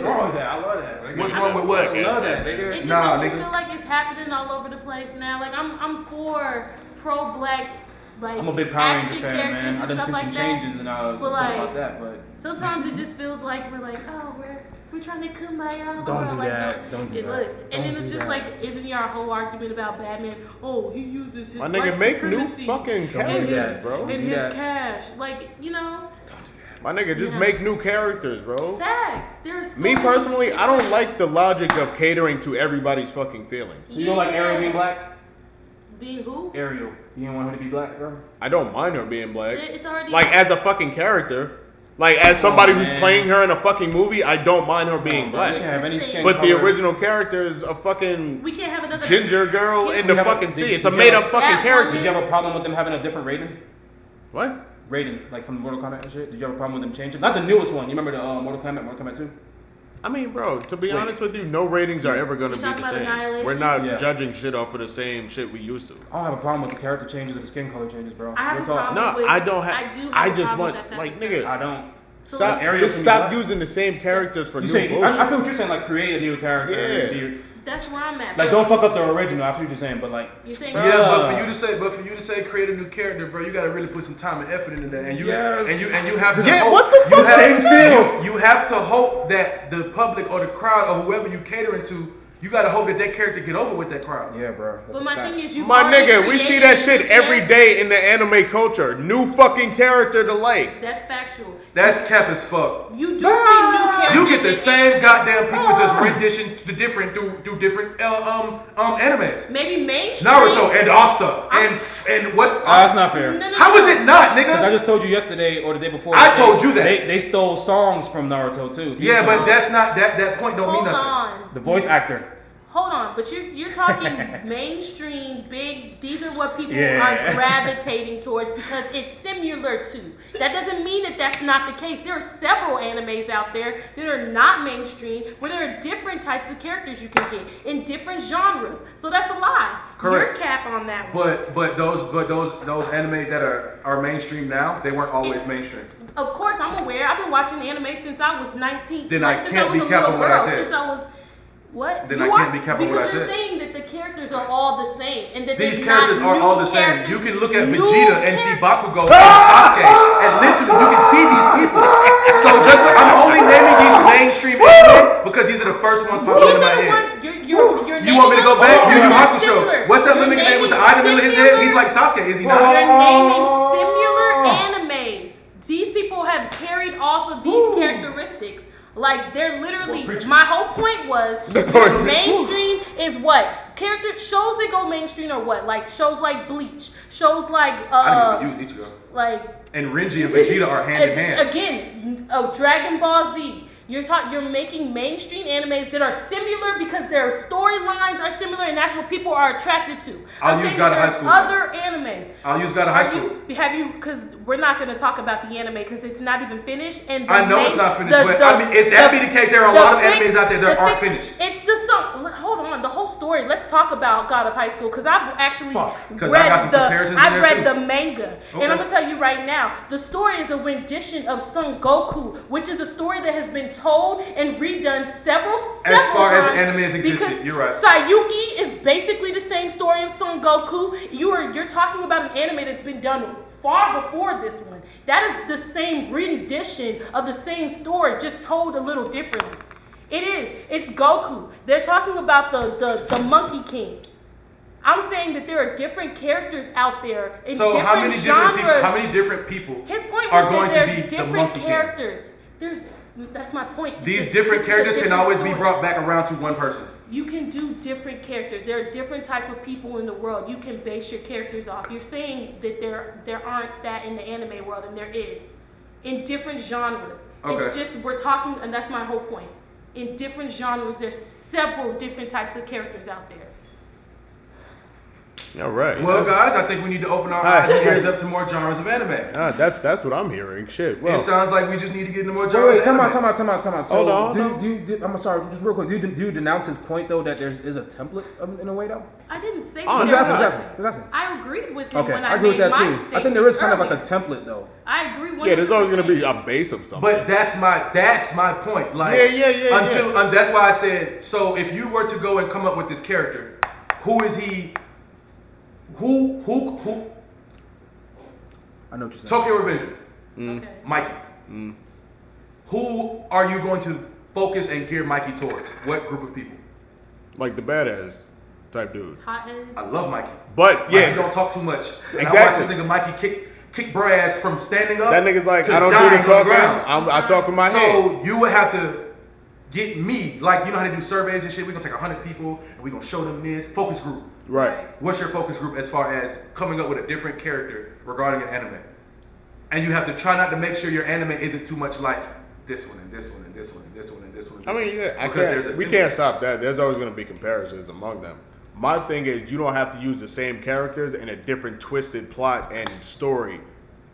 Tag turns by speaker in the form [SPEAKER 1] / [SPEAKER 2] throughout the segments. [SPEAKER 1] What's wrong with that? I love that. nigga.
[SPEAKER 2] What's wrong with what?
[SPEAKER 1] I love that, nigga.
[SPEAKER 3] It just
[SPEAKER 4] Nah,
[SPEAKER 3] don't you
[SPEAKER 4] nigga.
[SPEAKER 3] feel like it's happening all over the place now? Like I'm, I'm for pro black, like
[SPEAKER 1] I'm a big Power Ranger
[SPEAKER 3] action
[SPEAKER 1] fan,
[SPEAKER 3] characters
[SPEAKER 1] man. I
[SPEAKER 3] and
[SPEAKER 1] done
[SPEAKER 3] stuff
[SPEAKER 1] see
[SPEAKER 3] like
[SPEAKER 1] some
[SPEAKER 3] that.
[SPEAKER 1] changes and all
[SPEAKER 3] But,
[SPEAKER 1] stuff about
[SPEAKER 3] like,
[SPEAKER 1] that, but
[SPEAKER 3] Sometimes it just feels like we're like, oh, we're we're trying to kumbaya.
[SPEAKER 1] Don't
[SPEAKER 3] we're
[SPEAKER 1] do
[SPEAKER 3] like,
[SPEAKER 1] that. Don't do
[SPEAKER 3] it,
[SPEAKER 1] that.
[SPEAKER 3] Look, and
[SPEAKER 1] Don't
[SPEAKER 3] then
[SPEAKER 1] do
[SPEAKER 3] it's just
[SPEAKER 1] that.
[SPEAKER 3] like, isn't your whole argument about Batman? Oh, he uses his
[SPEAKER 2] My nigga,
[SPEAKER 3] white
[SPEAKER 2] make new
[SPEAKER 3] supremacy
[SPEAKER 2] fucking
[SPEAKER 1] do
[SPEAKER 2] characters,
[SPEAKER 1] that.
[SPEAKER 2] bro.
[SPEAKER 3] and
[SPEAKER 1] do
[SPEAKER 3] his
[SPEAKER 1] that.
[SPEAKER 3] cash. Like you know,
[SPEAKER 2] My nigga, just
[SPEAKER 3] Yeah.
[SPEAKER 2] make new characters, bro.
[SPEAKER 3] facts. There's so
[SPEAKER 2] Me
[SPEAKER 3] many-
[SPEAKER 2] personally, I don't like the logic of catering to everybody's fucking feelings.
[SPEAKER 1] so you don't like Ariel
[SPEAKER 3] Yeah.
[SPEAKER 1] being black?
[SPEAKER 3] Being who?
[SPEAKER 1] Ariel, you don't want her to be black, bro?
[SPEAKER 2] I don't mind her being black.
[SPEAKER 3] It- It's already
[SPEAKER 2] Like as a fucking character, like as somebody
[SPEAKER 1] Oh,
[SPEAKER 2] who's
[SPEAKER 1] man.
[SPEAKER 2] playing her in a fucking movie, I don't mind her being
[SPEAKER 1] You can
[SPEAKER 2] black.
[SPEAKER 3] Yeah.
[SPEAKER 1] have any
[SPEAKER 3] It's the
[SPEAKER 1] skin
[SPEAKER 3] same.
[SPEAKER 2] But the
[SPEAKER 1] color.
[SPEAKER 2] original character is a fucking
[SPEAKER 3] we can't have another
[SPEAKER 2] ginger girl in the
[SPEAKER 1] You have a-
[SPEAKER 2] fucking
[SPEAKER 1] did you-
[SPEAKER 2] sea. It's a
[SPEAKER 1] did you have
[SPEAKER 2] made
[SPEAKER 1] a-
[SPEAKER 2] up fucking
[SPEAKER 3] That
[SPEAKER 1] Did
[SPEAKER 2] character.
[SPEAKER 3] one-
[SPEAKER 1] you have a problem with them having a different rating?
[SPEAKER 2] What?
[SPEAKER 1] Rating, like from the Mortal Kombat and shit? Did you have a problem with them changing? Not the newest one. You remember the uh, Mortal Kombat, Mortal Kombat 2?
[SPEAKER 2] I mean, bro, to be honest with you, no ratings are ever gonna
[SPEAKER 3] You
[SPEAKER 2] be
[SPEAKER 3] talking
[SPEAKER 2] the
[SPEAKER 3] about
[SPEAKER 2] same.
[SPEAKER 3] Annihilation?
[SPEAKER 2] We're not
[SPEAKER 1] Yeah.
[SPEAKER 2] judging shit off of the same shit we used to.
[SPEAKER 1] I don't have a problem with the character changes or the skin color changes, bro.
[SPEAKER 3] I have
[SPEAKER 1] Real
[SPEAKER 3] a
[SPEAKER 1] talk.
[SPEAKER 3] problem.
[SPEAKER 2] No,
[SPEAKER 3] with-
[SPEAKER 2] I don't
[SPEAKER 3] I
[SPEAKER 2] have.
[SPEAKER 3] do have
[SPEAKER 2] I
[SPEAKER 3] a
[SPEAKER 2] just
[SPEAKER 3] problem
[SPEAKER 2] want
[SPEAKER 3] with that type
[SPEAKER 2] like
[SPEAKER 3] of
[SPEAKER 1] I
[SPEAKER 2] nigga,
[SPEAKER 1] don't.
[SPEAKER 3] So,
[SPEAKER 2] stop.
[SPEAKER 1] Ariel
[SPEAKER 2] Just
[SPEAKER 1] can be
[SPEAKER 2] stop
[SPEAKER 1] black.
[SPEAKER 2] using the same characters for
[SPEAKER 1] You
[SPEAKER 2] new
[SPEAKER 1] say, I, I
[SPEAKER 2] bullshit.
[SPEAKER 1] feel what you're saying, like create a new character.
[SPEAKER 2] Yeah.
[SPEAKER 1] Be-
[SPEAKER 3] That's where I'm at.
[SPEAKER 1] Like don't fuck up the original. I feel what you're saying, but like
[SPEAKER 3] You're saying
[SPEAKER 5] Yeah, but
[SPEAKER 1] Uh.
[SPEAKER 5] for you to say, but for you to say, create a new character, bro, you gotta really put some time and effort into that, and you
[SPEAKER 1] Yes.
[SPEAKER 5] and you and you have to
[SPEAKER 2] Yeah,
[SPEAKER 5] hope,
[SPEAKER 2] what the
[SPEAKER 5] you
[SPEAKER 2] fuck?
[SPEAKER 5] have,
[SPEAKER 1] Same feel.
[SPEAKER 5] You, you have to hope that the public or the crowd or whoever you catering to, you gotta hope that that character get over with that crowd.
[SPEAKER 1] yeah, bro. That's
[SPEAKER 3] But
[SPEAKER 1] a
[SPEAKER 3] my
[SPEAKER 1] fact.
[SPEAKER 3] thing is, you.
[SPEAKER 2] My
[SPEAKER 3] already
[SPEAKER 2] nigga, we see
[SPEAKER 3] created
[SPEAKER 2] that
[SPEAKER 3] a
[SPEAKER 2] shit
[SPEAKER 3] new
[SPEAKER 2] every
[SPEAKER 3] character.
[SPEAKER 2] day in the anime culture. New fucking character to like.
[SPEAKER 3] That's factual.
[SPEAKER 5] That's cap as fuck.
[SPEAKER 3] You do see new characters.
[SPEAKER 5] You get the
[SPEAKER 3] in-
[SPEAKER 5] same goddamn people
[SPEAKER 2] Ah.
[SPEAKER 5] just rendition the different through through different uh, um um animes.
[SPEAKER 3] Maybe mainstream.
[SPEAKER 5] Naruto and Asta and and what's
[SPEAKER 1] Ah, that's not fair.
[SPEAKER 3] No, no, no.
[SPEAKER 5] how is it not,
[SPEAKER 1] Cause I
[SPEAKER 5] nigga?
[SPEAKER 1] just told you yesterday or the day before.
[SPEAKER 5] I
[SPEAKER 1] that
[SPEAKER 5] told
[SPEAKER 1] they-
[SPEAKER 5] you that.
[SPEAKER 1] they, they stole songs from Naruto too. These
[SPEAKER 5] Yeah, but
[SPEAKER 1] songs.
[SPEAKER 5] that's not that that point don't mean
[SPEAKER 3] Hold
[SPEAKER 5] nothing.
[SPEAKER 3] on.
[SPEAKER 1] the voice actor.
[SPEAKER 3] Hold on. But you're you're talking mainstream, big. These are what people
[SPEAKER 1] Yeah.
[SPEAKER 3] are gravitating towards because it's similar to. That doesn't mean that that's not the case. There are several animes out there that are not mainstream, where there are different types of characters you can get in different genres. So that's a lie.
[SPEAKER 5] Correct.
[SPEAKER 3] Your cap on that. one.
[SPEAKER 5] But but those but those those anime that are are mainstream now, they weren't always mainstream.
[SPEAKER 3] Of course, I'm aware. I've been watching anime since I was 19.
[SPEAKER 5] Then I
[SPEAKER 3] since
[SPEAKER 5] can't
[SPEAKER 3] was
[SPEAKER 5] be
[SPEAKER 3] a
[SPEAKER 5] capping
[SPEAKER 3] little
[SPEAKER 5] what I
[SPEAKER 3] girl,
[SPEAKER 5] said.
[SPEAKER 3] Since I was, what?
[SPEAKER 5] Then
[SPEAKER 3] You
[SPEAKER 5] I
[SPEAKER 3] are-
[SPEAKER 5] can't be capping what I
[SPEAKER 3] because you're
[SPEAKER 5] said.
[SPEAKER 3] saying that the characters are all the same, and that there's
[SPEAKER 5] These characters
[SPEAKER 3] not
[SPEAKER 5] are
[SPEAKER 3] new
[SPEAKER 5] all the same.
[SPEAKER 3] characters,
[SPEAKER 5] You can look at
[SPEAKER 3] new
[SPEAKER 5] Vegeta and see
[SPEAKER 3] characters.
[SPEAKER 5] Bakugo and Sasuke, and literally you can see these people. So just I'm only naming these mainstream anime because these are the first ones popping
[SPEAKER 3] These
[SPEAKER 5] into my
[SPEAKER 3] are the
[SPEAKER 5] head.
[SPEAKER 3] ones you're, you're, you're
[SPEAKER 5] You want me to go
[SPEAKER 3] naming
[SPEAKER 5] back?
[SPEAKER 3] all
[SPEAKER 5] Yu Yu
[SPEAKER 3] the
[SPEAKER 5] Hakusho.
[SPEAKER 3] similar.
[SPEAKER 5] What's that
[SPEAKER 3] You're
[SPEAKER 5] little nigga with the
[SPEAKER 3] naming
[SPEAKER 5] item in his head?
[SPEAKER 3] similar-
[SPEAKER 5] He's like Sasuke, is he
[SPEAKER 3] You're
[SPEAKER 5] not?
[SPEAKER 3] naming similar animes. These people have carried off of these characteristics. Like they're literally. My whole point was that mainstream is what character shows that go mainstream are what like shows like Bleach, shows like
[SPEAKER 5] I
[SPEAKER 3] uh
[SPEAKER 5] didn't even use Ichigo.
[SPEAKER 3] like
[SPEAKER 5] And Renji and Vegeta are hand in
[SPEAKER 3] a-
[SPEAKER 5] hand.
[SPEAKER 3] Again, oh, Dragon Ball Z. You're ta- you're making mainstream animes that are similar because their storylines are similar, and that's what people are attracted to.
[SPEAKER 5] I'll
[SPEAKER 3] I'm
[SPEAKER 5] use
[SPEAKER 3] saying
[SPEAKER 5] God of High
[SPEAKER 3] there's
[SPEAKER 5] School.
[SPEAKER 3] Other animes.
[SPEAKER 5] I'll use God of High
[SPEAKER 3] Are you-
[SPEAKER 5] School.
[SPEAKER 3] have you? Because we're not going to talk about the anime because it's not even finished. And the
[SPEAKER 5] I know
[SPEAKER 3] main-
[SPEAKER 5] it's not finished, but I mean, if that be the case, there are a
[SPEAKER 3] the
[SPEAKER 5] lot of
[SPEAKER 3] fix-
[SPEAKER 5] animes out there that
[SPEAKER 3] the
[SPEAKER 5] aren't
[SPEAKER 3] fix-
[SPEAKER 5] finished.
[SPEAKER 3] It's the song. l- Hold on, the whole story. Let's talk about God of High School because I've actually
[SPEAKER 1] Fuck,
[SPEAKER 5] 'cause I
[SPEAKER 3] read
[SPEAKER 5] got some
[SPEAKER 3] the
[SPEAKER 5] comparisons in
[SPEAKER 3] I
[SPEAKER 5] there,
[SPEAKER 3] read
[SPEAKER 5] too.
[SPEAKER 3] the manga,
[SPEAKER 5] Okay.
[SPEAKER 3] and I'm gonna tell you right now, the story is a rendition of Son Goku, which is a story that has been told and redone several
[SPEAKER 5] As
[SPEAKER 3] several
[SPEAKER 5] far as
[SPEAKER 3] times
[SPEAKER 5] anime has existed,
[SPEAKER 3] because
[SPEAKER 5] you're right.
[SPEAKER 3] Sayuki is basically the same story of Son Goku. You are you're talking about an anime that's been done far before this one. That is the same rendition of the same story, just told a little differently. It is. It's Goku. They're talking about the the, the Monkey King. I'm saying that there are different characters out there in
[SPEAKER 5] So
[SPEAKER 3] different
[SPEAKER 5] how many different
[SPEAKER 3] genres.
[SPEAKER 5] people? How many different people
[SPEAKER 3] His point
[SPEAKER 5] are
[SPEAKER 3] was
[SPEAKER 5] going
[SPEAKER 3] that
[SPEAKER 5] to
[SPEAKER 3] there's
[SPEAKER 5] be the
[SPEAKER 3] different
[SPEAKER 5] monkey king?
[SPEAKER 3] characters. There's that's my point. This-
[SPEAKER 5] These
[SPEAKER 3] this
[SPEAKER 5] different
[SPEAKER 3] is a
[SPEAKER 5] characters can
[SPEAKER 3] different
[SPEAKER 5] always be
[SPEAKER 3] story.
[SPEAKER 5] brought back around to one person.
[SPEAKER 3] You can do different characters. There are different type of people in the world. You can base your characters off. You're saying that there there aren't that in the anime world, and there is, in different genres. It's
[SPEAKER 5] Okay.
[SPEAKER 3] just we're talking, and that's my whole point. In different genres, there's several different types of characters out there.
[SPEAKER 2] All right.
[SPEAKER 5] Well, guys, I think we need to open our eyes and ears up to more genres of anime.
[SPEAKER 2] Ah, that's that's what I'm hearing. Shit.
[SPEAKER 5] It
[SPEAKER 2] Well,
[SPEAKER 5] sounds like we just need to get into more
[SPEAKER 1] Wait,
[SPEAKER 5] genres.
[SPEAKER 1] wait, time
[SPEAKER 5] of
[SPEAKER 1] out,
[SPEAKER 5] anime.
[SPEAKER 1] time out, time out, time out. So,
[SPEAKER 2] Hold on,
[SPEAKER 1] do,
[SPEAKER 2] hold on.
[SPEAKER 1] Do, you- do- I'm sorry, just real quick. Do you, do you denounce his point though that there's is a template um, in a way though?
[SPEAKER 3] I didn't say
[SPEAKER 2] Oh,
[SPEAKER 1] I'm
[SPEAKER 3] that.
[SPEAKER 1] just
[SPEAKER 2] that's
[SPEAKER 1] asking, just
[SPEAKER 2] what I'm
[SPEAKER 1] asking, just asking.
[SPEAKER 3] I agreed with him
[SPEAKER 1] Okay,
[SPEAKER 3] when
[SPEAKER 1] I
[SPEAKER 3] I,
[SPEAKER 1] agree with
[SPEAKER 3] made
[SPEAKER 1] that
[SPEAKER 3] my
[SPEAKER 1] too. I think there is kind of like a
[SPEAKER 3] statements
[SPEAKER 1] template though.
[SPEAKER 3] earlier. I agree. 100%.
[SPEAKER 2] yeah, there's always gonna be a base of something.
[SPEAKER 5] But that's my that's my point. Like
[SPEAKER 2] Yeah, yeah, yeah,
[SPEAKER 5] Until
[SPEAKER 2] yeah.
[SPEAKER 5] Um, that's why I said so. If you were to go and come up with this character, who is he? Who who who?
[SPEAKER 1] I know what you're saying.
[SPEAKER 5] Tokyo Revengers,
[SPEAKER 2] um,
[SPEAKER 3] Okay.
[SPEAKER 5] Mikey.
[SPEAKER 2] Mm.
[SPEAKER 5] Who are you going to focus and gear Mikey towards? What group of people?
[SPEAKER 2] like the badass type dude.
[SPEAKER 3] Hot and
[SPEAKER 5] I love Mikey.
[SPEAKER 2] But
[SPEAKER 5] Mikey
[SPEAKER 2] yeah,
[SPEAKER 5] don't talk too much. And I watch
[SPEAKER 2] Exactly.
[SPEAKER 5] this nigga Mikey kick kick brass from standing up.
[SPEAKER 2] that nigga's like,
[SPEAKER 5] to
[SPEAKER 2] I don't
[SPEAKER 5] dying
[SPEAKER 2] do the
[SPEAKER 5] on
[SPEAKER 2] talking.
[SPEAKER 5] ground.
[SPEAKER 2] I'm, I talk with my
[SPEAKER 5] so
[SPEAKER 2] head.
[SPEAKER 5] you would have to get me, like you know how to do surveys and shit. We're gonna take hundred people and we're gonna show them this focus group.
[SPEAKER 2] Right.
[SPEAKER 5] What's your focus group as far as coming up with a different character regarding an anime? And you have to try not to make sure your anime isn't too much like this one and this one and this one and this one and this one. And
[SPEAKER 2] I
[SPEAKER 5] this
[SPEAKER 2] mean,
[SPEAKER 5] one.
[SPEAKER 2] yeah, I
[SPEAKER 5] Because there's
[SPEAKER 2] can't,
[SPEAKER 5] a
[SPEAKER 2] we
[SPEAKER 5] template.
[SPEAKER 2] can't stop that. There's always going to be comparisons among them. My thing is, you don't have to use the same characters and a different twisted plot and story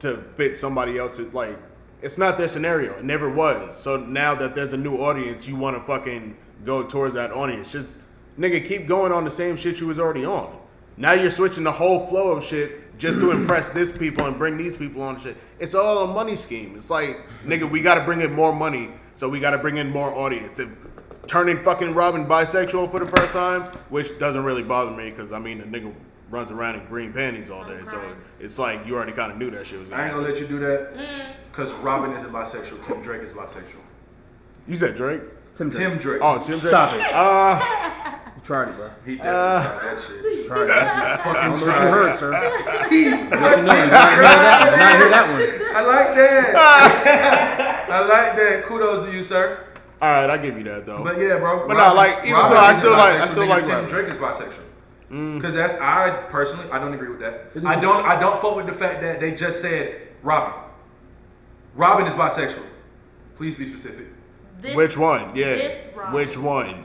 [SPEAKER 2] to fit somebody else's. Like, it's not their scenario. It never was. So now that there's a new audience, you want to fucking go towards that audience. Just, nigga, keep going on the same shit you was already on. Now you're switching the whole flow of shit just to impress this people and bring these people on shit. It's all a money scheme. It's like, nigga, we gotta bring in more money, so we gotta bring in more audience. If turning fucking Robin bisexual for the first time, which doesn't really bother me, because I mean, the nigga runs around in green panties all day, so it's like you already kind of knew that shit was gonna
[SPEAKER 5] I ain't
[SPEAKER 2] happen.
[SPEAKER 5] gonna let you do that because Robin isn't bisexual. Tim Drake is bisexual.
[SPEAKER 2] You said Drake?
[SPEAKER 1] Tim,
[SPEAKER 5] Tim Drake.
[SPEAKER 2] Oh, Tim Drake.
[SPEAKER 1] Stop it.
[SPEAKER 2] Uh,
[SPEAKER 1] You tried it, bro.
[SPEAKER 5] He definitely tried that shit.
[SPEAKER 1] You tried it. I don't know what you heard, sir. I
[SPEAKER 5] He-
[SPEAKER 1] don't know. You did not hear that one. Did not hear that one.
[SPEAKER 5] I like that. I like that. Kudos to you, sir.
[SPEAKER 2] all right, I give you that though.
[SPEAKER 5] But yeah, bro.
[SPEAKER 2] But nah, like, even though I still like- I still like Mm.
[SPEAKER 5] Tim
[SPEAKER 2] Robin.
[SPEAKER 5] Drake is bisexual. Because that's I personally I don't agree with that.
[SPEAKER 1] Isn't
[SPEAKER 5] I
[SPEAKER 1] it-
[SPEAKER 5] don't I don't fuck with the fact that they just said Robin. Robin is bisexual. Please be specific.
[SPEAKER 3] this,
[SPEAKER 2] Which one? Yeah.
[SPEAKER 3] This Robin.
[SPEAKER 2] Which one?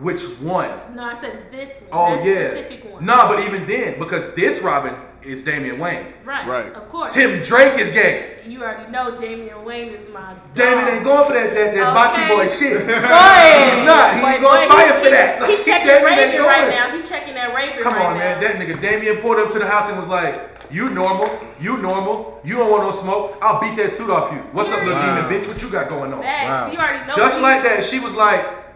[SPEAKER 5] Which one?
[SPEAKER 3] No, I said this one.
[SPEAKER 5] Oh
[SPEAKER 3] that
[SPEAKER 5] yeah.
[SPEAKER 3] Specific one.
[SPEAKER 5] Nah, but even then, because this Robin is Damian Wayne.
[SPEAKER 3] Right.
[SPEAKER 2] Right.
[SPEAKER 3] Of course.
[SPEAKER 5] Tim Drake is gay.
[SPEAKER 3] You already know Damian Wayne is my.
[SPEAKER 5] Damian ain't going for that that, that
[SPEAKER 3] Okay.
[SPEAKER 5] Baki boy shit.
[SPEAKER 3] Boy,
[SPEAKER 5] He's not. He's gonna fire for that.
[SPEAKER 3] He,
[SPEAKER 5] Like,
[SPEAKER 3] checking
[SPEAKER 5] Damian ain't
[SPEAKER 3] Raven right
[SPEAKER 5] going.
[SPEAKER 3] now. He checking that Raven
[SPEAKER 5] Come
[SPEAKER 3] right
[SPEAKER 5] on,
[SPEAKER 3] now.
[SPEAKER 5] man. That nigga Damien pulled up to the house and was like, You normal, you normal, you don't want no smoke. I'll beat that suit off you. What's up, little
[SPEAKER 1] Wow.
[SPEAKER 5] demon bitch? What you got going on?
[SPEAKER 1] Wow.
[SPEAKER 3] Facts. You already know.
[SPEAKER 5] Just
[SPEAKER 3] he-
[SPEAKER 5] like that, she was like,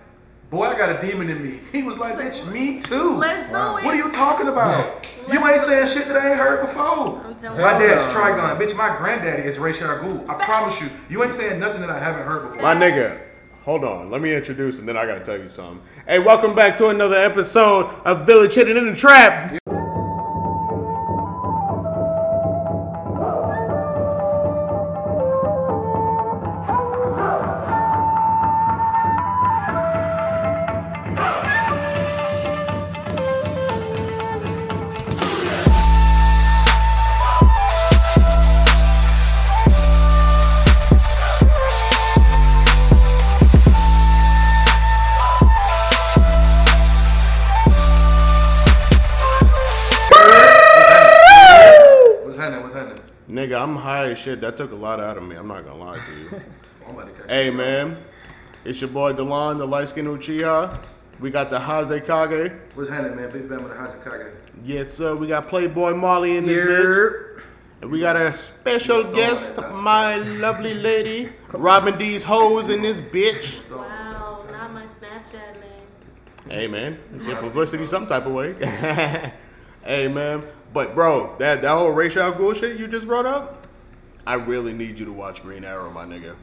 [SPEAKER 5] Boy, I got a demon in me. He was like, Bitch, me too.
[SPEAKER 3] Let's do
[SPEAKER 1] Wow.
[SPEAKER 3] it.
[SPEAKER 5] what are you talking about? you ain't saying shit that I ain't heard before.
[SPEAKER 3] I'm telling
[SPEAKER 5] My
[SPEAKER 1] you.
[SPEAKER 5] dad's
[SPEAKER 1] Hell no.
[SPEAKER 5] Trigon. Bitch, my granddaddy is Ray Shagul. I promise you. You ain't saying nothing that I haven't heard before.
[SPEAKER 2] My nigga, hold on. Let me introduce and then I gotta tell you something. Hey, welcome back to another episode of Village Hidden in the Trap.
[SPEAKER 5] What's happening? What's happening?
[SPEAKER 2] Nigga, I'm high as shit. That took a lot out of me. I'm not gonna lie to you.
[SPEAKER 5] I'm about to catch
[SPEAKER 2] hey, man. It's your boy Delon, the light skinned Uchiha. We got the Haze Kage.
[SPEAKER 5] What's happening, man? Big Bam with the house of Kage.
[SPEAKER 2] Yes, sir. We got Playboy Molly in this bitch.
[SPEAKER 1] Here.
[SPEAKER 2] And we got a special
[SPEAKER 5] Don't
[SPEAKER 2] guest,
[SPEAKER 5] let that-
[SPEAKER 2] my lovely lady, Robin D's hoes in this bitch.
[SPEAKER 3] Wow, not my Snapchat name.
[SPEAKER 2] Hey man, get publicity some type of way. hey man, but bro, that that whole racial ghoul shit you just brought up, I really need you to watch Green Arrow, my nigga.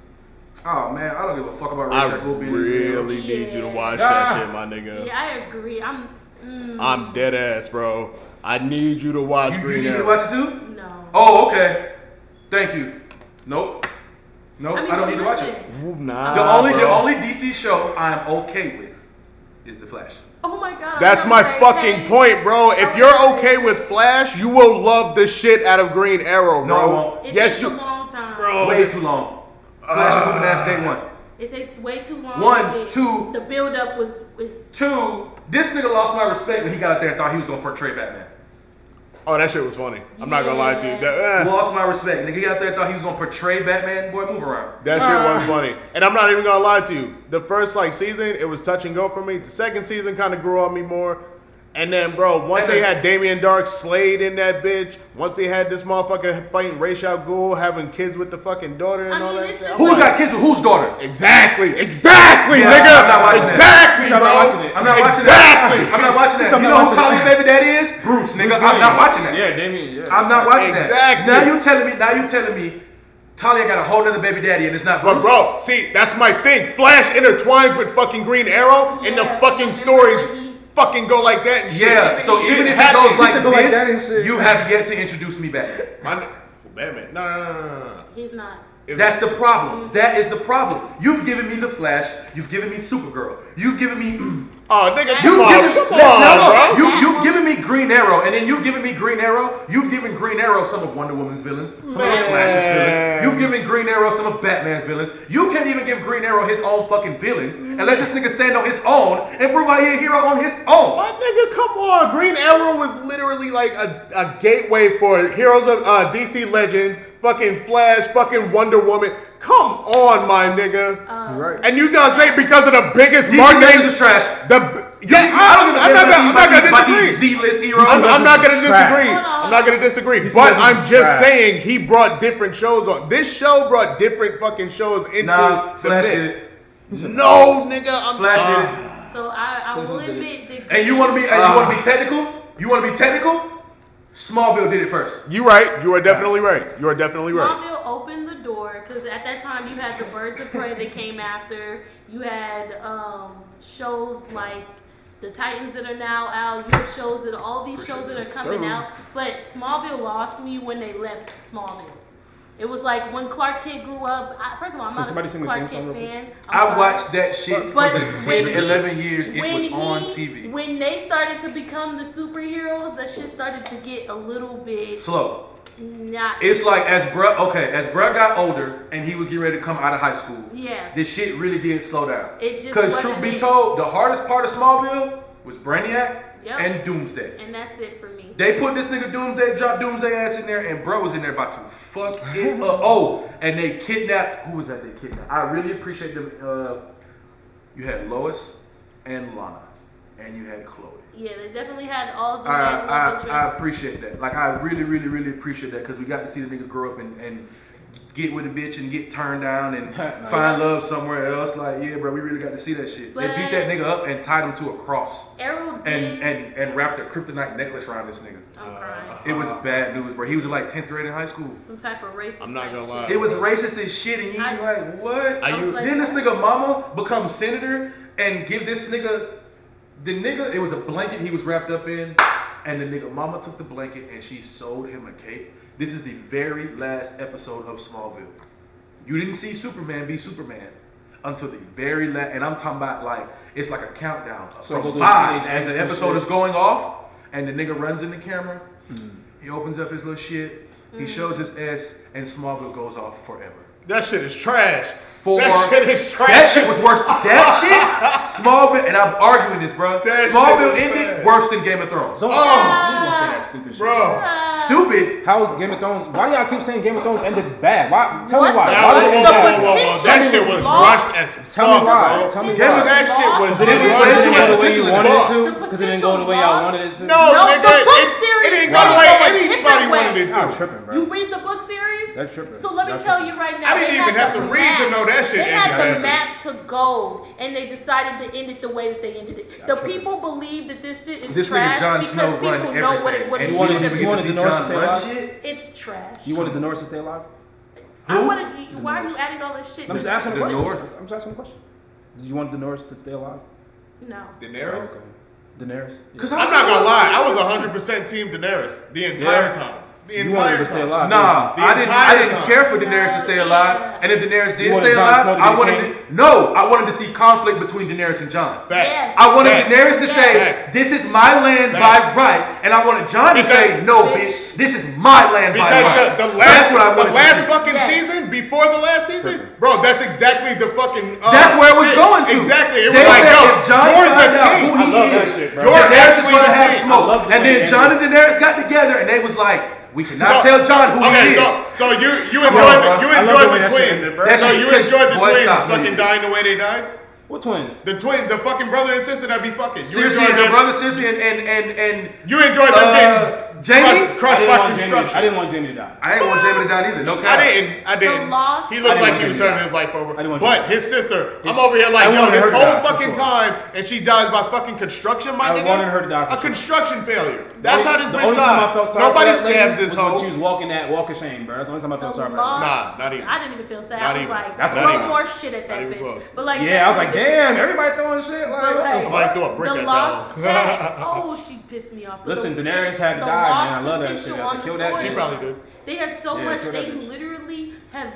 [SPEAKER 5] Oh man, I don't give a fuck about
[SPEAKER 2] I
[SPEAKER 5] Rachel Gould being in jail.
[SPEAKER 2] really need you to
[SPEAKER 3] Yeah.
[SPEAKER 2] watch
[SPEAKER 5] Ah.
[SPEAKER 2] that shit, my
[SPEAKER 3] Yeah,
[SPEAKER 2] nigga.
[SPEAKER 3] I agree. I'm. Mm,
[SPEAKER 2] I'm dead ass, bro. I need you to watch
[SPEAKER 5] You, you
[SPEAKER 2] Green
[SPEAKER 5] need to
[SPEAKER 2] Arrow.
[SPEAKER 5] watch it too?
[SPEAKER 3] no.
[SPEAKER 5] Oh, okay. Thank you. Nope. Nope. I,
[SPEAKER 3] I mean,
[SPEAKER 5] don't
[SPEAKER 3] but
[SPEAKER 5] need to watch
[SPEAKER 3] listen.
[SPEAKER 5] it.
[SPEAKER 2] Ooh, nah,
[SPEAKER 5] The only the
[SPEAKER 2] bro.
[SPEAKER 5] only DC show I'm okay with is The Flash.
[SPEAKER 3] Oh my god.
[SPEAKER 2] That's
[SPEAKER 3] I'm
[SPEAKER 2] my
[SPEAKER 3] like,
[SPEAKER 2] fucking
[SPEAKER 3] hey.
[SPEAKER 2] point, bro. If you're okay with Flash, you will love the shit out of Green Arrow, bro.
[SPEAKER 5] No, I won't.
[SPEAKER 3] It
[SPEAKER 2] yes,
[SPEAKER 3] takes
[SPEAKER 2] you,
[SPEAKER 3] a long time.
[SPEAKER 2] bro.
[SPEAKER 5] Way too long. Flash is moving ass
[SPEAKER 2] Ah.
[SPEAKER 5] day one.
[SPEAKER 3] It takes way too long.
[SPEAKER 5] One,
[SPEAKER 3] to get-
[SPEAKER 5] two.
[SPEAKER 3] The build up was was
[SPEAKER 5] Two, this nigga lost my respect when he got out there and thought he was gonna portray Batman.
[SPEAKER 2] Oh, that shit was funny. I'm not gonna lie to you. That, eh,
[SPEAKER 5] Lost my respect. Nigga out there thought he was gonna portray Batman. Boy, move around.
[SPEAKER 2] that shit
[SPEAKER 5] Ah.
[SPEAKER 2] was funny. And I'm not even gonna lie to you. The first like season, it was touch and go for me. The second season kind of grew on me more. And then, bro, once
[SPEAKER 5] And
[SPEAKER 2] they
[SPEAKER 5] then-
[SPEAKER 2] had Damian Dark slayed in that bitch, once they had this motherfucker fighting Ra's al Ghul, having kids with the fucking daughter and
[SPEAKER 3] I
[SPEAKER 2] all
[SPEAKER 3] mean,
[SPEAKER 2] that
[SPEAKER 3] it's
[SPEAKER 2] shit.
[SPEAKER 3] just-
[SPEAKER 2] I'm
[SPEAKER 5] Who
[SPEAKER 2] like,
[SPEAKER 5] got kids with whose daughter?
[SPEAKER 2] Exactly, exactly,
[SPEAKER 5] Yeah,
[SPEAKER 2] nigga.
[SPEAKER 5] I'm not watching that.
[SPEAKER 2] exactly,
[SPEAKER 1] I'm
[SPEAKER 2] bro.
[SPEAKER 1] not watching it.
[SPEAKER 5] I'm not watching
[SPEAKER 2] exactly.
[SPEAKER 5] that. I'm not watching that.
[SPEAKER 1] I'm
[SPEAKER 5] you
[SPEAKER 1] not
[SPEAKER 5] know who
[SPEAKER 1] watching
[SPEAKER 5] Tommy
[SPEAKER 1] that.
[SPEAKER 5] baby daddy is? Bruce, nigga. I'm not watching that.
[SPEAKER 1] Yeah, Damien. Yeah.
[SPEAKER 5] I'm not watching that.
[SPEAKER 2] Exactly.
[SPEAKER 5] Now you telling me? Now you telling me? Talia got a whole nother baby daddy, and it's not Bruce.
[SPEAKER 2] But bro, see, that's my thing. Flash intertwined with fucking Green Arrow, and the
[SPEAKER 3] Yeah.
[SPEAKER 2] fucking stories fucking go like that. And shit.
[SPEAKER 5] Yeah. So
[SPEAKER 2] Shit
[SPEAKER 5] even if it
[SPEAKER 2] happens.
[SPEAKER 5] goes like
[SPEAKER 4] said go like that and
[SPEAKER 5] this,
[SPEAKER 4] shit.
[SPEAKER 5] you have yet to introduce me back.
[SPEAKER 2] My n- Batman, no, no, no, no, no, no.
[SPEAKER 3] He's not.
[SPEAKER 2] It's-
[SPEAKER 5] That's the problem. That is the problem. You've given me the Flash. You've given me Supergirl. You've given me.
[SPEAKER 2] oh, nigga, come
[SPEAKER 5] You've
[SPEAKER 2] on,
[SPEAKER 5] given,
[SPEAKER 2] come
[SPEAKER 5] no,
[SPEAKER 2] on,
[SPEAKER 5] no, no.
[SPEAKER 2] bro.
[SPEAKER 5] You, you've given me Green Arrow, and then you've given me Green Arrow. You've given Green Arrow some of Wonder Woman's villains, some of
[SPEAKER 2] Man.
[SPEAKER 5] Flash's villains. You've given Green Arrow some of Batman's villains. You can't even give Green Arrow his own fucking villains and let this nigga stand on his own and prove how he a hero on his own.
[SPEAKER 2] My nigga, come on. Green Arrow was literally like a, a gateway for heroes of uh, DC Legends, fucking Flash, fucking Wonder Woman. Come on, my nigga.
[SPEAKER 3] Uh, Um,
[SPEAKER 1] right.
[SPEAKER 2] and you gonna say because of the biggest
[SPEAKER 5] DC
[SPEAKER 2] marketing
[SPEAKER 5] Legends is trash.
[SPEAKER 2] The yeah, I
[SPEAKER 5] don't
[SPEAKER 2] don't,
[SPEAKER 5] give a
[SPEAKER 2] I'm
[SPEAKER 5] damn
[SPEAKER 2] not gonna, I'm not
[SPEAKER 5] about these- about
[SPEAKER 2] gonna
[SPEAKER 5] these
[SPEAKER 2] disagree.
[SPEAKER 5] Z-list heroes.
[SPEAKER 2] I'm, I'm not gonna
[SPEAKER 1] Trash.
[SPEAKER 2] disagree. I'm not gonna disagree.
[SPEAKER 1] These
[SPEAKER 2] But
[SPEAKER 1] legends
[SPEAKER 2] I'm
[SPEAKER 1] is
[SPEAKER 2] just
[SPEAKER 1] trash.
[SPEAKER 2] saying he brought different shows on. This show brought different fucking shows into
[SPEAKER 5] Nah,
[SPEAKER 2] the
[SPEAKER 5] Flash
[SPEAKER 2] mix.
[SPEAKER 5] did it.
[SPEAKER 2] No, nigga, I'm
[SPEAKER 5] Flash did it.
[SPEAKER 3] So I, I will
[SPEAKER 4] Simpsons did
[SPEAKER 3] admit that.
[SPEAKER 5] And you want to be? And you
[SPEAKER 2] Ah.
[SPEAKER 5] want to be technical? You want to be technical? Smallville did it first.
[SPEAKER 2] You right. You are definitely right. You are definitely right.
[SPEAKER 3] Smallville opened the door because at that time you had the Birds of Prey that came after. You had um, shows like the Titans that are now out. You have shows that all these shows that are coming out. But Smallville lost me when they left Smallville. It was like when Clark Kent grew up. I, first of all, I'm
[SPEAKER 1] Can
[SPEAKER 3] not
[SPEAKER 1] somebody
[SPEAKER 3] a
[SPEAKER 1] sing the theme
[SPEAKER 3] Clark
[SPEAKER 1] song
[SPEAKER 3] Kent
[SPEAKER 1] real
[SPEAKER 3] fan. I'm
[SPEAKER 5] I
[SPEAKER 3] sorry.
[SPEAKER 5] watched that shit
[SPEAKER 3] But
[SPEAKER 5] for the
[SPEAKER 3] when
[SPEAKER 5] 10,
[SPEAKER 3] he-
[SPEAKER 5] 11 years it
[SPEAKER 3] when
[SPEAKER 5] was on
[SPEAKER 3] he-
[SPEAKER 5] TV.
[SPEAKER 3] When they started to become the superheroes, that shit started to get a little bit
[SPEAKER 5] Slow.
[SPEAKER 3] not.
[SPEAKER 5] It's like as bruh, okay, as bruh got older and he was getting ready to come out of high school,
[SPEAKER 3] yeah.
[SPEAKER 5] this shit really did slow down.
[SPEAKER 3] It just
[SPEAKER 5] Because
[SPEAKER 3] wasn't
[SPEAKER 5] truth be
[SPEAKER 3] it.
[SPEAKER 5] told, the hardest part of Smallville was Brainiac
[SPEAKER 3] Yep.
[SPEAKER 5] and Doomsday.
[SPEAKER 3] and that's it for me.
[SPEAKER 5] They put this nigga Doomsday, drop Doomsday ass in there, and bro was in there about to fuck it up. Oh, and they kidnapped, who was that they kidnapped? I really appreciate them. Uh, you had Lois and Lana, and you had Chloe.
[SPEAKER 3] Yeah, they definitely had all the
[SPEAKER 5] I,
[SPEAKER 3] bad love
[SPEAKER 5] I, I
[SPEAKER 3] interests.
[SPEAKER 5] appreciate that. Like I really, really, really appreciate that because we got to see the nigga grow up and, and get with a bitch and get turned down and
[SPEAKER 1] Nice.
[SPEAKER 5] find love somewhere else. Like yeah, bro, we really got to see that shit. they beat
[SPEAKER 3] But-
[SPEAKER 5] that nigga up and tied him to a cross
[SPEAKER 3] Errol did.
[SPEAKER 5] and and and wrapped a kryptonite necklace around this nigga.
[SPEAKER 3] I'm crying.
[SPEAKER 5] It was bad news, bro. He was in like tenth grade in high school.
[SPEAKER 3] Some type of racist.
[SPEAKER 2] I'm not
[SPEAKER 3] type
[SPEAKER 2] gonna
[SPEAKER 3] of
[SPEAKER 2] lie.
[SPEAKER 3] shit.
[SPEAKER 5] It was racist as shit, and you
[SPEAKER 3] I-
[SPEAKER 5] like what?
[SPEAKER 2] I
[SPEAKER 3] was like-
[SPEAKER 5] then this nigga mama becomes senator and give this nigga the nigga. It was a blanket he was wrapped up in, and the nigga mama took the blanket and she sold him a cape. This is the very last episode of Smallville. You didn't see Superman be Superman until the very last, and I'm talking about like it's like a countdown
[SPEAKER 1] So go
[SPEAKER 5] from
[SPEAKER 1] to
[SPEAKER 5] five
[SPEAKER 1] teenage
[SPEAKER 5] as
[SPEAKER 1] angst
[SPEAKER 5] the
[SPEAKER 1] and
[SPEAKER 5] episode
[SPEAKER 1] shit.
[SPEAKER 5] is going off, and the nigga runs in the camera. He opens up his little shit.
[SPEAKER 3] Hmm.
[SPEAKER 5] He shows his ass, and Smallville goes off forever.
[SPEAKER 2] That shit is trash.
[SPEAKER 5] For
[SPEAKER 2] That shit is trash.
[SPEAKER 5] That shit was worse. That shit, Smallville, and I'm arguing this, bro.
[SPEAKER 2] That
[SPEAKER 5] Smallville
[SPEAKER 2] shit was
[SPEAKER 5] ended
[SPEAKER 2] bad.
[SPEAKER 5] worse than Game of Thrones.
[SPEAKER 1] Don't,
[SPEAKER 2] Oh.
[SPEAKER 1] you gonna say that stupid shit.
[SPEAKER 2] bro.
[SPEAKER 5] Stupid.
[SPEAKER 1] How is Game of Thrones? Why do y'all keep saying Game of Thrones ended bad? Why? Tell
[SPEAKER 3] What
[SPEAKER 1] me why.
[SPEAKER 3] the
[SPEAKER 2] Now,
[SPEAKER 1] Why
[SPEAKER 2] whoa,
[SPEAKER 1] did it
[SPEAKER 2] whoa,
[SPEAKER 1] end
[SPEAKER 3] fuck?
[SPEAKER 1] bad?
[SPEAKER 2] whoa, whoa, whoa. That shit was rushed as fuck.
[SPEAKER 1] Tell me why.
[SPEAKER 2] bro.
[SPEAKER 1] Tell me
[SPEAKER 3] Tell
[SPEAKER 2] Yeah,
[SPEAKER 1] why.
[SPEAKER 3] me
[SPEAKER 2] that shit was
[SPEAKER 1] Cause it didn't go
[SPEAKER 2] rushed
[SPEAKER 1] the way
[SPEAKER 2] as
[SPEAKER 1] the way you
[SPEAKER 2] fuck.
[SPEAKER 1] wanted
[SPEAKER 2] No,
[SPEAKER 1] it to. Because it didn't go the way y'all wanted it to.
[SPEAKER 3] No,
[SPEAKER 2] nigga,
[SPEAKER 3] the book
[SPEAKER 2] it, it
[SPEAKER 3] series
[SPEAKER 2] didn't go the
[SPEAKER 3] made
[SPEAKER 2] way
[SPEAKER 3] it go a
[SPEAKER 2] anybody
[SPEAKER 3] different way.
[SPEAKER 2] wanted it
[SPEAKER 1] Y'all
[SPEAKER 2] to.
[SPEAKER 1] tripping,
[SPEAKER 3] You
[SPEAKER 1] bro.
[SPEAKER 3] read the book series?
[SPEAKER 1] That tripping.
[SPEAKER 3] So let me
[SPEAKER 1] That
[SPEAKER 3] tell
[SPEAKER 1] tripping.
[SPEAKER 3] you right now.
[SPEAKER 2] I didn't
[SPEAKER 3] they
[SPEAKER 2] even have
[SPEAKER 3] had the
[SPEAKER 2] to read to
[SPEAKER 3] map.
[SPEAKER 2] know that shit
[SPEAKER 3] They had
[SPEAKER 2] ended
[SPEAKER 3] the
[SPEAKER 2] bad.
[SPEAKER 3] map to gold, and they decided to end it the way that they ended it. The people believe that this shit is
[SPEAKER 5] This nigga
[SPEAKER 3] trash
[SPEAKER 5] Jon
[SPEAKER 3] because
[SPEAKER 5] Snow
[SPEAKER 3] people
[SPEAKER 5] run everything.
[SPEAKER 3] know what it would
[SPEAKER 5] and
[SPEAKER 1] You
[SPEAKER 5] we
[SPEAKER 1] wanted-
[SPEAKER 5] didn't
[SPEAKER 1] you
[SPEAKER 5] even get
[SPEAKER 1] wanted
[SPEAKER 5] to see
[SPEAKER 1] the North to
[SPEAKER 5] Jon
[SPEAKER 1] stay
[SPEAKER 5] run
[SPEAKER 1] alive?
[SPEAKER 5] shit.
[SPEAKER 3] It's trash.
[SPEAKER 1] You wanted Daenerys to stay alive?
[SPEAKER 3] I
[SPEAKER 5] Who?
[SPEAKER 3] wanted. You, why are you adding all this shit?
[SPEAKER 1] I'm just asking a
[SPEAKER 5] The
[SPEAKER 1] question.
[SPEAKER 5] North.
[SPEAKER 1] I'm just asking a question. Did you want Daenerys to stay alive?
[SPEAKER 3] No.
[SPEAKER 2] Daenerys?
[SPEAKER 1] Daenerys. Yeah.
[SPEAKER 5] 'Cause
[SPEAKER 2] I'm not gonna lie, I was 100% team Daenerys the entire
[SPEAKER 5] Yeah.
[SPEAKER 2] time. The
[SPEAKER 1] You wanted
[SPEAKER 2] entire
[SPEAKER 1] her to stay
[SPEAKER 2] time.
[SPEAKER 1] alive.
[SPEAKER 5] Nah,
[SPEAKER 2] The
[SPEAKER 5] I didn't. I
[SPEAKER 2] entire
[SPEAKER 5] didn't
[SPEAKER 2] time.
[SPEAKER 5] care for Daenerys to stay alive, and if Daenerys
[SPEAKER 1] You
[SPEAKER 5] did
[SPEAKER 1] wanted
[SPEAKER 5] stay
[SPEAKER 1] Jon
[SPEAKER 5] alive,
[SPEAKER 1] Snow to be
[SPEAKER 5] I wanted.
[SPEAKER 1] king?
[SPEAKER 5] To, no, I wanted to see conflict between Daenerys and John.
[SPEAKER 2] Facts.
[SPEAKER 3] Yes.
[SPEAKER 5] I wanted
[SPEAKER 2] Facts.
[SPEAKER 5] Daenerys to say,
[SPEAKER 2] Facts.
[SPEAKER 5] "This is my land by
[SPEAKER 2] Facts.
[SPEAKER 5] right," and I wanted John to
[SPEAKER 2] Because-
[SPEAKER 5] say, "No, bitch, this is my land by right."
[SPEAKER 2] Because the, the last,
[SPEAKER 5] that's what I
[SPEAKER 2] the
[SPEAKER 5] wanted. to
[SPEAKER 2] last
[SPEAKER 5] see.
[SPEAKER 2] fucking
[SPEAKER 3] Yes.
[SPEAKER 2] season before the last season, bro, that's exactly the fucking. Uh,
[SPEAKER 5] That's where it was
[SPEAKER 2] shit.
[SPEAKER 5] going to.
[SPEAKER 2] Exactly, it
[SPEAKER 5] They
[SPEAKER 2] was like,
[SPEAKER 5] said
[SPEAKER 2] yo,
[SPEAKER 5] if John
[SPEAKER 2] you're the
[SPEAKER 5] found out
[SPEAKER 2] king.
[SPEAKER 5] who he
[SPEAKER 2] I love
[SPEAKER 5] is,
[SPEAKER 2] that shit, bro.
[SPEAKER 5] Daenerys
[SPEAKER 2] You're
[SPEAKER 5] is
[SPEAKER 2] actually
[SPEAKER 5] gonna
[SPEAKER 2] the
[SPEAKER 5] have
[SPEAKER 2] king.
[SPEAKER 1] I love
[SPEAKER 5] No,
[SPEAKER 1] the
[SPEAKER 5] and
[SPEAKER 1] way
[SPEAKER 5] then
[SPEAKER 1] anime-
[SPEAKER 5] John and Daenerys got together, and they was like, "We cannot tell John who
[SPEAKER 2] okay,
[SPEAKER 5] he is."
[SPEAKER 2] so, so you you enjoyed
[SPEAKER 5] Come
[SPEAKER 2] the,
[SPEAKER 5] on, bro.
[SPEAKER 2] you
[SPEAKER 1] I love
[SPEAKER 2] enjoyed
[SPEAKER 1] the way
[SPEAKER 2] the
[SPEAKER 1] that shit ended, bro.
[SPEAKER 2] twins.
[SPEAKER 5] That
[SPEAKER 2] So
[SPEAKER 5] shit-
[SPEAKER 2] you
[SPEAKER 5] cause
[SPEAKER 2] enjoyed the
[SPEAKER 5] boy,
[SPEAKER 2] twins
[SPEAKER 5] stop,
[SPEAKER 2] fucking
[SPEAKER 5] please.
[SPEAKER 2] dying the way they died.
[SPEAKER 1] What twins?
[SPEAKER 2] The twin, the fucking brother and sister that be fucking. You
[SPEAKER 5] Cersei
[SPEAKER 2] enjoyed
[SPEAKER 5] and her
[SPEAKER 2] them.
[SPEAKER 5] brother Cersei and and and, and
[SPEAKER 2] You enjoyed them
[SPEAKER 5] uh,
[SPEAKER 2] getting
[SPEAKER 5] Jamie.
[SPEAKER 2] crushed-
[SPEAKER 1] I
[SPEAKER 2] crushed
[SPEAKER 1] didn't
[SPEAKER 2] by
[SPEAKER 1] want Jamie. I
[SPEAKER 2] construction.
[SPEAKER 1] didn't want Jamie to die.
[SPEAKER 5] I ain't want Jamie to die either. No cap.
[SPEAKER 2] I didn't. I didn't.
[SPEAKER 3] loss-
[SPEAKER 2] He
[SPEAKER 3] I
[SPEAKER 2] looked
[SPEAKER 1] didn't want
[SPEAKER 2] like he was
[SPEAKER 1] Jamie to
[SPEAKER 2] serving
[SPEAKER 1] die.
[SPEAKER 2] his life over.
[SPEAKER 1] I didn't want Jamie
[SPEAKER 2] But
[SPEAKER 1] to
[SPEAKER 2] his sister, I'm over here like,
[SPEAKER 1] I
[SPEAKER 2] yo,
[SPEAKER 1] wanted
[SPEAKER 2] this
[SPEAKER 1] her to
[SPEAKER 2] whole
[SPEAKER 1] die, for
[SPEAKER 2] fucking
[SPEAKER 1] sure.
[SPEAKER 2] time, and she dies by fucking construction, my
[SPEAKER 1] I
[SPEAKER 2] nigga.
[SPEAKER 1] wanted her to die, for
[SPEAKER 2] A
[SPEAKER 1] sure.
[SPEAKER 2] construction failure. That's
[SPEAKER 1] The
[SPEAKER 2] how this
[SPEAKER 1] only- the
[SPEAKER 2] bitch
[SPEAKER 1] only time I felt
[SPEAKER 2] died.
[SPEAKER 1] sorry
[SPEAKER 2] Nobody
[SPEAKER 1] for that lady
[SPEAKER 2] stabs this
[SPEAKER 1] was When she
[SPEAKER 2] hoe.
[SPEAKER 1] was walking that walk of shame, bro. That's the only time I felt sorry for her.
[SPEAKER 2] Nah, not even.
[SPEAKER 3] I didn't even feel sad.
[SPEAKER 2] Not
[SPEAKER 3] I was
[SPEAKER 2] even.
[SPEAKER 3] like,
[SPEAKER 1] That's
[SPEAKER 3] throw
[SPEAKER 1] not even.
[SPEAKER 3] more shit at that
[SPEAKER 2] even
[SPEAKER 3] bitch.
[SPEAKER 2] close.
[SPEAKER 3] But like,
[SPEAKER 1] Yeah, I was
[SPEAKER 3] that's
[SPEAKER 1] like,
[SPEAKER 3] what it-
[SPEAKER 1] damn, everybody throwing shit. Like,
[SPEAKER 3] But
[SPEAKER 1] what the
[SPEAKER 3] like,
[SPEAKER 1] fuck?
[SPEAKER 2] Somebody threw a brick
[SPEAKER 3] the
[SPEAKER 2] at
[SPEAKER 3] lost
[SPEAKER 2] that
[SPEAKER 3] facts. Oh, she pissed me off. But
[SPEAKER 1] Listen,
[SPEAKER 3] the-
[SPEAKER 1] Daenerys had died, man.
[SPEAKER 3] the lost
[SPEAKER 1] I love that shit.
[SPEAKER 3] potential
[SPEAKER 1] I said,
[SPEAKER 3] on
[SPEAKER 1] kill
[SPEAKER 3] the
[SPEAKER 1] that
[SPEAKER 3] story.
[SPEAKER 1] bitch.
[SPEAKER 2] She probably did.
[SPEAKER 3] They had so
[SPEAKER 1] Yeah,
[SPEAKER 3] much.
[SPEAKER 1] kill that
[SPEAKER 3] They
[SPEAKER 1] bitch.
[SPEAKER 3] literally have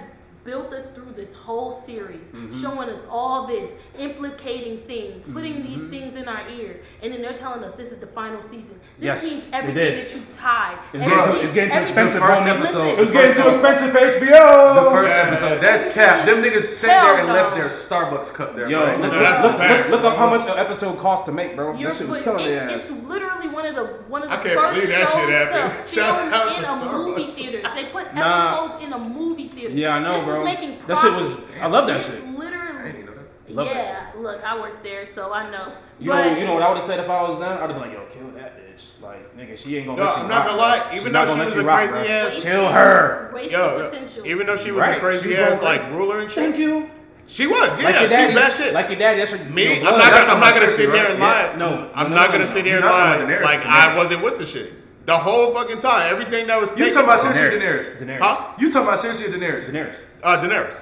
[SPEAKER 3] built us through this whole series,
[SPEAKER 1] Mm-hmm.
[SPEAKER 3] showing us all this, implicating things, putting these
[SPEAKER 1] Mm-hmm.
[SPEAKER 3] things in our ear, and then they're telling us this is the final season. This
[SPEAKER 1] Yes,
[SPEAKER 3] means
[SPEAKER 1] they
[SPEAKER 3] everything
[SPEAKER 1] did.
[SPEAKER 3] that you tied.
[SPEAKER 1] It's getting too- it's getting too
[SPEAKER 5] The
[SPEAKER 1] expensive,
[SPEAKER 5] first
[SPEAKER 1] bro.
[SPEAKER 5] episode.
[SPEAKER 1] It was
[SPEAKER 5] the
[SPEAKER 1] getting
[SPEAKER 5] first
[SPEAKER 1] too
[SPEAKER 5] episode-
[SPEAKER 1] expensive for
[SPEAKER 5] The
[SPEAKER 1] HBO.
[SPEAKER 5] first
[SPEAKER 2] Yeah.
[SPEAKER 5] episode. That's cap. Them niggas sat there and left their Starbucks cup there.
[SPEAKER 1] Yo,
[SPEAKER 5] bro.
[SPEAKER 1] look, look,
[SPEAKER 2] that's
[SPEAKER 1] look,
[SPEAKER 2] a fact.
[SPEAKER 1] look up how much an episode cost to make, bro.
[SPEAKER 3] You're
[SPEAKER 1] This shit was
[SPEAKER 3] put-
[SPEAKER 1] killing
[SPEAKER 3] it-
[SPEAKER 1] their ass.
[SPEAKER 3] It's literally one of the one of the
[SPEAKER 2] I can't
[SPEAKER 3] first
[SPEAKER 2] believe that
[SPEAKER 3] shows
[SPEAKER 2] shit happened.
[SPEAKER 3] to
[SPEAKER 2] Shout
[SPEAKER 3] film
[SPEAKER 2] out
[SPEAKER 3] in
[SPEAKER 2] to
[SPEAKER 3] a movie
[SPEAKER 2] Starbucks.
[SPEAKER 3] theater. They put
[SPEAKER 1] Nah.
[SPEAKER 3] episodes in a movie theater.
[SPEAKER 1] Yeah, I know,
[SPEAKER 3] This was
[SPEAKER 1] bro.
[SPEAKER 3] making
[SPEAKER 1] That shit was-
[SPEAKER 3] profit.
[SPEAKER 1] I love that
[SPEAKER 3] This
[SPEAKER 1] shit.
[SPEAKER 5] I ain't
[SPEAKER 3] Literally,
[SPEAKER 5] even know that.
[SPEAKER 1] Love that
[SPEAKER 3] yeah. Look, I worked there, so I know.
[SPEAKER 1] You
[SPEAKER 3] but
[SPEAKER 1] know, you know what I would have said if I was them? I'd have been like, yo, kill that bitch. Like, nigga, she ain't gonna
[SPEAKER 2] No,
[SPEAKER 1] let you
[SPEAKER 2] I'm not
[SPEAKER 1] rock,
[SPEAKER 2] gonna
[SPEAKER 1] bro.
[SPEAKER 2] lie.
[SPEAKER 1] She's
[SPEAKER 2] Even
[SPEAKER 1] not
[SPEAKER 2] though she
[SPEAKER 1] gonna
[SPEAKER 2] was a
[SPEAKER 1] let you rock, bro.
[SPEAKER 2] crazy ass,
[SPEAKER 3] wasted-
[SPEAKER 1] Kill her.
[SPEAKER 3] Wasted
[SPEAKER 2] yo,
[SPEAKER 3] potential.
[SPEAKER 2] even though she was
[SPEAKER 1] Right,
[SPEAKER 2] a
[SPEAKER 1] she
[SPEAKER 2] crazy
[SPEAKER 1] was
[SPEAKER 2] ass
[SPEAKER 1] going
[SPEAKER 2] like
[SPEAKER 1] crazy.
[SPEAKER 2] ruler and shit,
[SPEAKER 1] Thank you.
[SPEAKER 2] she was.
[SPEAKER 1] Like
[SPEAKER 2] Yeah,
[SPEAKER 1] your
[SPEAKER 2] she bashed
[SPEAKER 1] daddy.
[SPEAKER 2] it.
[SPEAKER 1] Like your daddy. That's your
[SPEAKER 2] Me,
[SPEAKER 1] your
[SPEAKER 2] I'm
[SPEAKER 1] blood.
[SPEAKER 2] not gonna,
[SPEAKER 5] that's
[SPEAKER 2] I'm not gonna
[SPEAKER 5] unnecessary,
[SPEAKER 2] sit there
[SPEAKER 5] right?
[SPEAKER 2] and lie.
[SPEAKER 1] Yeah, no,
[SPEAKER 2] I'm
[SPEAKER 1] no,
[SPEAKER 2] not
[SPEAKER 1] no,
[SPEAKER 2] gonna
[SPEAKER 1] no,
[SPEAKER 2] sit
[SPEAKER 1] no.
[SPEAKER 2] here and
[SPEAKER 5] You're not
[SPEAKER 2] lie
[SPEAKER 5] talking about Daenerys,
[SPEAKER 2] like
[SPEAKER 5] Daenerys.
[SPEAKER 2] I wasn't with the shit. The whole fucking time, everything that was
[SPEAKER 5] You
[SPEAKER 2] taken
[SPEAKER 5] talking about
[SPEAKER 2] from-
[SPEAKER 5] Daenerys.
[SPEAKER 1] Daenerys.
[SPEAKER 2] Huh?
[SPEAKER 5] You talking about Cersei or Daenerys?
[SPEAKER 1] Daenerys.
[SPEAKER 2] Uh, Daenerys.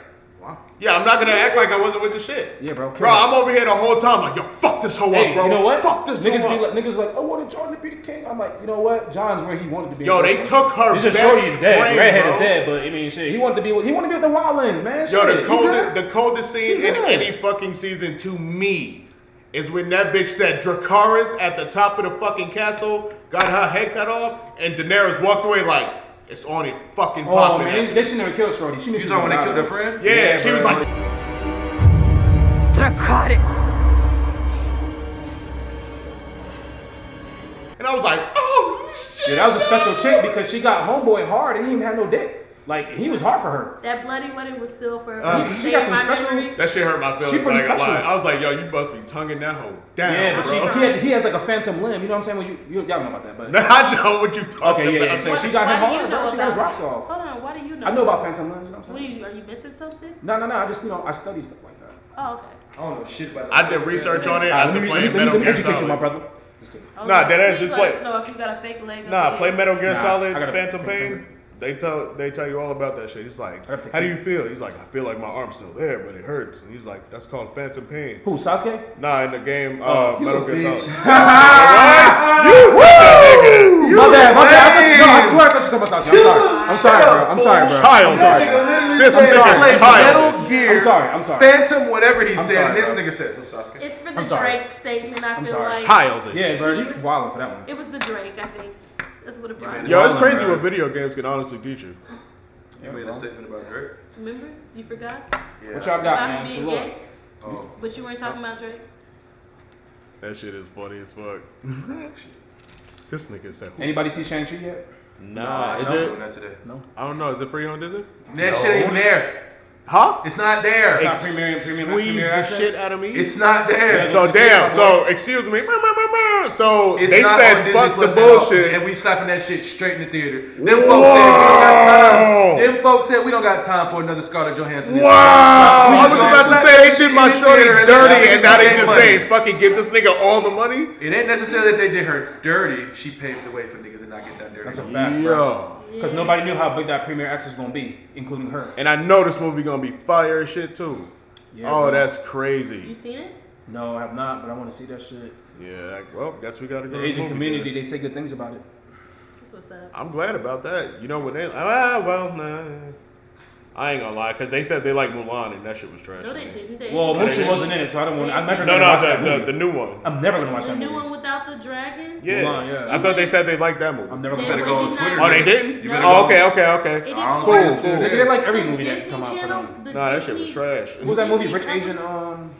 [SPEAKER 5] Wow.
[SPEAKER 2] Yeah, I'm not gonna act like I wasn't with the shit.
[SPEAKER 1] Yeah, bro. Kill
[SPEAKER 2] Bro,
[SPEAKER 1] her.
[SPEAKER 2] I'm over here the whole time like, yo, fuck this hoe
[SPEAKER 1] Hey,
[SPEAKER 2] up, bro.
[SPEAKER 1] you know what?
[SPEAKER 2] Fuck this
[SPEAKER 1] niggas
[SPEAKER 2] hoe
[SPEAKER 1] be
[SPEAKER 2] up.
[SPEAKER 1] like, niggas like, I wanted John to be the king. I'm like, you know what? John's where he wanted to be.
[SPEAKER 2] Yo, they took her
[SPEAKER 1] It's just
[SPEAKER 2] best
[SPEAKER 1] shorty is dead.
[SPEAKER 2] friend,
[SPEAKER 1] Redhead
[SPEAKER 2] bro.
[SPEAKER 1] is dead, but I mean, shit, he wanted to be. With, he wanted to be with the Wildlands, man.
[SPEAKER 2] Yo,
[SPEAKER 1] shit,
[SPEAKER 2] the
[SPEAKER 1] he
[SPEAKER 2] coldest,
[SPEAKER 1] good.
[SPEAKER 2] the coldest scene
[SPEAKER 1] He
[SPEAKER 2] in
[SPEAKER 1] good.
[SPEAKER 2] any fucking season to me is when that bitch said Dracaris at the top of the fucking castle got her head cut off, and Daenerys walked away like it's on it fucking
[SPEAKER 1] Oh
[SPEAKER 2] popping.
[SPEAKER 1] man, they, they should never kill Shorty. She knew
[SPEAKER 5] You
[SPEAKER 1] she
[SPEAKER 5] talking when
[SPEAKER 1] was
[SPEAKER 5] they killed
[SPEAKER 1] alive.
[SPEAKER 5] their friends?
[SPEAKER 2] yeah, she was
[SPEAKER 1] bro.
[SPEAKER 2] like,
[SPEAKER 4] Dracarys.
[SPEAKER 2] and I was like, oh shit.
[SPEAKER 1] Yeah, that was a special
[SPEAKER 2] no.
[SPEAKER 1] chick because she got homeboy hard and he didn't even have no dick. Like he was hard for her.
[SPEAKER 3] that bloody wedding was still for.
[SPEAKER 1] Uh, she got some
[SPEAKER 3] my
[SPEAKER 1] special-
[SPEAKER 3] memory.
[SPEAKER 2] That shit hurt my feelings.
[SPEAKER 1] She pretty
[SPEAKER 2] like, I, lied.
[SPEAKER 1] special.
[SPEAKER 2] I was like, yo, you must be tonguing that hoe down,
[SPEAKER 1] yeah, but
[SPEAKER 2] bro.
[SPEAKER 1] she, he, had, he has like a phantom limb. You know what I'm saying? Well, you, you y'all know about that, but
[SPEAKER 2] I know what you talking
[SPEAKER 1] Okay, yeah,
[SPEAKER 2] about.
[SPEAKER 1] yeah, so
[SPEAKER 3] What-
[SPEAKER 1] she got
[SPEAKER 3] why
[SPEAKER 1] him
[SPEAKER 3] do
[SPEAKER 1] hard,
[SPEAKER 3] you
[SPEAKER 1] bro.
[SPEAKER 3] know
[SPEAKER 1] She got his
[SPEAKER 3] about-
[SPEAKER 1] rocks off.
[SPEAKER 3] Hold on, why do you know?
[SPEAKER 1] I know about phantom limbs. You know what I'm
[SPEAKER 3] What are
[SPEAKER 1] saying?
[SPEAKER 3] you? Are you missing something?
[SPEAKER 1] No, no, no. I just you know I study stuff like that.
[SPEAKER 3] Oh, okay.
[SPEAKER 5] I don't know shit about that.
[SPEAKER 2] I did research on
[SPEAKER 1] All
[SPEAKER 2] it
[SPEAKER 1] right,
[SPEAKER 2] after
[SPEAKER 1] let me, let me,
[SPEAKER 2] playing
[SPEAKER 1] let me,
[SPEAKER 2] Metal
[SPEAKER 1] let me
[SPEAKER 2] Gear
[SPEAKER 1] educate you, my
[SPEAKER 2] Solid.
[SPEAKER 1] brother.
[SPEAKER 3] I was
[SPEAKER 2] Nah,
[SPEAKER 3] like,
[SPEAKER 2] that ain't
[SPEAKER 3] please
[SPEAKER 2] just
[SPEAKER 3] let
[SPEAKER 2] play-
[SPEAKER 3] us know if you got a fake leg. up
[SPEAKER 2] Nah,
[SPEAKER 3] here.
[SPEAKER 2] play Metal Gear
[SPEAKER 1] Nah,
[SPEAKER 2] Solid,
[SPEAKER 1] I gotta-
[SPEAKER 2] Phantom Pain. They tell they tell you all about that shit. He's like,
[SPEAKER 1] gotta fix
[SPEAKER 2] how do
[SPEAKER 1] it.
[SPEAKER 2] you feel? He's like, I feel like my arm's still there, but it hurts. And he's like, that's called Phantom Pain.
[SPEAKER 1] Who? Sasuke?
[SPEAKER 2] Nah, in the game, uh,
[SPEAKER 1] Oh,
[SPEAKER 2] Metal
[SPEAKER 5] you a
[SPEAKER 2] Gear
[SPEAKER 5] bitch.
[SPEAKER 2] Solid. Alright? You said that nigga.
[SPEAKER 1] My bad, my bad. I thought- No, I
[SPEAKER 5] lame.
[SPEAKER 1] swear I thought you were talking about Sasuke. I'm sorry. I'm sorry, bro. I'm sorry, bro.
[SPEAKER 2] Child.
[SPEAKER 1] I'm sorry.
[SPEAKER 5] literally
[SPEAKER 2] This
[SPEAKER 5] said
[SPEAKER 1] nigga
[SPEAKER 5] play
[SPEAKER 2] child.
[SPEAKER 5] Metal Gear.
[SPEAKER 1] I'm sorry, I'm sorry.
[SPEAKER 5] Phantom, whatever he
[SPEAKER 1] I'm
[SPEAKER 5] said.
[SPEAKER 1] sorry,
[SPEAKER 5] and this
[SPEAKER 1] bro.
[SPEAKER 5] nigga said, "What's Sasuke?"
[SPEAKER 3] It's for the
[SPEAKER 1] I'm sorry.
[SPEAKER 3] Drake statement. I
[SPEAKER 1] I'm
[SPEAKER 3] feel
[SPEAKER 1] sorry.
[SPEAKER 3] like
[SPEAKER 2] Childish.
[SPEAKER 1] Yeah, bro, you wildin' for that one.
[SPEAKER 3] it was the Drake. I think that's what it brought.
[SPEAKER 5] made
[SPEAKER 2] Yo, it's
[SPEAKER 1] Wildin',
[SPEAKER 2] crazy
[SPEAKER 1] bro.
[SPEAKER 2] what video games can honestly teach you.
[SPEAKER 5] You made a statement about Drake.
[SPEAKER 3] Remember? You forgot
[SPEAKER 1] What y'all got,
[SPEAKER 3] about him
[SPEAKER 1] man? So
[SPEAKER 3] being
[SPEAKER 1] look,
[SPEAKER 3] gay,
[SPEAKER 5] Oh.
[SPEAKER 3] but you weren't talking about Drake.
[SPEAKER 2] That shit is funny as fuck. this nigga said,
[SPEAKER 1] anybody see Shang Chi yet?
[SPEAKER 2] Nah, is
[SPEAKER 5] I'm
[SPEAKER 2] it?
[SPEAKER 5] doing that today.
[SPEAKER 2] I don't know. Is it free on Disney?
[SPEAKER 5] That shit ain't even there.
[SPEAKER 2] Huh?
[SPEAKER 5] It's not there.
[SPEAKER 1] It's
[SPEAKER 5] It's,
[SPEAKER 1] not premium, premium,
[SPEAKER 2] Squeeze
[SPEAKER 1] premium
[SPEAKER 2] the
[SPEAKER 1] access?
[SPEAKER 2] shit out of me.
[SPEAKER 5] not there.
[SPEAKER 1] Yeah,
[SPEAKER 2] So
[SPEAKER 1] What you think
[SPEAKER 2] damn.
[SPEAKER 1] about
[SPEAKER 2] So excuse me. meow, meow, meow, meow. So
[SPEAKER 5] It's
[SPEAKER 2] they
[SPEAKER 5] not on
[SPEAKER 2] said
[SPEAKER 5] Disney
[SPEAKER 2] fuck the
[SPEAKER 5] Plus at all,
[SPEAKER 2] bullshit.
[SPEAKER 5] and we slapping that shit straight in the theater. Them folks said we don't got
[SPEAKER 2] Whoa.
[SPEAKER 5] time. Them folks said we don't got time for another Scarlett Johansson.
[SPEAKER 2] Wow! I was about to say they did my shorty dirty, and now they just say fucking give this nigga all the money.
[SPEAKER 5] It ain't necessarily that they did her dirty. She paved the way for niggas to not get done dirty.
[SPEAKER 1] That's a fact, bro. Because nobody knew how big that premiere access was gonna be, including her.
[SPEAKER 2] And I know this movie gonna be fire as shit too.
[SPEAKER 1] Yeah,
[SPEAKER 2] oh,
[SPEAKER 1] bro.
[SPEAKER 2] that's
[SPEAKER 3] You
[SPEAKER 2] crazy.
[SPEAKER 3] seen it?
[SPEAKER 1] No, I have not, but I want to see that shit.
[SPEAKER 2] Yeah. Like, well, guess we gotta go.
[SPEAKER 1] The
[SPEAKER 2] to
[SPEAKER 1] Asian
[SPEAKER 2] movie
[SPEAKER 1] community,
[SPEAKER 2] theater.
[SPEAKER 1] they say good things about it.
[SPEAKER 3] That's what's up.
[SPEAKER 2] I'm glad about that. You know when they ah well nah. I ain't gonna lie, cause they said they like Mulan and that shit was trash.
[SPEAKER 3] No,
[SPEAKER 2] to
[SPEAKER 3] they
[SPEAKER 2] me.
[SPEAKER 3] didn't. They
[SPEAKER 1] Well,
[SPEAKER 3] actually-
[SPEAKER 1] Mushu wasn't in it, so I don't want. I'm never
[SPEAKER 2] No,
[SPEAKER 1] gonna watch that
[SPEAKER 2] no, the,
[SPEAKER 1] movie.
[SPEAKER 2] the, the new one.
[SPEAKER 1] I'm never gonna watch
[SPEAKER 3] the
[SPEAKER 1] that
[SPEAKER 3] new one
[SPEAKER 1] movie.
[SPEAKER 3] without the dragon.
[SPEAKER 2] Yeah,
[SPEAKER 1] Mulan, yeah.
[SPEAKER 2] I thought they said they liked that
[SPEAKER 1] I'm
[SPEAKER 2] movie.
[SPEAKER 1] never
[SPEAKER 3] They
[SPEAKER 1] gonna.
[SPEAKER 5] better
[SPEAKER 3] were
[SPEAKER 5] go on
[SPEAKER 3] not-
[SPEAKER 5] Twitter.
[SPEAKER 2] Oh, they didn't.
[SPEAKER 5] You
[SPEAKER 3] better
[SPEAKER 2] Oh,
[SPEAKER 5] go.
[SPEAKER 2] okay, okay, okay.
[SPEAKER 3] It didn't
[SPEAKER 5] I don't
[SPEAKER 3] work.
[SPEAKER 5] think it's
[SPEAKER 2] Cool,
[SPEAKER 1] Nigga,
[SPEAKER 5] good.
[SPEAKER 1] they like
[SPEAKER 3] Some
[SPEAKER 1] every movie that
[SPEAKER 3] Disney
[SPEAKER 1] come out. for
[SPEAKER 3] Channel,
[SPEAKER 1] them.
[SPEAKER 3] the
[SPEAKER 2] Nah, that shit was
[SPEAKER 3] Disney-
[SPEAKER 2] trash.
[SPEAKER 1] What was that movie?
[SPEAKER 3] Disney
[SPEAKER 1] Rich
[SPEAKER 3] Channel?
[SPEAKER 1] Asian. Um,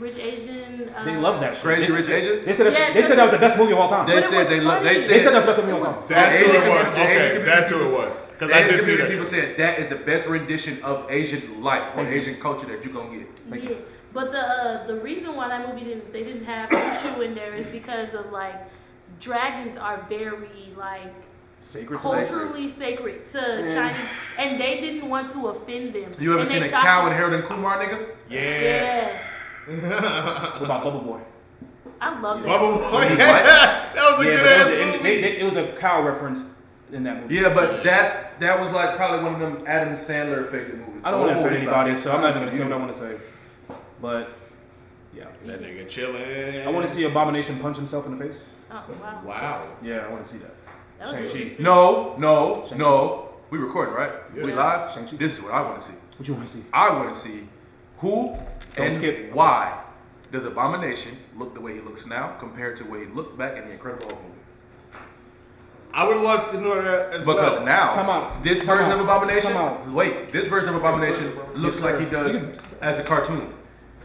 [SPEAKER 3] Rich Asian. Uh,
[SPEAKER 1] They love that shit.
[SPEAKER 5] Crazy
[SPEAKER 1] They-
[SPEAKER 5] Rich Asians?
[SPEAKER 1] They said, that's-
[SPEAKER 3] Yes,
[SPEAKER 1] they said
[SPEAKER 3] that's-
[SPEAKER 1] that was the best movie of all time.
[SPEAKER 5] They
[SPEAKER 3] But it
[SPEAKER 5] said
[SPEAKER 3] was
[SPEAKER 5] they love-
[SPEAKER 3] funny.
[SPEAKER 5] they
[SPEAKER 1] They said that's
[SPEAKER 5] said
[SPEAKER 1] best movie of all
[SPEAKER 3] It
[SPEAKER 1] time.
[SPEAKER 3] was
[SPEAKER 2] That's who
[SPEAKER 5] Asian
[SPEAKER 2] it was.
[SPEAKER 5] community- Asian
[SPEAKER 2] Okay,
[SPEAKER 5] community
[SPEAKER 2] that's who it
[SPEAKER 5] people
[SPEAKER 2] was. Because
[SPEAKER 5] Asian
[SPEAKER 2] I did see
[SPEAKER 5] community
[SPEAKER 2] that.
[SPEAKER 5] people
[SPEAKER 2] shit.
[SPEAKER 5] said that is the best rendition of Asian life or Asian culture that you're gonna get. Like,
[SPEAKER 3] Yeah. But the uh, the reason why that movie didn't they didn't have issue in there is because of like dragons are very like
[SPEAKER 1] Sacred to that.
[SPEAKER 3] culturally sacred to Chinese, and they didn't want to offend them.
[SPEAKER 5] You ever
[SPEAKER 3] And
[SPEAKER 5] seen
[SPEAKER 3] they
[SPEAKER 5] a
[SPEAKER 3] thought
[SPEAKER 5] cow
[SPEAKER 3] that-
[SPEAKER 5] and Harold and Kumar, nigga?
[SPEAKER 2] Yeah.
[SPEAKER 3] Yeah,
[SPEAKER 1] What about Bubble Boy?
[SPEAKER 3] I love that.
[SPEAKER 2] Bubble Boy.
[SPEAKER 5] What?
[SPEAKER 2] that was a
[SPEAKER 1] Yeah,
[SPEAKER 2] good
[SPEAKER 1] but it was,
[SPEAKER 2] ass
[SPEAKER 1] it,
[SPEAKER 2] movie.
[SPEAKER 1] they- they- it was a cow reference in that movie.
[SPEAKER 5] Yeah, but that's that was like probably one of them Adam Sandler affected movies.
[SPEAKER 1] I don't want to offend
[SPEAKER 5] Movies like-
[SPEAKER 1] anybody, so I'm not even going to say what I want to say. But, yeah.
[SPEAKER 2] That nigga chilling.
[SPEAKER 1] I want to see Abomination punch himself in the face.
[SPEAKER 3] Oh wow,
[SPEAKER 2] Wow.
[SPEAKER 1] Yeah, I want to see that.
[SPEAKER 3] that was
[SPEAKER 1] Shang-Chi.
[SPEAKER 3] interesting.
[SPEAKER 5] No, no, no. We recording, right? We
[SPEAKER 2] Yeah.
[SPEAKER 5] live.
[SPEAKER 1] Shang-Chi.
[SPEAKER 5] This is what I want to see.
[SPEAKER 1] What you want to see?
[SPEAKER 5] I want to see who
[SPEAKER 1] Don't
[SPEAKER 5] and
[SPEAKER 1] skip.
[SPEAKER 5] why does Abomination look the way he looks now compared to the way he looked back in the Incredible Hulk movie.
[SPEAKER 2] I would love to know that as
[SPEAKER 5] Because
[SPEAKER 2] well.
[SPEAKER 5] now
[SPEAKER 1] Time out.
[SPEAKER 5] this
[SPEAKER 1] Time
[SPEAKER 5] version
[SPEAKER 1] out.
[SPEAKER 5] of
[SPEAKER 1] Time out.
[SPEAKER 5] Abomination, wait, this version of Abomination looks
[SPEAKER 1] Yes,
[SPEAKER 5] like
[SPEAKER 1] sir.
[SPEAKER 5] he does
[SPEAKER 1] You can-
[SPEAKER 5] as a cartoon.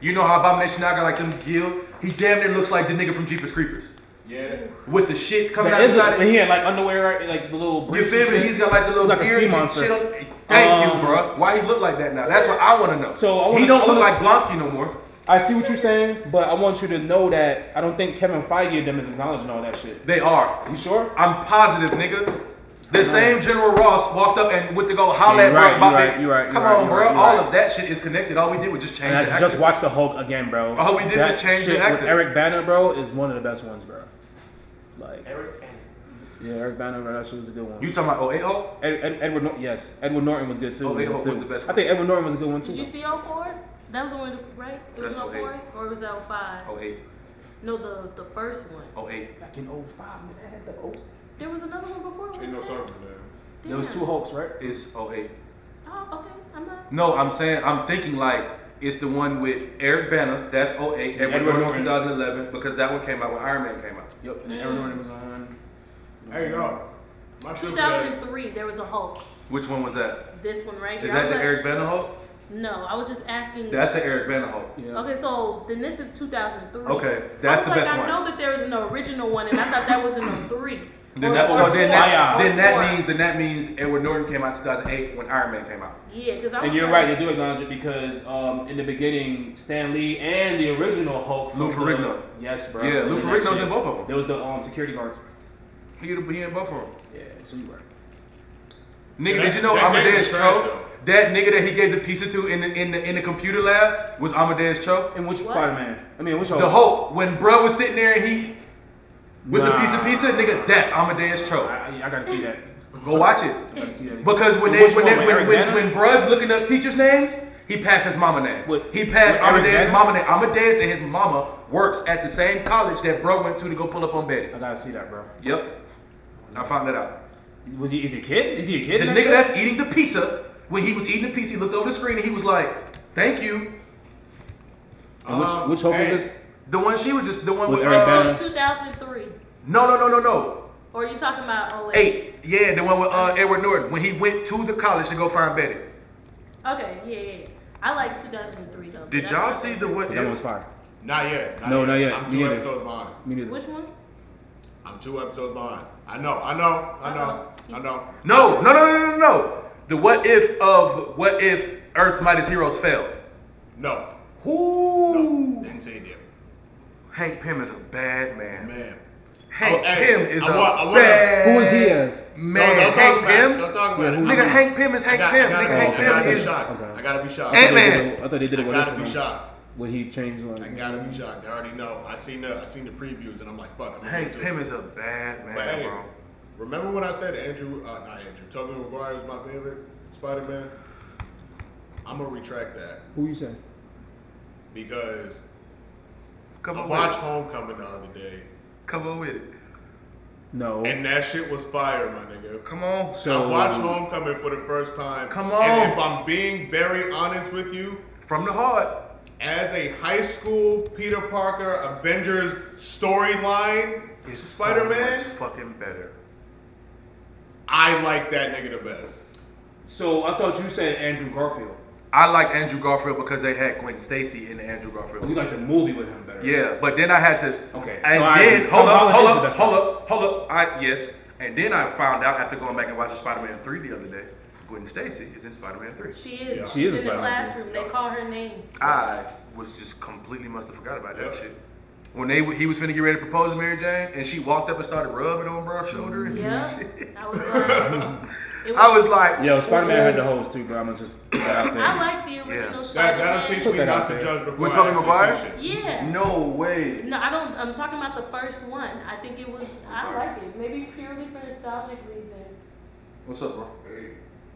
[SPEAKER 5] You know how Abomination now got like them gill? He damn near looks like the nigga from Jeepers Creepers
[SPEAKER 2] yeah.
[SPEAKER 5] with the shits coming
[SPEAKER 1] That
[SPEAKER 5] out
[SPEAKER 1] is
[SPEAKER 5] his
[SPEAKER 1] a,
[SPEAKER 5] body.
[SPEAKER 1] he had like underwear, right? like the little
[SPEAKER 5] You
[SPEAKER 1] briefs.
[SPEAKER 5] feel
[SPEAKER 1] and
[SPEAKER 5] me?
[SPEAKER 1] shit.
[SPEAKER 5] He's got like the little
[SPEAKER 1] Like a
[SPEAKER 5] beard
[SPEAKER 1] sea
[SPEAKER 5] and
[SPEAKER 1] monster.
[SPEAKER 5] shit on- Thank
[SPEAKER 1] Um,
[SPEAKER 5] you, bro. Why he look like that now? That's what I want to know.
[SPEAKER 1] So, I
[SPEAKER 5] he
[SPEAKER 1] wanna-
[SPEAKER 5] don't
[SPEAKER 1] I wanna-
[SPEAKER 5] look like Blonsky no more.
[SPEAKER 1] I see what you're saying, but I want you to know that I don't think Kevin Feige and them is acknowledging all that shit.
[SPEAKER 5] They are.
[SPEAKER 1] You sure?
[SPEAKER 5] I'm positive, nigga. The same General Ross walked up and went to go holler
[SPEAKER 1] Yeah,
[SPEAKER 5] at
[SPEAKER 1] you
[SPEAKER 5] bro
[SPEAKER 1] right, you
[SPEAKER 5] about
[SPEAKER 1] right,
[SPEAKER 5] that.
[SPEAKER 1] you right, you
[SPEAKER 5] Come
[SPEAKER 1] right,
[SPEAKER 5] on,
[SPEAKER 1] you
[SPEAKER 5] bro.
[SPEAKER 1] right, you
[SPEAKER 5] All
[SPEAKER 1] right.
[SPEAKER 5] of that shit is connected. All we did was just change
[SPEAKER 1] And I
[SPEAKER 5] the
[SPEAKER 1] just
[SPEAKER 5] actor.
[SPEAKER 1] watched the Hulk again, bro.
[SPEAKER 5] All Oh, we did
[SPEAKER 1] that
[SPEAKER 5] was change the
[SPEAKER 1] shit with
[SPEAKER 5] actor.
[SPEAKER 1] Eric Banner, bro, is one of the best ones, bro. Like,
[SPEAKER 4] Eric and
[SPEAKER 1] yeah, Eric Banner, bro, that shit was a good one.
[SPEAKER 5] You talking about oh OAO?
[SPEAKER 1] Ed, Ed, Edward, Nor- yes, Edward Norton was good too.
[SPEAKER 5] Oh, they
[SPEAKER 1] Yes,
[SPEAKER 5] hope was
[SPEAKER 1] too.
[SPEAKER 5] the best
[SPEAKER 1] I think Edward Norton was a good one too.
[SPEAKER 3] Did you see 04? That was the one, right? It was
[SPEAKER 5] That's
[SPEAKER 3] 04 or was that 05?
[SPEAKER 5] 08.
[SPEAKER 3] No, the the first one.
[SPEAKER 5] 08.
[SPEAKER 1] Back in 05, man, I had the O's.
[SPEAKER 3] There was another one before.
[SPEAKER 2] Ain't no
[SPEAKER 3] wasn't
[SPEAKER 2] song
[SPEAKER 3] Damn.
[SPEAKER 1] There was two Hulks, right?
[SPEAKER 5] It's 08.
[SPEAKER 3] Oh, okay. I'm not.
[SPEAKER 5] No, I'm saying, I'm thinking like it's the one with Eric Banner. That's 08. Edward,
[SPEAKER 1] Edward
[SPEAKER 5] Norton,
[SPEAKER 1] Norton.
[SPEAKER 5] 2011 because that one came out when Iron Man came out.
[SPEAKER 1] Yep, and Edward Norton was on.
[SPEAKER 2] Hey, y'all. My shit was bad.
[SPEAKER 3] 2003. There was a Hulk.
[SPEAKER 5] Which one was that?
[SPEAKER 3] This one right
[SPEAKER 5] Is
[SPEAKER 3] here. I
[SPEAKER 5] that
[SPEAKER 3] was
[SPEAKER 5] the
[SPEAKER 3] like-
[SPEAKER 5] Eric Banner Hulk?
[SPEAKER 3] No, I was just asking.
[SPEAKER 5] That's the Eric Banner Hulk.
[SPEAKER 1] Yeah.
[SPEAKER 3] Okay, so then this is 2003.
[SPEAKER 5] Okay, that's
[SPEAKER 3] I was
[SPEAKER 5] the
[SPEAKER 3] like,
[SPEAKER 5] best
[SPEAKER 3] I
[SPEAKER 5] one.
[SPEAKER 3] know that there is an original one, and I thought that was in 03.
[SPEAKER 5] Then
[SPEAKER 3] Or-
[SPEAKER 5] that,
[SPEAKER 3] or
[SPEAKER 5] so then that,
[SPEAKER 3] four,
[SPEAKER 5] then that
[SPEAKER 3] or four.
[SPEAKER 5] means then that means Edward Norton came out 2008 when Iron Man came out.
[SPEAKER 3] Yeah, because I.
[SPEAKER 1] And
[SPEAKER 3] was
[SPEAKER 1] you're
[SPEAKER 3] like-
[SPEAKER 1] right, they do acknowledge it because um, in the beginning, Stan Lee and the original Hulk.
[SPEAKER 5] Lou
[SPEAKER 1] was the-
[SPEAKER 5] Ferrigno.
[SPEAKER 1] Yes, bro.
[SPEAKER 5] Yeah, Lou
[SPEAKER 1] Was in
[SPEAKER 5] Ferrigno's
[SPEAKER 1] that shit.
[SPEAKER 5] in both of them.
[SPEAKER 1] There was the um, security guards.
[SPEAKER 5] He he in both of them.
[SPEAKER 1] Yeah, so you right.
[SPEAKER 5] Nigga,
[SPEAKER 2] Yeah,
[SPEAKER 5] did you know
[SPEAKER 2] that- that game was
[SPEAKER 5] Amadeus
[SPEAKER 2] trash,
[SPEAKER 5] Cho? That nigga that he gave the pizza to in the in the, in the computer lab was Amadeus Cho.
[SPEAKER 1] And which
[SPEAKER 3] What?
[SPEAKER 1] Spider Man? I mean, which Hulk?
[SPEAKER 5] The Hulk, when bro was sitting there and he with the
[SPEAKER 1] Nah.
[SPEAKER 5] piece of pizza, nigga, that's Amadeus
[SPEAKER 1] I,
[SPEAKER 5] Cho.
[SPEAKER 1] I, I gotta see that.
[SPEAKER 5] Go watch it.
[SPEAKER 1] I gotta see that.
[SPEAKER 5] Because when
[SPEAKER 1] But
[SPEAKER 5] they
[SPEAKER 1] which one,
[SPEAKER 5] when they,
[SPEAKER 1] with
[SPEAKER 5] when
[SPEAKER 1] Eric
[SPEAKER 5] when,
[SPEAKER 1] Bana?
[SPEAKER 5] when bro's looking up teachers' names, he passed his mama name.
[SPEAKER 1] With-
[SPEAKER 5] he passed
[SPEAKER 1] with Eric
[SPEAKER 5] Amadeus'
[SPEAKER 1] Bana?
[SPEAKER 5] mama name. Amadeus and his mama works at the same college that bro went to to go pull up on Betty.
[SPEAKER 1] I gotta see that, bro.
[SPEAKER 5] Yep. I found that out.
[SPEAKER 1] Was he? Is he a kid? Is he a kid? in
[SPEAKER 5] The
[SPEAKER 1] that
[SPEAKER 5] nigga
[SPEAKER 1] shit?
[SPEAKER 5] that's eating the pizza, when he was eating the pizza, he looked over the screen and he was like, "Thank you."
[SPEAKER 1] And which
[SPEAKER 2] Um,
[SPEAKER 1] which Hulk
[SPEAKER 2] hey.
[SPEAKER 1] is this?
[SPEAKER 5] The one she was just the one
[SPEAKER 1] With
[SPEAKER 5] with.
[SPEAKER 1] Eric
[SPEAKER 5] uh,
[SPEAKER 1] Bana.
[SPEAKER 3] Uh, 2003.
[SPEAKER 5] no, no, no, no, no.
[SPEAKER 3] Or are you talking about oh, 08?
[SPEAKER 5] Eight. Yeah, the one with uh, Edward Norton when he went to the college to go find Betty.
[SPEAKER 3] Okay, yeah, yeah. I like 2003 though.
[SPEAKER 5] Did
[SPEAKER 3] That's
[SPEAKER 5] y'all
[SPEAKER 3] my
[SPEAKER 5] see
[SPEAKER 3] favorite.
[SPEAKER 5] the what?
[SPEAKER 1] That one was fire.
[SPEAKER 2] Not yet.
[SPEAKER 1] No, not yet.
[SPEAKER 2] I'm
[SPEAKER 1] Me
[SPEAKER 2] two
[SPEAKER 1] neither.
[SPEAKER 2] episodes behind.
[SPEAKER 1] Me neither.
[SPEAKER 3] Which one?
[SPEAKER 2] I'm two episodes behind. I know. I know. I know. I know.
[SPEAKER 5] No, no, no, no, no, no. The what if of what if Earth's Mightiest Heroes failed?
[SPEAKER 2] No.
[SPEAKER 5] Ooh.
[SPEAKER 2] Didn't say it yet.
[SPEAKER 5] Hank Pym is a bad man.
[SPEAKER 2] Man. Oh,
[SPEAKER 5] Hank
[SPEAKER 2] hey,
[SPEAKER 5] Pym is
[SPEAKER 2] I
[SPEAKER 5] a
[SPEAKER 2] want- I want-
[SPEAKER 5] bad
[SPEAKER 1] Who is he as?
[SPEAKER 5] Man,
[SPEAKER 2] no, don't
[SPEAKER 5] Hank
[SPEAKER 2] talk about
[SPEAKER 5] Pym.
[SPEAKER 2] it. Don't talk about
[SPEAKER 1] Yeah,
[SPEAKER 2] it.
[SPEAKER 1] who-
[SPEAKER 2] I
[SPEAKER 5] Nigga,
[SPEAKER 2] gotta-
[SPEAKER 5] Hank Pym is
[SPEAKER 2] I
[SPEAKER 5] Hank
[SPEAKER 2] got-
[SPEAKER 5] Pym.
[SPEAKER 2] I gotta-
[SPEAKER 5] Nigga, Hank
[SPEAKER 2] I gotta
[SPEAKER 5] Pym
[SPEAKER 2] be
[SPEAKER 5] is.
[SPEAKER 2] shocked.
[SPEAKER 1] Okay.
[SPEAKER 2] I gotta be shocked.
[SPEAKER 1] I thought they did
[SPEAKER 5] Ant-Man.
[SPEAKER 1] it- I thought they did
[SPEAKER 2] I
[SPEAKER 1] it with
[SPEAKER 2] gotta be
[SPEAKER 1] him
[SPEAKER 2] shocked.
[SPEAKER 1] when he changed. Like,
[SPEAKER 2] I gotta be shocked. I already know. I seen the I seen the previews and I'm like, fuck. I'm
[SPEAKER 5] Hank
[SPEAKER 2] into
[SPEAKER 5] Pym
[SPEAKER 2] it.
[SPEAKER 5] is a bad man,
[SPEAKER 2] But hey,
[SPEAKER 5] bro.
[SPEAKER 2] remember when I said Andrew? Uh, not Andrew. Tobey Maguire was my favorite Spider-Man. I'm gonna retract that
[SPEAKER 1] Who you say?
[SPEAKER 2] because
[SPEAKER 5] Come
[SPEAKER 2] I
[SPEAKER 5] on,
[SPEAKER 2] watched
[SPEAKER 5] with it.
[SPEAKER 2] Homecoming the other day
[SPEAKER 5] Come on with it.
[SPEAKER 1] No.
[SPEAKER 2] and that shit was fire, my nigga.
[SPEAKER 5] Come on.
[SPEAKER 1] so
[SPEAKER 2] I watched Homecoming for the first time.
[SPEAKER 5] Come on.
[SPEAKER 2] And if I'm being very honest with you,
[SPEAKER 5] From the heart.
[SPEAKER 2] as a high school Peter Parker Avengers storyline,
[SPEAKER 5] is so
[SPEAKER 2] Spider-Man,
[SPEAKER 5] much fucking better.
[SPEAKER 2] I like that nigga the best.
[SPEAKER 1] So I thought you said Andrew Garfield.
[SPEAKER 5] I like Andrew Garfield because they had Gwen Stacy in the Andrew Garfield.
[SPEAKER 1] You like the movie with him better.
[SPEAKER 5] Yeah, but then I had to.
[SPEAKER 1] Okay,
[SPEAKER 5] And
[SPEAKER 1] so I
[SPEAKER 5] then
[SPEAKER 1] agree.
[SPEAKER 5] hold
[SPEAKER 1] Tom
[SPEAKER 5] up,
[SPEAKER 1] Holland
[SPEAKER 5] hold
[SPEAKER 1] is the
[SPEAKER 5] up,
[SPEAKER 1] best
[SPEAKER 5] hold
[SPEAKER 1] one.
[SPEAKER 5] up, hold up. I yes, and then I found out after going back and watching Spider-Man three the other day, Gwen Stacy is in Spider-Man three.
[SPEAKER 3] She is.
[SPEAKER 2] Yeah.
[SPEAKER 3] She's
[SPEAKER 1] She is a
[SPEAKER 3] in the
[SPEAKER 1] Spider-Man.
[SPEAKER 3] classroom. They call her name.
[SPEAKER 5] I was just completely must have forgot about that
[SPEAKER 2] Yeah.
[SPEAKER 5] shit. When they he was finna get ready to propose to Mary Jane, and she walked up and started rubbing on bro's shoulder. and
[SPEAKER 3] Yeah.
[SPEAKER 5] shit.
[SPEAKER 3] I was like, it was,
[SPEAKER 5] I was like,
[SPEAKER 1] Yo, Spider Man had the hose too, bro. I'm gonna just put that out there.
[SPEAKER 3] I like the original
[SPEAKER 2] That,
[SPEAKER 3] Spider-Man.
[SPEAKER 2] that'll teach
[SPEAKER 1] Put
[SPEAKER 2] me
[SPEAKER 1] that
[SPEAKER 2] not
[SPEAKER 1] out
[SPEAKER 2] to
[SPEAKER 1] there.
[SPEAKER 2] judge before
[SPEAKER 5] We're
[SPEAKER 2] I
[SPEAKER 5] talking
[SPEAKER 2] actually
[SPEAKER 5] about
[SPEAKER 2] see shit.
[SPEAKER 3] Yeah.
[SPEAKER 5] no way.
[SPEAKER 3] No, I don't. I'm talking about the first one. I think it was. I like it. Maybe purely for nostalgic reasons.
[SPEAKER 5] What's up, bro?
[SPEAKER 4] Hey,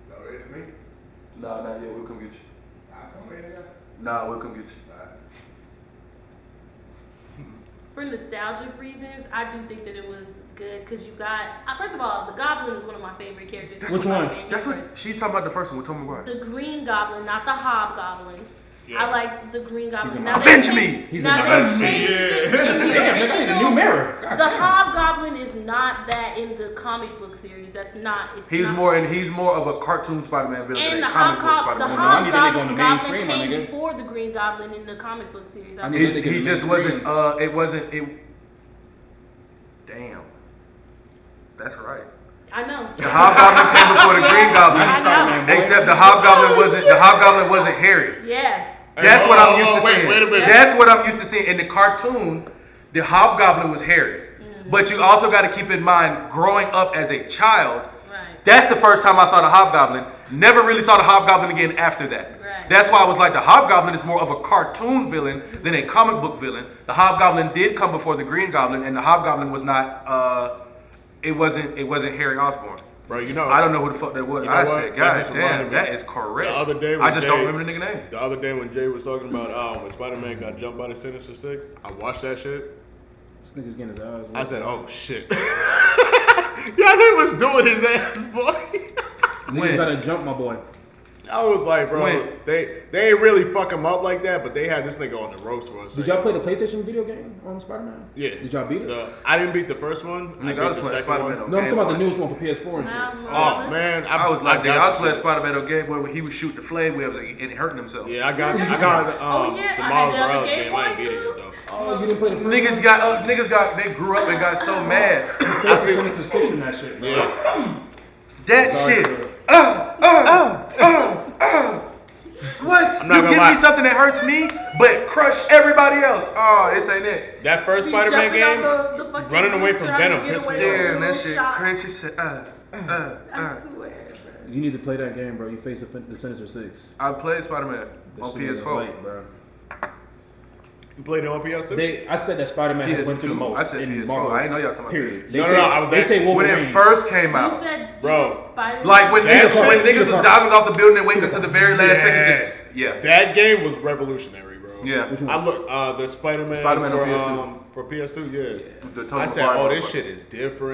[SPEAKER 4] y'all ready to meet?
[SPEAKER 5] Nah, nah, yeah, we'll come get you.
[SPEAKER 4] I come ready to go.
[SPEAKER 5] Nah, we'll come get you.
[SPEAKER 4] Alright.
[SPEAKER 3] For nostalgic reasons, I do think that it was good because you got. uh, First of all, the Goblin is one of my favorite characters.
[SPEAKER 1] Which
[SPEAKER 3] One of my
[SPEAKER 1] one?
[SPEAKER 3] favorite
[SPEAKER 5] That's what
[SPEAKER 3] characters.
[SPEAKER 5] she's talking about. The first one with Tom McGuire.
[SPEAKER 3] The Green Goblin, not the Hobgoblin.
[SPEAKER 2] Yeah.
[SPEAKER 3] I like the Green Goblin.
[SPEAKER 1] a
[SPEAKER 3] Now
[SPEAKER 1] mob.
[SPEAKER 3] they
[SPEAKER 5] Avenge
[SPEAKER 3] changed-
[SPEAKER 5] me!
[SPEAKER 1] He's a
[SPEAKER 3] Now
[SPEAKER 1] mob.
[SPEAKER 3] they
[SPEAKER 2] Avenge me,
[SPEAKER 3] changed it
[SPEAKER 2] yeah.
[SPEAKER 3] in the
[SPEAKER 1] Damn, nigga, I need a new
[SPEAKER 3] original-
[SPEAKER 1] mirror. God
[SPEAKER 3] The
[SPEAKER 1] damn.
[SPEAKER 3] Hobgoblin is not that in the comic book series. That's not. It's
[SPEAKER 5] He's
[SPEAKER 3] not-
[SPEAKER 5] more and he's more of a cartoon Spider-Man villain
[SPEAKER 3] And the
[SPEAKER 5] than a comic book
[SPEAKER 3] Hobgoblin, the
[SPEAKER 5] Spider-Man.
[SPEAKER 1] No, I need that nigga on
[SPEAKER 3] Hobgoblin
[SPEAKER 1] the main
[SPEAKER 3] Goblin
[SPEAKER 1] screen, my
[SPEAKER 3] came
[SPEAKER 1] nigga.
[SPEAKER 3] before the Green Goblin in the comic book series. I
[SPEAKER 1] I
[SPEAKER 3] believe.
[SPEAKER 1] need-
[SPEAKER 5] He, he just wasn't. Uh, it wasn't. It. Damn. That's right.
[SPEAKER 3] I know.
[SPEAKER 5] The Hobgoblin came before the Green
[SPEAKER 1] I
[SPEAKER 5] Goblin,
[SPEAKER 1] know. Spider-Man, boy.
[SPEAKER 5] except the Hobgoblin wasn't. The Hobgoblin wasn't hairy.
[SPEAKER 3] Yeah.
[SPEAKER 2] Hey,
[SPEAKER 5] That's
[SPEAKER 2] hold
[SPEAKER 5] what
[SPEAKER 2] on,
[SPEAKER 5] I'm used
[SPEAKER 2] hold
[SPEAKER 5] to
[SPEAKER 2] on, wait,
[SPEAKER 5] seeing.
[SPEAKER 2] Wait a minute.
[SPEAKER 5] That's what I'm used to seeing in the cartoon. The Hobgoblin was hairy, but you also got to keep in mind, growing up as a child,
[SPEAKER 3] Right.
[SPEAKER 5] That's the first time I saw the Hobgoblin. Never really saw the Hobgoblin again after that.
[SPEAKER 3] Right.
[SPEAKER 5] That's why I was like, the Hobgoblin is more of a cartoon villain than a comic book villain. The Hobgoblin did come before the Green Goblin, and the Hobgoblin was not. Uh, it wasn't. It wasn't Harry Osborn.
[SPEAKER 2] Bro, you know,
[SPEAKER 5] I don't know who the fuck that was.
[SPEAKER 2] Oh. You know
[SPEAKER 5] I
[SPEAKER 2] what?
[SPEAKER 5] said,
[SPEAKER 2] That
[SPEAKER 5] God
[SPEAKER 2] just
[SPEAKER 5] damn,
[SPEAKER 2] reminded me.
[SPEAKER 5] that is correct.
[SPEAKER 2] The other day
[SPEAKER 5] I
[SPEAKER 2] when
[SPEAKER 5] just don't
[SPEAKER 2] Jay-
[SPEAKER 5] remember the nigga name.
[SPEAKER 2] The other day when Jay was talking about um, when Spider Man got jumped by the Sinister Six, I watched that shit.
[SPEAKER 1] This nigga's getting his eyes.
[SPEAKER 2] I said, oh shit. yeah, he was doing his ass, boy.
[SPEAKER 5] When?
[SPEAKER 1] Niggas gotta jump, my boy.
[SPEAKER 2] I was like, bro,
[SPEAKER 5] Wait.
[SPEAKER 2] they they ain't really fuck him up like that, but they had this nigga on the ropes for us.
[SPEAKER 1] Did y'all play the PlayStation video game on Spider Man?
[SPEAKER 2] Yeah.
[SPEAKER 1] Did y'all beat it?
[SPEAKER 2] The, I didn't beat the first one.
[SPEAKER 5] Nigga,
[SPEAKER 2] beat
[SPEAKER 5] I was
[SPEAKER 2] the second
[SPEAKER 5] playing
[SPEAKER 2] one.
[SPEAKER 5] Spider-Man on-
[SPEAKER 1] no, I'm
[SPEAKER 5] Game
[SPEAKER 1] talking about the
[SPEAKER 5] Boy.
[SPEAKER 1] newest one for PS4 and shit.
[SPEAKER 3] Miles
[SPEAKER 2] Oh
[SPEAKER 3] Morales.
[SPEAKER 2] man, I,
[SPEAKER 5] I was like, nigga,
[SPEAKER 2] got
[SPEAKER 5] I was
[SPEAKER 2] the
[SPEAKER 5] playing
[SPEAKER 2] shit.
[SPEAKER 5] Spider Man on Game Boy when he was shooting the flamethrowers and, and hurting himself.
[SPEAKER 2] Yeah, I got, I got the, um,
[SPEAKER 3] Oh,
[SPEAKER 2] the
[SPEAKER 3] yeah, I had
[SPEAKER 2] Miles
[SPEAKER 3] the other
[SPEAKER 2] Morales
[SPEAKER 3] Game
[SPEAKER 2] game. I ain't
[SPEAKER 3] Boy,
[SPEAKER 2] beat it
[SPEAKER 3] too.
[SPEAKER 2] yet, though.
[SPEAKER 1] Oh, you didn't play the first
[SPEAKER 5] Niggas got up, niggas got, they grew up and got so mad.
[SPEAKER 1] one? Face the Sinister Six in that shit, bro.
[SPEAKER 2] Yeah,
[SPEAKER 5] That
[SPEAKER 1] Sorry,
[SPEAKER 5] shit.
[SPEAKER 1] bro.
[SPEAKER 5] Oh, oh, oh, oh, oh. What?
[SPEAKER 2] not
[SPEAKER 5] you
[SPEAKER 2] gonna
[SPEAKER 5] give
[SPEAKER 2] lie.
[SPEAKER 5] me something that hurts me, but crush everybody else. Oh, this ain't it.
[SPEAKER 2] that first
[SPEAKER 3] He
[SPEAKER 2] Spider Man
[SPEAKER 3] jumping
[SPEAKER 2] game,
[SPEAKER 3] off the- the fucking
[SPEAKER 2] running away from
[SPEAKER 3] roof trying to
[SPEAKER 2] Venom
[SPEAKER 3] get
[SPEAKER 2] pissed me
[SPEAKER 3] away
[SPEAKER 2] off.
[SPEAKER 3] from
[SPEAKER 5] Damn,
[SPEAKER 3] the
[SPEAKER 5] that shit
[SPEAKER 3] shot.
[SPEAKER 5] crazy. Said, uh, uh, uh.
[SPEAKER 3] I swear.
[SPEAKER 1] You need to play that game, bro. You face the, fin- the Sinister Six.
[SPEAKER 5] I played Spider Man
[SPEAKER 1] That
[SPEAKER 5] on
[SPEAKER 1] shit is
[SPEAKER 5] PS4.
[SPEAKER 1] light, bro.
[SPEAKER 2] You played it on PS2?
[SPEAKER 1] They, I said that Spider Man
[SPEAKER 5] PS2.
[SPEAKER 1] has went through the most
[SPEAKER 5] I said
[SPEAKER 1] in
[SPEAKER 5] PS4.
[SPEAKER 1] Marvel.
[SPEAKER 5] I didn't know y'all talking about
[SPEAKER 1] Period.
[SPEAKER 5] PS4.
[SPEAKER 1] They
[SPEAKER 2] No, no,
[SPEAKER 1] say,
[SPEAKER 2] no, I was
[SPEAKER 1] they
[SPEAKER 2] asking-
[SPEAKER 1] say
[SPEAKER 5] When
[SPEAKER 1] Wolverine.
[SPEAKER 5] it first came
[SPEAKER 3] You
[SPEAKER 5] out,
[SPEAKER 3] said,
[SPEAKER 2] Bro.
[SPEAKER 3] you said Spider-Man.
[SPEAKER 5] like when
[SPEAKER 2] That
[SPEAKER 5] niggas, was- when
[SPEAKER 2] shit-
[SPEAKER 5] niggas was diving off the building and waiting until the very last
[SPEAKER 2] Yes.
[SPEAKER 5] second. to- Yeah.
[SPEAKER 2] That game was revolutionary, bro.
[SPEAKER 5] Yeah. Which
[SPEAKER 1] one?
[SPEAKER 2] I look uh the Spider Man
[SPEAKER 5] Spider-Man on
[SPEAKER 2] for,
[SPEAKER 5] PS2.
[SPEAKER 2] Um, for PS2, yeah.
[SPEAKER 5] The Tobey
[SPEAKER 2] I said,
[SPEAKER 5] Maguire
[SPEAKER 2] oh, this
[SPEAKER 5] motherfucker.
[SPEAKER 2] shit is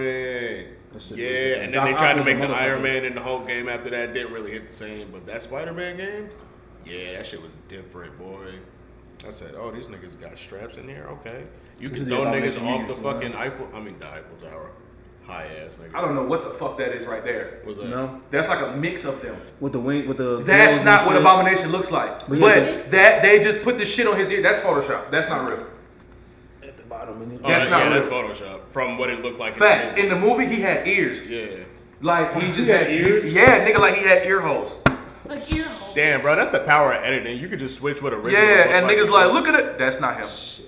[SPEAKER 2] different.
[SPEAKER 1] That shit was
[SPEAKER 2] yeah,
[SPEAKER 1] different.
[SPEAKER 2] and then they
[SPEAKER 1] Doc
[SPEAKER 2] tried to
[SPEAKER 1] Ock was a
[SPEAKER 2] make the
[SPEAKER 1] motherfucker.
[SPEAKER 2] Iron Man and the Hulk game after that. Didn't really hit the same, but that Spider Man game, yeah, that shit was different, boy. I said, oh, these niggas got straps in here. Okay, you
[SPEAKER 1] This
[SPEAKER 2] can
[SPEAKER 1] is
[SPEAKER 2] throw
[SPEAKER 1] the
[SPEAKER 2] niggas
[SPEAKER 1] abomination
[SPEAKER 2] off the
[SPEAKER 1] universe,
[SPEAKER 2] fucking Eiffel. I mean, the Eiffel Tower, high ass nigga.
[SPEAKER 5] I don't know what the fuck that is right there.
[SPEAKER 2] Was that?
[SPEAKER 1] No,
[SPEAKER 5] That's like a mix of them.
[SPEAKER 1] with the wing, with the.
[SPEAKER 5] That's
[SPEAKER 1] gloves
[SPEAKER 5] not
[SPEAKER 1] and
[SPEAKER 5] what
[SPEAKER 1] shit.
[SPEAKER 5] Abomination looks like.
[SPEAKER 1] But
[SPEAKER 5] But,
[SPEAKER 1] yeah, but-
[SPEAKER 5] that they just put the shit on his ear. That's Photoshop. That's not real.
[SPEAKER 1] At the bottom, and it-
[SPEAKER 2] Oh,
[SPEAKER 5] That's
[SPEAKER 2] that-
[SPEAKER 5] not
[SPEAKER 2] yeah,
[SPEAKER 5] real.
[SPEAKER 2] that's Photoshop from what it looked like. in the
[SPEAKER 5] Facts.
[SPEAKER 2] movie.
[SPEAKER 5] In the movie, he had ears.
[SPEAKER 2] yeah.
[SPEAKER 5] Like he just
[SPEAKER 1] He had
[SPEAKER 5] had,
[SPEAKER 1] ears?
[SPEAKER 5] Yeah, nigga, like he had ear holes.
[SPEAKER 3] Like, ear holes.
[SPEAKER 2] Damn, bro, that's the power of editing. You could just switch what original. looked
[SPEAKER 5] Yeah, and niggas
[SPEAKER 2] before.
[SPEAKER 5] like, look at it. That's not him.
[SPEAKER 1] Shit.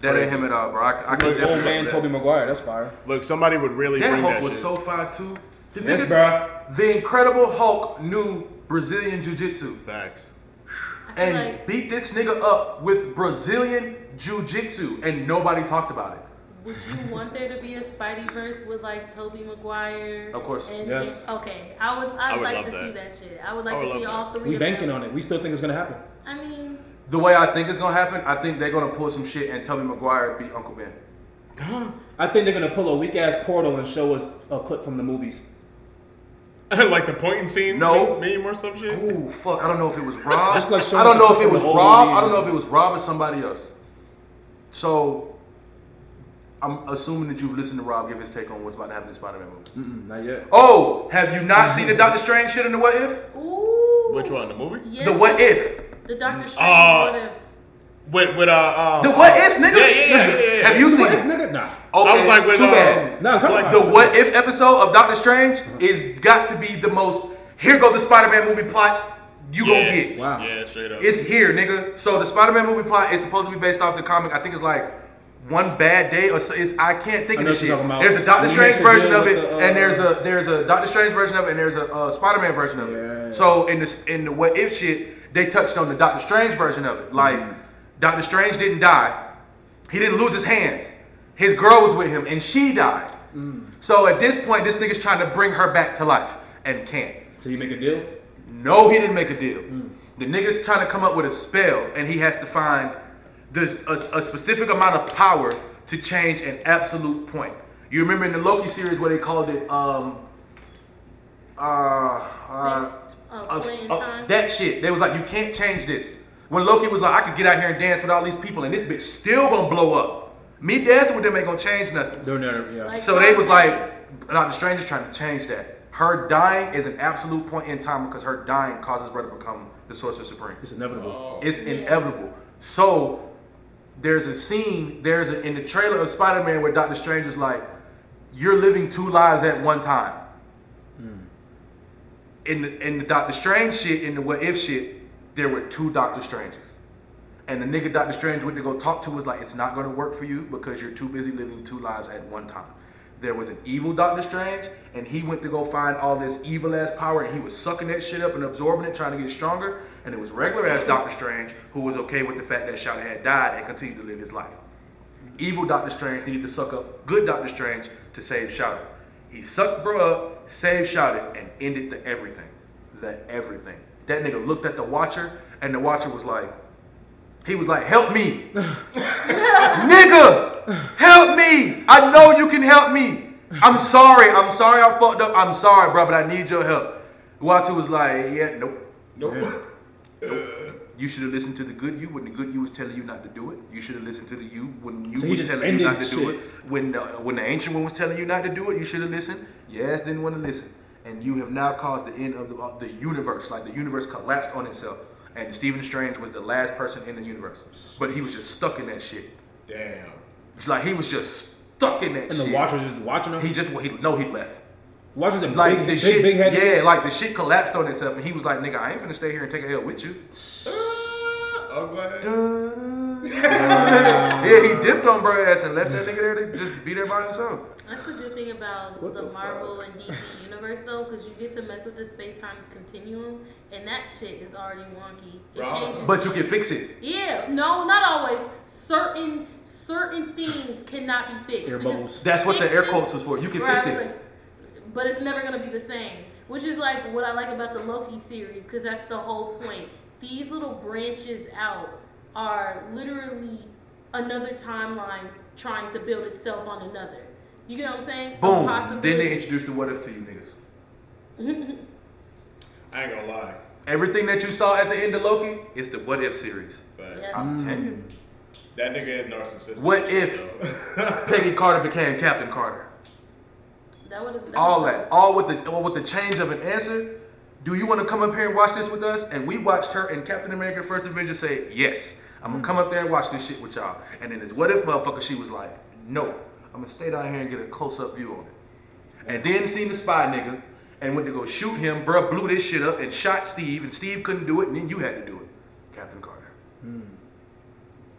[SPEAKER 5] That ain't him at all, bro. I, I can
[SPEAKER 1] Like
[SPEAKER 5] definitely
[SPEAKER 1] old man
[SPEAKER 5] that.
[SPEAKER 1] Toby Maguire. That's fire.
[SPEAKER 2] Look, somebody would really
[SPEAKER 5] That
[SPEAKER 2] bring
[SPEAKER 5] Hulk
[SPEAKER 2] that
[SPEAKER 5] was
[SPEAKER 2] shit.
[SPEAKER 5] so far too. The,
[SPEAKER 1] Yes,
[SPEAKER 5] nigga-
[SPEAKER 1] bro.
[SPEAKER 5] the Incredible Hulk knew Brazilian Jiu Jitsu
[SPEAKER 2] Facts.
[SPEAKER 3] I feel
[SPEAKER 5] and
[SPEAKER 3] like
[SPEAKER 5] beat this nigga up with Brazilian Jiu Jitsu, and nobody talked about it.
[SPEAKER 3] Would you want there to be a Spidey verse with like Toby Maguire?
[SPEAKER 5] Of course.
[SPEAKER 3] And,
[SPEAKER 1] Yes.
[SPEAKER 3] and- okay, I would. I'd
[SPEAKER 2] I would
[SPEAKER 3] like
[SPEAKER 2] love
[SPEAKER 3] to
[SPEAKER 2] that.
[SPEAKER 3] see that shit. I would
[SPEAKER 2] I
[SPEAKER 3] like
[SPEAKER 2] would
[SPEAKER 3] to see
[SPEAKER 2] love
[SPEAKER 3] all three.
[SPEAKER 1] We
[SPEAKER 3] of
[SPEAKER 1] banking
[SPEAKER 3] them.
[SPEAKER 1] on it. We still think it's gonna happen.
[SPEAKER 3] I mean,
[SPEAKER 5] The way I think it's gonna happen, I think they're gonna pull some shit and Toby Maguire beat Uncle Ben.
[SPEAKER 1] I think they're gonna pull a weak ass portal and show us a clip from the movies.
[SPEAKER 2] like the pointing scene
[SPEAKER 5] No.
[SPEAKER 2] meme or some shit?
[SPEAKER 5] Ooh, fuck! I don't know if it was Rob.
[SPEAKER 1] Just like showing
[SPEAKER 5] I don't know if
[SPEAKER 1] some
[SPEAKER 5] it was
[SPEAKER 1] old
[SPEAKER 5] Rob.
[SPEAKER 1] man.
[SPEAKER 5] I don't know if it was Rob or somebody else. So, I'm assuming that you've listened to Rob give his take on what's about to
[SPEAKER 2] Mm-hmm.
[SPEAKER 5] happen in Spider-Man Oh, movie.
[SPEAKER 1] Mm-mm, not yet.
[SPEAKER 5] Oh, have you not seen the Doctor Strange shit in the What If?
[SPEAKER 3] ooh.
[SPEAKER 2] Which one? The movie?
[SPEAKER 3] Yeah.
[SPEAKER 5] The what if?
[SPEAKER 3] The Doctor Strange.
[SPEAKER 2] Uh,
[SPEAKER 3] what if?
[SPEAKER 2] With with uh, uh
[SPEAKER 5] The
[SPEAKER 2] uh,
[SPEAKER 5] what if, nigga?
[SPEAKER 2] Yeah, yeah, yeah, yeah, yeah.
[SPEAKER 5] Have you seen
[SPEAKER 1] What
[SPEAKER 5] it?
[SPEAKER 1] if, nigga? Nah.
[SPEAKER 5] Okay,
[SPEAKER 2] I was like, with,
[SPEAKER 5] too
[SPEAKER 2] uh,
[SPEAKER 5] bad.
[SPEAKER 1] No, talk
[SPEAKER 2] Like
[SPEAKER 1] about
[SPEAKER 5] The
[SPEAKER 1] it.
[SPEAKER 5] what if episode of Doctor Strange is got to be the most here go the Spider-Man movie plot you
[SPEAKER 2] yeah.
[SPEAKER 5] gonna get.
[SPEAKER 1] Wow.
[SPEAKER 2] Yeah, straight up.
[SPEAKER 5] It's here, nigga. So the Spider-Man movie plot is supposed to be based off the comic. I think it's like one bad day or so. It's, I can't think
[SPEAKER 1] I
[SPEAKER 5] of
[SPEAKER 1] know
[SPEAKER 5] this
[SPEAKER 1] what
[SPEAKER 5] shit.
[SPEAKER 1] you're talking about.
[SPEAKER 5] There's a Doctor
[SPEAKER 1] When he
[SPEAKER 5] Strange
[SPEAKER 1] makes a
[SPEAKER 5] version
[SPEAKER 1] deal
[SPEAKER 5] of it,
[SPEAKER 1] with the, uh,
[SPEAKER 5] and there's a there's a Doctor Strange version of it, and there's a uh, Spider-Man version of it.
[SPEAKER 1] Yeah.
[SPEAKER 5] So in this in the what if shit, they touched on the Doctor Strange version of it. Like
[SPEAKER 1] Mm-hmm.
[SPEAKER 5] Doctor Strange didn't die. He didn't lose his hands. His girl was with him, and she died.
[SPEAKER 1] Mm.
[SPEAKER 5] So at this point, this nigga's trying to bring her back to life and can't.
[SPEAKER 1] So you make a deal?
[SPEAKER 5] No, he didn't make a deal. The nigga's trying to come up with a spell, and he has to find there's a, a specific amount of power to change an absolute point. You remember in the Loki series where they called it um uh, uh
[SPEAKER 3] Things- uh,
[SPEAKER 5] uh,
[SPEAKER 3] point in
[SPEAKER 5] uh,
[SPEAKER 3] time?
[SPEAKER 5] that shit. They was like, you can't change this. When Loki was like, I could get out here and dance with all these people, and this bitch still gonna blow up. Me dancing with them ain't gonna change nothing.
[SPEAKER 1] They're never, yeah.
[SPEAKER 3] Like-
[SPEAKER 5] So they was like, not the stranger's trying to change that. Her dying is an absolute point in time because her dying causes her to become the Sorcerer Supreme.
[SPEAKER 1] it's inevitable.
[SPEAKER 5] It's inevitable. So there's a scene, there's a, in the trailer of Spider-Man where Doctor Strange is like, "You're living two lives at one time." In the, in the Doctor Strange shit, in the what if shit, there were two Doctor Stranges. And the nigga Doctor Strange went to go talk to was like, it's not gonna work for you because you're too busy living two lives at one time. There was an evil Doctor Strange, and he went to go find all this evil ass power, and he was sucking that shit up and absorbing it, trying to get stronger. And it was regular ass Doctor Strange who was okay with the fact that Shada had died and continued to live his life. Evil Doctor Strange needed to suck up good Doctor Strange to save Shouted. He sucked bro up, saved Shouted, and ended the everything. The everything. That nigga looked at the Watcher, and the Watcher was like, he was like, help me. nigga, help me. I know you can help me. I'm sorry. I'm sorry I fucked up. I'm sorry, bro, but I need your help. Watcher was like, yeah, nope.
[SPEAKER 1] Oh.
[SPEAKER 2] nope.
[SPEAKER 5] You should have listened to the good you when the good you was telling you not to do it. You should have listened to the you when you
[SPEAKER 1] So he
[SPEAKER 5] was
[SPEAKER 1] just
[SPEAKER 5] telling you not to
[SPEAKER 1] ended
[SPEAKER 5] do
[SPEAKER 1] shit.
[SPEAKER 5] it. When the, when the ancient one was telling you not to do it, you should have listened. Yes, didn't want to listen, and you have now caused the end of the, of the universe. Like the universe collapsed on itself, and Stephen Strange was the last person in the universe, but he was just stuck in that shit.
[SPEAKER 2] Damn.
[SPEAKER 5] It's Like he was just stuck in that
[SPEAKER 1] And
[SPEAKER 5] shit.
[SPEAKER 1] the watchers just watching them.
[SPEAKER 5] he just he, no he left.
[SPEAKER 1] watchers are big,
[SPEAKER 5] Like the
[SPEAKER 1] big,
[SPEAKER 5] shit,
[SPEAKER 1] big head.
[SPEAKER 5] yeah, like the shit collapsed on itself, and he was like, "Nigga, I ain't finna stay here and take a hell with you."
[SPEAKER 2] I'm glad.
[SPEAKER 5] Yeah, he dipped on bro ass and left that nigga there to just be there by himself.
[SPEAKER 3] That's the good thing about
[SPEAKER 1] What
[SPEAKER 3] the,
[SPEAKER 1] the
[SPEAKER 3] Marvel and DC universe, though, because you get to mess with the space-time continuum, and that shit is already wonky. It
[SPEAKER 2] Right.
[SPEAKER 3] changes.
[SPEAKER 5] But you can fix it.
[SPEAKER 3] yeah, no, not always. Certain certain things cannot be fixed.
[SPEAKER 1] Air
[SPEAKER 3] because
[SPEAKER 1] bubbles.
[SPEAKER 5] That's what the air
[SPEAKER 3] fixing-
[SPEAKER 5] quotes was for. You can
[SPEAKER 3] Right,
[SPEAKER 5] fix it.
[SPEAKER 3] but- But it's never gonna be the same. Which is like what I like about the Loki series, because that's the whole point. These little branches out are literally another timeline trying to build itself on another. You get what I'm saying? A
[SPEAKER 5] Boom.
[SPEAKER 3] possibility.
[SPEAKER 5] Then they introduced the what if to you niggas.
[SPEAKER 2] I ain't gonna lie.
[SPEAKER 5] Everything that you saw at the end of Loki is the what if series.
[SPEAKER 2] But
[SPEAKER 3] Yeah.
[SPEAKER 5] I'm telling you.
[SPEAKER 2] that nigga is narcissistic.
[SPEAKER 5] What
[SPEAKER 2] as shit,
[SPEAKER 5] if-
[SPEAKER 2] though.
[SPEAKER 5] Peggy Carter became Captain Carter.
[SPEAKER 3] That would
[SPEAKER 5] All that. All with the all with the change of an answer. Do you want to come up here and watch this with us? And we watched her and Captain America First Avenger say, Yes, I'm gonna come up there and watch this shit with y'all. And then this what if motherfucker, she was like, No, I'm gonna stay down here and get a close up view on it. and then seen the spy nigga and went to go shoot him. Bruh blew this shit up and shot Steve, and Steve couldn't do it, and then you had to do it, Captain Carter.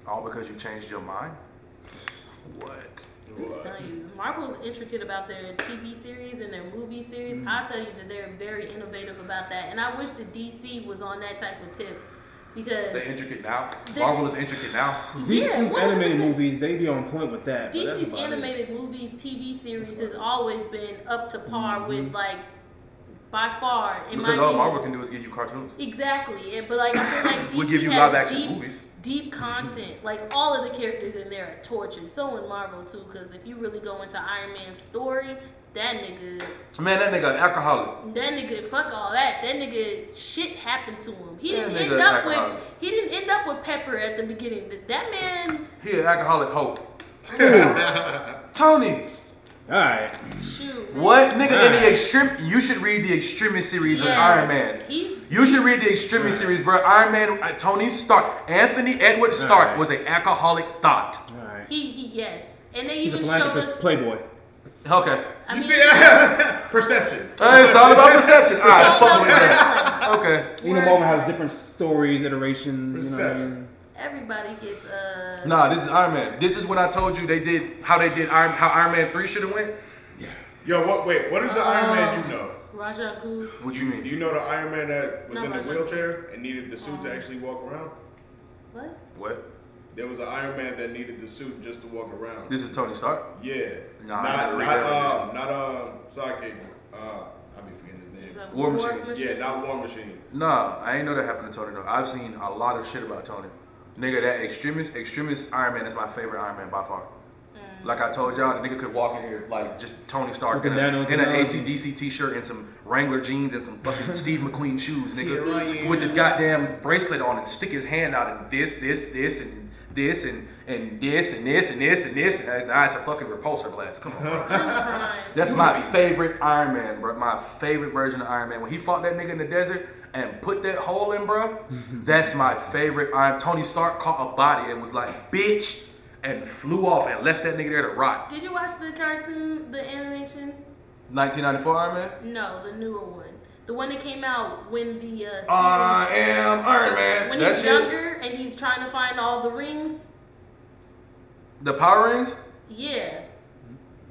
[SPEAKER 5] All because you changed your mind. What?
[SPEAKER 3] I'm just telling you, Marvel's intricate about their TV series and their movie series.
[SPEAKER 5] Mm-hmm.
[SPEAKER 3] I tell you that they're very innovative about that, and I wish the DC was on that type of tip because
[SPEAKER 5] They're intricate now.
[SPEAKER 3] They-
[SPEAKER 5] Marvel is intricate now.
[SPEAKER 1] DC's
[SPEAKER 3] Yeah, 100%.
[SPEAKER 1] animated movies, they be on point with that. but that's
[SPEAKER 3] DC's
[SPEAKER 1] about it.
[SPEAKER 3] animated movies, TV series has always been up to par with like by far in
[SPEAKER 5] Mm-hmm. Because
[SPEAKER 3] my
[SPEAKER 5] all
[SPEAKER 3] opinion.
[SPEAKER 5] Marvel can do is give you cartoons.
[SPEAKER 3] Exactly, and, but like I feel like DC
[SPEAKER 5] We'll give you
[SPEAKER 3] has
[SPEAKER 5] live action
[SPEAKER 3] deep,
[SPEAKER 5] movies.
[SPEAKER 3] deep content. Like all of the characters in there are tortured. So in Marvel too, because if you really go into Iron Man's story, that nigga,
[SPEAKER 5] Man, that nigga an alcoholic.
[SPEAKER 3] that nigga, fuck all that. That nigga, shit happened to him. He
[SPEAKER 5] That
[SPEAKER 3] didn't
[SPEAKER 5] nigga
[SPEAKER 3] end up
[SPEAKER 5] alcoholic.
[SPEAKER 3] with he didn't end up with Pepper at the beginning. That- That man,
[SPEAKER 5] He an alcoholic hoe. Tony,
[SPEAKER 1] All right.
[SPEAKER 3] Shoot.
[SPEAKER 5] What nigga in the
[SPEAKER 1] Alright.
[SPEAKER 5] extreme? You should read the extremity series of
[SPEAKER 3] Yes.
[SPEAKER 5] Iron Man.
[SPEAKER 3] He's-
[SPEAKER 5] you should read the extremity series, bro. Iron Man, uh, Tony Stark, Anthony Edward Stark
[SPEAKER 1] Alright.
[SPEAKER 5] was an alcoholic thought.
[SPEAKER 1] All right.
[SPEAKER 3] He, he yes. And they
[SPEAKER 1] He's a
[SPEAKER 3] even showed us.
[SPEAKER 1] philanthropist, playboy.
[SPEAKER 5] Okay,
[SPEAKER 3] I
[SPEAKER 2] You
[SPEAKER 3] mean,
[SPEAKER 2] see that? Perception.
[SPEAKER 5] Hey, it's all about perception. All
[SPEAKER 3] they
[SPEAKER 5] right,
[SPEAKER 3] showed
[SPEAKER 5] fuck with that.
[SPEAKER 3] us
[SPEAKER 5] Okay,
[SPEAKER 1] Each moment has different stories, iterations. You know what I
[SPEAKER 2] Perception.
[SPEAKER 1] mean?
[SPEAKER 3] Everybody gets uh.
[SPEAKER 5] nah, this is Iron Man. This is when I told you they did how they did Iron how Iron Man three should have went.
[SPEAKER 2] Yo, what? Wait, what is the Iron Man
[SPEAKER 3] Um,
[SPEAKER 2] you know?
[SPEAKER 3] Raja Ghul.
[SPEAKER 5] What you mean?
[SPEAKER 2] Do you know the Iron Man that was
[SPEAKER 3] No, Um,
[SPEAKER 2] in the
[SPEAKER 3] I don't.
[SPEAKER 2] wheelchair and needed the suit to actually walk around?
[SPEAKER 3] What?
[SPEAKER 5] What?
[SPEAKER 2] There was an Iron Man that needed the suit just to walk around.
[SPEAKER 5] This is Tony Stark.
[SPEAKER 2] yeah.
[SPEAKER 5] Nah, I gotta
[SPEAKER 2] not
[SPEAKER 5] read
[SPEAKER 2] not
[SPEAKER 5] that one.
[SPEAKER 2] um not um sidekick. Uh, I be forgetting his name.
[SPEAKER 3] The
[SPEAKER 5] War Machine.
[SPEAKER 2] Yeah, not War Machine.
[SPEAKER 5] Nah, I ain't know that happened to Tony though. I've seen a lot of shit about Tony. Nigga, that extremist, extremist Iron Man is my favorite Iron Man by far. Like I told y'all, the nigga could walk in here like just Tony Stark
[SPEAKER 1] Looking
[SPEAKER 5] in, a,
[SPEAKER 1] down on
[SPEAKER 5] in an
[SPEAKER 1] technology.
[SPEAKER 5] ACDC t-shirt and some Wrangler jeans and some fucking Steve McQueen shoes, nigga,
[SPEAKER 2] Yeah, right, yeah.
[SPEAKER 5] with the goddamn bracelet on and stick his hand out and this, this, this, and this, and and this, and this, and this, and this. And nah, it's a fucking repulsor blast. Come on, bro. That's my favorite Iron Man, bro. My favorite version of Iron Man. When he fought that nigga in the desert and put that hole in, bro, that's my favorite Iron Tony Stark caught a body and was like, bitch, and flew off and left that nigga there to rot.
[SPEAKER 3] Did you watch the cartoon, the animation?
[SPEAKER 5] 1994 Iron Man?
[SPEAKER 3] No, the newer one. The one that came out when the uh,
[SPEAKER 5] I
[SPEAKER 3] series-
[SPEAKER 5] am Iron Man.
[SPEAKER 3] when
[SPEAKER 5] that
[SPEAKER 3] he's
[SPEAKER 5] shit.
[SPEAKER 3] younger and he's trying to find all the rings.
[SPEAKER 5] The Power Rings?
[SPEAKER 3] Yeah.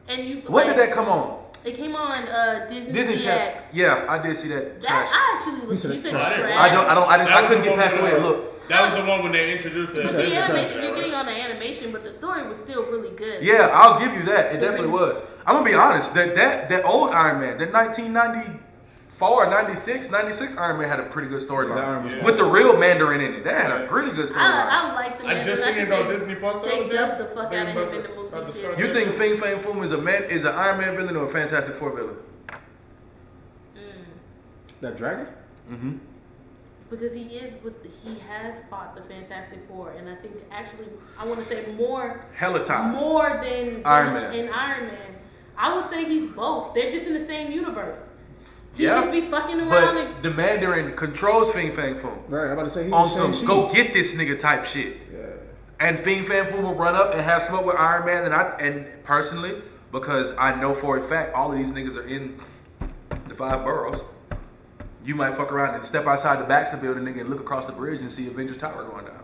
[SPEAKER 3] And you
[SPEAKER 5] When
[SPEAKER 3] like,
[SPEAKER 5] did that come on?
[SPEAKER 3] It came on uh, Disney,
[SPEAKER 5] Disney
[SPEAKER 3] DX.
[SPEAKER 5] Channel. Yeah, I did see that. trash.
[SPEAKER 3] That I actually was.
[SPEAKER 1] said
[SPEAKER 3] You said
[SPEAKER 1] trash.
[SPEAKER 3] trash.
[SPEAKER 5] I don't. I don't. I, didn't,
[SPEAKER 2] That
[SPEAKER 5] I
[SPEAKER 2] was
[SPEAKER 5] couldn't
[SPEAKER 2] the
[SPEAKER 5] get
[SPEAKER 2] one
[SPEAKER 5] past the way
[SPEAKER 2] where-
[SPEAKER 5] it looked.
[SPEAKER 2] That was the one when they introduced us.
[SPEAKER 3] The animation you're getting on the animation, but the story was still really good.
[SPEAKER 5] Yeah, I'll give you that. It
[SPEAKER 3] The
[SPEAKER 5] definitely
[SPEAKER 3] ring.
[SPEAKER 5] was. I'm gonna be honest. That that that old Iron Man, that 1994, 96, 96 Iron Man had a pretty good
[SPEAKER 1] The Iron
[SPEAKER 5] storyline
[SPEAKER 1] Man.
[SPEAKER 2] Yeah.
[SPEAKER 5] with the real Mandarin in it. That had a pretty good storyline.
[SPEAKER 3] I, I like the.
[SPEAKER 2] I just seen it
[SPEAKER 3] Mandarin.
[SPEAKER 2] on
[SPEAKER 3] think
[SPEAKER 2] Disney Plus the
[SPEAKER 3] They
[SPEAKER 2] other day.
[SPEAKER 3] dubbed the fuck
[SPEAKER 2] They
[SPEAKER 3] out of him
[SPEAKER 2] about
[SPEAKER 3] in
[SPEAKER 2] to-
[SPEAKER 3] the
[SPEAKER 2] about
[SPEAKER 3] movie
[SPEAKER 2] to start
[SPEAKER 3] series.
[SPEAKER 5] You think Fing Fang Foom is a man is an Iron Man villain or a Fantastic Four villain?
[SPEAKER 3] Mm,
[SPEAKER 1] That dragon?
[SPEAKER 3] Because he is with the, he has fought the Fantastic Four, and I think actually I want to say more
[SPEAKER 5] Hella times.
[SPEAKER 3] more than
[SPEAKER 5] Iron
[SPEAKER 3] than
[SPEAKER 5] Man.
[SPEAKER 3] In Iron Man, I would say he's both. They're just in the same universe. He
[SPEAKER 5] Yeah.
[SPEAKER 3] just be fucking around and
[SPEAKER 5] But the Mandarin controls Fing Fang Foom
[SPEAKER 1] Right. I'm about to say he's the
[SPEAKER 5] on
[SPEAKER 1] same
[SPEAKER 5] some
[SPEAKER 1] shit.
[SPEAKER 5] go get this nigga type shit.
[SPEAKER 1] Yeah.
[SPEAKER 5] And Fiend Fan Foom will run up and have smoke with Iron Man and I and personally, because I know for a fact all of these niggas are in the five boroughs. You might fuck around and step outside the Baxter building nigga and look across the bridge and see Avengers Tower going down.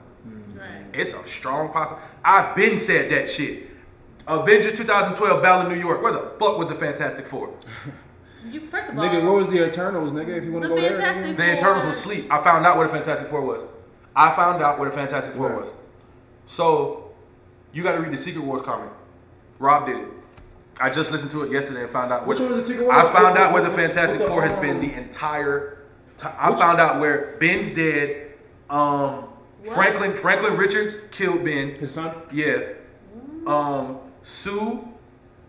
[SPEAKER 3] Right.
[SPEAKER 5] It's a strong possible. I've been said that shit. Avengers 2012 Battle of New York. Where the fuck was the Fantastic Four?
[SPEAKER 3] You, first of all,
[SPEAKER 1] Nigga, where was the Eternals, nigga? If you want
[SPEAKER 3] the
[SPEAKER 1] to go there. nigga?
[SPEAKER 3] Fantastic
[SPEAKER 5] The Eternals
[SPEAKER 3] Four-
[SPEAKER 5] was sleep. I found out where the Fantastic Four was. I found out where the Fantastic Four
[SPEAKER 1] Where?
[SPEAKER 5] was. So you got to read the Secret Wars comic. Rob did it. I just listened to it yesterday and found out
[SPEAKER 1] Which
[SPEAKER 5] where
[SPEAKER 1] one was the Secret Wars?
[SPEAKER 5] I found out where the
[SPEAKER 1] With the-
[SPEAKER 5] Fantastic
[SPEAKER 1] with the,
[SPEAKER 5] Four has been
[SPEAKER 1] um,
[SPEAKER 5] the entire. time. I found out where Ben's dead. Um,
[SPEAKER 3] What?
[SPEAKER 5] Franklin Franklin Richards killed Ben.
[SPEAKER 1] His son.
[SPEAKER 5] Yeah. Um, Sue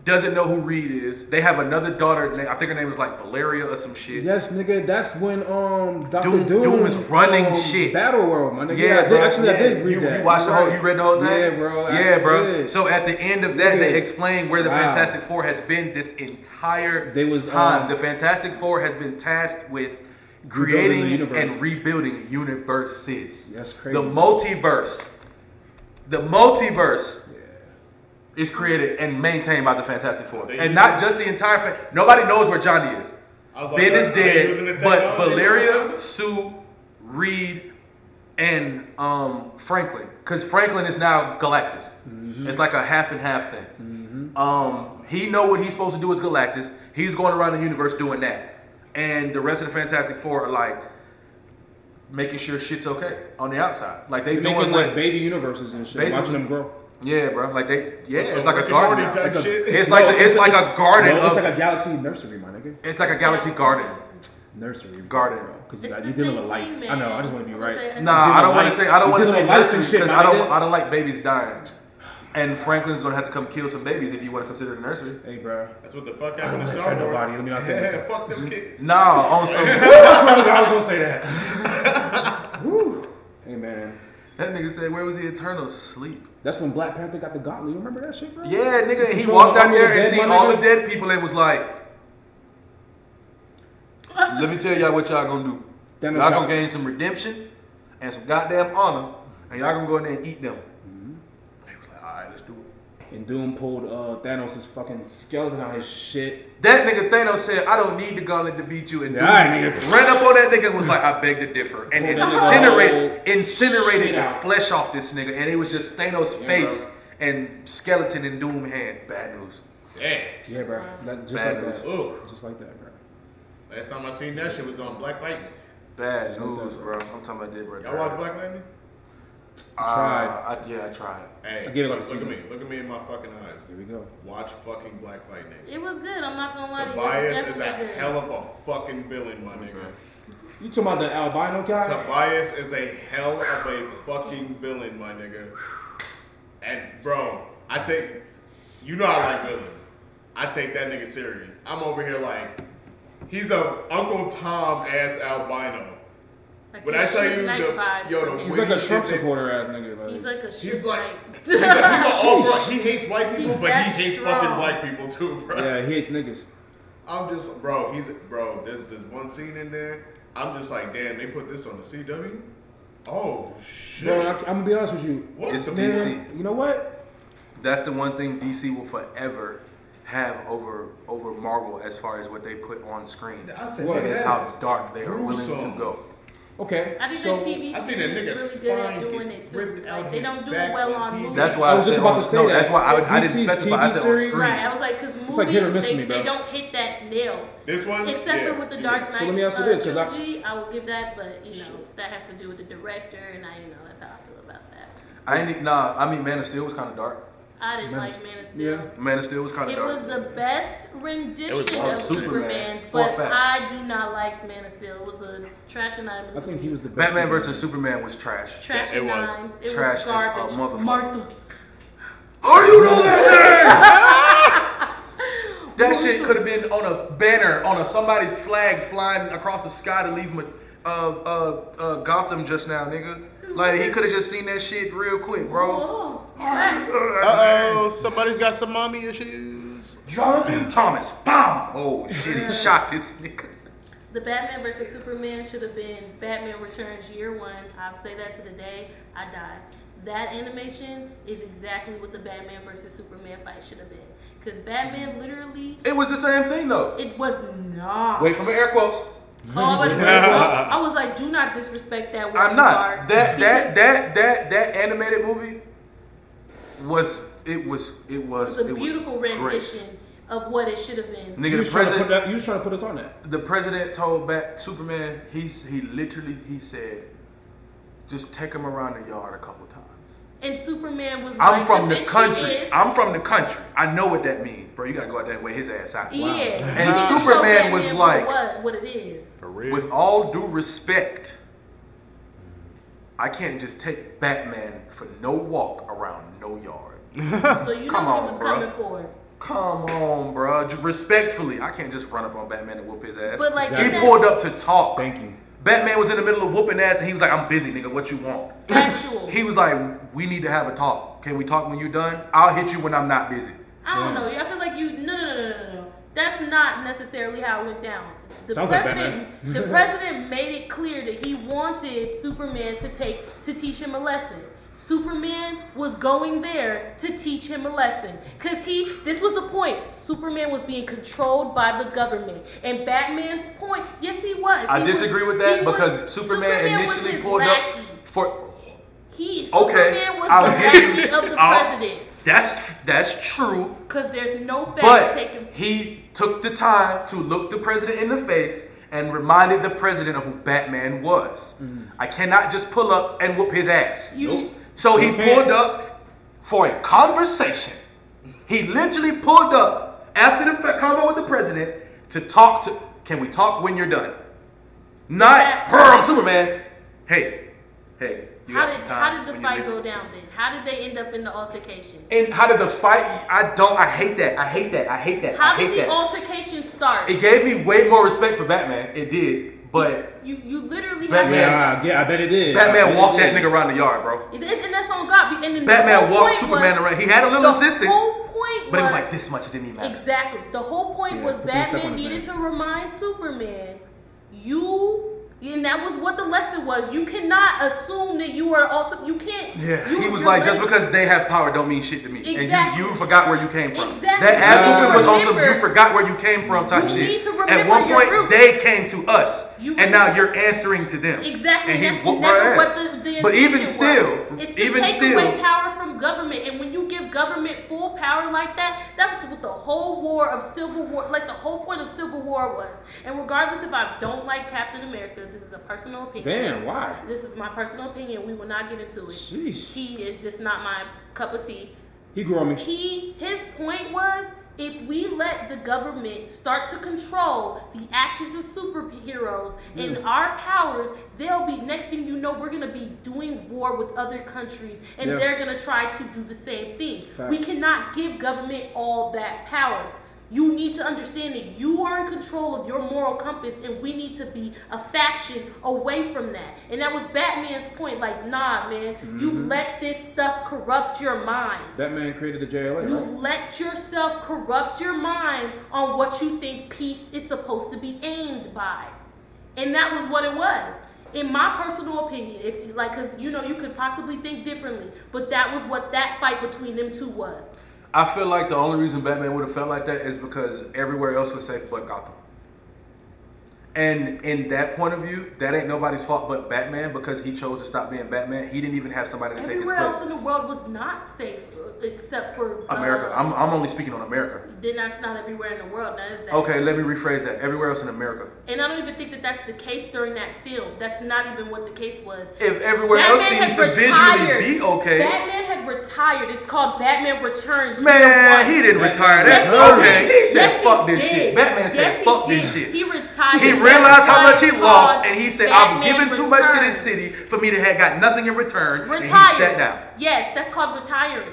[SPEAKER 5] doesn't know who Reed is. They have another daughter. na- I think her name is like Valeria or some shit.
[SPEAKER 1] Yes, nigga. That's when um Doctor
[SPEAKER 5] Doom-
[SPEAKER 1] Doom,
[SPEAKER 5] Doom is running
[SPEAKER 1] um,
[SPEAKER 5] shit.
[SPEAKER 1] Battle World, my nigga. I did,
[SPEAKER 5] bro.
[SPEAKER 1] Actually, I
[SPEAKER 5] Yeah.
[SPEAKER 1] did read
[SPEAKER 5] you,
[SPEAKER 1] that.
[SPEAKER 5] You watched the whole. You read the whole thing.
[SPEAKER 1] Yeah, bro. I
[SPEAKER 5] Yeah, bro.
[SPEAKER 1] did.
[SPEAKER 5] So at the end of that,
[SPEAKER 1] You
[SPEAKER 5] they
[SPEAKER 1] did.
[SPEAKER 5] explain where the
[SPEAKER 1] Wow.
[SPEAKER 5] Fantastic Four has been this entire
[SPEAKER 1] They was,
[SPEAKER 5] time.
[SPEAKER 1] um,
[SPEAKER 5] the Fantastic Four has been tasked with
[SPEAKER 1] Rebuilding the
[SPEAKER 5] creating
[SPEAKER 1] universe.
[SPEAKER 5] and rebuilding universes.
[SPEAKER 1] That's crazy.
[SPEAKER 5] The multiverse. The multiverse is created and maintained by the Fantastic Four,
[SPEAKER 2] They-
[SPEAKER 5] and not just the entire. Fa- Nobody knows where Johnny is.
[SPEAKER 2] I was like,
[SPEAKER 5] Ben is
[SPEAKER 2] are they using the
[SPEAKER 5] dead, but
[SPEAKER 2] technology?
[SPEAKER 5] Valeria, Sue, Reed, and um, Franklin, because Franklin is now Galactus.
[SPEAKER 1] Mm-hmm.
[SPEAKER 5] It's like a half and half thing. Um, he know what he's supposed to do as Galactus. He's going around the universe doing that, and the rest of the Fantastic Four are like making sure shit's okay on the outside. Like they
[SPEAKER 1] They're
[SPEAKER 5] doing
[SPEAKER 1] making
[SPEAKER 5] what?
[SPEAKER 1] like baby universes and shit,
[SPEAKER 5] Basically-
[SPEAKER 1] watching them grow.
[SPEAKER 5] yeah, bro. Like they yeah,
[SPEAKER 2] So
[SPEAKER 5] it's like
[SPEAKER 2] Rick
[SPEAKER 5] a
[SPEAKER 2] and
[SPEAKER 5] garden.
[SPEAKER 2] Morty
[SPEAKER 5] now.
[SPEAKER 2] type shit.
[SPEAKER 5] It's like the- it's like a garden
[SPEAKER 1] No, it's
[SPEAKER 5] of-
[SPEAKER 1] like a galaxy nursery, my nigga.
[SPEAKER 5] It's like a galaxy garden.
[SPEAKER 1] Nursery
[SPEAKER 5] Garden.
[SPEAKER 1] Because
[SPEAKER 3] It's
[SPEAKER 1] you're
[SPEAKER 3] the
[SPEAKER 1] dealing with
[SPEAKER 3] same
[SPEAKER 1] life.
[SPEAKER 3] thing,
[SPEAKER 1] I know. I just
[SPEAKER 3] man.
[SPEAKER 1] want to be
[SPEAKER 3] I'm
[SPEAKER 1] right.
[SPEAKER 3] saying-
[SPEAKER 5] Nah, I don't want to
[SPEAKER 1] Dealing
[SPEAKER 5] say I don't
[SPEAKER 1] with
[SPEAKER 5] want to say
[SPEAKER 1] life and
[SPEAKER 5] nursery
[SPEAKER 1] shit,
[SPEAKER 5] because
[SPEAKER 1] my
[SPEAKER 5] I don't
[SPEAKER 1] nigga.
[SPEAKER 5] I don't like babies dying. And Franklin's gonna have to come kill some babies if you want to consider it a nursery.
[SPEAKER 1] Hey, bro.
[SPEAKER 2] That's what the fuck happened to
[SPEAKER 1] don't
[SPEAKER 2] Star
[SPEAKER 1] offend
[SPEAKER 2] Wars.
[SPEAKER 1] nobody, let me not say
[SPEAKER 2] yeah,
[SPEAKER 1] nothing.
[SPEAKER 2] fuck them kids.
[SPEAKER 5] Nah, on some
[SPEAKER 1] That's what I was gonna say that. Woo. Hey, man.
[SPEAKER 5] That nigga said, "Where was the eternal sleep?"
[SPEAKER 1] That's when Black Panther got the gauntlet. You remember that shit, bro?
[SPEAKER 5] Yeah, nigga, and he
[SPEAKER 1] Control
[SPEAKER 5] walked out
[SPEAKER 1] all the
[SPEAKER 5] there and
[SPEAKER 1] dead,
[SPEAKER 5] seen
[SPEAKER 1] my
[SPEAKER 5] all the
[SPEAKER 1] nigga.
[SPEAKER 5] dead people and was like, "Let me tell y'all what y'all gonna do.
[SPEAKER 1] Then
[SPEAKER 5] y'all
[SPEAKER 1] it's
[SPEAKER 5] gonna
[SPEAKER 1] not-
[SPEAKER 5] gain some redemption and some goddamn honor, and y'all gonna go in there and eat them." And He was like, "All right, let's do it."
[SPEAKER 1] And Doom pulled uh, Thanos' fucking skeleton out his shit.
[SPEAKER 5] That nigga Thanos said, "I don't need the gauntlet to beat you," and
[SPEAKER 1] Yeah,
[SPEAKER 5] dude
[SPEAKER 1] all right, nigga.
[SPEAKER 5] ran up on that nigga and was like, "I beg to differ,"
[SPEAKER 1] Pulled
[SPEAKER 5] and
[SPEAKER 1] that nigga whole
[SPEAKER 5] incinerate, incinerated
[SPEAKER 1] shit
[SPEAKER 5] the
[SPEAKER 1] out.
[SPEAKER 5] flesh off this nigga, and it was just Thanos'
[SPEAKER 1] Yeah,
[SPEAKER 5] face
[SPEAKER 1] bro.
[SPEAKER 5] and skeleton and Doom hand. Bad news.
[SPEAKER 2] Damn.
[SPEAKER 1] Yeah, bro. That, just
[SPEAKER 5] Bad
[SPEAKER 1] like that.
[SPEAKER 2] news. Ooh.
[SPEAKER 1] Just like that, bro.
[SPEAKER 2] Last time I seen that shit was on Black Lightning.
[SPEAKER 5] Bad news, bro. I'm talking about that right
[SPEAKER 2] Y'all watch Black Lightning?
[SPEAKER 5] I
[SPEAKER 1] Tried.
[SPEAKER 5] I, yeah, I tried.
[SPEAKER 2] Hey,
[SPEAKER 1] I give it like
[SPEAKER 2] look,
[SPEAKER 1] a
[SPEAKER 2] look at
[SPEAKER 1] season.
[SPEAKER 2] me. Look at me in my fucking eyes.
[SPEAKER 1] Here we go.
[SPEAKER 2] Watch fucking Black Lightning.
[SPEAKER 3] It was good. I'm not gonna lie to you.
[SPEAKER 2] Tobias
[SPEAKER 3] It's
[SPEAKER 2] is a
[SPEAKER 3] definitely good.
[SPEAKER 2] hell of a fucking villain, my nigga.
[SPEAKER 1] You talking about the albino guy?
[SPEAKER 2] Tobias is a hell of a fucking villain, my nigga. And bro, I take you know I like villains. I take that nigga serious. I'm over here like he's a Uncle Tom ass albino.
[SPEAKER 3] Like
[SPEAKER 2] When
[SPEAKER 3] the
[SPEAKER 2] I tell
[SPEAKER 3] Suge
[SPEAKER 2] you
[SPEAKER 3] Knight
[SPEAKER 2] the-
[SPEAKER 3] vibes
[SPEAKER 2] yo, the
[SPEAKER 3] from him.
[SPEAKER 1] He's
[SPEAKER 2] when
[SPEAKER 1] like a
[SPEAKER 2] he
[SPEAKER 1] Trump
[SPEAKER 2] shit that-
[SPEAKER 1] supporter ass nigga. Like,
[SPEAKER 3] he's like a
[SPEAKER 2] He's
[SPEAKER 3] Suge
[SPEAKER 2] like
[SPEAKER 3] Knight.
[SPEAKER 2] he's a, he's a all bro. He hates white people,
[SPEAKER 3] He's
[SPEAKER 2] but he
[SPEAKER 3] that
[SPEAKER 2] hates
[SPEAKER 3] strong.
[SPEAKER 2] fucking black people too, bro.
[SPEAKER 1] yeah, he hates niggas.
[SPEAKER 2] I'm just bro, he's bro, there's this one scene in there. I'm just like, damn, they put this on the CW? Oh shit.
[SPEAKER 1] Bro, I, I'm gonna be honest with you.
[SPEAKER 2] what
[SPEAKER 5] It's
[SPEAKER 2] the
[SPEAKER 5] DC.
[SPEAKER 1] Man, you know what?
[SPEAKER 5] That's the one thing DC will forever have over over Marvel as far as what they put on screen.
[SPEAKER 2] I said,
[SPEAKER 1] What?
[SPEAKER 2] nigga,
[SPEAKER 5] It's
[SPEAKER 2] that
[SPEAKER 5] how
[SPEAKER 2] is
[SPEAKER 5] dark they are willing
[SPEAKER 2] gruesome.
[SPEAKER 5] to go.
[SPEAKER 1] Okay.
[SPEAKER 3] I think
[SPEAKER 1] so,
[SPEAKER 3] the TV
[SPEAKER 2] I seen that
[SPEAKER 3] series
[SPEAKER 2] nigga
[SPEAKER 3] is really good at
[SPEAKER 2] spine
[SPEAKER 3] doing
[SPEAKER 2] get
[SPEAKER 3] it too.
[SPEAKER 2] ripped out
[SPEAKER 3] Like, they
[SPEAKER 2] his
[SPEAKER 3] don't do
[SPEAKER 2] back
[SPEAKER 3] it well
[SPEAKER 2] on
[SPEAKER 3] on
[SPEAKER 2] TV.
[SPEAKER 3] movies.
[SPEAKER 5] That's why I,
[SPEAKER 1] I was
[SPEAKER 5] said
[SPEAKER 1] just about
[SPEAKER 5] on,
[SPEAKER 1] to say
[SPEAKER 5] no,
[SPEAKER 1] that.
[SPEAKER 5] that's why
[SPEAKER 1] Like,
[SPEAKER 5] I, I didn't
[SPEAKER 1] DC's
[SPEAKER 5] specify. I
[SPEAKER 1] TV
[SPEAKER 5] said
[SPEAKER 1] series-
[SPEAKER 5] on
[SPEAKER 3] Right,
[SPEAKER 5] screen.
[SPEAKER 3] I was like, because movies,
[SPEAKER 1] like hit or miss
[SPEAKER 3] they,
[SPEAKER 1] with me, bro.
[SPEAKER 3] they don't hit that nail.
[SPEAKER 2] This one?
[SPEAKER 3] Except
[SPEAKER 2] Yeah,
[SPEAKER 3] for with the
[SPEAKER 2] you
[SPEAKER 3] Dark
[SPEAKER 2] did.
[SPEAKER 3] Knight
[SPEAKER 1] So let me ask you
[SPEAKER 3] uh,
[SPEAKER 1] this, 'cause I-
[SPEAKER 3] trilogy, I, will give that, but you know that has to do with the director, and I, you know, that's how I feel about that.
[SPEAKER 5] I ain't nah. I mean, Man of Steel was kind of dark.
[SPEAKER 3] I didn't
[SPEAKER 1] Man of
[SPEAKER 3] like
[SPEAKER 1] S-
[SPEAKER 3] Man of Steel.
[SPEAKER 1] yeah.
[SPEAKER 5] Man of Steel was kind of
[SPEAKER 3] It was
[SPEAKER 5] dark.
[SPEAKER 3] the best rendition
[SPEAKER 2] It was
[SPEAKER 3] of
[SPEAKER 5] Superman.
[SPEAKER 3] Superman,
[SPEAKER 5] For a
[SPEAKER 3] but
[SPEAKER 5] fact.
[SPEAKER 3] I do not like Man of Steel. It was a trash and I.
[SPEAKER 1] I think he was the best.
[SPEAKER 5] Batman
[SPEAKER 1] Superman.
[SPEAKER 5] versus Superman was trash.
[SPEAKER 3] trash
[SPEAKER 2] Yeah, it
[SPEAKER 3] and
[SPEAKER 2] was.
[SPEAKER 3] nine. It
[SPEAKER 5] Trash
[SPEAKER 3] was
[SPEAKER 5] as
[SPEAKER 3] garbage.
[SPEAKER 5] a motherfucker.
[SPEAKER 3] Martha.
[SPEAKER 5] Are you That shit could have been on a banner, on a somebody's flag flying across the sky to leave uh, uh, uh, Gotham just now, nigga. Like he could have just seen that shit real quick, bro.
[SPEAKER 3] Oh, facts.
[SPEAKER 2] Uh oh, somebody's got some mommy issues.
[SPEAKER 5] Jonathan Thomas, bomb. Oh shit, he shot this nigga.
[SPEAKER 3] The Batman versus Superman should have been Batman Returns Year One. I'll say that to the day I die. That animation is exactly what the Batman versus Superman fight should have been. Because Batman literally,
[SPEAKER 5] It was the same thing though.
[SPEAKER 3] it was not.
[SPEAKER 5] Wait for my air quotes.
[SPEAKER 3] Oh, I was, about to say, well, I was like, do not disrespect that one.
[SPEAKER 5] I'm not. That that that that that animated movie was it was it
[SPEAKER 3] It
[SPEAKER 5] was
[SPEAKER 3] was a
[SPEAKER 5] it
[SPEAKER 3] beautiful
[SPEAKER 5] great.
[SPEAKER 3] rendition of what it should have been.
[SPEAKER 1] You
[SPEAKER 5] Nigga,
[SPEAKER 1] was,
[SPEAKER 5] the
[SPEAKER 1] trying to put
[SPEAKER 5] president
[SPEAKER 1] that, you was trying to put us on that.
[SPEAKER 5] the president told back Superman, he's he literally he said, just take him around the yard a couple times.
[SPEAKER 3] And Superman was
[SPEAKER 5] I'm
[SPEAKER 3] like,
[SPEAKER 5] from the
[SPEAKER 3] bitch
[SPEAKER 5] country.
[SPEAKER 3] Is,
[SPEAKER 5] I'm from the country. I know what that means, bro. You gotta go out there and wear his ass out.
[SPEAKER 3] yeah.
[SPEAKER 5] And
[SPEAKER 3] You show
[SPEAKER 5] Superman
[SPEAKER 3] Batman
[SPEAKER 5] was
[SPEAKER 3] for
[SPEAKER 5] like-
[SPEAKER 3] what, what it is.
[SPEAKER 2] For
[SPEAKER 5] With all due respect, I can't just take Batman for no walk around no yard.
[SPEAKER 3] So you know
[SPEAKER 5] Come
[SPEAKER 3] what
[SPEAKER 5] on,
[SPEAKER 3] he was
[SPEAKER 5] bro.
[SPEAKER 3] coming for.
[SPEAKER 5] Come on, bro. Respectfully, I can't just run up on Batman and whoop his ass.
[SPEAKER 3] But like
[SPEAKER 5] he
[SPEAKER 3] in that-
[SPEAKER 5] pulled up to talk.
[SPEAKER 1] Thank you.
[SPEAKER 5] Batman was in the middle of whooping ass, and he was like, "I'm busy, nigga. What you want?"
[SPEAKER 3] Factual.
[SPEAKER 5] He was like, "We need to have a talk. Can we talk when you're done? I'll hit you when I'm not busy."
[SPEAKER 3] I don't know. I feel like you. No, no, no, no, no, no. That's not necessarily how it went down. The
[SPEAKER 1] Sounds like
[SPEAKER 3] president, the president made it clear that he wanted Superman to take to teach him a lesson. Superman was going there to teach him a lesson because he. This was the point. Superman was being controlled by the government, and Batman's point. Yes, he was.
[SPEAKER 5] I
[SPEAKER 3] He was-
[SPEAKER 5] disagree with
[SPEAKER 3] he
[SPEAKER 5] that
[SPEAKER 3] was-
[SPEAKER 5] because Superman,
[SPEAKER 3] was
[SPEAKER 5] initially
[SPEAKER 3] his
[SPEAKER 5] pulled
[SPEAKER 3] lackey.
[SPEAKER 5] up for.
[SPEAKER 3] He
[SPEAKER 5] Okay,
[SPEAKER 3] Superman was
[SPEAKER 5] I'll
[SPEAKER 3] the
[SPEAKER 5] give you-
[SPEAKER 3] lackey of the
[SPEAKER 5] I'll-
[SPEAKER 3] president
[SPEAKER 5] That's that's true,
[SPEAKER 3] because there's no facts taken.
[SPEAKER 5] but he took the time to look the president in the face and reminded the president of who Batman was.
[SPEAKER 1] Mm-hmm.
[SPEAKER 5] I cannot just pull up and whoop his ass.
[SPEAKER 3] You- Nope.
[SPEAKER 5] So he
[SPEAKER 1] You can't.
[SPEAKER 5] pulled up for a conversation. He literally pulled up after the f- convo with the president to talk to. Can we talk when you're done? Not
[SPEAKER 3] That-
[SPEAKER 5] her. I'm Superman. Hey, hey. You
[SPEAKER 3] How
[SPEAKER 5] got
[SPEAKER 3] did,
[SPEAKER 5] some time
[SPEAKER 3] how did the
[SPEAKER 5] when you
[SPEAKER 3] fight
[SPEAKER 5] busy?
[SPEAKER 3] go down then? How did they end up in the altercation?
[SPEAKER 5] And how did the fight? I don't. I hate that. I hate that. I hate that.
[SPEAKER 3] How
[SPEAKER 5] I hate
[SPEAKER 3] did the
[SPEAKER 5] that.
[SPEAKER 3] altercation start?
[SPEAKER 5] It gave me way more respect for Batman. It did, But
[SPEAKER 3] you you literally
[SPEAKER 5] Batman-
[SPEAKER 1] Yeah,
[SPEAKER 3] have.
[SPEAKER 1] I- yeah, I bet it did. I bet
[SPEAKER 5] Batman
[SPEAKER 1] it
[SPEAKER 5] walked that
[SPEAKER 1] did.
[SPEAKER 5] nigga around the yard, bro.
[SPEAKER 3] And, and that's on God. And then the
[SPEAKER 5] Batman
[SPEAKER 3] whole
[SPEAKER 5] walked
[SPEAKER 3] point
[SPEAKER 5] Superman
[SPEAKER 3] was-
[SPEAKER 5] around. He had a
[SPEAKER 3] the
[SPEAKER 5] little assistance,
[SPEAKER 3] whole point
[SPEAKER 5] but it
[SPEAKER 3] was
[SPEAKER 5] was like this much. It didn't even matter.
[SPEAKER 3] Exactly. The whole point
[SPEAKER 1] Yeah,
[SPEAKER 3] was
[SPEAKER 1] put some respect on
[SPEAKER 3] Batman
[SPEAKER 1] his
[SPEAKER 3] needed to
[SPEAKER 1] name.
[SPEAKER 3] remind Superman, you, and that was what the lesson was. You cannot assume that you are ultimate. You can't.
[SPEAKER 5] Yeah,
[SPEAKER 3] you-
[SPEAKER 5] he was
[SPEAKER 3] you're
[SPEAKER 5] like, just
[SPEAKER 3] ready-
[SPEAKER 5] because they have power don't mean shit to me. And
[SPEAKER 3] Exactly.
[SPEAKER 5] you, you forgot where you came from.
[SPEAKER 3] Exactly.
[SPEAKER 5] That ass
[SPEAKER 1] You
[SPEAKER 5] whooping was on some
[SPEAKER 3] remember-
[SPEAKER 5] you forgot where you came from type
[SPEAKER 3] You
[SPEAKER 5] shit.
[SPEAKER 3] need to
[SPEAKER 5] At
[SPEAKER 3] remember
[SPEAKER 5] one
[SPEAKER 3] your
[SPEAKER 5] point,
[SPEAKER 3] roots.
[SPEAKER 5] they came to us,
[SPEAKER 3] You
[SPEAKER 5] and
[SPEAKER 3] need-
[SPEAKER 5] now you're answering to them.
[SPEAKER 3] Exactly. And
[SPEAKER 5] And he
[SPEAKER 3] that's
[SPEAKER 5] whooped
[SPEAKER 3] never
[SPEAKER 5] my
[SPEAKER 3] what
[SPEAKER 5] ass.
[SPEAKER 3] the, the
[SPEAKER 5] But even
[SPEAKER 3] intention
[SPEAKER 5] still,
[SPEAKER 3] was. it's to
[SPEAKER 5] even
[SPEAKER 3] take
[SPEAKER 5] still-
[SPEAKER 3] away power from government. And when you give government full power like that, that was what the whole war of Civil War, like the whole point of Civil War was. And regardless if I don't like Captain America, this is a personal opinion.
[SPEAKER 1] Damn, why?
[SPEAKER 3] This is my personal opinion. We will not get into it.
[SPEAKER 1] Sheesh.
[SPEAKER 3] He is just not my cup of tea.
[SPEAKER 1] He grew on me.
[SPEAKER 3] He his point was if we let the government start to control the actions of superheroes and our powers, they'll be next thing you know we're gonna be doing war with other countries and
[SPEAKER 1] Yeah.
[SPEAKER 3] they're gonna try to do the same thing.
[SPEAKER 1] Fact.
[SPEAKER 3] We cannot give government all that power. You need to understand that you are in control of your moral compass, and we need to be a faction away from that. And that was Batman's point. Like, nah, man, you
[SPEAKER 1] Mm-hmm.
[SPEAKER 3] let this stuff corrupt your mind.
[SPEAKER 1] Batman created the JLA.
[SPEAKER 3] You
[SPEAKER 1] right?
[SPEAKER 3] let yourself corrupt your mind on what you think peace is supposed to be aimed by. And that was what it was. In my personal opinion, if like cuz you know you could possibly think differently, but that was what that fight between them two was.
[SPEAKER 5] I feel like the only reason Batman would have felt like that is because everywhere else was safe but Gotham. And in that point of view, that ain't nobody's fault but Batman because he chose to stop being Batman. He didn't even have somebody to take his
[SPEAKER 3] Everywhere else
[SPEAKER 5] place.
[SPEAKER 3] in the world was not safe uh, except for uh,
[SPEAKER 5] America. I'm, I'm only speaking on America.
[SPEAKER 3] then that's not everywhere in the world. That is that.
[SPEAKER 5] Okay, let me rephrase that. Everywhere else in America.
[SPEAKER 3] And I don't even think that that's the case during that film. That's not even what the case was.
[SPEAKER 5] If everywhere else seems
[SPEAKER 3] had
[SPEAKER 5] to visually be okay,
[SPEAKER 3] Batman had retired. It's called Batman Returns. Year
[SPEAKER 5] man,
[SPEAKER 3] one.
[SPEAKER 5] he didn't
[SPEAKER 1] Batman-
[SPEAKER 5] retire. That's
[SPEAKER 1] Yes, he
[SPEAKER 5] okay.
[SPEAKER 3] did.
[SPEAKER 5] He said,
[SPEAKER 3] Yes,
[SPEAKER 5] "Fuck this
[SPEAKER 3] did.
[SPEAKER 5] shit." Batman
[SPEAKER 3] Yes,
[SPEAKER 5] said,
[SPEAKER 3] he
[SPEAKER 5] "Fuck this
[SPEAKER 3] did.
[SPEAKER 5] shit."
[SPEAKER 3] He retired.
[SPEAKER 5] He
[SPEAKER 3] That
[SPEAKER 5] realized how much he
[SPEAKER 3] retired
[SPEAKER 5] lost,
[SPEAKER 3] called
[SPEAKER 5] and he said, "I've
[SPEAKER 3] Batman
[SPEAKER 5] given too much to
[SPEAKER 3] Returns."
[SPEAKER 5] this city for me to have got nothing in return." And he
[SPEAKER 3] Retired.
[SPEAKER 5] sat down.
[SPEAKER 3] Yes, that's called retiring.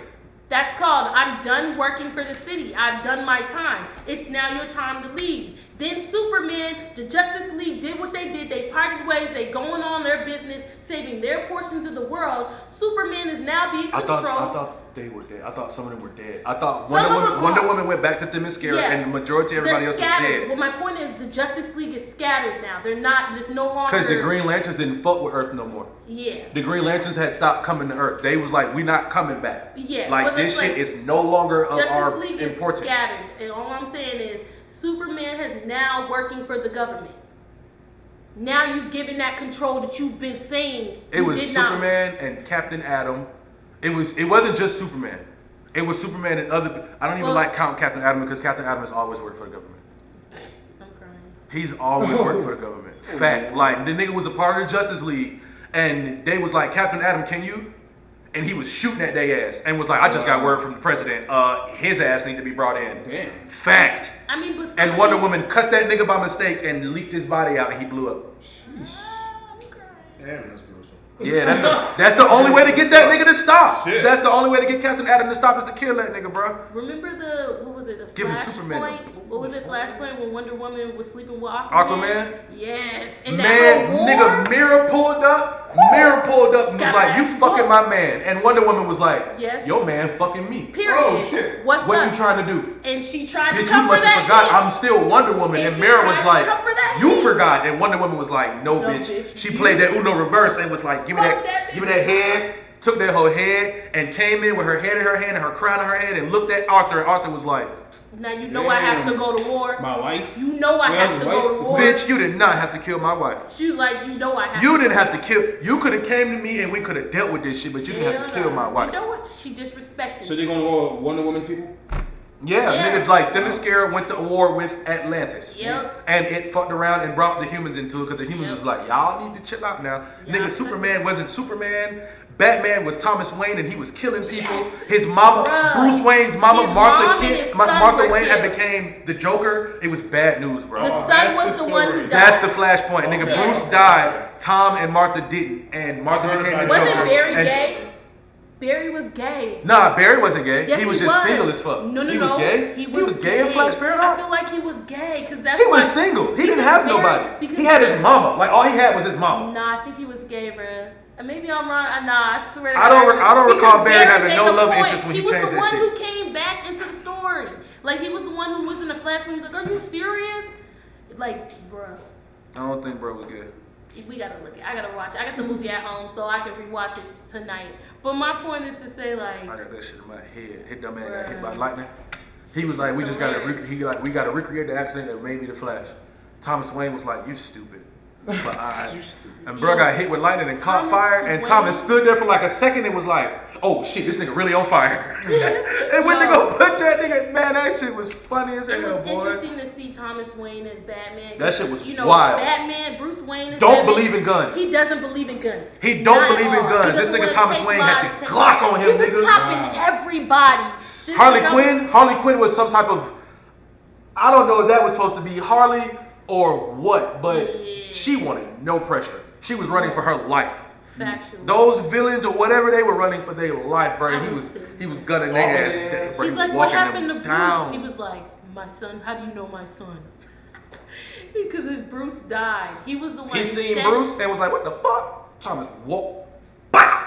[SPEAKER 3] That's called I'm done working for the city. I've done my time. It's now your time to leave. Then Superman, the Justice League did what they did. They parted ways. They going on their business, saving their portions of the world. Superman is now being
[SPEAKER 5] I
[SPEAKER 3] controlled.
[SPEAKER 5] thought, I thought they were dead. I thought some of them were dead. I thought
[SPEAKER 3] Some
[SPEAKER 5] Wonder
[SPEAKER 3] of
[SPEAKER 5] Woman,
[SPEAKER 3] them
[SPEAKER 5] Wonder
[SPEAKER 3] are.
[SPEAKER 5] Woman went back to Themyscira,
[SPEAKER 3] Yeah.
[SPEAKER 5] and the majority of everybody
[SPEAKER 3] They're
[SPEAKER 5] else is
[SPEAKER 3] scattered.
[SPEAKER 5] dead
[SPEAKER 3] Well, my point is the Justice League is scattered now. They're not. There's no longer.
[SPEAKER 5] because the Green Lanterns didn't fuck with Earth no more.
[SPEAKER 3] Yeah.
[SPEAKER 5] The Green Lanterns had stopped coming to Earth. They was like, "We not coming back."
[SPEAKER 3] Yeah,
[SPEAKER 5] like
[SPEAKER 3] well,
[SPEAKER 5] this
[SPEAKER 3] it's
[SPEAKER 5] shit
[SPEAKER 3] like-
[SPEAKER 5] is no longer of
[SPEAKER 3] Justice
[SPEAKER 5] our
[SPEAKER 3] League is
[SPEAKER 5] importance.
[SPEAKER 3] scattered, and all I'm saying is Superman has now working for the government. Now you've given that control that you've been saying
[SPEAKER 5] It
[SPEAKER 3] you
[SPEAKER 5] was
[SPEAKER 3] did not.
[SPEAKER 5] Superman and Captain Atom. It was. It wasn't just Superman. It was Superman and other. I don't even
[SPEAKER 3] Well-
[SPEAKER 5] like count Captain Atom because Captain Atom has always worked for the government.
[SPEAKER 3] I'm crying.
[SPEAKER 5] He's always worked for the government. Fact. Like the nigga was a part of the Justice League, and they was like, Captain Atom, can you? And he was shooting at their ass, and was like, I just got word from the president. Uh, his ass need to be brought in.
[SPEAKER 1] Damn.
[SPEAKER 5] Fact.
[SPEAKER 3] I mean, but some
[SPEAKER 5] And
[SPEAKER 3] of
[SPEAKER 5] Wonder
[SPEAKER 3] these-
[SPEAKER 5] Woman cut that nigga by mistake and leaked his body out, and he blew up.
[SPEAKER 2] Damn, that's gruesome.
[SPEAKER 5] Yeah, that's the, that's the only way to get that nigga to stop.
[SPEAKER 2] Shit.
[SPEAKER 5] That's the only way to get Captain Adam to stop is to kill that nigga, bro.
[SPEAKER 3] Remember the what was it? The
[SPEAKER 5] Give him Superman.
[SPEAKER 3] Flashpoint. What was it? Flashpoint when Wonder Woman was sleeping with Aquaman.
[SPEAKER 5] Aquaman?
[SPEAKER 3] Yes. And that
[SPEAKER 5] Man,
[SPEAKER 3] whole war,
[SPEAKER 5] nigga, Mira pulled up. Mira pulled up and was
[SPEAKER 3] Got
[SPEAKER 5] like,
[SPEAKER 3] her
[SPEAKER 5] "You fucking my man," and Wonder Woman was like,
[SPEAKER 3] Yes.
[SPEAKER 5] "Yo, man, fucking me.
[SPEAKER 3] Period.
[SPEAKER 4] Oh, shit.
[SPEAKER 3] What's
[SPEAKER 5] What
[SPEAKER 3] up?
[SPEAKER 5] you trying to do?"
[SPEAKER 3] And she tried to
[SPEAKER 5] Bitch, you
[SPEAKER 3] come for
[SPEAKER 5] must
[SPEAKER 3] that.
[SPEAKER 5] have forgot.
[SPEAKER 3] heat.
[SPEAKER 5] I'm still Wonder Woman,
[SPEAKER 3] And
[SPEAKER 5] and
[SPEAKER 3] she
[SPEAKER 5] Mira
[SPEAKER 3] tried
[SPEAKER 5] was
[SPEAKER 3] to
[SPEAKER 5] like,
[SPEAKER 3] come for that
[SPEAKER 5] "You
[SPEAKER 3] heat.
[SPEAKER 5] forgot," and Wonder Woman was like, "No,
[SPEAKER 3] No,
[SPEAKER 5] bitch."
[SPEAKER 3] bitch,
[SPEAKER 5] She
[SPEAKER 3] you-
[SPEAKER 5] played that Uno reverse and was like, "Give me
[SPEAKER 3] Fuck
[SPEAKER 5] that,
[SPEAKER 3] that
[SPEAKER 5] give me
[SPEAKER 3] bitch."
[SPEAKER 5] that head." Took that whole head and came in with her head in her hand and her crown in her hand and looked at Arthur, and Arthur was like.
[SPEAKER 3] Now you know I have to
[SPEAKER 1] Damn.
[SPEAKER 3] go to war.
[SPEAKER 1] My wife.
[SPEAKER 3] You know I
[SPEAKER 1] Well,
[SPEAKER 3] have to go to
[SPEAKER 1] wife-
[SPEAKER 3] war.
[SPEAKER 5] Bitch, you did not have to kill my wife.
[SPEAKER 3] She like you know I have.
[SPEAKER 5] You
[SPEAKER 3] to
[SPEAKER 5] didn't have to kill. You could have came to me and we could have dealt with this shit, but you didn't have to
[SPEAKER 3] Hell
[SPEAKER 5] kill
[SPEAKER 3] no.
[SPEAKER 5] my wife.
[SPEAKER 3] You know what? She disrespected.
[SPEAKER 1] So
[SPEAKER 3] me.
[SPEAKER 1] they're gonna go with Wonder Woman people?
[SPEAKER 5] Yeah,
[SPEAKER 3] Yeah.
[SPEAKER 5] niggas like Themyscira went to war with Atlantis.
[SPEAKER 3] Yep.
[SPEAKER 5] And it fucked around and brought the humans into it because the humans
[SPEAKER 3] Yep.
[SPEAKER 5] was like, y'all need to chill out now.
[SPEAKER 3] Yeah.
[SPEAKER 5] Nigga, Superman wasn't Superman. Batman was Thomas Wayne and he was killing people.
[SPEAKER 3] Yes.
[SPEAKER 5] His mama,
[SPEAKER 3] Bruh.
[SPEAKER 5] Bruce Wayne's mama,
[SPEAKER 3] His mom
[SPEAKER 5] Martha,
[SPEAKER 3] and
[SPEAKER 5] Kent,
[SPEAKER 3] his
[SPEAKER 5] Ma-
[SPEAKER 3] son
[SPEAKER 5] Martha
[SPEAKER 3] were
[SPEAKER 5] Wayne had
[SPEAKER 3] killed.
[SPEAKER 5] became the Joker. It was bad news, bro.
[SPEAKER 3] the
[SPEAKER 2] Oh,
[SPEAKER 3] son
[SPEAKER 2] that's
[SPEAKER 3] was
[SPEAKER 2] the
[SPEAKER 3] the, one who
[SPEAKER 2] story.
[SPEAKER 3] died.
[SPEAKER 5] That's the flashpoint, nigga.
[SPEAKER 3] Yeah.
[SPEAKER 5] Bruce died. Tom and Martha didn't, and Martha
[SPEAKER 2] I heard
[SPEAKER 5] became the
[SPEAKER 2] about
[SPEAKER 5] Joker.
[SPEAKER 2] that.
[SPEAKER 3] Wasn't Barry
[SPEAKER 5] and-
[SPEAKER 3] gay? Barry was gay.
[SPEAKER 5] Nah, Barry wasn't gay.
[SPEAKER 3] Yes,
[SPEAKER 5] he was just single as fuck.
[SPEAKER 3] No, no,
[SPEAKER 5] he
[SPEAKER 3] no.
[SPEAKER 5] was gay.
[SPEAKER 3] He was,
[SPEAKER 5] gay in Flash
[SPEAKER 3] I feel
[SPEAKER 5] Paradox.
[SPEAKER 3] like he was gay because that's
[SPEAKER 5] He was
[SPEAKER 3] why-
[SPEAKER 5] single. He didn't
[SPEAKER 3] because
[SPEAKER 5] have
[SPEAKER 3] Barry-
[SPEAKER 5] nobody.
[SPEAKER 3] because
[SPEAKER 5] He had his
[SPEAKER 3] Barry-
[SPEAKER 5] mama. Like all he had was his mama.
[SPEAKER 3] Nah, I think he was gay, bro. Maybe I'm wrong. Uh, Nah, I swear. To
[SPEAKER 5] I don't
[SPEAKER 3] God.
[SPEAKER 5] re- I don't
[SPEAKER 3] Because
[SPEAKER 5] recall Barry having
[SPEAKER 3] made
[SPEAKER 5] no
[SPEAKER 3] the
[SPEAKER 5] love
[SPEAKER 3] point.
[SPEAKER 5] interest when he changed
[SPEAKER 3] was the
[SPEAKER 5] that
[SPEAKER 3] one
[SPEAKER 5] shit.
[SPEAKER 3] who came back into the story. Like he was the one who was in the flash when he's like, "Are you serious?" Like, bro,
[SPEAKER 5] I don't think bro was gay.
[SPEAKER 3] we gotta look. It. I gotta watch. It. I got the movie at home, so I can rewatch it tonight. But my point is to say, like,
[SPEAKER 5] I got that shit in my head. His dumb man got hit
[SPEAKER 3] Bruh.
[SPEAKER 5] by lightning. He was like, we just gotta rec- he like we gotta recreate the accident that made me the Flash. Thomas Wayne was like, you stupid. But I, and bro got hit with lightning and caught
[SPEAKER 3] Thomas
[SPEAKER 5] fire, and
[SPEAKER 3] Wayne.
[SPEAKER 5] Thomas stood there for like a second and was like, "Oh shit, this nigga really on fire." and when they
[SPEAKER 3] No.
[SPEAKER 5] go put that nigga, man, that shit was funny as
[SPEAKER 3] It
[SPEAKER 5] hell,
[SPEAKER 3] was
[SPEAKER 5] boy.
[SPEAKER 3] interesting to see Thomas Wayne as Batman.
[SPEAKER 5] That shit was
[SPEAKER 3] you know,
[SPEAKER 5] wild.
[SPEAKER 3] Batman, Bruce Wayne. Is
[SPEAKER 5] Don't
[SPEAKER 3] Batman.
[SPEAKER 5] believe in guns.
[SPEAKER 3] He doesn't believe in guns.
[SPEAKER 5] He don't
[SPEAKER 3] Not at
[SPEAKER 5] believe in
[SPEAKER 3] all.
[SPEAKER 5] guns.
[SPEAKER 3] He
[SPEAKER 5] This
[SPEAKER 3] doesn't
[SPEAKER 5] nigga
[SPEAKER 3] wanna
[SPEAKER 5] Thomas
[SPEAKER 3] take
[SPEAKER 5] Wayne had
[SPEAKER 3] lives,
[SPEAKER 5] the
[SPEAKER 3] take-
[SPEAKER 5] Glock on him,
[SPEAKER 3] He was
[SPEAKER 5] nigga.
[SPEAKER 3] popping everybody. This
[SPEAKER 5] Harley
[SPEAKER 3] nigga-
[SPEAKER 5] Quinn, Harley Quinn was some type of, I don't know if that was supposed to be Harley or what, but
[SPEAKER 3] Yeah.
[SPEAKER 5] she wanted no pressure. She was running for her life.
[SPEAKER 3] Factual.
[SPEAKER 5] Those villains or whatever they were running for their life, bro. He
[SPEAKER 3] I'm
[SPEAKER 5] was
[SPEAKER 3] serious.
[SPEAKER 5] he was gunning
[SPEAKER 2] Walking
[SPEAKER 5] their
[SPEAKER 2] their
[SPEAKER 5] ass. down,
[SPEAKER 2] ass.
[SPEAKER 5] bro.
[SPEAKER 3] He's
[SPEAKER 5] He
[SPEAKER 3] like,
[SPEAKER 5] was
[SPEAKER 3] what
[SPEAKER 5] walking
[SPEAKER 3] happened to
[SPEAKER 5] them
[SPEAKER 3] Bruce? He was like, my son. How do you know my son? because his Bruce died. He was the one.
[SPEAKER 5] He
[SPEAKER 3] who
[SPEAKER 5] seen
[SPEAKER 3] stepped-
[SPEAKER 5] Bruce and was like, what the fuck? Thomas walk. Bah!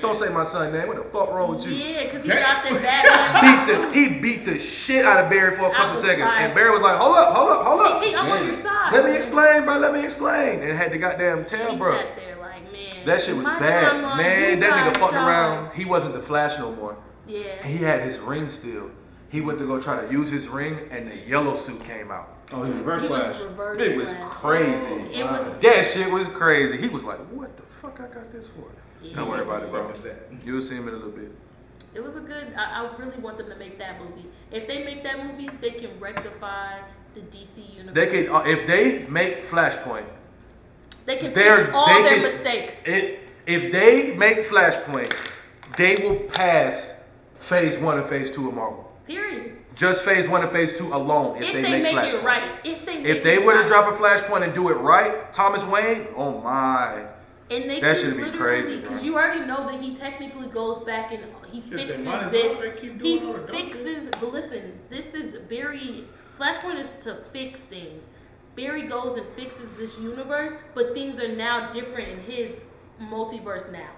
[SPEAKER 5] Don't say my son name. What the fuck wrong with you?
[SPEAKER 3] Yeah, because he
[SPEAKER 4] Damn.
[SPEAKER 3] got that Batman.
[SPEAKER 5] Beat the, E he beat the shit out of Barry for a
[SPEAKER 3] I
[SPEAKER 5] couple
[SPEAKER 3] was
[SPEAKER 5] seconds.
[SPEAKER 3] like-
[SPEAKER 5] and Barry was like, hold up, hold up, hold up.
[SPEAKER 3] Hey, hey, I'm on your side.
[SPEAKER 5] Let me explain, bro. Let me explain. And had the goddamn tail,
[SPEAKER 3] He
[SPEAKER 5] bro.
[SPEAKER 3] sat there like, man.
[SPEAKER 5] That shit was
[SPEAKER 3] my
[SPEAKER 5] bad,
[SPEAKER 3] timeline,
[SPEAKER 5] man.
[SPEAKER 3] you
[SPEAKER 5] That nigga
[SPEAKER 3] guys
[SPEAKER 5] fucking
[SPEAKER 3] died.
[SPEAKER 5] around. He wasn't the Flash no more.
[SPEAKER 3] Yeah.
[SPEAKER 5] He had his ring still. He went to go try to use his ring, and the yellow suit came out.
[SPEAKER 1] Oh, he's reverse
[SPEAKER 3] He
[SPEAKER 1] flash.
[SPEAKER 3] was reverse
[SPEAKER 5] It was
[SPEAKER 3] flash.
[SPEAKER 5] crazy.
[SPEAKER 3] It was-
[SPEAKER 5] that shit was crazy. He was like, "What the fuck? I got this for?"
[SPEAKER 3] Yeah.
[SPEAKER 5] Don't worry about it, bro.
[SPEAKER 4] Like I said.
[SPEAKER 5] You'll see him in a little bit.
[SPEAKER 3] It was a good. I, I really want them to make that movie. If they make that movie, they can rectify the DC universe.
[SPEAKER 5] They could, uh, if they make Flashpoint,
[SPEAKER 3] They can
[SPEAKER 5] they're-
[SPEAKER 3] fix all
[SPEAKER 5] they
[SPEAKER 3] their
[SPEAKER 5] could-
[SPEAKER 3] mistakes.
[SPEAKER 5] It, if they make Flashpoint, they will pass Phase One and Phase Two of Marvel.
[SPEAKER 3] Period.
[SPEAKER 5] Just Phase One and Phase Two alone. If,
[SPEAKER 3] If, they, make, it
[SPEAKER 5] Flashpoint.
[SPEAKER 3] right. If they. Make
[SPEAKER 5] If they
[SPEAKER 3] it
[SPEAKER 5] were to
[SPEAKER 3] right.
[SPEAKER 5] drop a Flashpoint and do it right, Thomas Wayne, oh my.
[SPEAKER 3] And they
[SPEAKER 5] That
[SPEAKER 3] could
[SPEAKER 5] should be
[SPEAKER 3] literally-
[SPEAKER 5] crazy, bro.
[SPEAKER 3] Cause you already know that he technically goes back and he
[SPEAKER 4] they
[SPEAKER 3] fixes
[SPEAKER 4] might as well. They
[SPEAKER 3] this.
[SPEAKER 4] keep
[SPEAKER 3] He
[SPEAKER 4] doing all the dumb shit.
[SPEAKER 3] fixes. But listen, this is Barry. Flashpoint is to fix things. Barry goes and fixes this universe, but things are now different in his multiverse now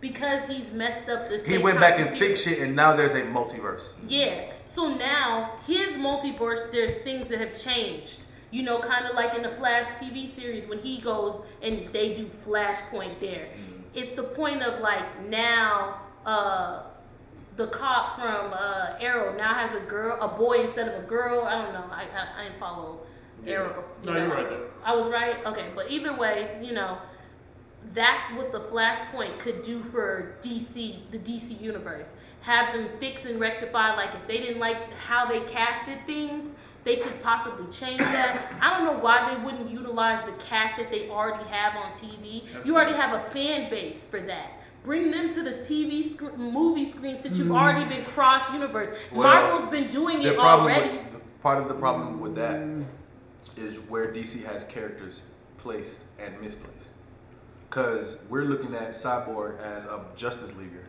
[SPEAKER 3] because he's messed up this.
[SPEAKER 5] He went back and fixed shit, and now there's a multiverse.
[SPEAKER 3] Yeah. So now his multiverse, there's things that have changed. You know, kind of like in the Flash TV series when he goes and they do Flashpoint there.
[SPEAKER 4] Mm-hmm.
[SPEAKER 3] It's the point of like now, uh, the cop from uh, Arrow now has a girl, a boy instead of a girl. I don't know. I I, I didn't follow Arrow.
[SPEAKER 4] No,
[SPEAKER 3] you know.
[SPEAKER 4] you're right though.
[SPEAKER 3] I was right. Okay, but either way, you know, that's what the Flashpoint could do for DC, the DC universe. Have them fix and rectify. Like if they didn't like how they casted things, they could possibly change that. I don't know why they wouldn't utilize the cast that they already have on TV.
[SPEAKER 4] That's
[SPEAKER 3] you already have a fan base for that. Bring them to the TV sc- movie screens that you've already been cross universe.
[SPEAKER 5] Well,
[SPEAKER 3] Marvel's been doing
[SPEAKER 5] The
[SPEAKER 3] it
[SPEAKER 5] problem
[SPEAKER 3] already.
[SPEAKER 5] with, part of the problem with that is where DC has characters placed and misplaced. Because we're looking at Cyborg as a Justice Leaguer.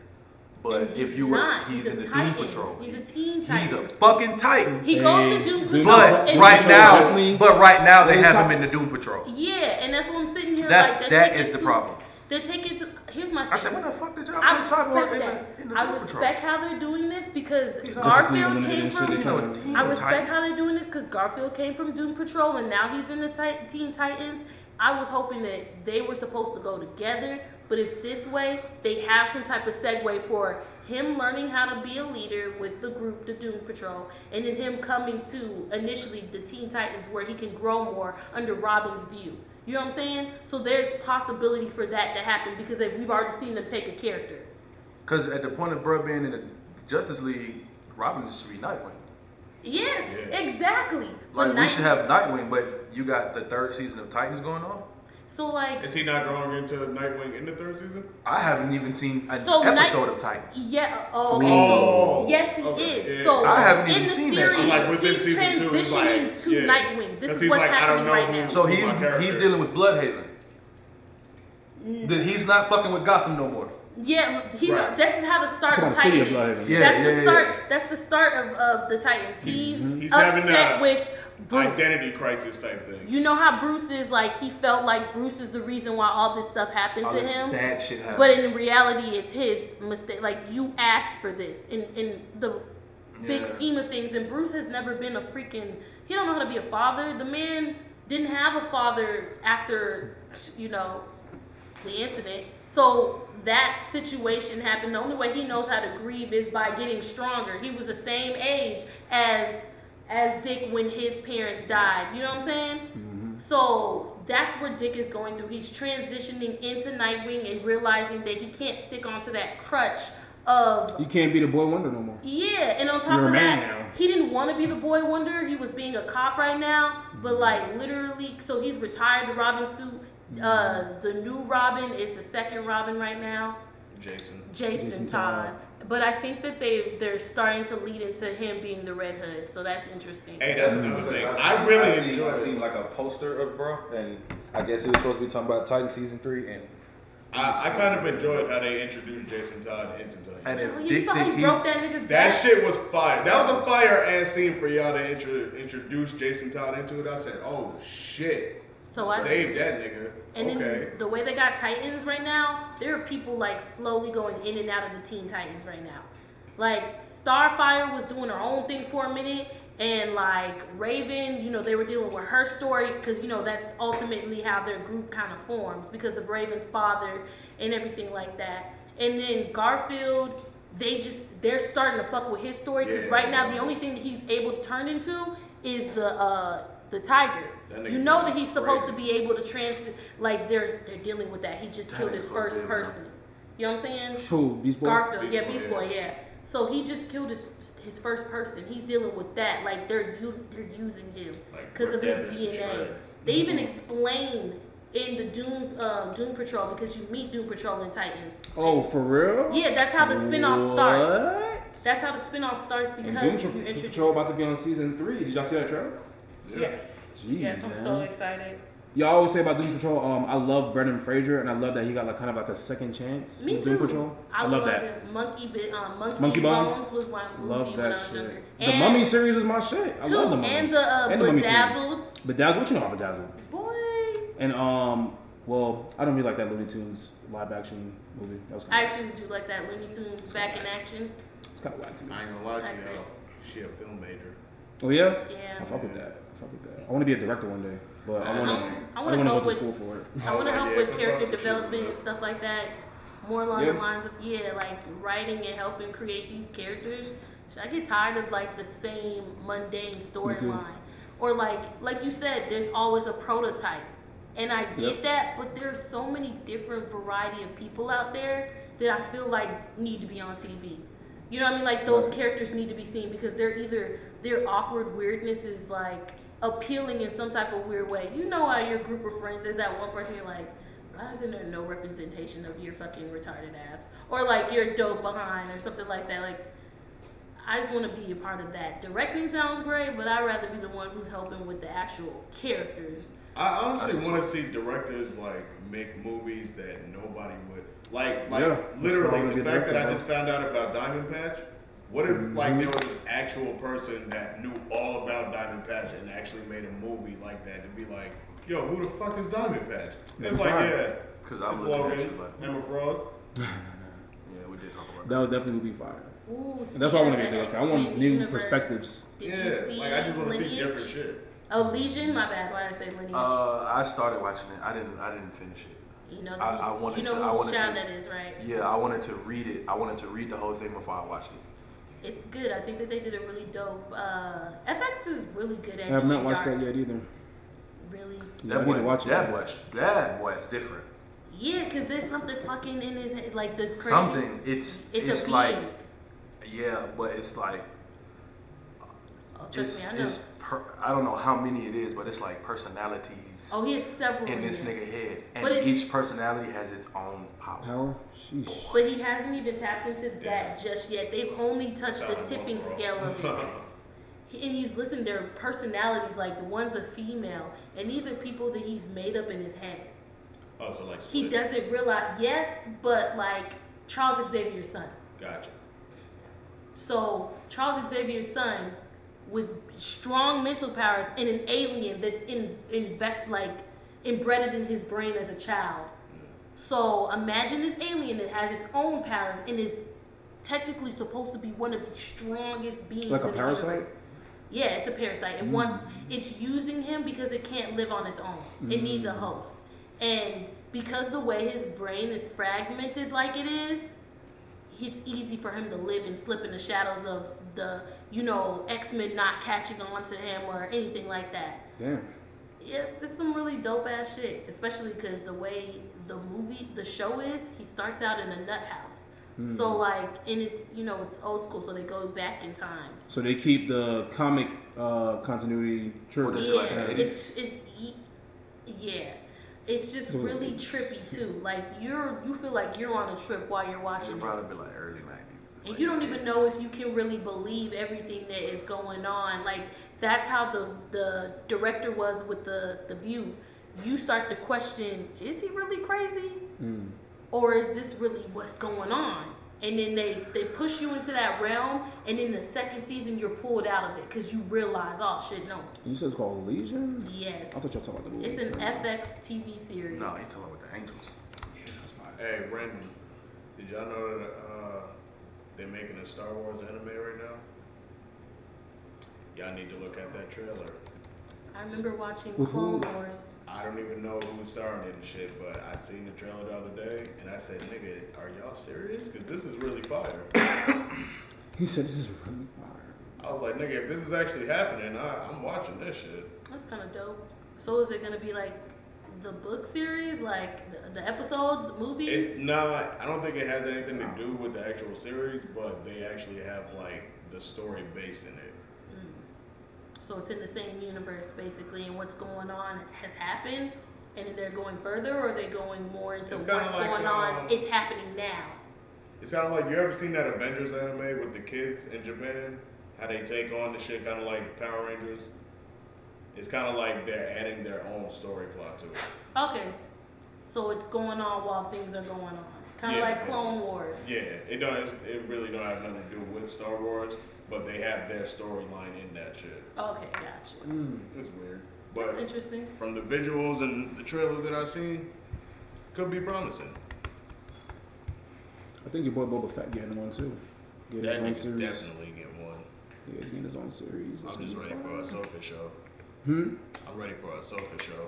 [SPEAKER 5] But
[SPEAKER 3] And
[SPEAKER 5] if
[SPEAKER 3] he's
[SPEAKER 5] you were,
[SPEAKER 3] not.
[SPEAKER 5] he's,
[SPEAKER 3] a
[SPEAKER 5] in the
[SPEAKER 3] titan.
[SPEAKER 5] Doom Patrol.
[SPEAKER 3] He's a teen titan.
[SPEAKER 5] He's a fucking Titan.
[SPEAKER 3] He goes to Doom
[SPEAKER 1] But
[SPEAKER 3] Patrol.
[SPEAKER 5] but
[SPEAKER 3] and
[SPEAKER 5] right
[SPEAKER 3] he-
[SPEAKER 5] now,
[SPEAKER 1] definitely-
[SPEAKER 5] but right now they
[SPEAKER 1] Doom
[SPEAKER 5] have him in
[SPEAKER 1] Patrol.
[SPEAKER 5] the Doom Patrol.
[SPEAKER 3] yeah, and that's what I'm sitting here
[SPEAKER 5] That's-
[SPEAKER 3] like.
[SPEAKER 5] that
[SPEAKER 3] they're taking
[SPEAKER 5] is the
[SPEAKER 3] to-
[SPEAKER 5] problem.
[SPEAKER 3] They're taking to. Here's my. Thing.
[SPEAKER 5] I said, when the fuck did y'all
[SPEAKER 3] I
[SPEAKER 5] put Cyborg in
[SPEAKER 3] respect
[SPEAKER 5] the, in
[SPEAKER 3] that.
[SPEAKER 5] the
[SPEAKER 3] I
[SPEAKER 5] Doom
[SPEAKER 3] respect how they're doing this because
[SPEAKER 5] He's not-
[SPEAKER 3] Garfield
[SPEAKER 1] This is
[SPEAKER 3] came
[SPEAKER 1] limited and shit,
[SPEAKER 3] from.
[SPEAKER 1] they
[SPEAKER 5] Patrol?
[SPEAKER 1] trying to-
[SPEAKER 5] Teen
[SPEAKER 3] I respect
[SPEAKER 5] Titan.
[SPEAKER 3] how they're doing this because Garfield came from Doom Patrol and now he's in the tit- Teen Titans. I was hoping that they were supposed to go together, but if this way, they have some type of segue for him learning how to be a leader with the group, the Doom Patrol, and then him coming to initially the Teen Titans where he can grow more under Robin's view. You know what I'm saying? So there's possibility for that to happen because they- we've already seen them take a character.
[SPEAKER 5] Because at the point of Bruh being in the Justice League, Robin should be Nightwing.
[SPEAKER 3] Yes,
[SPEAKER 4] Yeah.
[SPEAKER 3] exactly. But
[SPEAKER 5] Like we
[SPEAKER 3] Night-
[SPEAKER 5] should have Nightwing, but you got the third season of Titans going on.
[SPEAKER 3] so like
[SPEAKER 2] Is he not growing into Nightwing in the third season?
[SPEAKER 5] I haven't even seen an
[SPEAKER 3] So Night-
[SPEAKER 5] episode of Titans.
[SPEAKER 3] Yeah. Oh, okay.
[SPEAKER 2] Oh.
[SPEAKER 3] so, yes, he
[SPEAKER 2] Okay,
[SPEAKER 3] is.
[SPEAKER 2] yeah.
[SPEAKER 3] So
[SPEAKER 5] I haven't
[SPEAKER 3] in
[SPEAKER 5] even
[SPEAKER 3] the
[SPEAKER 5] seen that
[SPEAKER 3] series,
[SPEAKER 5] shit.
[SPEAKER 2] Like, within
[SPEAKER 3] he's
[SPEAKER 2] season two, he's like,
[SPEAKER 3] transitioning to
[SPEAKER 2] yeah.
[SPEAKER 3] Nightwing. This
[SPEAKER 2] 'Cause
[SPEAKER 3] is
[SPEAKER 2] he's
[SPEAKER 3] what's
[SPEAKER 2] like, I
[SPEAKER 3] happening
[SPEAKER 2] don't know
[SPEAKER 3] right
[SPEAKER 2] who-
[SPEAKER 3] now.
[SPEAKER 5] So he's
[SPEAKER 2] My
[SPEAKER 5] he's
[SPEAKER 2] characters.
[SPEAKER 3] Mm.
[SPEAKER 5] dealing with Bloodhaven. That he's not fucking with Gotham no more.
[SPEAKER 3] Yeah, he's
[SPEAKER 5] Right.
[SPEAKER 3] this is how the start
[SPEAKER 1] Come
[SPEAKER 3] of
[SPEAKER 1] on, City of
[SPEAKER 3] Titans.
[SPEAKER 1] Blood Heaven.
[SPEAKER 5] Yeah,
[SPEAKER 3] that's
[SPEAKER 5] yeah,
[SPEAKER 3] the
[SPEAKER 5] yeah,
[SPEAKER 3] start. That's the start of, of the Titans. He's,
[SPEAKER 2] he's having
[SPEAKER 3] upset
[SPEAKER 2] a
[SPEAKER 3] with Bruce.
[SPEAKER 2] Identity crisis type thing.
[SPEAKER 3] You know how Bruce is like he felt like Bruce is the reason why all this stuff happened
[SPEAKER 5] All
[SPEAKER 3] to
[SPEAKER 5] this
[SPEAKER 3] him.
[SPEAKER 5] bad shit happened.
[SPEAKER 3] But in reality, it's his mistake. Like you asked for this in in the big
[SPEAKER 5] Yeah.
[SPEAKER 3] scheme of things. And Bruce has never been a freaking. He don't know how to be a father. The man didn't have a father after you know the incident. So that situation happened. The only way he knows how to grieve is by getting stronger. He was the same age as as Dick when his parents died. You know what I'm saying? So that's where Dick is going through. He's transitioning into Nightwing and realizing that he can't stick onto that crutch of
[SPEAKER 1] You can't be the boy wonder no more.
[SPEAKER 3] yeah, and on top
[SPEAKER 1] You're a
[SPEAKER 3] of
[SPEAKER 1] man
[SPEAKER 3] that,
[SPEAKER 1] now.
[SPEAKER 3] he didn't want to be the boy wonder. He was being a cop right now, but like literally, so he's retired the Robin suit. Uh, the new Robin is the second Robin right now,
[SPEAKER 2] Jason.
[SPEAKER 3] Jason,
[SPEAKER 1] Jason
[SPEAKER 3] Todd.
[SPEAKER 1] Todd.
[SPEAKER 3] But I think that they they're starting to lead into him being the Red Hood, so that's interesting.
[SPEAKER 2] Hey, that's another thing. I
[SPEAKER 6] seen-
[SPEAKER 2] really
[SPEAKER 6] Mm-hmm. I seen, I
[SPEAKER 2] enjoyed
[SPEAKER 6] seen
[SPEAKER 2] it.
[SPEAKER 6] like a poster of bro, and I guess he was supposed to be talking about Titan season three, and
[SPEAKER 2] I, I kind of enjoyed how they introduced Jason Todd into Titans.
[SPEAKER 5] and if
[SPEAKER 3] Oh, you
[SPEAKER 5] Dick
[SPEAKER 3] saw how
[SPEAKER 5] think
[SPEAKER 3] he
[SPEAKER 5] he,
[SPEAKER 3] broke that nigga's
[SPEAKER 2] That
[SPEAKER 3] back?
[SPEAKER 2] shit was fire. That was a fire ass scene for y'all to intro, introduce Jason Todd into it. I said, oh shit.
[SPEAKER 3] So I-
[SPEAKER 2] Save that nigga.
[SPEAKER 3] And
[SPEAKER 2] okay.
[SPEAKER 3] then the way they got Titans right now, there are people like slowly going in and out of the Teen Titans right now. Like Starfire was doing her own thing for a minute, and like Raven, you know, they were dealing with her story because you know that's ultimately how their group kind of forms because of Raven's father and everything like that. And then Garfield, they just they're starting to fuck with his story because
[SPEAKER 2] Yeah.
[SPEAKER 3] right now the only thing that he's able to turn into is the uh the tiger.
[SPEAKER 2] That nigga
[SPEAKER 3] You know that he's supposed
[SPEAKER 2] crazy.
[SPEAKER 3] to be able to trans like they're they're dealing with that. He just killed his first person. You know what I'm saying?
[SPEAKER 1] Who? These boys.
[SPEAKER 3] Garfield,
[SPEAKER 2] Beast
[SPEAKER 3] yeah,
[SPEAKER 2] Boy,
[SPEAKER 3] Beast
[SPEAKER 2] yeah.
[SPEAKER 3] Boy, yeah. So he just killed his his first person. He's dealing with that. Like they're u- they're using him
[SPEAKER 2] Like,
[SPEAKER 3] because of
[SPEAKER 2] rip that
[SPEAKER 3] his
[SPEAKER 2] bitch to
[SPEAKER 3] DNA.
[SPEAKER 2] shreds.
[SPEAKER 1] Mm-hmm.
[SPEAKER 3] They even explain in the Doom um, Doom Patrol because you meet Doom Patrol in Titans.
[SPEAKER 1] Oh, for real?
[SPEAKER 3] Yeah, that's how the spinoff starts.
[SPEAKER 1] What?
[SPEAKER 3] That's how the spinoff starts
[SPEAKER 1] And
[SPEAKER 3] because
[SPEAKER 1] Doom
[SPEAKER 3] you
[SPEAKER 1] Patrol-
[SPEAKER 3] introduce-
[SPEAKER 1] Patrol about to be on season three. Did y'all see that trailer?
[SPEAKER 3] Yes.
[SPEAKER 1] Jeez,
[SPEAKER 3] yes, I'm
[SPEAKER 1] man.
[SPEAKER 3] so excited.
[SPEAKER 1] Y'all always say about Doom Patrol. Um, I love Brendan Fraser, and I love that he got like kind of like a second chance.
[SPEAKER 3] Me
[SPEAKER 1] with
[SPEAKER 3] too.
[SPEAKER 1] Doom Patrol. I,
[SPEAKER 3] would
[SPEAKER 1] love
[SPEAKER 3] love
[SPEAKER 1] that.
[SPEAKER 3] it. Monkey, bi- um, Monkey,
[SPEAKER 1] Monkey Bone?
[SPEAKER 3] Bones was my movie
[SPEAKER 1] Love
[SPEAKER 3] when
[SPEAKER 1] that
[SPEAKER 3] I was
[SPEAKER 1] shit.
[SPEAKER 3] younger.
[SPEAKER 1] the Mummy series is my shit. I
[SPEAKER 3] too,
[SPEAKER 1] love the Mummy.
[SPEAKER 3] and the uh,
[SPEAKER 1] And the Mummy too.
[SPEAKER 3] Bedazzled
[SPEAKER 1] Bedazzle, what you know about Bedazzle?
[SPEAKER 3] boy.
[SPEAKER 1] And um, well, I don't really like that Looney Tunes live action movie. That was kind
[SPEAKER 3] I
[SPEAKER 1] of,
[SPEAKER 3] actually do like that Looney Tunes back in action.
[SPEAKER 1] it's kind of whack to me.
[SPEAKER 2] I ain't gonna lie to
[SPEAKER 3] I agree.
[SPEAKER 2] y'all. She a film major.
[SPEAKER 1] Oh yeah, I
[SPEAKER 3] Yeah.
[SPEAKER 1] fuck with that. I fuck with that. I want to be a director one day, but I want
[SPEAKER 2] I
[SPEAKER 3] wanna-
[SPEAKER 1] to.
[SPEAKER 3] I
[SPEAKER 1] I
[SPEAKER 3] wanna
[SPEAKER 1] want to go
[SPEAKER 3] go
[SPEAKER 1] to
[SPEAKER 3] with-
[SPEAKER 1] school for it.
[SPEAKER 3] I want to
[SPEAKER 2] Oh,
[SPEAKER 3] help
[SPEAKER 2] yeah,
[SPEAKER 3] with
[SPEAKER 2] come talk
[SPEAKER 3] character
[SPEAKER 2] some shit
[SPEAKER 3] development
[SPEAKER 2] with
[SPEAKER 3] and
[SPEAKER 2] us.
[SPEAKER 3] stuff like that. More along the
[SPEAKER 1] Yeah.
[SPEAKER 3] lines of yeah, like writing and helping create these characters. Should I get tired of like the same mundane storyline, or like like you said, there's always a prototype, and I get
[SPEAKER 1] Yep.
[SPEAKER 3] that, but there's so many different variety of people out there that I feel like need to be on TV. You know what I mean? Like those characters need to be seen because they're either their awkward weirdness is like appealing in some type of weird way. You know how your group of friends there's that one person you're like, why isn't there no representation of your fucking retarded ass? Or like you're dope behind or something like that. Like I just want to be a part of that. Directing sounds great, but I'd rather be the one who's helping with the actual characters.
[SPEAKER 2] I honestly want to see directors like make movies that nobody would like.
[SPEAKER 1] Yeah, that's why
[SPEAKER 2] Like
[SPEAKER 1] I wanna
[SPEAKER 2] literally,
[SPEAKER 1] be
[SPEAKER 2] the
[SPEAKER 1] a
[SPEAKER 2] fact that
[SPEAKER 1] director, Mm-hmm.
[SPEAKER 2] I
[SPEAKER 1] bro.
[SPEAKER 2] just found out about Diamond Patch. What if like there was an actual person that knew all about Diamond Patch and actually made a movie like that to be like, yo, who the fuck is Diamond Patch? It's
[SPEAKER 1] That's
[SPEAKER 2] like
[SPEAKER 1] fire.
[SPEAKER 2] yeah,
[SPEAKER 5] 'Cause I
[SPEAKER 2] it's
[SPEAKER 5] was looking at
[SPEAKER 2] Logan,
[SPEAKER 5] you like-
[SPEAKER 2] Emma Frost.
[SPEAKER 5] yeah, we did talk about
[SPEAKER 1] That would definitely be fire.
[SPEAKER 3] Ooh,
[SPEAKER 1] And that's why I want to be a
[SPEAKER 3] speaking
[SPEAKER 1] director.
[SPEAKER 3] of that
[SPEAKER 1] I want
[SPEAKER 3] expanded
[SPEAKER 1] new
[SPEAKER 3] universe,
[SPEAKER 1] perspectives.
[SPEAKER 3] did you
[SPEAKER 2] yeah,
[SPEAKER 3] see
[SPEAKER 2] like I just want to see
[SPEAKER 3] Lineage?
[SPEAKER 2] different shit.
[SPEAKER 3] Oh, Legion. My bad. Why did I say lineage?
[SPEAKER 5] that. Uh, I started watching it. I didn't. I didn't finish it.
[SPEAKER 3] you know,
[SPEAKER 5] I- I
[SPEAKER 3] who's-
[SPEAKER 5] wanted
[SPEAKER 3] you know
[SPEAKER 5] to- I
[SPEAKER 3] whose
[SPEAKER 5] wanted
[SPEAKER 3] child
[SPEAKER 5] to-
[SPEAKER 3] that is, right?
[SPEAKER 5] Yeah, I wanted to read it. I wanted to read the whole thing before I watched it.
[SPEAKER 3] It's good. I think that they did a really dope. Uh, FX is really good at.
[SPEAKER 1] I have not
[SPEAKER 3] doing
[SPEAKER 1] watched
[SPEAKER 3] dark-
[SPEAKER 1] that yet either.
[SPEAKER 3] Really.
[SPEAKER 1] Yeah, I need to watch it.
[SPEAKER 5] that boy, that boy is different.
[SPEAKER 3] Yeah, cause there's something fucking in his head, like the crazy.
[SPEAKER 5] Something. It's
[SPEAKER 3] It's,
[SPEAKER 5] it's,
[SPEAKER 3] a
[SPEAKER 5] like
[SPEAKER 3] being.
[SPEAKER 5] yeah, but it's like
[SPEAKER 3] Oh, trust
[SPEAKER 5] it's,
[SPEAKER 3] me, I know.
[SPEAKER 5] it's per, I don't know how many it is, but it's like personalities
[SPEAKER 3] Oh, he has several.
[SPEAKER 5] in this
[SPEAKER 3] there.
[SPEAKER 5] nigga head,
[SPEAKER 3] But
[SPEAKER 5] and
[SPEAKER 3] it's-
[SPEAKER 5] each personality has its own power.
[SPEAKER 1] Power. Sheesh.
[SPEAKER 3] But he hasn't even tapped into that
[SPEAKER 2] Yeah.
[SPEAKER 3] just yet. They've only touched the
[SPEAKER 2] Time
[SPEAKER 3] tipping
[SPEAKER 2] overall.
[SPEAKER 3] scale of it. He- and he's listened their personalities, like the one's a female, and these are people that he's made up in his head.
[SPEAKER 2] oh, so like
[SPEAKER 3] He
[SPEAKER 2] split.
[SPEAKER 3] doesn't realize, yes, but like Charles Xavier's son.
[SPEAKER 2] Gotcha.
[SPEAKER 3] So Charles Xavier's son, with strong mental powers and an alien that's in, in like embedded in his brain as a child. So imagine this alien that has its own powers and is technically supposed to be one of the strongest beings.
[SPEAKER 1] Like a
[SPEAKER 3] in the
[SPEAKER 1] parasite?
[SPEAKER 3] universe. Yeah, it's a parasite. And once it's using him because it can't live on its own. It needs a host. And because the way his brain is fragmented like it is, it's easy for him to live and slip in the shadows of the, you know, X Men not catching on to him or anything like that.
[SPEAKER 1] Damn.
[SPEAKER 3] Yes, it's some really dope ass shit, especially because the way the movie, the show is, he starts out in a nut house.
[SPEAKER 1] Hmm. Mm.
[SPEAKER 3] So like, and it's you know it's old school, so they go back in time.
[SPEAKER 1] So they keep the comic uh, continuity true.
[SPEAKER 5] What is it,
[SPEAKER 3] yeah,
[SPEAKER 5] like in the 80s?
[SPEAKER 3] it's it's y- yeah, it's just really trippy too. Like you're you feel like you're on a trip while you're watching,
[SPEAKER 5] It'd
[SPEAKER 3] it.
[SPEAKER 5] probably be like early 90s.
[SPEAKER 3] and you don't even know if you can really believe everything that is going on. Like that's how the the director was with the the view. You start to question: Is he really crazy?
[SPEAKER 1] Mm.
[SPEAKER 3] or is this really what's going on? And then they, they push you into that realm, and then the second season you're pulled out of it because you realize, oh shit, no.
[SPEAKER 1] You said it's called Legion?
[SPEAKER 3] Yes.
[SPEAKER 1] I thought you were talking about the movie.
[SPEAKER 3] It's an FX TV series.
[SPEAKER 5] No, he's talking about the angels.
[SPEAKER 2] Hey, Brandon, did y'all know that uh, they're making a Star Wars anime right now? Y'all need to look at that trailer.
[SPEAKER 3] I remember watching
[SPEAKER 1] With
[SPEAKER 3] Clone
[SPEAKER 1] who?
[SPEAKER 3] Wars.
[SPEAKER 2] I don't even know who's starring it and shit, but I seen the trailer the other day and I said, nigga, are y'all serious? Because this is really fire.
[SPEAKER 1] He said this is really fire.
[SPEAKER 2] I was like, nigga, if this is actually happening, I, I'm watching this shit.
[SPEAKER 3] That's kind of dope. So is it going to be like the book series, like the, the episodes, the movies?
[SPEAKER 2] It's not. I don't think it has anything to do with the actual series, but they actually have like the story based in it.
[SPEAKER 3] Mm. so it's in the same universe basically, and what's going on has happened, and then they're going further, or they're going more into
[SPEAKER 2] It's
[SPEAKER 3] what's
[SPEAKER 2] kinda like,
[SPEAKER 3] going on?
[SPEAKER 2] um,
[SPEAKER 3] It's happening now.
[SPEAKER 2] It's kind of like you ever seen that Avengers anime with the kids in Japan? How they take on the shit, kind of like Power Rangers. It's kind of like they're adding their own story plot to it.
[SPEAKER 3] Okay, so it's going on while things are going on, kind of
[SPEAKER 2] Yeah,
[SPEAKER 3] like Clone Wars.
[SPEAKER 2] Yeah, it don't. it's- It really don't have nothing to do with Star Wars, but they have their storyline in that shit.
[SPEAKER 3] Okay, gotcha.
[SPEAKER 2] It's weird,
[SPEAKER 3] That's
[SPEAKER 2] but
[SPEAKER 3] interesting.
[SPEAKER 2] from the visuals and the trailer that I seen, could be promising.
[SPEAKER 1] I think your boy Boba Fett getting one too. Getting his
[SPEAKER 2] That nigga
[SPEAKER 1] own series.
[SPEAKER 2] definitely get one.
[SPEAKER 1] Yeah, he's getting his own series. It's
[SPEAKER 2] I'm
[SPEAKER 1] gonna
[SPEAKER 2] just
[SPEAKER 1] be
[SPEAKER 2] ready for
[SPEAKER 1] fire.
[SPEAKER 2] a Ahsoka show.
[SPEAKER 1] Hmm?
[SPEAKER 2] I'm ready for a Ahsoka show.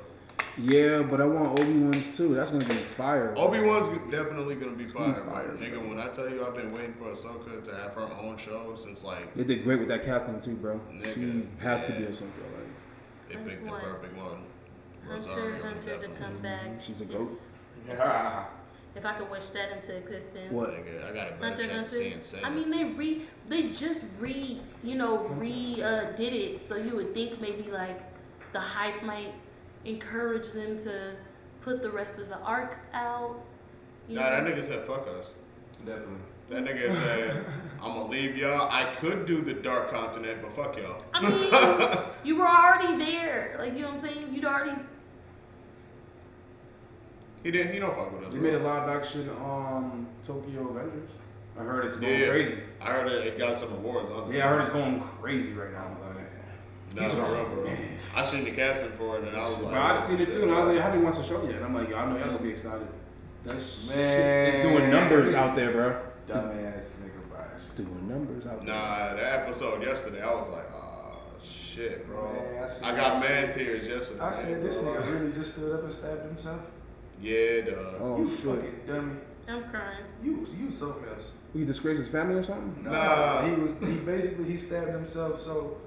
[SPEAKER 1] Yeah, but I want Obi Wan's too. That's gonna be fire.
[SPEAKER 2] Obi Wan's definitely gonna
[SPEAKER 1] gonna be
[SPEAKER 2] be fire,
[SPEAKER 1] fire,
[SPEAKER 2] but nigga, when I tell you I've been waiting for Ahsoka to have her own show since like
[SPEAKER 1] They did great with that casting too, bro. she
[SPEAKER 2] Nigga,
[SPEAKER 1] has to
[SPEAKER 2] yeah.
[SPEAKER 1] be a something like.
[SPEAKER 2] they
[SPEAKER 3] I just
[SPEAKER 2] picked the
[SPEAKER 3] want
[SPEAKER 2] perfect one.
[SPEAKER 3] Hunter,
[SPEAKER 2] Rosario
[SPEAKER 3] Hunter to
[SPEAKER 2] definitely.
[SPEAKER 3] come back.
[SPEAKER 1] She's a
[SPEAKER 3] If-
[SPEAKER 1] goat.
[SPEAKER 3] If, I could wish that into existence.
[SPEAKER 1] What?
[SPEAKER 2] Nigga, I got a better
[SPEAKER 3] Hunter,
[SPEAKER 2] chance of
[SPEAKER 3] Hunter.
[SPEAKER 2] seeing Sam.
[SPEAKER 3] I mean, they re, they just re, you know, re uh, did it. So you would think maybe like the hype might encourage them to put the rest of the arcs out. you
[SPEAKER 2] nah, that
[SPEAKER 3] know?
[SPEAKER 2] nigga said fuck us.
[SPEAKER 6] Definitely.
[SPEAKER 2] That nigga said I'm gonna leave y'all. I could do the Dark Continent, but fuck y'all.
[SPEAKER 3] I mean, you were already there. Like, you know what I'm saying? You'd already.
[SPEAKER 2] He didn't. He don't fuck with us.
[SPEAKER 7] You
[SPEAKER 2] bro.
[SPEAKER 7] made a live action um Tokyo Avengers. I heard it's going
[SPEAKER 2] Yeah,
[SPEAKER 7] crazy.
[SPEAKER 2] I heard it, it got some awards. Honestly.
[SPEAKER 7] Yeah, I heard it's going crazy right now. Like,
[SPEAKER 2] Nah, for real, bro. I seen the casting for it, and I was like,
[SPEAKER 7] but I've seen it too, and I was like, I haven't watched the show yet. And I'm like, y'all know y'all gonna be excited. That's
[SPEAKER 6] Man.
[SPEAKER 1] She's doing numbers out there, bro.
[SPEAKER 6] Dumbass nigga bias.
[SPEAKER 1] Doing numbers out there.
[SPEAKER 2] Nah, that episode yesterday, I was like, oh shit, bro.
[SPEAKER 6] Man, I see
[SPEAKER 2] I, got
[SPEAKER 6] that
[SPEAKER 2] man tears yesterday.
[SPEAKER 6] I said this
[SPEAKER 2] bro.
[SPEAKER 6] nigga really just stood up and stabbed himself.
[SPEAKER 2] Yeah, dog.
[SPEAKER 1] Oh
[SPEAKER 6] you
[SPEAKER 1] shit.
[SPEAKER 6] fucking dummy.
[SPEAKER 3] I'm crying.
[SPEAKER 6] You you something else.
[SPEAKER 1] We disgrace his family or something?
[SPEAKER 2] Nah.
[SPEAKER 6] He was he basically he stabbed himself so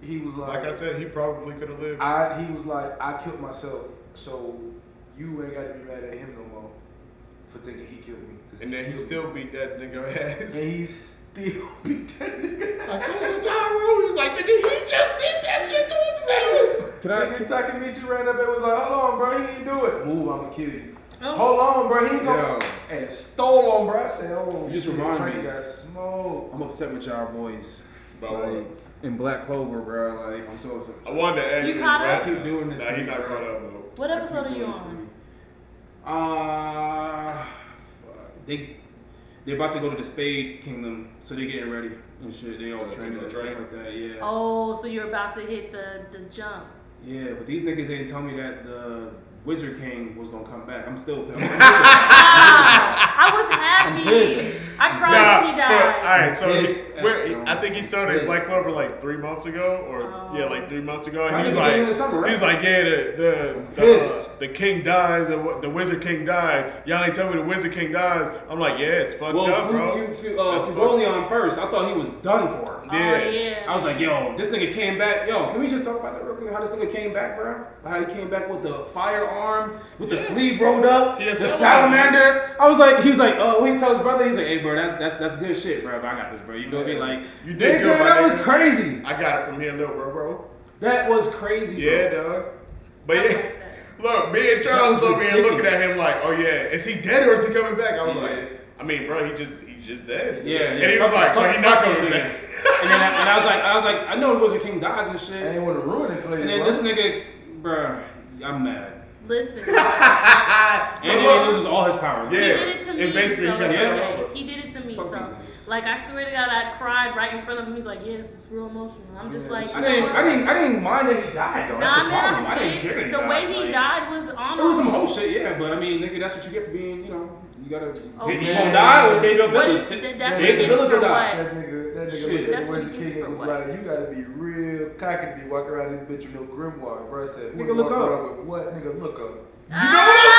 [SPEAKER 6] he was
[SPEAKER 2] Like I said, he probably could have lived.
[SPEAKER 6] I he was like, I killed myself, so you ain't got to be mad at him no more for thinking he killed me. 'cause
[SPEAKER 2] and then he
[SPEAKER 6] killed
[SPEAKER 2] still beat that nigga
[SPEAKER 6] me.
[SPEAKER 2] ass.
[SPEAKER 6] and he still beat that nigga.
[SPEAKER 2] I told Tyro, he's like, nigga, he just did that shit to himself.
[SPEAKER 1] Can I?
[SPEAKER 6] Nigga
[SPEAKER 1] Can,
[SPEAKER 6] Takamichi ran up and was like, hold on, bro, he ain't do it. Move, I'ma kill you.
[SPEAKER 3] Oh.
[SPEAKER 6] Hold on, bro, he ain't
[SPEAKER 7] Yo.
[SPEAKER 6] go and stole on, bro. I said, oh,
[SPEAKER 1] You just
[SPEAKER 6] shit,
[SPEAKER 1] reminded
[SPEAKER 6] Mike
[SPEAKER 1] me.
[SPEAKER 6] Got smoked.
[SPEAKER 1] I'm upset with y'all boys.
[SPEAKER 2] Bro.
[SPEAKER 1] Like in Black Clover, bro. Like I'm so upset.
[SPEAKER 2] I wanted to ask
[SPEAKER 3] You
[SPEAKER 2] you,
[SPEAKER 3] caught
[SPEAKER 2] bro.
[SPEAKER 3] up?
[SPEAKER 7] Keep doing this
[SPEAKER 2] Nah, he
[SPEAKER 7] thing,
[SPEAKER 2] not
[SPEAKER 7] bro.
[SPEAKER 2] caught up, bro.
[SPEAKER 3] What
[SPEAKER 7] I keep
[SPEAKER 3] episode are
[SPEAKER 7] doing
[SPEAKER 3] you
[SPEAKER 7] this
[SPEAKER 3] on?
[SPEAKER 7] to me. Uh, fuck. they
[SPEAKER 1] They're about to go to the Spade Kingdom, so they're getting ready and shit. They all
[SPEAKER 2] Oh,
[SPEAKER 1] training and
[SPEAKER 2] to go
[SPEAKER 1] stuff
[SPEAKER 2] train?
[SPEAKER 1] like that. Yeah.
[SPEAKER 3] Oh, so you're about to hit the, the jump.
[SPEAKER 1] Yeah, but these niggas ain't tell me that the Wizard King was gonna come back. I'm still. I'm
[SPEAKER 3] Wow. I was happy.
[SPEAKER 1] pissed.
[SPEAKER 3] I cried
[SPEAKER 2] Nah,
[SPEAKER 3] when he
[SPEAKER 2] but- all
[SPEAKER 3] died.
[SPEAKER 2] right, so he,
[SPEAKER 1] Yes.
[SPEAKER 2] where, I think he started
[SPEAKER 1] Yes.
[SPEAKER 2] Black Clover like three months ago, or yeah, like three months ago, and
[SPEAKER 1] I
[SPEAKER 2] he was
[SPEAKER 3] Oh.
[SPEAKER 1] think
[SPEAKER 2] like,
[SPEAKER 1] it was summer, right?
[SPEAKER 2] he was like, yeah, the the the, uh,
[SPEAKER 1] Pissed.
[SPEAKER 2] the king dies, the, wi- the wizard king dies. Y'all ain't tell me the wizard king didies. I'm like, yeah, it's fucked
[SPEAKER 1] well,
[SPEAKER 2] up,
[SPEAKER 1] Fu-
[SPEAKER 2] bro.
[SPEAKER 1] Fu- Fu- uh,
[SPEAKER 2] That's
[SPEAKER 1] Fugolion first. I thought he was done for.
[SPEAKER 3] Oh,
[SPEAKER 2] yeah.
[SPEAKER 3] yeah.
[SPEAKER 1] I was like, yo, this nigga came back. Yo, can we just talk about that real quick? How this nigga came back, bro? How he came back with the firearm, with the sleeve rolled up,
[SPEAKER 2] Yes,
[SPEAKER 1] the
[SPEAKER 2] I was-
[SPEAKER 1] salamander. I was like, he was like, oh, we tell his brother. He's like, hey, bro, that's that's that's good shit, bro. I got this, bro. You feel me? Like,
[SPEAKER 2] You did
[SPEAKER 1] nigga,
[SPEAKER 2] good, my
[SPEAKER 1] That
[SPEAKER 2] nigga.
[SPEAKER 1] was crazy.
[SPEAKER 2] I got it from here, little bro, bro.
[SPEAKER 1] That was crazy. bro.
[SPEAKER 2] Yeah, dog. But yeah, look, me and
[SPEAKER 1] That was
[SPEAKER 2] Charles over here looking
[SPEAKER 1] ridiculous.
[SPEAKER 2] at him like, oh yeah, is he dead or is he coming back? I was
[SPEAKER 1] He
[SPEAKER 2] like,
[SPEAKER 1] dead.
[SPEAKER 2] I mean, bro, he just he's just dead.
[SPEAKER 1] Yeah, yeah.
[SPEAKER 2] And he was
[SPEAKER 1] Fuck-
[SPEAKER 2] like, so
[SPEAKER 1] fuck-
[SPEAKER 2] he not
[SPEAKER 1] fuck
[SPEAKER 2] coming
[SPEAKER 1] these
[SPEAKER 2] back.
[SPEAKER 1] niggas. and, then I, and I was like, I was like, I know Wizard King dies and
[SPEAKER 6] I
[SPEAKER 1] shit.
[SPEAKER 6] ain't want to ruin it for you.
[SPEAKER 1] And then
[SPEAKER 6] bro.
[SPEAKER 1] this nigga, bruh, I'm mad.
[SPEAKER 3] Listen,
[SPEAKER 2] But
[SPEAKER 1] And then
[SPEAKER 2] look,
[SPEAKER 1] he loses all his powers.
[SPEAKER 2] Yeah.
[SPEAKER 3] he did it to me.
[SPEAKER 2] it's basically
[SPEAKER 3] so
[SPEAKER 2] he got
[SPEAKER 3] it's
[SPEAKER 1] set
[SPEAKER 3] okay.
[SPEAKER 2] up.
[SPEAKER 3] He did it to me.
[SPEAKER 1] Fuck these
[SPEAKER 3] so,
[SPEAKER 1] niggas.
[SPEAKER 3] like, I swear to God, I cried right in front of him. He's like, yeah, this is real emotional. I'm just
[SPEAKER 6] Yeah,
[SPEAKER 1] I
[SPEAKER 3] like, you know
[SPEAKER 1] didn't,
[SPEAKER 3] what?
[SPEAKER 1] I didn't, I didn't mind that he died though. That's
[SPEAKER 3] Nah,
[SPEAKER 1] the
[SPEAKER 3] man,
[SPEAKER 1] problem.
[SPEAKER 3] I
[SPEAKER 1] I didn't
[SPEAKER 3] did.
[SPEAKER 1] care that he
[SPEAKER 3] the
[SPEAKER 1] died.
[SPEAKER 3] way he
[SPEAKER 1] Like,
[SPEAKER 3] died um, was on.
[SPEAKER 1] There was some whole shit, yeah, but I mean, nigga, that's what you get for being, you know, you gotta
[SPEAKER 3] Oh,
[SPEAKER 1] get you
[SPEAKER 3] man.
[SPEAKER 1] gonna die or save your
[SPEAKER 3] What
[SPEAKER 1] village.
[SPEAKER 3] is-
[SPEAKER 1] Sa-
[SPEAKER 3] that- that's
[SPEAKER 1] save
[SPEAKER 3] what
[SPEAKER 1] the
[SPEAKER 3] it is
[SPEAKER 1] village or
[SPEAKER 3] for
[SPEAKER 1] die.
[SPEAKER 6] That nigga, that
[SPEAKER 1] Shit.
[SPEAKER 6] nigga looked at
[SPEAKER 3] That's
[SPEAKER 6] the
[SPEAKER 3] what
[SPEAKER 6] Wizard
[SPEAKER 3] he gets
[SPEAKER 6] King
[SPEAKER 3] for
[SPEAKER 6] and was
[SPEAKER 3] what?
[SPEAKER 6] like, you gotta be real cocky to be walking around this bitch with no grimoire, bro. I said,
[SPEAKER 1] Nigga,
[SPEAKER 6] "Who
[SPEAKER 1] look
[SPEAKER 6] walk
[SPEAKER 1] up."
[SPEAKER 6] around with What nigga, look up.
[SPEAKER 3] You know what I'm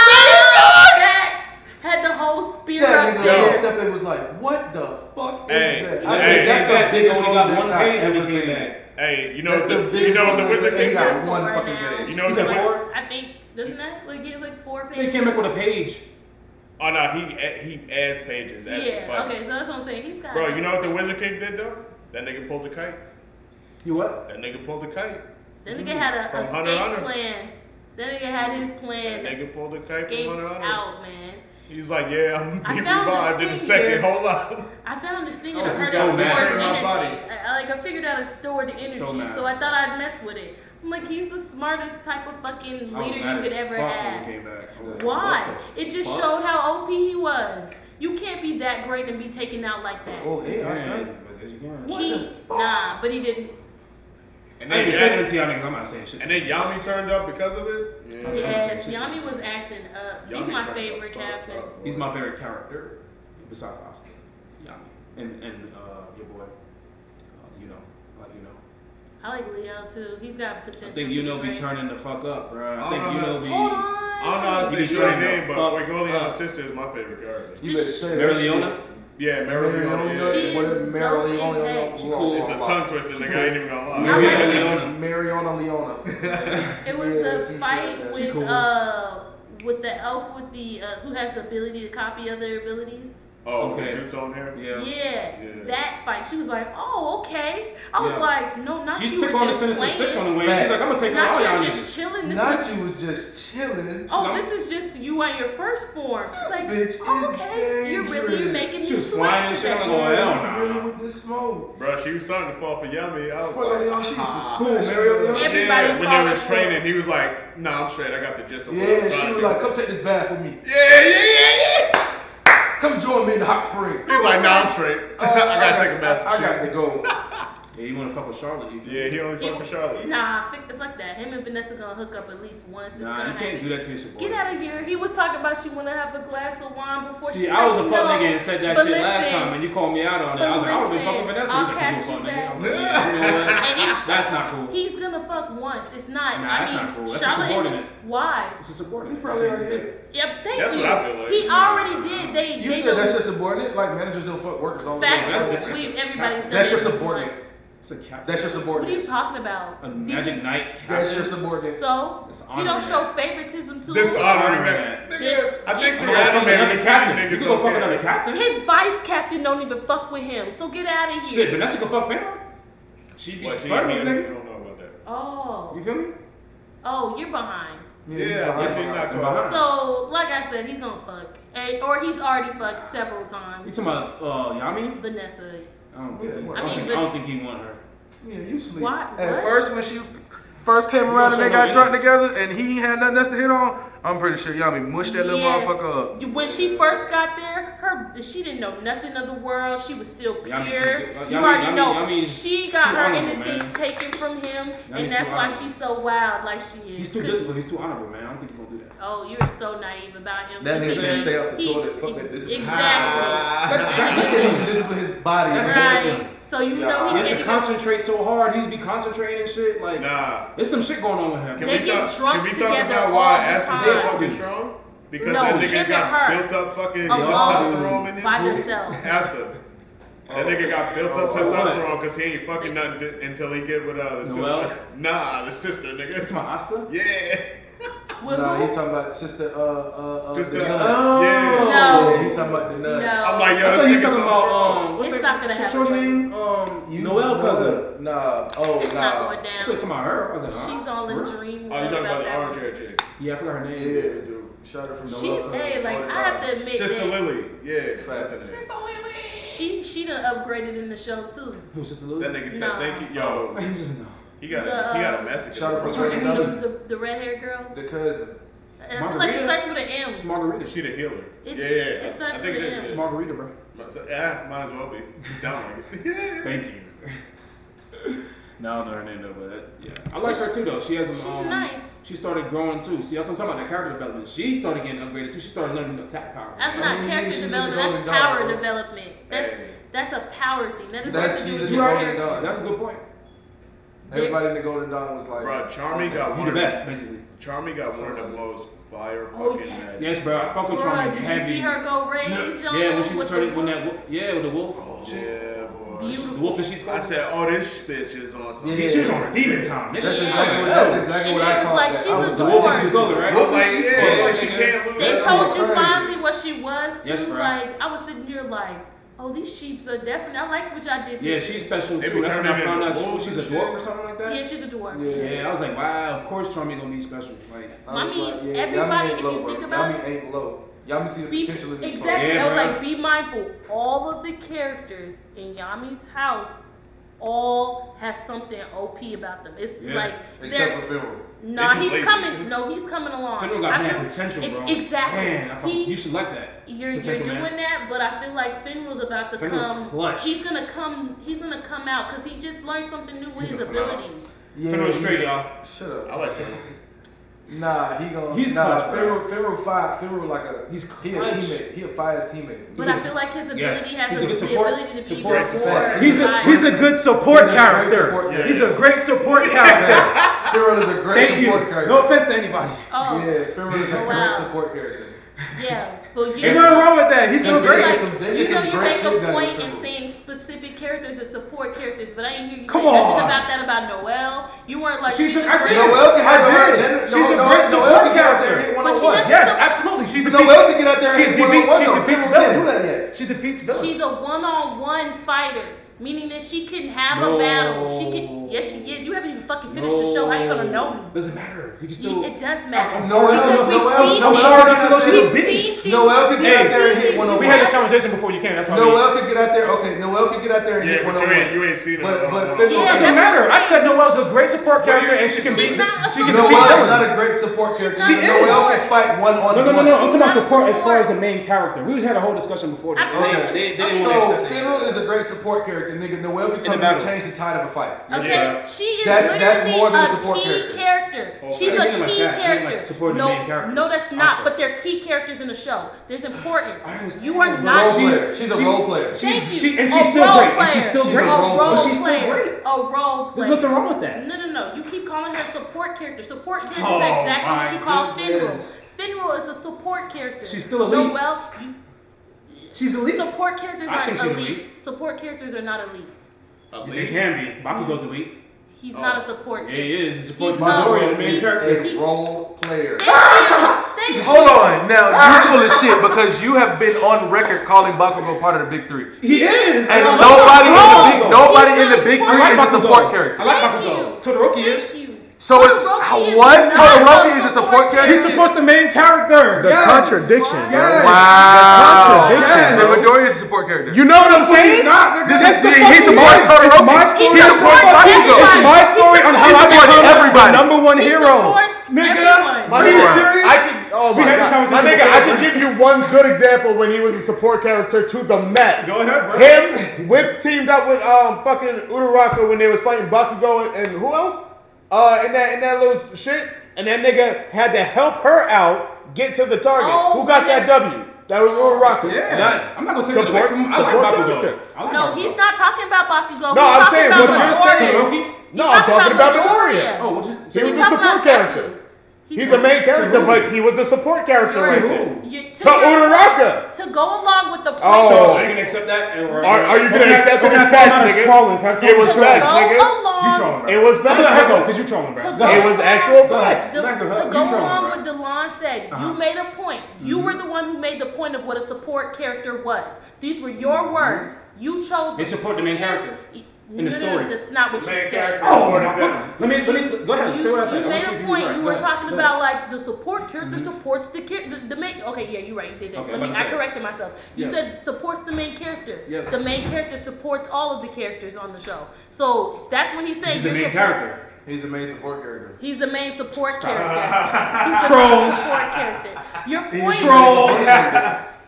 [SPEAKER 3] Ah, had the whole spear
[SPEAKER 6] That
[SPEAKER 3] up
[SPEAKER 6] nigga
[SPEAKER 3] there.
[SPEAKER 6] looked up and was like, what the fuck
[SPEAKER 2] Hey,
[SPEAKER 6] is that?
[SPEAKER 1] I
[SPEAKER 2] Hey,
[SPEAKER 1] said, that's that big
[SPEAKER 6] the biggest
[SPEAKER 1] only
[SPEAKER 6] hole
[SPEAKER 1] got
[SPEAKER 6] that's
[SPEAKER 1] one
[SPEAKER 6] I
[SPEAKER 1] page and
[SPEAKER 6] ever
[SPEAKER 1] he came
[SPEAKER 6] seen.
[SPEAKER 1] back.
[SPEAKER 2] Hey, you know
[SPEAKER 6] That's
[SPEAKER 2] what
[SPEAKER 6] the
[SPEAKER 2] the, you know what the
[SPEAKER 6] biggest
[SPEAKER 2] wizard
[SPEAKER 6] hole that's
[SPEAKER 2] king
[SPEAKER 6] ever
[SPEAKER 2] did?
[SPEAKER 6] got one
[SPEAKER 3] Four
[SPEAKER 6] fucking
[SPEAKER 3] now.
[SPEAKER 6] page.
[SPEAKER 2] You know
[SPEAKER 1] He
[SPEAKER 2] what
[SPEAKER 1] said
[SPEAKER 2] the
[SPEAKER 1] four.
[SPEAKER 3] I think doesn't that like get like four pages?
[SPEAKER 1] They came back with a page.
[SPEAKER 2] Oh no, he a- he adds pages. That's
[SPEAKER 3] yeah.
[SPEAKER 2] fuck.
[SPEAKER 3] Okay, so that's what I'm saying. He's got.
[SPEAKER 2] Bro, you know what the wizard king did though? That nigga pulled the kite.
[SPEAKER 1] You what?
[SPEAKER 2] That nigga pulled the kite.
[SPEAKER 3] That nigga had a, a
[SPEAKER 2] From Hunter
[SPEAKER 3] escape
[SPEAKER 2] Hunter.
[SPEAKER 3] plan. That nigga had his
[SPEAKER 2] That
[SPEAKER 3] plan.
[SPEAKER 2] nigga pulled the kite from
[SPEAKER 3] escaped
[SPEAKER 2] under under.
[SPEAKER 3] out, man.
[SPEAKER 2] He's like, yeah, I'm
[SPEAKER 3] I
[SPEAKER 2] gonna be
[SPEAKER 3] found this
[SPEAKER 2] revived in a
[SPEAKER 3] thing
[SPEAKER 2] second.
[SPEAKER 3] here.
[SPEAKER 2] Hold on.
[SPEAKER 3] I found this thing
[SPEAKER 1] I
[SPEAKER 3] and I
[SPEAKER 1] was
[SPEAKER 3] heard
[SPEAKER 1] so
[SPEAKER 3] it
[SPEAKER 1] mad
[SPEAKER 3] stored
[SPEAKER 1] at my
[SPEAKER 3] energy.
[SPEAKER 2] body.
[SPEAKER 3] I, I- like I figured out it stored energy, so,
[SPEAKER 1] mad.
[SPEAKER 3] I thought I'd mess with it. I'm like, he's the smartest type of fucking
[SPEAKER 1] I was
[SPEAKER 3] leader
[SPEAKER 1] mad
[SPEAKER 3] you
[SPEAKER 1] as
[SPEAKER 3] could ever
[SPEAKER 1] fuck when
[SPEAKER 3] have.
[SPEAKER 1] he came back. I was like,
[SPEAKER 3] Why?
[SPEAKER 1] what the
[SPEAKER 3] It just
[SPEAKER 1] fuck?
[SPEAKER 3] showed how OP he was. You can't be that great and be taken out like that.
[SPEAKER 6] Oh, yeah, I
[SPEAKER 1] Man,
[SPEAKER 6] said,
[SPEAKER 1] but you can.
[SPEAKER 3] he, nah, but he didn't.
[SPEAKER 2] And
[SPEAKER 1] I ain't
[SPEAKER 2] then,
[SPEAKER 1] even saying it to y'all niggas. I'm not saying shit.
[SPEAKER 2] and then Yami turned up because of it. Yeah.
[SPEAKER 3] Yes, Yami was acting up.
[SPEAKER 2] Yami
[SPEAKER 3] he's my
[SPEAKER 2] turned up,
[SPEAKER 3] favorite
[SPEAKER 2] fuck
[SPEAKER 3] captain.
[SPEAKER 2] up, boy.
[SPEAKER 1] He's my favorite character, besides Austin, Yami, and and uh, your boy, uh, you know, like you know.
[SPEAKER 3] I like Leo too. He's got potential.
[SPEAKER 1] I think
[SPEAKER 3] to
[SPEAKER 1] you
[SPEAKER 3] be
[SPEAKER 1] know be
[SPEAKER 3] great.
[SPEAKER 1] turning the fuck up, bro.
[SPEAKER 6] Oh,
[SPEAKER 1] I
[SPEAKER 2] I
[SPEAKER 1] think
[SPEAKER 2] don't
[SPEAKER 1] you
[SPEAKER 2] know
[SPEAKER 1] know
[SPEAKER 3] Hold
[SPEAKER 1] be
[SPEAKER 3] on.
[SPEAKER 2] I don't know how to
[SPEAKER 1] You
[SPEAKER 2] say
[SPEAKER 1] be
[SPEAKER 2] your
[SPEAKER 1] trying to
[SPEAKER 2] name, but
[SPEAKER 1] fuck
[SPEAKER 2] Oigolian's
[SPEAKER 1] up.
[SPEAKER 2] sister is my favorite character.
[SPEAKER 6] You better say that shit.
[SPEAKER 1] Marileona.
[SPEAKER 2] Yeah, Marileona.
[SPEAKER 6] Marileona,
[SPEAKER 3] She is
[SPEAKER 6] what is
[SPEAKER 3] dope
[SPEAKER 6] Marileona
[SPEAKER 3] as heck.
[SPEAKER 6] Leona?
[SPEAKER 1] She cool.
[SPEAKER 2] It's a tongue twister, nigga. I ain't even gonna lie.
[SPEAKER 3] I'm
[SPEAKER 1] Marileona.
[SPEAKER 3] like-
[SPEAKER 6] Mariona Leona.
[SPEAKER 3] It was the
[SPEAKER 6] Yeah, she should have.
[SPEAKER 3] fight
[SPEAKER 6] She
[SPEAKER 3] with
[SPEAKER 1] cool.
[SPEAKER 3] uh with the elf with the uh, who has the ability to copy other abilities.
[SPEAKER 2] Oh, with
[SPEAKER 1] Okay.
[SPEAKER 2] the two tone hair.
[SPEAKER 1] Yeah.
[SPEAKER 2] Yeah.
[SPEAKER 3] that fight. She was like, "Oh, okay." I was
[SPEAKER 1] Yeah.
[SPEAKER 3] like, "No, not
[SPEAKER 1] She
[SPEAKER 3] you
[SPEAKER 1] took
[SPEAKER 3] were
[SPEAKER 1] on the
[SPEAKER 3] just
[SPEAKER 1] sinister
[SPEAKER 3] playing.
[SPEAKER 1] six on the way.
[SPEAKER 6] Facts.
[SPEAKER 1] She's like, I'm gonna take on all
[SPEAKER 3] Not
[SPEAKER 1] y'all
[SPEAKER 3] you just
[SPEAKER 1] niggas.
[SPEAKER 3] chilling. This
[SPEAKER 6] Not
[SPEAKER 3] was-
[SPEAKER 6] she was just chilling.
[SPEAKER 3] Oh, this is just you on your first form. She's like,
[SPEAKER 6] bitch is
[SPEAKER 3] oh, okay, you're really
[SPEAKER 6] dangerous.
[SPEAKER 3] making
[SPEAKER 1] She
[SPEAKER 3] me
[SPEAKER 1] was
[SPEAKER 3] sweat
[SPEAKER 1] flying and shit.
[SPEAKER 3] today.
[SPEAKER 1] I'm like,
[SPEAKER 6] Yeah,
[SPEAKER 1] oh, hell nah.
[SPEAKER 6] you really with this smoke.
[SPEAKER 2] Bro, she was starting to fall for Yummy. I was
[SPEAKER 6] Fuck all
[SPEAKER 2] like,
[SPEAKER 6] y'all, she's
[SPEAKER 2] ah.
[SPEAKER 6] the
[SPEAKER 1] Cool, Marileona.
[SPEAKER 3] Yeah. Everybody
[SPEAKER 2] yeah, when they was
[SPEAKER 3] falling for
[SPEAKER 2] training,
[SPEAKER 3] her.
[SPEAKER 2] he was like, nah, I'm straight. I got the gist of what I'm
[SPEAKER 6] Yeah,
[SPEAKER 2] trying
[SPEAKER 6] she
[SPEAKER 2] to
[SPEAKER 6] was
[SPEAKER 2] do.
[SPEAKER 6] like, come take this bath with me.
[SPEAKER 2] yeah, yeah, yeah, yeah.
[SPEAKER 6] Come join me in the hot spring.
[SPEAKER 2] He's like, nah, I'm straight. I gotta take a massive
[SPEAKER 6] Oh, I, I
[SPEAKER 2] shit.
[SPEAKER 6] got to go.
[SPEAKER 1] Yeah, you wanna fuck with Charlotte? You
[SPEAKER 2] Yeah, he only fucked with Charlotte.
[SPEAKER 3] Nah, fuck the fuck that. Him and Vanessa gonna hook up at least once. It's
[SPEAKER 1] Nah, you
[SPEAKER 3] gonna
[SPEAKER 1] can't
[SPEAKER 3] happen.
[SPEAKER 1] do that to your boy.
[SPEAKER 3] Get out of here. He was talking about you want to have a glass of wine before
[SPEAKER 1] See,
[SPEAKER 3] she
[SPEAKER 1] I was a
[SPEAKER 3] no,
[SPEAKER 1] fuck nigga and said that
[SPEAKER 3] but
[SPEAKER 1] shit last
[SPEAKER 3] listen,
[SPEAKER 1] time, and you called me out on it. I was like, I would have been fucking Vanessa.
[SPEAKER 3] I'll
[SPEAKER 1] He's like, you a
[SPEAKER 3] catch you
[SPEAKER 1] fuck nigga.
[SPEAKER 3] back.
[SPEAKER 1] I'm like, yeah, you know what?
[SPEAKER 3] And
[SPEAKER 1] That's not cool.
[SPEAKER 3] He's gonna fuck once. It's not.
[SPEAKER 1] Nah,
[SPEAKER 3] I
[SPEAKER 1] that's
[SPEAKER 3] mean,
[SPEAKER 1] not cool. That's a
[SPEAKER 3] Charlotte.
[SPEAKER 1] subordinate.
[SPEAKER 3] Why?
[SPEAKER 1] It's a subordinate.
[SPEAKER 6] You probably already did.
[SPEAKER 3] Yep. Thank
[SPEAKER 2] That's
[SPEAKER 3] you.
[SPEAKER 2] what I feel like.
[SPEAKER 3] He already did. They.
[SPEAKER 6] You
[SPEAKER 3] they
[SPEAKER 6] said that's
[SPEAKER 3] don't.
[SPEAKER 6] just subordinate? Like managers don't fuck workers all the
[SPEAKER 3] Fact,
[SPEAKER 1] that's different.
[SPEAKER 6] time.
[SPEAKER 3] we everybody's done
[SPEAKER 6] That's your
[SPEAKER 3] this
[SPEAKER 6] subordinate.
[SPEAKER 3] once.
[SPEAKER 1] It's a cap.
[SPEAKER 6] That's your
[SPEAKER 3] What are you
[SPEAKER 6] subordinate.
[SPEAKER 3] talking about?
[SPEAKER 1] a magic knight.
[SPEAKER 6] That's your
[SPEAKER 1] captain.
[SPEAKER 6] subordinate.
[SPEAKER 3] So
[SPEAKER 1] It's
[SPEAKER 3] you don't
[SPEAKER 1] honoring
[SPEAKER 3] show favoritism to
[SPEAKER 2] This
[SPEAKER 3] him?
[SPEAKER 2] honoring
[SPEAKER 1] Honoring
[SPEAKER 2] that.
[SPEAKER 3] that.
[SPEAKER 2] Nigga, I
[SPEAKER 1] You
[SPEAKER 2] think through
[SPEAKER 1] gonna fuck
[SPEAKER 2] anime,
[SPEAKER 1] another
[SPEAKER 2] we've
[SPEAKER 1] captain. You
[SPEAKER 2] seen niggas
[SPEAKER 1] can go
[SPEAKER 2] don't
[SPEAKER 1] fuck another
[SPEAKER 2] care.
[SPEAKER 1] captain.
[SPEAKER 3] His vice captain don't even fuck with him. So get out of
[SPEAKER 1] Shit,
[SPEAKER 3] here.
[SPEAKER 1] Vanessa can fuck Pharaoh. She be
[SPEAKER 2] What, she
[SPEAKER 1] flirting with
[SPEAKER 2] ain't-
[SPEAKER 1] nigga.
[SPEAKER 2] don't know about that.
[SPEAKER 3] Oh.
[SPEAKER 1] You feel me?
[SPEAKER 3] Oh, you're behind.
[SPEAKER 2] Yeah, I guess he's not caught.
[SPEAKER 3] So, like I said, he's gonna fuck, and, or he's already fucked several times.
[SPEAKER 1] You talking about uh, Yami?
[SPEAKER 3] Vanessa,
[SPEAKER 1] I don't think.
[SPEAKER 6] Yeah,
[SPEAKER 1] he-
[SPEAKER 6] well,
[SPEAKER 1] I don't
[SPEAKER 3] I mean,
[SPEAKER 1] think.
[SPEAKER 3] but-
[SPEAKER 1] I don't think he want her.
[SPEAKER 6] Yeah, you sleep.
[SPEAKER 3] Why-
[SPEAKER 6] At
[SPEAKER 3] what?
[SPEAKER 6] first, when she first came
[SPEAKER 1] You
[SPEAKER 6] around
[SPEAKER 1] don't
[SPEAKER 6] and they
[SPEAKER 1] show no
[SPEAKER 6] got drunk together, and he ain't had nothing else to hit on,
[SPEAKER 8] I'm pretty sure y'all be mush that little
[SPEAKER 3] Yes.
[SPEAKER 8] motherfucker up.
[SPEAKER 3] When she first got there, her she didn't know nothing of the world. She was still
[SPEAKER 1] Y'all mean
[SPEAKER 3] queer.
[SPEAKER 1] she- y'all
[SPEAKER 3] you
[SPEAKER 1] mean-
[SPEAKER 3] already
[SPEAKER 1] y'all mean-
[SPEAKER 3] know
[SPEAKER 1] y'all mean
[SPEAKER 3] she
[SPEAKER 1] too
[SPEAKER 3] got her
[SPEAKER 1] honorable,
[SPEAKER 3] innocence
[SPEAKER 1] man.
[SPEAKER 3] taken from him,
[SPEAKER 1] mean
[SPEAKER 3] and that's
[SPEAKER 1] too
[SPEAKER 3] why
[SPEAKER 1] honorable.
[SPEAKER 3] she's so wild like she is.
[SPEAKER 1] He's too
[SPEAKER 3] 'Cause-
[SPEAKER 1] disciplined. He's too honorable, man. I don't think he's gonna do that.
[SPEAKER 3] Oh, you're so naive about him.
[SPEAKER 8] That nigga can't stay out the
[SPEAKER 3] He-
[SPEAKER 8] toilet. Fuck that
[SPEAKER 3] Exactly.
[SPEAKER 8] discipline.
[SPEAKER 1] That's, that's, that's,
[SPEAKER 8] He should discipline his body.
[SPEAKER 1] That's
[SPEAKER 8] man.
[SPEAKER 3] Right. So you
[SPEAKER 6] Yeah,
[SPEAKER 3] know
[SPEAKER 1] he
[SPEAKER 3] he
[SPEAKER 1] has
[SPEAKER 3] can't
[SPEAKER 1] to
[SPEAKER 3] even
[SPEAKER 1] concentrate so hard. He's be concentrating and shit. Like,
[SPEAKER 2] Nah.
[SPEAKER 1] there's some shit going on with him.
[SPEAKER 2] Can
[SPEAKER 3] They
[SPEAKER 2] we
[SPEAKER 3] get
[SPEAKER 2] talk?
[SPEAKER 3] drunk
[SPEAKER 2] Can we talk
[SPEAKER 3] together
[SPEAKER 2] about
[SPEAKER 3] all
[SPEAKER 2] why
[SPEAKER 3] the
[SPEAKER 2] Aston
[SPEAKER 3] time.
[SPEAKER 2] Zip fucking strong? Because
[SPEAKER 3] No,
[SPEAKER 2] that
[SPEAKER 3] look
[SPEAKER 2] nigga
[SPEAKER 3] at
[SPEAKER 2] got
[SPEAKER 3] her.
[SPEAKER 2] built up fucking
[SPEAKER 3] Alone.
[SPEAKER 2] testosterone in
[SPEAKER 3] by
[SPEAKER 2] it.
[SPEAKER 3] yourself.
[SPEAKER 2] Asta. That nigga got built up
[SPEAKER 1] Oh,
[SPEAKER 2] testosterone because he ain't fucking nothing t- until he get with uh, the
[SPEAKER 1] Noel?
[SPEAKER 2] sister. Nah, the sister, nigga.
[SPEAKER 1] To my Asta?
[SPEAKER 2] Yeah.
[SPEAKER 3] With
[SPEAKER 6] Nah, he
[SPEAKER 3] who?
[SPEAKER 6] talking about sister. Uh, uh, uh
[SPEAKER 2] Sister.
[SPEAKER 6] The nun.
[SPEAKER 1] Oh.
[SPEAKER 2] Yeah.
[SPEAKER 6] Yeah,
[SPEAKER 3] No.
[SPEAKER 6] he talking about the nun.
[SPEAKER 3] No.
[SPEAKER 2] I'm like, yo,
[SPEAKER 1] I
[SPEAKER 2] this
[SPEAKER 1] thought you
[SPEAKER 2] nigga
[SPEAKER 1] were talking
[SPEAKER 2] so
[SPEAKER 1] about
[SPEAKER 2] strong. Oh,
[SPEAKER 1] um, what's
[SPEAKER 3] It's
[SPEAKER 1] that
[SPEAKER 3] not gonna
[SPEAKER 1] shorty
[SPEAKER 3] happen.
[SPEAKER 1] name? Um,
[SPEAKER 6] You-
[SPEAKER 1] Noel cousin.
[SPEAKER 6] Nah. Oh,
[SPEAKER 3] It's
[SPEAKER 6] nah.
[SPEAKER 3] not going
[SPEAKER 1] I thought
[SPEAKER 3] down.
[SPEAKER 1] you were talking about her. I was like, huh?
[SPEAKER 3] She's all in
[SPEAKER 1] For real?
[SPEAKER 3] dream
[SPEAKER 2] Oh, you
[SPEAKER 3] world
[SPEAKER 2] talking about the
[SPEAKER 3] that
[SPEAKER 2] orange
[SPEAKER 3] one.
[SPEAKER 2] hair chick?
[SPEAKER 1] Yeah, I forgot her name.
[SPEAKER 6] Yeah.
[SPEAKER 2] Dude.
[SPEAKER 6] Shout out from
[SPEAKER 3] She,
[SPEAKER 6] Noel.
[SPEAKER 3] hey, like
[SPEAKER 6] Oh,
[SPEAKER 3] I have to admit
[SPEAKER 2] Sister
[SPEAKER 3] that
[SPEAKER 2] Lily. Yeah. That's her
[SPEAKER 6] Facts.
[SPEAKER 2] name.
[SPEAKER 3] she she done upgraded in the show too.
[SPEAKER 1] Who's Sister Lou?
[SPEAKER 2] That nigga said
[SPEAKER 3] Nah.
[SPEAKER 2] thank you. Yo,
[SPEAKER 1] He just know.
[SPEAKER 2] he got
[SPEAKER 3] The,
[SPEAKER 2] a
[SPEAKER 3] uh,
[SPEAKER 2] he got a message.
[SPEAKER 6] Shout out
[SPEAKER 1] What's
[SPEAKER 6] from
[SPEAKER 1] her
[SPEAKER 6] her
[SPEAKER 1] name?
[SPEAKER 3] The,
[SPEAKER 6] another.
[SPEAKER 3] the, the red haired girl.
[SPEAKER 6] The cousin.
[SPEAKER 3] I feel like it
[SPEAKER 1] Margarita?
[SPEAKER 3] starts with an
[SPEAKER 1] It's
[SPEAKER 3] M.
[SPEAKER 1] Margarita.
[SPEAKER 2] She the healer.
[SPEAKER 3] It's-
[SPEAKER 2] yeah,
[SPEAKER 3] it's not
[SPEAKER 2] I think it
[SPEAKER 3] for
[SPEAKER 2] is.
[SPEAKER 1] It's Margarita, bro.
[SPEAKER 2] Might- so- Yeah, might as well be. You sound like it.
[SPEAKER 1] Thank you. no, I don't know her name though, but that, yeah, I like her too though. She has some.
[SPEAKER 3] She's
[SPEAKER 1] um,
[SPEAKER 3] nice.
[SPEAKER 1] She started growing too. See, that's what I'm talking about. That character development. She started getting upgraded too. She started learning the attack power.
[SPEAKER 3] That's
[SPEAKER 6] I
[SPEAKER 3] not
[SPEAKER 6] mean,
[SPEAKER 3] character
[SPEAKER 6] she's a
[SPEAKER 3] development. That's
[SPEAKER 6] golden
[SPEAKER 3] power
[SPEAKER 6] dog.
[SPEAKER 3] development. That's
[SPEAKER 2] Hey.
[SPEAKER 3] that's a power thing. That is
[SPEAKER 6] That's-
[SPEAKER 3] nothing to do
[SPEAKER 6] she's
[SPEAKER 3] with
[SPEAKER 6] a
[SPEAKER 3] your
[SPEAKER 6] golden
[SPEAKER 3] character.
[SPEAKER 6] dog.
[SPEAKER 1] That's a good point.
[SPEAKER 6] Everybody in the Golden Dawn was like, "Oh,
[SPEAKER 2] Bro, Charmy got
[SPEAKER 1] You
[SPEAKER 2] one.
[SPEAKER 1] the
[SPEAKER 2] of-
[SPEAKER 1] best, basically.
[SPEAKER 2] Charmy got one of the most fire fucking
[SPEAKER 3] Oh, yes.
[SPEAKER 2] matches.
[SPEAKER 1] Yes, bro. I fuck with
[SPEAKER 3] Bruh,
[SPEAKER 1] Charmaine
[SPEAKER 3] did
[SPEAKER 1] heavy.
[SPEAKER 3] you see her go rage on
[SPEAKER 1] yeah, when
[SPEAKER 3] him
[SPEAKER 1] she
[SPEAKER 3] with
[SPEAKER 1] was
[SPEAKER 3] the
[SPEAKER 1] turning when
[SPEAKER 3] wolf?
[SPEAKER 1] that wo- yeah with the wolf.
[SPEAKER 2] Oh,
[SPEAKER 1] shit.
[SPEAKER 2] yeah, boy.
[SPEAKER 3] Beautiful.
[SPEAKER 1] The wolf and she's
[SPEAKER 2] I said, oh, this bitch is on something.
[SPEAKER 6] Yeah.
[SPEAKER 1] she was on a demon time.
[SPEAKER 6] that's
[SPEAKER 1] Nigga.
[SPEAKER 3] Yeah.
[SPEAKER 6] exactly what,
[SPEAKER 1] Oh.
[SPEAKER 6] that's exactly
[SPEAKER 3] And
[SPEAKER 6] what
[SPEAKER 3] she
[SPEAKER 6] I
[SPEAKER 3] was
[SPEAKER 6] called
[SPEAKER 3] like,
[SPEAKER 6] that.
[SPEAKER 3] she's
[SPEAKER 6] I
[SPEAKER 3] a
[SPEAKER 6] was
[SPEAKER 1] The wolf and she's
[SPEAKER 6] like,
[SPEAKER 1] golden,
[SPEAKER 2] I
[SPEAKER 1] right?
[SPEAKER 2] was like, yeah, it's like she
[SPEAKER 1] Yeah.
[SPEAKER 2] can't lose.
[SPEAKER 3] They
[SPEAKER 2] that
[SPEAKER 3] told you
[SPEAKER 6] crazy.
[SPEAKER 3] finally what she was too.
[SPEAKER 1] Yes, bruh.
[SPEAKER 3] like I was sitting here like, oh these sheeps are definitely. I like what y'all did.
[SPEAKER 1] Yeah, she's special
[SPEAKER 2] They
[SPEAKER 1] too.
[SPEAKER 2] be
[SPEAKER 1] That's when I
[SPEAKER 2] turning
[SPEAKER 1] found out
[SPEAKER 2] into
[SPEAKER 1] she,
[SPEAKER 2] wolves
[SPEAKER 1] she's
[SPEAKER 2] and
[SPEAKER 1] a
[SPEAKER 2] shit.
[SPEAKER 1] dwarf or something like that.
[SPEAKER 3] Yeah, she's a dwarf.
[SPEAKER 6] Yeah.
[SPEAKER 1] Yeah, I was like, wow, of course Charmaine gonna be special. Like,
[SPEAKER 3] I mean,
[SPEAKER 6] was like, yeah,
[SPEAKER 3] everybody, if
[SPEAKER 6] Yami ain't low,
[SPEAKER 3] you think
[SPEAKER 6] bro.
[SPEAKER 3] about
[SPEAKER 6] Yami ain't low. Y'all see the
[SPEAKER 3] Be,
[SPEAKER 6] potential in this
[SPEAKER 3] exactly.
[SPEAKER 1] Yeah,
[SPEAKER 3] I was
[SPEAKER 1] bruh.
[SPEAKER 3] like, be mindful. All of the characters in Yami's house all have something OP about them. It's
[SPEAKER 1] Yeah.
[SPEAKER 3] like
[SPEAKER 6] fuck.
[SPEAKER 3] they're
[SPEAKER 6] Except for Pharaoh.
[SPEAKER 3] no,
[SPEAKER 2] They just
[SPEAKER 3] he's
[SPEAKER 2] lazy.
[SPEAKER 3] coming. No, he's coming along.
[SPEAKER 1] Fennel got
[SPEAKER 3] I
[SPEAKER 1] mad
[SPEAKER 3] feel-
[SPEAKER 1] potential,
[SPEAKER 3] ex-
[SPEAKER 1] bro.
[SPEAKER 3] Exactly.
[SPEAKER 1] Man, I fuck-
[SPEAKER 3] He-
[SPEAKER 1] you should like that.
[SPEAKER 3] You're, you're
[SPEAKER 1] Potential
[SPEAKER 3] doing
[SPEAKER 1] man.
[SPEAKER 3] that, but I feel like Fenrir's about to
[SPEAKER 1] Fenrir's
[SPEAKER 3] come.
[SPEAKER 1] clutch.
[SPEAKER 3] He's gonna come. He's gonna come out because he just learned something new with
[SPEAKER 2] He's
[SPEAKER 3] his
[SPEAKER 2] a phenomenon.
[SPEAKER 3] abilities.
[SPEAKER 1] Yeah,
[SPEAKER 6] Yeah,
[SPEAKER 1] straight,
[SPEAKER 6] he-
[SPEAKER 1] y'all.
[SPEAKER 6] Shut up.
[SPEAKER 2] I like him.
[SPEAKER 6] Nah, he gonna.
[SPEAKER 1] He's
[SPEAKER 6] nah,
[SPEAKER 1] clutch, bro.
[SPEAKER 6] Pharaoh, Pharaoh five. Pharaoh like a.
[SPEAKER 1] He's
[SPEAKER 6] he a
[SPEAKER 1] clutch.
[SPEAKER 6] teammate. He a fires teammate.
[SPEAKER 3] But
[SPEAKER 1] He's
[SPEAKER 3] I
[SPEAKER 1] a-
[SPEAKER 3] feel like his ability
[SPEAKER 1] yes.
[SPEAKER 3] has
[SPEAKER 1] He's
[SPEAKER 3] a,
[SPEAKER 1] a good
[SPEAKER 3] the
[SPEAKER 1] support-
[SPEAKER 3] ability to
[SPEAKER 1] support.
[SPEAKER 3] be
[SPEAKER 6] Support.
[SPEAKER 3] support.
[SPEAKER 6] He's
[SPEAKER 3] He's a
[SPEAKER 1] good support
[SPEAKER 6] He's a great support
[SPEAKER 2] Yeah.
[SPEAKER 6] character.
[SPEAKER 1] a great support character.
[SPEAKER 6] Pharaoh is a great
[SPEAKER 1] Thank you.
[SPEAKER 6] support character.
[SPEAKER 1] No offense to anybody.
[SPEAKER 3] Oh,
[SPEAKER 6] Yeah, Pharaoh is a
[SPEAKER 3] Oh,
[SPEAKER 6] great
[SPEAKER 3] wow.
[SPEAKER 6] support character.
[SPEAKER 3] yeah. But
[SPEAKER 1] Ain't
[SPEAKER 3] you're,
[SPEAKER 1] nothing wrong with that. He's
[SPEAKER 3] it's
[SPEAKER 1] still
[SPEAKER 3] just
[SPEAKER 6] great.
[SPEAKER 1] great.
[SPEAKER 3] like
[SPEAKER 6] Some- they
[SPEAKER 3] you
[SPEAKER 6] get
[SPEAKER 3] know
[SPEAKER 6] some
[SPEAKER 3] you
[SPEAKER 6] great
[SPEAKER 3] make
[SPEAKER 6] shit
[SPEAKER 3] a
[SPEAKER 6] done
[SPEAKER 3] point
[SPEAKER 6] in
[SPEAKER 3] in
[SPEAKER 6] Fenrir.
[SPEAKER 3] saying specific characters as support characters, but I didn't hear you
[SPEAKER 1] Come
[SPEAKER 3] say
[SPEAKER 1] on.
[SPEAKER 3] nothing about that about Noelle. You weren't like
[SPEAKER 1] She's
[SPEAKER 3] she's
[SPEAKER 1] a-
[SPEAKER 3] a
[SPEAKER 1] I
[SPEAKER 3] great-
[SPEAKER 1] think-
[SPEAKER 6] Noelle can have
[SPEAKER 1] I
[SPEAKER 6] her.
[SPEAKER 1] did.
[SPEAKER 6] Then-
[SPEAKER 1] She's a
[SPEAKER 6] no,
[SPEAKER 1] great
[SPEAKER 6] no,
[SPEAKER 1] support
[SPEAKER 6] Noelle can have
[SPEAKER 1] character.
[SPEAKER 6] her hit
[SPEAKER 3] But she
[SPEAKER 6] one-on-one.
[SPEAKER 3] doesn't-
[SPEAKER 1] Yes, absolutely. She defeats,
[SPEAKER 6] Noelle can get out there
[SPEAKER 1] she
[SPEAKER 6] and hit
[SPEAKER 1] defeats,
[SPEAKER 6] one-on-one,
[SPEAKER 1] she
[SPEAKER 6] though.
[SPEAKER 1] defeats
[SPEAKER 6] People can't do
[SPEAKER 1] villains.
[SPEAKER 6] that yet.
[SPEAKER 1] She defeats villains.
[SPEAKER 3] She's a one-on-one fighter, meaning that she can have
[SPEAKER 1] No.
[SPEAKER 3] a battle. She can. Yes, she is. You haven't even fucking finished the show. How you gonna know me?
[SPEAKER 1] Doesn't matter. You can
[SPEAKER 3] Ye-
[SPEAKER 1] still.
[SPEAKER 3] it does matter.
[SPEAKER 6] Noelle,
[SPEAKER 3] because we've
[SPEAKER 6] Noelle,
[SPEAKER 3] seen
[SPEAKER 6] Noelle
[SPEAKER 3] it.
[SPEAKER 6] already knows she's a
[SPEAKER 3] We've
[SPEAKER 1] bitch.
[SPEAKER 3] seen things-
[SPEAKER 6] Noelle could
[SPEAKER 3] we've
[SPEAKER 6] get out there
[SPEAKER 3] seen
[SPEAKER 6] and hit
[SPEAKER 3] things
[SPEAKER 6] one-on-one.
[SPEAKER 1] we had this conversation before you came. That's why. we,
[SPEAKER 6] Noel could get out there. Okay, Noel could get out there and
[SPEAKER 2] Yeah,
[SPEAKER 6] hit one
[SPEAKER 2] but
[SPEAKER 6] on
[SPEAKER 2] you
[SPEAKER 6] one.
[SPEAKER 2] ain't, you ain't seen him.
[SPEAKER 6] But-
[SPEAKER 2] at all.
[SPEAKER 6] but
[SPEAKER 2] Hold
[SPEAKER 6] Phil-
[SPEAKER 1] it
[SPEAKER 2] on.
[SPEAKER 3] Yeah,
[SPEAKER 1] doesn't
[SPEAKER 3] that's
[SPEAKER 1] matter.
[SPEAKER 3] what
[SPEAKER 1] I
[SPEAKER 3] I'm
[SPEAKER 1] said Noelle's a great support character, and she can
[SPEAKER 3] She's
[SPEAKER 1] be.
[SPEAKER 3] not
[SPEAKER 1] She
[SPEAKER 3] a
[SPEAKER 1] can
[SPEAKER 3] support.
[SPEAKER 1] defeat
[SPEAKER 6] Noel's
[SPEAKER 3] Noelle's
[SPEAKER 6] not
[SPEAKER 1] villains.
[SPEAKER 6] a great support character.
[SPEAKER 3] not a
[SPEAKER 6] Noel
[SPEAKER 3] support.
[SPEAKER 6] can fight one on
[SPEAKER 1] No, no,
[SPEAKER 6] one.
[SPEAKER 1] no, no. I'm talking about
[SPEAKER 3] She's not
[SPEAKER 1] support as far as
[SPEAKER 3] support.
[SPEAKER 1] the main character. We had a whole discussion before this.
[SPEAKER 3] I'm
[SPEAKER 1] They-
[SPEAKER 3] telling you.
[SPEAKER 1] Oh, they- they
[SPEAKER 3] I'm
[SPEAKER 1] didn't wanna
[SPEAKER 3] so-
[SPEAKER 6] So
[SPEAKER 1] accept that.
[SPEAKER 6] Pharaoh is a great support character, nigga. Noel can
[SPEAKER 1] the
[SPEAKER 6] come in and
[SPEAKER 1] battle.
[SPEAKER 6] change the tide of a fight.
[SPEAKER 3] Okay,
[SPEAKER 2] Yeah.
[SPEAKER 3] she is
[SPEAKER 6] That's- that's
[SPEAKER 3] literally
[SPEAKER 6] more than
[SPEAKER 3] a
[SPEAKER 6] support
[SPEAKER 3] key
[SPEAKER 6] character.
[SPEAKER 3] character.
[SPEAKER 2] Oh,
[SPEAKER 3] She's
[SPEAKER 1] I mean,
[SPEAKER 3] a
[SPEAKER 1] like
[SPEAKER 3] key
[SPEAKER 1] that. I mean, like
[SPEAKER 3] character.
[SPEAKER 1] supporting the
[SPEAKER 3] no,
[SPEAKER 1] main character.
[SPEAKER 3] no, that's not.
[SPEAKER 1] Awesome.
[SPEAKER 3] But they're key characters in the show. There's importance.
[SPEAKER 1] I understand.
[SPEAKER 3] You are
[SPEAKER 1] But
[SPEAKER 6] Role
[SPEAKER 1] she's-
[SPEAKER 3] not.
[SPEAKER 6] player. She's a
[SPEAKER 1] she-
[SPEAKER 6] role player.
[SPEAKER 3] Thank you.
[SPEAKER 1] she- and
[SPEAKER 3] A
[SPEAKER 1] she's still
[SPEAKER 3] role
[SPEAKER 1] great, and she's
[SPEAKER 3] player.
[SPEAKER 1] still
[SPEAKER 6] great.
[SPEAKER 3] A
[SPEAKER 6] But
[SPEAKER 3] role
[SPEAKER 1] she's still
[SPEAKER 3] player.
[SPEAKER 1] great.
[SPEAKER 3] A role player.
[SPEAKER 1] There's nothing wrong with that.
[SPEAKER 3] No, no, no. You keep calling her support character. Support character
[SPEAKER 1] Oh,
[SPEAKER 3] is exactly
[SPEAKER 1] my
[SPEAKER 3] what you call
[SPEAKER 6] goodness.
[SPEAKER 3] Finral. Finral is a support character.
[SPEAKER 1] She's still elite.
[SPEAKER 3] No, well, you,
[SPEAKER 1] She's elite.
[SPEAKER 3] support characters
[SPEAKER 1] I
[SPEAKER 3] are
[SPEAKER 1] think
[SPEAKER 3] elite.
[SPEAKER 1] she's elite.
[SPEAKER 3] Support characters are not elite.
[SPEAKER 1] They
[SPEAKER 2] Elite.
[SPEAKER 1] can be. Bakugo's elite.
[SPEAKER 3] He's not a support
[SPEAKER 1] Oh, Yeah,
[SPEAKER 3] character.
[SPEAKER 1] he is. He supports
[SPEAKER 3] He's
[SPEAKER 1] Midoriya,
[SPEAKER 3] not-
[SPEAKER 1] the main
[SPEAKER 3] he's-
[SPEAKER 1] character.
[SPEAKER 6] A role player.
[SPEAKER 3] Thank you.
[SPEAKER 6] Hold on, now you're full of shit because you have been on record calling Bakugo part of the big three,
[SPEAKER 1] He is.
[SPEAKER 6] and
[SPEAKER 1] I like
[SPEAKER 6] nobody in the
[SPEAKER 1] Bakugo.
[SPEAKER 6] big nobody in
[SPEAKER 3] He's
[SPEAKER 6] the
[SPEAKER 3] not
[SPEAKER 6] big
[SPEAKER 3] important.
[SPEAKER 1] I
[SPEAKER 6] three
[SPEAKER 1] like
[SPEAKER 6] is a
[SPEAKER 1] Bakugo.
[SPEAKER 6] support character.
[SPEAKER 1] I like
[SPEAKER 3] Thank
[SPEAKER 1] Bakugo.
[SPEAKER 3] you.
[SPEAKER 1] Todoroki
[SPEAKER 3] Thank
[SPEAKER 1] is.
[SPEAKER 3] you.
[SPEAKER 6] So it's
[SPEAKER 3] Todoroki is
[SPEAKER 6] what?
[SPEAKER 3] not
[SPEAKER 6] Todoroki is a
[SPEAKER 3] support
[SPEAKER 6] support
[SPEAKER 1] He
[SPEAKER 6] character.
[SPEAKER 1] supports the main character.
[SPEAKER 5] The
[SPEAKER 1] Yes.
[SPEAKER 5] contradiction.
[SPEAKER 3] Yes.
[SPEAKER 5] bro.
[SPEAKER 6] Wow.
[SPEAKER 5] The contradiction,
[SPEAKER 6] The
[SPEAKER 5] bro.
[SPEAKER 6] Midoriya is a support character.
[SPEAKER 5] You know what I'm
[SPEAKER 1] He's
[SPEAKER 5] saying?
[SPEAKER 1] not.
[SPEAKER 5] This
[SPEAKER 1] nigga.
[SPEAKER 5] is the
[SPEAKER 6] He
[SPEAKER 5] fucking
[SPEAKER 6] supports
[SPEAKER 5] point.
[SPEAKER 6] Todoroki.
[SPEAKER 1] my story.
[SPEAKER 6] He supports Bakugo.
[SPEAKER 1] It's my story on how I
[SPEAKER 6] supports
[SPEAKER 1] become
[SPEAKER 6] everybody.
[SPEAKER 1] the number one
[SPEAKER 3] He
[SPEAKER 1] hero.
[SPEAKER 3] supports
[SPEAKER 1] Nigga,
[SPEAKER 3] everyone.
[SPEAKER 1] are you
[SPEAKER 2] Everyone.
[SPEAKER 1] serious?
[SPEAKER 2] I could, Oh my
[SPEAKER 1] had this
[SPEAKER 2] god, my
[SPEAKER 1] conversation
[SPEAKER 2] nigga! I
[SPEAKER 1] before.
[SPEAKER 2] can give you one good example when he was a support character to the Mets.
[SPEAKER 1] Go ahead, bro.
[SPEAKER 2] Him with teamed up with um fucking Uraraka when they was fighting Bakugo and, and who else? Uh, in that in that little shit, and that nigga had to help her out get to the target.
[SPEAKER 3] Oh,
[SPEAKER 2] who got
[SPEAKER 3] yeah.
[SPEAKER 2] that W? That was Uraraka.
[SPEAKER 1] Yeah.
[SPEAKER 2] Not
[SPEAKER 1] I'm not gonna take it away from him. I like
[SPEAKER 2] support
[SPEAKER 1] Bakugo.
[SPEAKER 2] character.
[SPEAKER 1] I like
[SPEAKER 3] No,
[SPEAKER 1] Bakugo.
[SPEAKER 3] he's not talking about
[SPEAKER 2] No,
[SPEAKER 3] Bakugo. He's
[SPEAKER 2] I'm
[SPEAKER 3] talking
[SPEAKER 2] saying
[SPEAKER 3] about
[SPEAKER 2] what you're
[SPEAKER 3] Midoriya.
[SPEAKER 2] saying. No, I'm talking about Midoriya.
[SPEAKER 1] Oh, what you say?
[SPEAKER 2] He was
[SPEAKER 3] He's
[SPEAKER 2] a
[SPEAKER 3] talking
[SPEAKER 2] support
[SPEAKER 3] about Deku.
[SPEAKER 2] character. He's a main character,
[SPEAKER 1] who?
[SPEAKER 2] but he was a support character
[SPEAKER 3] You're
[SPEAKER 2] right
[SPEAKER 3] right.
[SPEAKER 2] there.
[SPEAKER 3] You-
[SPEAKER 2] To Uraraka.
[SPEAKER 3] To go along with the point.
[SPEAKER 2] Oh.
[SPEAKER 1] Are you gonna accept that? Or,
[SPEAKER 2] Are, are you gonna
[SPEAKER 1] Okay,
[SPEAKER 2] accept it
[SPEAKER 1] okay,
[SPEAKER 2] as
[SPEAKER 1] I'm
[SPEAKER 2] facts,
[SPEAKER 1] not
[SPEAKER 2] nigga?
[SPEAKER 1] trolling. Can I tell
[SPEAKER 2] It
[SPEAKER 1] you
[SPEAKER 2] was
[SPEAKER 1] something?
[SPEAKER 2] facts,
[SPEAKER 3] go
[SPEAKER 2] nigga.
[SPEAKER 1] You
[SPEAKER 3] along.
[SPEAKER 1] trolling, bro.
[SPEAKER 2] It was
[SPEAKER 1] I'm gonna
[SPEAKER 2] facts,
[SPEAKER 1] have
[SPEAKER 2] nigga.
[SPEAKER 1] because you trolling,
[SPEAKER 3] To
[SPEAKER 1] bro.
[SPEAKER 3] go
[SPEAKER 1] Go ahead.
[SPEAKER 2] was
[SPEAKER 3] along-
[SPEAKER 2] actual facts.
[SPEAKER 3] To,
[SPEAKER 1] Back her up.
[SPEAKER 3] to
[SPEAKER 1] You
[SPEAKER 3] go
[SPEAKER 1] trolling,
[SPEAKER 3] along
[SPEAKER 1] bro.
[SPEAKER 3] with DeLon said,
[SPEAKER 2] Uh-huh.
[SPEAKER 3] you made a point. You were
[SPEAKER 2] Mm-hmm.
[SPEAKER 3] the one who made the point of what a support character was. These were your
[SPEAKER 2] Mm-hmm.
[SPEAKER 3] words. You chose.
[SPEAKER 1] They support the main character.
[SPEAKER 3] In
[SPEAKER 1] the story.
[SPEAKER 3] that's not what you
[SPEAKER 2] Main
[SPEAKER 3] said.
[SPEAKER 2] character.
[SPEAKER 1] Oh, my God. Let me, let me, go ahead.
[SPEAKER 3] You,
[SPEAKER 1] say what I
[SPEAKER 3] you
[SPEAKER 1] said. I wanna see
[SPEAKER 3] made
[SPEAKER 1] if
[SPEAKER 3] a
[SPEAKER 1] was
[SPEAKER 3] point.
[SPEAKER 1] right.
[SPEAKER 3] You
[SPEAKER 1] Go
[SPEAKER 3] were
[SPEAKER 1] ahead.
[SPEAKER 3] talking
[SPEAKER 1] Go ahead. Mm-hmm.
[SPEAKER 3] about like the support character supports the char- the, the main. Okay, yeah, you're right. You did that.
[SPEAKER 1] Okay,
[SPEAKER 3] Let
[SPEAKER 1] what
[SPEAKER 3] me,
[SPEAKER 1] I
[SPEAKER 3] I
[SPEAKER 1] said.
[SPEAKER 3] corrected myself. You
[SPEAKER 1] Yeah.
[SPEAKER 3] said supports the main character.
[SPEAKER 5] Yes.
[SPEAKER 3] The main character supports all of the characters on the show. So that's when he said
[SPEAKER 1] He's the
[SPEAKER 3] you're
[SPEAKER 1] main
[SPEAKER 3] support-
[SPEAKER 1] character.
[SPEAKER 5] He's a main support character.
[SPEAKER 3] He's the main support character. He's the
[SPEAKER 1] Trolls.
[SPEAKER 3] main support character. Your point.
[SPEAKER 1] Trolls.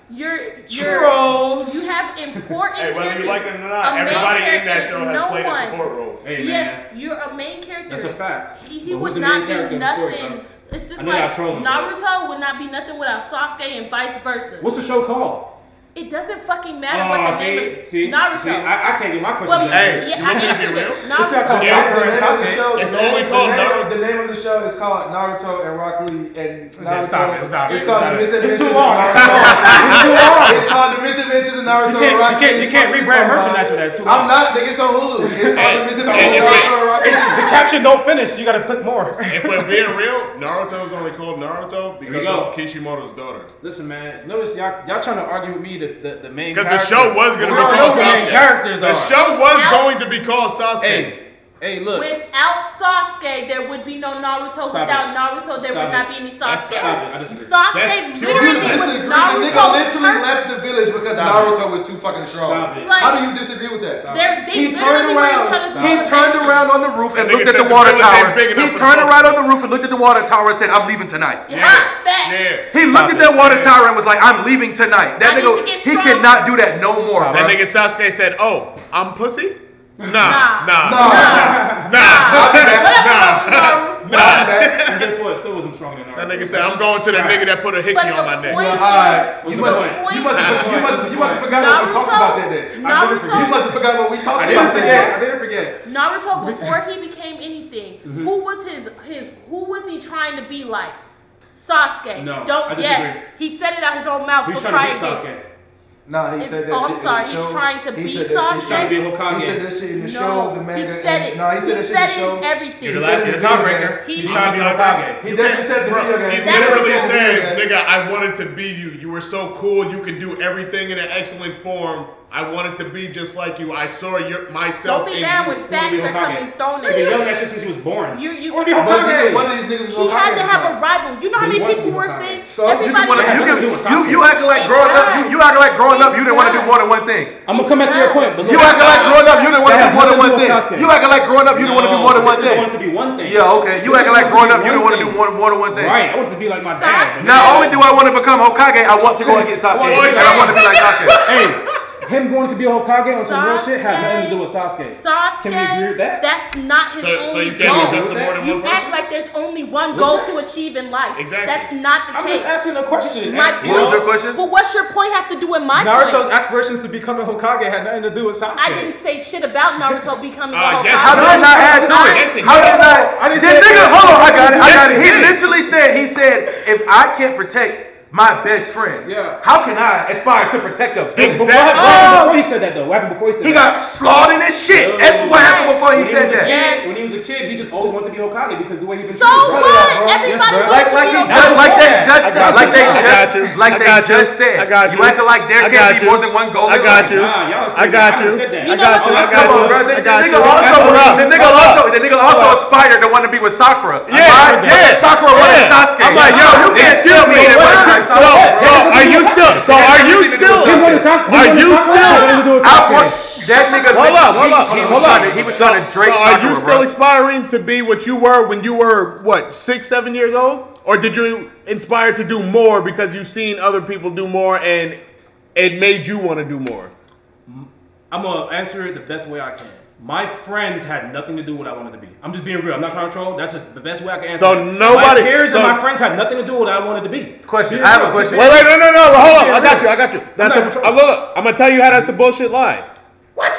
[SPEAKER 3] You're, you're,
[SPEAKER 1] Trolls.
[SPEAKER 3] You have important
[SPEAKER 2] Hey, whether
[SPEAKER 3] characters.
[SPEAKER 2] you like it or not,
[SPEAKER 3] A main
[SPEAKER 2] everybody in that
[SPEAKER 3] character
[SPEAKER 2] show
[SPEAKER 3] is
[SPEAKER 2] has
[SPEAKER 3] no
[SPEAKER 2] played
[SPEAKER 3] one.
[SPEAKER 2] a support role.
[SPEAKER 1] Hey, man.
[SPEAKER 3] yeah, you're a main character.
[SPEAKER 1] That's a fact.
[SPEAKER 3] He, he
[SPEAKER 1] But who's
[SPEAKER 3] would
[SPEAKER 1] the
[SPEAKER 3] not
[SPEAKER 1] main
[SPEAKER 3] be
[SPEAKER 1] character in the story,
[SPEAKER 3] nothing.
[SPEAKER 1] bro?
[SPEAKER 3] It's just
[SPEAKER 1] I know y'all
[SPEAKER 3] like
[SPEAKER 1] trolling, bro.
[SPEAKER 3] Naruto would not be nothing without Sasuke and vice versa.
[SPEAKER 1] What's the show called?
[SPEAKER 3] It doesn't fucking matter what
[SPEAKER 1] Oh,
[SPEAKER 3] the name
[SPEAKER 1] see,
[SPEAKER 3] of
[SPEAKER 1] see, see,
[SPEAKER 3] Naruto.
[SPEAKER 1] I, I can't get my question.
[SPEAKER 3] well,
[SPEAKER 1] answered.
[SPEAKER 3] yeah,
[SPEAKER 1] You
[SPEAKER 3] I
[SPEAKER 1] want me to be
[SPEAKER 3] answered
[SPEAKER 1] real?
[SPEAKER 3] it.
[SPEAKER 1] It's not called
[SPEAKER 5] The
[SPEAKER 1] Yeah.
[SPEAKER 3] Naruto.
[SPEAKER 5] name of the
[SPEAKER 1] Sasuke.
[SPEAKER 5] show-
[SPEAKER 2] It's
[SPEAKER 5] the name-
[SPEAKER 2] only
[SPEAKER 5] the
[SPEAKER 2] called
[SPEAKER 5] name-
[SPEAKER 2] Naruto.
[SPEAKER 5] The name of the show is called Naruto and Rock Lee and
[SPEAKER 1] Okay,
[SPEAKER 5] Naruto.
[SPEAKER 1] Stop it, stop it.
[SPEAKER 5] It's called
[SPEAKER 1] stop
[SPEAKER 5] The
[SPEAKER 1] it.
[SPEAKER 5] Misadventures
[SPEAKER 1] It's too
[SPEAKER 5] of
[SPEAKER 1] long. It's too
[SPEAKER 5] Naruto.
[SPEAKER 1] long. It's too long.
[SPEAKER 5] It's called The Misadventures of Naruto
[SPEAKER 1] You can't-
[SPEAKER 5] and
[SPEAKER 1] you
[SPEAKER 5] Rocky.
[SPEAKER 1] can't- you can't
[SPEAKER 5] What the fuck
[SPEAKER 1] rebrand
[SPEAKER 5] you
[SPEAKER 1] merchandise
[SPEAKER 5] talking about?
[SPEAKER 1] for that. It's too
[SPEAKER 5] uh, I'm
[SPEAKER 1] long.
[SPEAKER 5] not. Nigga, it's on Hulu. It's called The Misadventures
[SPEAKER 2] Hey,
[SPEAKER 5] of Naruto and Rocky.
[SPEAKER 1] The caption don't finish. You gotta put more.
[SPEAKER 2] If we're being real, Naruto's only called Naruto because
[SPEAKER 1] go.
[SPEAKER 2] of Kishimoto's daughter.
[SPEAKER 1] Listen, man. Notice y'all y'all trying to argue with me that the, the main
[SPEAKER 2] Because the
[SPEAKER 1] character-
[SPEAKER 2] show was gonna
[SPEAKER 1] We
[SPEAKER 2] be
[SPEAKER 1] already
[SPEAKER 2] called
[SPEAKER 1] know who the main
[SPEAKER 2] Sasuke.
[SPEAKER 1] characters
[SPEAKER 2] The
[SPEAKER 1] are.
[SPEAKER 2] show was
[SPEAKER 3] Alex.
[SPEAKER 2] going to be called Sasuke.
[SPEAKER 1] Hey, hey, look.
[SPEAKER 3] Without Sasuke, there would be no Naruto.
[SPEAKER 1] Stop
[SPEAKER 3] Without
[SPEAKER 1] it.
[SPEAKER 3] Naruto, there
[SPEAKER 1] Stop
[SPEAKER 3] would not
[SPEAKER 1] it.
[SPEAKER 3] be any
[SPEAKER 2] That's
[SPEAKER 3] Sasuke.
[SPEAKER 2] facts.
[SPEAKER 1] I disagree.
[SPEAKER 3] Sasuke
[SPEAKER 2] That's pure
[SPEAKER 3] literally
[SPEAKER 2] Naruto.
[SPEAKER 3] was
[SPEAKER 5] Disagree. The
[SPEAKER 3] Naruto's
[SPEAKER 5] nigga literally
[SPEAKER 3] first-
[SPEAKER 5] left the village because
[SPEAKER 1] Stop it.
[SPEAKER 5] Naruto was too fucking
[SPEAKER 1] Stop
[SPEAKER 5] strong.
[SPEAKER 1] it.
[SPEAKER 3] Like-
[SPEAKER 5] How do you disagree with that?
[SPEAKER 3] They're- they
[SPEAKER 5] he turned
[SPEAKER 3] literally were each
[SPEAKER 5] around.
[SPEAKER 3] other's
[SPEAKER 5] He turned
[SPEAKER 3] motivation.
[SPEAKER 5] around on the roof and
[SPEAKER 2] That
[SPEAKER 5] looked
[SPEAKER 2] nigga
[SPEAKER 5] at the
[SPEAKER 2] said the
[SPEAKER 5] water
[SPEAKER 2] village
[SPEAKER 5] tower.
[SPEAKER 2] ain't big
[SPEAKER 5] He
[SPEAKER 2] enough for the
[SPEAKER 5] turned
[SPEAKER 2] fucking-
[SPEAKER 5] around on the roof and looked at the water tower and said, "I'm leaving tonight."
[SPEAKER 3] Yeah, facts.
[SPEAKER 2] Yeah.
[SPEAKER 5] He looked at that water tower and was like, "I'm leaving tonight." That
[SPEAKER 3] I need
[SPEAKER 5] nigga,
[SPEAKER 3] to get
[SPEAKER 5] he
[SPEAKER 3] strong.
[SPEAKER 5] cannot do that no more.
[SPEAKER 2] That
[SPEAKER 5] bro.
[SPEAKER 2] nigga Sasuke said, "Oh, I'm pussy." Nah,
[SPEAKER 3] Nah.
[SPEAKER 2] nah,
[SPEAKER 5] Nah.
[SPEAKER 2] nah, nah, nah. nah.
[SPEAKER 1] And guess what? Still wasn't stronger than
[SPEAKER 2] That
[SPEAKER 1] Naruto.
[SPEAKER 2] nigga said, "I'm going to the nigga that put a hickey
[SPEAKER 3] But
[SPEAKER 2] on my
[SPEAKER 3] the
[SPEAKER 2] neck."
[SPEAKER 3] point
[SPEAKER 5] Well, alright.
[SPEAKER 3] is,
[SPEAKER 1] You
[SPEAKER 3] the
[SPEAKER 1] must-
[SPEAKER 3] point
[SPEAKER 5] You must have, you must have, you must have forgot what we talked about that day.
[SPEAKER 3] Naruto,
[SPEAKER 1] I didn't
[SPEAKER 5] You must
[SPEAKER 3] Naruto,
[SPEAKER 5] have forgot what we talked
[SPEAKER 1] I
[SPEAKER 5] about.
[SPEAKER 1] didn't forget.
[SPEAKER 5] I didn't forget.
[SPEAKER 3] Naruto before he became anything,
[SPEAKER 1] Mm-hmm.
[SPEAKER 3] who was his his who was he trying to be like? Sasuke.
[SPEAKER 1] No, I
[SPEAKER 3] Don't
[SPEAKER 1] disagree.
[SPEAKER 3] yes. He said it out his own mouth,
[SPEAKER 1] He's
[SPEAKER 3] so
[SPEAKER 1] trying
[SPEAKER 3] try
[SPEAKER 1] to beat
[SPEAKER 3] again.
[SPEAKER 1] Sasuke.
[SPEAKER 5] Nah, he
[SPEAKER 3] It's-
[SPEAKER 5] said that
[SPEAKER 3] oh, I'm
[SPEAKER 5] shit in
[SPEAKER 3] sorry,
[SPEAKER 5] the
[SPEAKER 3] he's
[SPEAKER 5] show.
[SPEAKER 3] trying to
[SPEAKER 5] He
[SPEAKER 3] be
[SPEAKER 5] said that shit-
[SPEAKER 3] Sasuke.
[SPEAKER 1] Trying to be a Hokage.
[SPEAKER 5] He said that shit in the
[SPEAKER 3] no,
[SPEAKER 5] show, the
[SPEAKER 3] he
[SPEAKER 5] manga.
[SPEAKER 3] said
[SPEAKER 5] and-
[SPEAKER 3] it.
[SPEAKER 5] Nah, he said that shit
[SPEAKER 3] said
[SPEAKER 5] in
[SPEAKER 3] it
[SPEAKER 5] the show.
[SPEAKER 3] in everything.
[SPEAKER 2] You're the
[SPEAKER 1] You're the tiebreaker.
[SPEAKER 3] He-
[SPEAKER 1] He's trying to be Hokage.
[SPEAKER 5] He definitely said it in the
[SPEAKER 2] Bro,
[SPEAKER 5] video
[SPEAKER 2] he
[SPEAKER 5] game.
[SPEAKER 3] That was
[SPEAKER 2] literally
[SPEAKER 3] so
[SPEAKER 2] said, "Nigga, I wanted to be you. You were so cool. You could do everything in an excellent form. I wanted to be just like you. I saw your
[SPEAKER 3] Don't
[SPEAKER 2] myself in
[SPEAKER 3] be down
[SPEAKER 2] you."
[SPEAKER 3] when facts are coming thrown
[SPEAKER 1] They've been
[SPEAKER 3] at
[SPEAKER 1] yelling
[SPEAKER 3] you.
[SPEAKER 1] that shit since he was born.
[SPEAKER 3] You you
[SPEAKER 1] Or be
[SPEAKER 5] But nigga,
[SPEAKER 1] Hokage.
[SPEAKER 5] one of these niggas is
[SPEAKER 3] he had to have a
[SPEAKER 5] Hokage.
[SPEAKER 3] rival. You know how
[SPEAKER 1] They
[SPEAKER 3] many
[SPEAKER 1] want to be
[SPEAKER 3] people were
[SPEAKER 1] Hokage.
[SPEAKER 3] saying
[SPEAKER 5] So you
[SPEAKER 3] everybody
[SPEAKER 5] just want to
[SPEAKER 1] has
[SPEAKER 5] you
[SPEAKER 1] something to do with
[SPEAKER 5] can you
[SPEAKER 1] Sasuke.
[SPEAKER 5] you acting like
[SPEAKER 3] It
[SPEAKER 5] growing up
[SPEAKER 3] does.
[SPEAKER 5] you, you acting like growing up you didn't want to do
[SPEAKER 3] does.
[SPEAKER 5] more than one thing.
[SPEAKER 1] I'm gonna come back to your point, but
[SPEAKER 5] You
[SPEAKER 1] look.
[SPEAKER 5] acting like growing up you didn't want to
[SPEAKER 1] That
[SPEAKER 5] do
[SPEAKER 1] has
[SPEAKER 5] more than
[SPEAKER 1] nothing to
[SPEAKER 5] one
[SPEAKER 1] do
[SPEAKER 5] thing.
[SPEAKER 1] with Sasuke.
[SPEAKER 5] You acting like growing up you didn't want to do more than
[SPEAKER 1] I
[SPEAKER 5] one
[SPEAKER 1] want to
[SPEAKER 5] thing.
[SPEAKER 1] be one thing.
[SPEAKER 5] Yeah, okay. You
[SPEAKER 1] This
[SPEAKER 5] acting
[SPEAKER 1] is
[SPEAKER 5] like
[SPEAKER 1] wanting
[SPEAKER 5] growing up you didn't want to do
[SPEAKER 1] thing.
[SPEAKER 5] more, more than one thing.
[SPEAKER 1] Right, I want to be like my dad.
[SPEAKER 3] Sasuke.
[SPEAKER 5] Not only do I want to become Hokage, I want to go against Sasuke.
[SPEAKER 1] Boy,
[SPEAKER 5] and I want to be like Sasuke.
[SPEAKER 1] hey, him going to be a Hokage on some real shit has nothing to do with Sasuke.
[SPEAKER 3] Sasuke,
[SPEAKER 1] Can we agree with that?
[SPEAKER 3] that's not his
[SPEAKER 2] So,
[SPEAKER 3] only
[SPEAKER 2] so you
[SPEAKER 3] goal.
[SPEAKER 2] can't look up to more than
[SPEAKER 3] You
[SPEAKER 2] one
[SPEAKER 3] act
[SPEAKER 2] person.
[SPEAKER 3] like there's only one goal to achieve in life.
[SPEAKER 2] Exactly.
[SPEAKER 3] That's not the
[SPEAKER 1] I'm just
[SPEAKER 3] case.
[SPEAKER 1] asking a question.
[SPEAKER 3] My-
[SPEAKER 1] and, you
[SPEAKER 5] What was
[SPEAKER 1] know,
[SPEAKER 5] your question?
[SPEAKER 3] But what's your point have to do with my
[SPEAKER 1] Naruto's
[SPEAKER 3] point?
[SPEAKER 1] aspirations to become a Hokage had nothing to do with Sasuke.
[SPEAKER 3] I didn't say shit about Naruto becoming
[SPEAKER 2] Uh,
[SPEAKER 3] a Hokage.
[SPEAKER 2] yes,
[SPEAKER 5] How did it not add to
[SPEAKER 2] Yes,
[SPEAKER 5] it?
[SPEAKER 2] it
[SPEAKER 5] How did it not?
[SPEAKER 1] I didn't
[SPEAKER 5] The
[SPEAKER 1] say
[SPEAKER 5] nigga,
[SPEAKER 1] that.
[SPEAKER 5] hold on, I got it, I got it. He
[SPEAKER 2] Yes, it did.
[SPEAKER 5] literally said, he said, if I can't protect my best friend,
[SPEAKER 1] Yeah.
[SPEAKER 5] how can I aspire to protect a big
[SPEAKER 1] But what
[SPEAKER 2] Exactly.
[SPEAKER 1] happened
[SPEAKER 5] Oh!
[SPEAKER 1] before he said that though? What happened before he said
[SPEAKER 5] He
[SPEAKER 1] that?
[SPEAKER 5] got slaughtered and shit. That's what happened before he
[SPEAKER 1] When was
[SPEAKER 5] said
[SPEAKER 1] a
[SPEAKER 5] that.
[SPEAKER 1] kid-
[SPEAKER 3] Yes.
[SPEAKER 1] When he was a kid, he just always wanted to be Hokage because the way he been
[SPEAKER 3] So
[SPEAKER 1] treated.
[SPEAKER 3] what?
[SPEAKER 1] Bro,
[SPEAKER 3] Everybody
[SPEAKER 1] bro.
[SPEAKER 3] wants
[SPEAKER 5] Like
[SPEAKER 3] to be
[SPEAKER 5] like he
[SPEAKER 3] a
[SPEAKER 5] just
[SPEAKER 3] Hokage.
[SPEAKER 5] like they just
[SPEAKER 1] I got
[SPEAKER 5] said like they
[SPEAKER 1] you. I
[SPEAKER 5] just
[SPEAKER 2] got you.
[SPEAKER 5] like
[SPEAKER 2] I
[SPEAKER 5] they
[SPEAKER 2] got you.
[SPEAKER 5] just said.
[SPEAKER 2] I got you.
[SPEAKER 5] acting like there
[SPEAKER 2] I
[SPEAKER 5] can't
[SPEAKER 2] got
[SPEAKER 5] be
[SPEAKER 2] you.
[SPEAKER 5] more than one goal.
[SPEAKER 2] I
[SPEAKER 5] in
[SPEAKER 2] got
[SPEAKER 5] life.
[SPEAKER 2] you.
[SPEAKER 1] Nah, y'all
[SPEAKER 2] I
[SPEAKER 1] said
[SPEAKER 2] got
[SPEAKER 1] that.
[SPEAKER 2] you.
[SPEAKER 1] I said that.
[SPEAKER 2] I
[SPEAKER 3] You know
[SPEAKER 2] got you.
[SPEAKER 3] what you
[SPEAKER 2] I
[SPEAKER 3] said.
[SPEAKER 5] Come on, bro.
[SPEAKER 2] got you.
[SPEAKER 5] The,
[SPEAKER 2] I
[SPEAKER 5] the
[SPEAKER 2] got you.
[SPEAKER 5] nigga also,
[SPEAKER 2] Hold up.
[SPEAKER 5] the nigga
[SPEAKER 2] Hold up.
[SPEAKER 5] also, the nigga also aspired to want to be with Sakura.
[SPEAKER 2] Yeah,
[SPEAKER 5] Why?
[SPEAKER 2] yeah.
[SPEAKER 5] Sakura wanted
[SPEAKER 2] Yeah.
[SPEAKER 5] Sasuke.
[SPEAKER 2] I'm like, yo, you
[SPEAKER 5] They
[SPEAKER 2] can't
[SPEAKER 5] still
[SPEAKER 2] steal me.
[SPEAKER 5] made it
[SPEAKER 2] What?
[SPEAKER 5] work.
[SPEAKER 2] So, so are you still? So are you still?
[SPEAKER 1] He wanted Sasuke. he
[SPEAKER 2] Are
[SPEAKER 1] wanted
[SPEAKER 2] you
[SPEAKER 1] Sasuke
[SPEAKER 2] still-
[SPEAKER 1] had nothing to do with
[SPEAKER 5] I
[SPEAKER 1] Sasuke.
[SPEAKER 5] want that nigga.
[SPEAKER 2] Hold up, hold up,
[SPEAKER 5] He, he
[SPEAKER 2] hold
[SPEAKER 5] was
[SPEAKER 2] up.
[SPEAKER 5] trying to, he was trying to Drake
[SPEAKER 2] So
[SPEAKER 5] Sakura,
[SPEAKER 2] are you still
[SPEAKER 5] bro.
[SPEAKER 2] aspiring to be what you were when you were what six, seven years old? Or did you inspire to do more because you've seen other people do more and it made you want to do more?
[SPEAKER 1] I'm gonna answer it the best way I can. My friends had nothing to do with what I wanted to be. I'm just being real. I'm not trying to troll. That's just the best way I can answer.
[SPEAKER 2] So
[SPEAKER 1] it.
[SPEAKER 2] nobody-
[SPEAKER 1] my peers
[SPEAKER 2] so-
[SPEAKER 1] and my friends had nothing to do with what I wanted to be.
[SPEAKER 5] Question.
[SPEAKER 1] Being
[SPEAKER 5] I have
[SPEAKER 1] real.
[SPEAKER 5] a question.
[SPEAKER 2] Wait, wait, no, no, no. Hold on. I got
[SPEAKER 1] real.
[SPEAKER 2] you. I got you. That's
[SPEAKER 1] not
[SPEAKER 2] a,
[SPEAKER 1] controlling.
[SPEAKER 2] I, look, I'm gonna tell you how that's a bullshit lie.
[SPEAKER 3] What?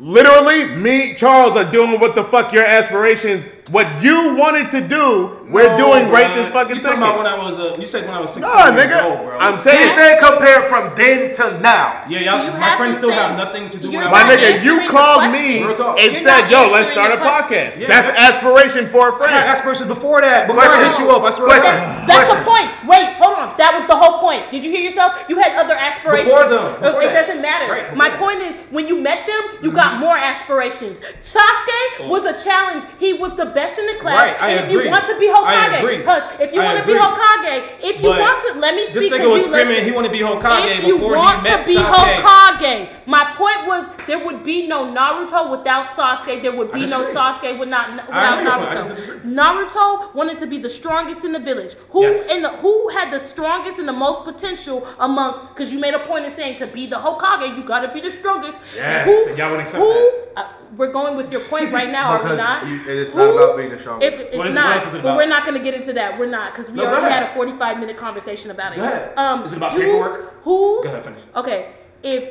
[SPEAKER 2] Literally, me, Charles, are doing what the fuck your aspirations, what you wanted to do, we're
[SPEAKER 1] No,
[SPEAKER 2] doing right
[SPEAKER 1] bruh.
[SPEAKER 2] this fucking
[SPEAKER 1] You talking about when
[SPEAKER 2] second.
[SPEAKER 1] I was? Uh, you said when I was 16
[SPEAKER 2] Nah,
[SPEAKER 1] years
[SPEAKER 2] nigga.
[SPEAKER 1] old, bro.
[SPEAKER 2] I'm
[SPEAKER 5] He
[SPEAKER 2] saying,
[SPEAKER 5] said compare from then to now.
[SPEAKER 1] yeah,
[SPEAKER 3] So
[SPEAKER 1] y'all,
[SPEAKER 3] you
[SPEAKER 1] my
[SPEAKER 3] have
[SPEAKER 1] friends
[SPEAKER 3] to
[SPEAKER 1] still
[SPEAKER 3] say-
[SPEAKER 1] have nothing to do with
[SPEAKER 3] you're
[SPEAKER 1] what
[SPEAKER 2] my
[SPEAKER 1] I
[SPEAKER 3] not
[SPEAKER 1] wanted to
[SPEAKER 2] nigga,
[SPEAKER 3] answering
[SPEAKER 2] you
[SPEAKER 3] the
[SPEAKER 2] called
[SPEAKER 3] question.
[SPEAKER 2] me
[SPEAKER 1] Real talk.
[SPEAKER 2] and
[SPEAKER 3] You're
[SPEAKER 2] said,
[SPEAKER 3] not
[SPEAKER 2] yo, let's
[SPEAKER 3] answering
[SPEAKER 2] start a
[SPEAKER 3] the question.
[SPEAKER 2] podcast.
[SPEAKER 1] Yeah,
[SPEAKER 2] That's aspirations for a
[SPEAKER 1] be. I had
[SPEAKER 2] friend.
[SPEAKER 1] aspirations before that. Before I hit
[SPEAKER 5] Question.
[SPEAKER 1] you up, I swear. to
[SPEAKER 5] Question.
[SPEAKER 1] God.
[SPEAKER 3] That's, that's the point. Wait, hold on. That was the whole point. Did you hear yourself? You had other aspirations.
[SPEAKER 1] Before them, before
[SPEAKER 3] it
[SPEAKER 1] that. Mm-hmm.
[SPEAKER 3] doesn't matter.
[SPEAKER 1] Right,
[SPEAKER 3] My
[SPEAKER 1] before
[SPEAKER 3] point is, when you met them, you got more aspirations. Sasuke was a challenge. He was the best in the class.
[SPEAKER 1] Oh. Right, I
[SPEAKER 3] and if
[SPEAKER 1] agree.
[SPEAKER 3] you want to be
[SPEAKER 1] I agree.
[SPEAKER 3] Hokage, hush. If you
[SPEAKER 1] I
[SPEAKER 3] want to be
[SPEAKER 1] agree.
[SPEAKER 3] Hokage, if you
[SPEAKER 1] But
[SPEAKER 3] want to, let me
[SPEAKER 1] This
[SPEAKER 3] speak
[SPEAKER 1] nigga
[SPEAKER 3] because
[SPEAKER 1] was
[SPEAKER 3] you listen.
[SPEAKER 1] screaming he want to be Hokage
[SPEAKER 3] If you
[SPEAKER 1] before
[SPEAKER 3] want
[SPEAKER 1] he met
[SPEAKER 3] to be
[SPEAKER 1] Sasuke.
[SPEAKER 3] Hokage, my point was there would be no Naruto without Sasuke. There would be no
[SPEAKER 1] disagree.
[SPEAKER 3] Sasuke without
[SPEAKER 1] I
[SPEAKER 3] without
[SPEAKER 1] agree with you. I just disagree.
[SPEAKER 3] Naruto. Naruto wanted to be the strongest in the village. Who
[SPEAKER 1] Yes.
[SPEAKER 3] in the who had the strongest and the most potential amongst? Because you made a point of saying to be the Hokage, you gotta be the strongest.
[SPEAKER 1] Yes,
[SPEAKER 3] Who-
[SPEAKER 1] and y'all would accept
[SPEAKER 3] who,
[SPEAKER 1] that.
[SPEAKER 3] uh, we're going with your point right now, are we
[SPEAKER 5] Because
[SPEAKER 3] not?
[SPEAKER 5] you- it is not about being the strongest.
[SPEAKER 3] If, it's
[SPEAKER 1] What is it- what
[SPEAKER 3] not,
[SPEAKER 1] else is it
[SPEAKER 3] but
[SPEAKER 1] about?
[SPEAKER 3] we're not gonna get into that. We're not because we
[SPEAKER 1] No, go
[SPEAKER 3] already
[SPEAKER 1] ahead.
[SPEAKER 3] had a forty-five minute conversation about it.
[SPEAKER 1] Go ahead.
[SPEAKER 3] Um,
[SPEAKER 1] Is it about
[SPEAKER 3] who's-
[SPEAKER 1] paperwork?
[SPEAKER 3] Who's
[SPEAKER 1] Go ahead, finish.
[SPEAKER 3] okay? If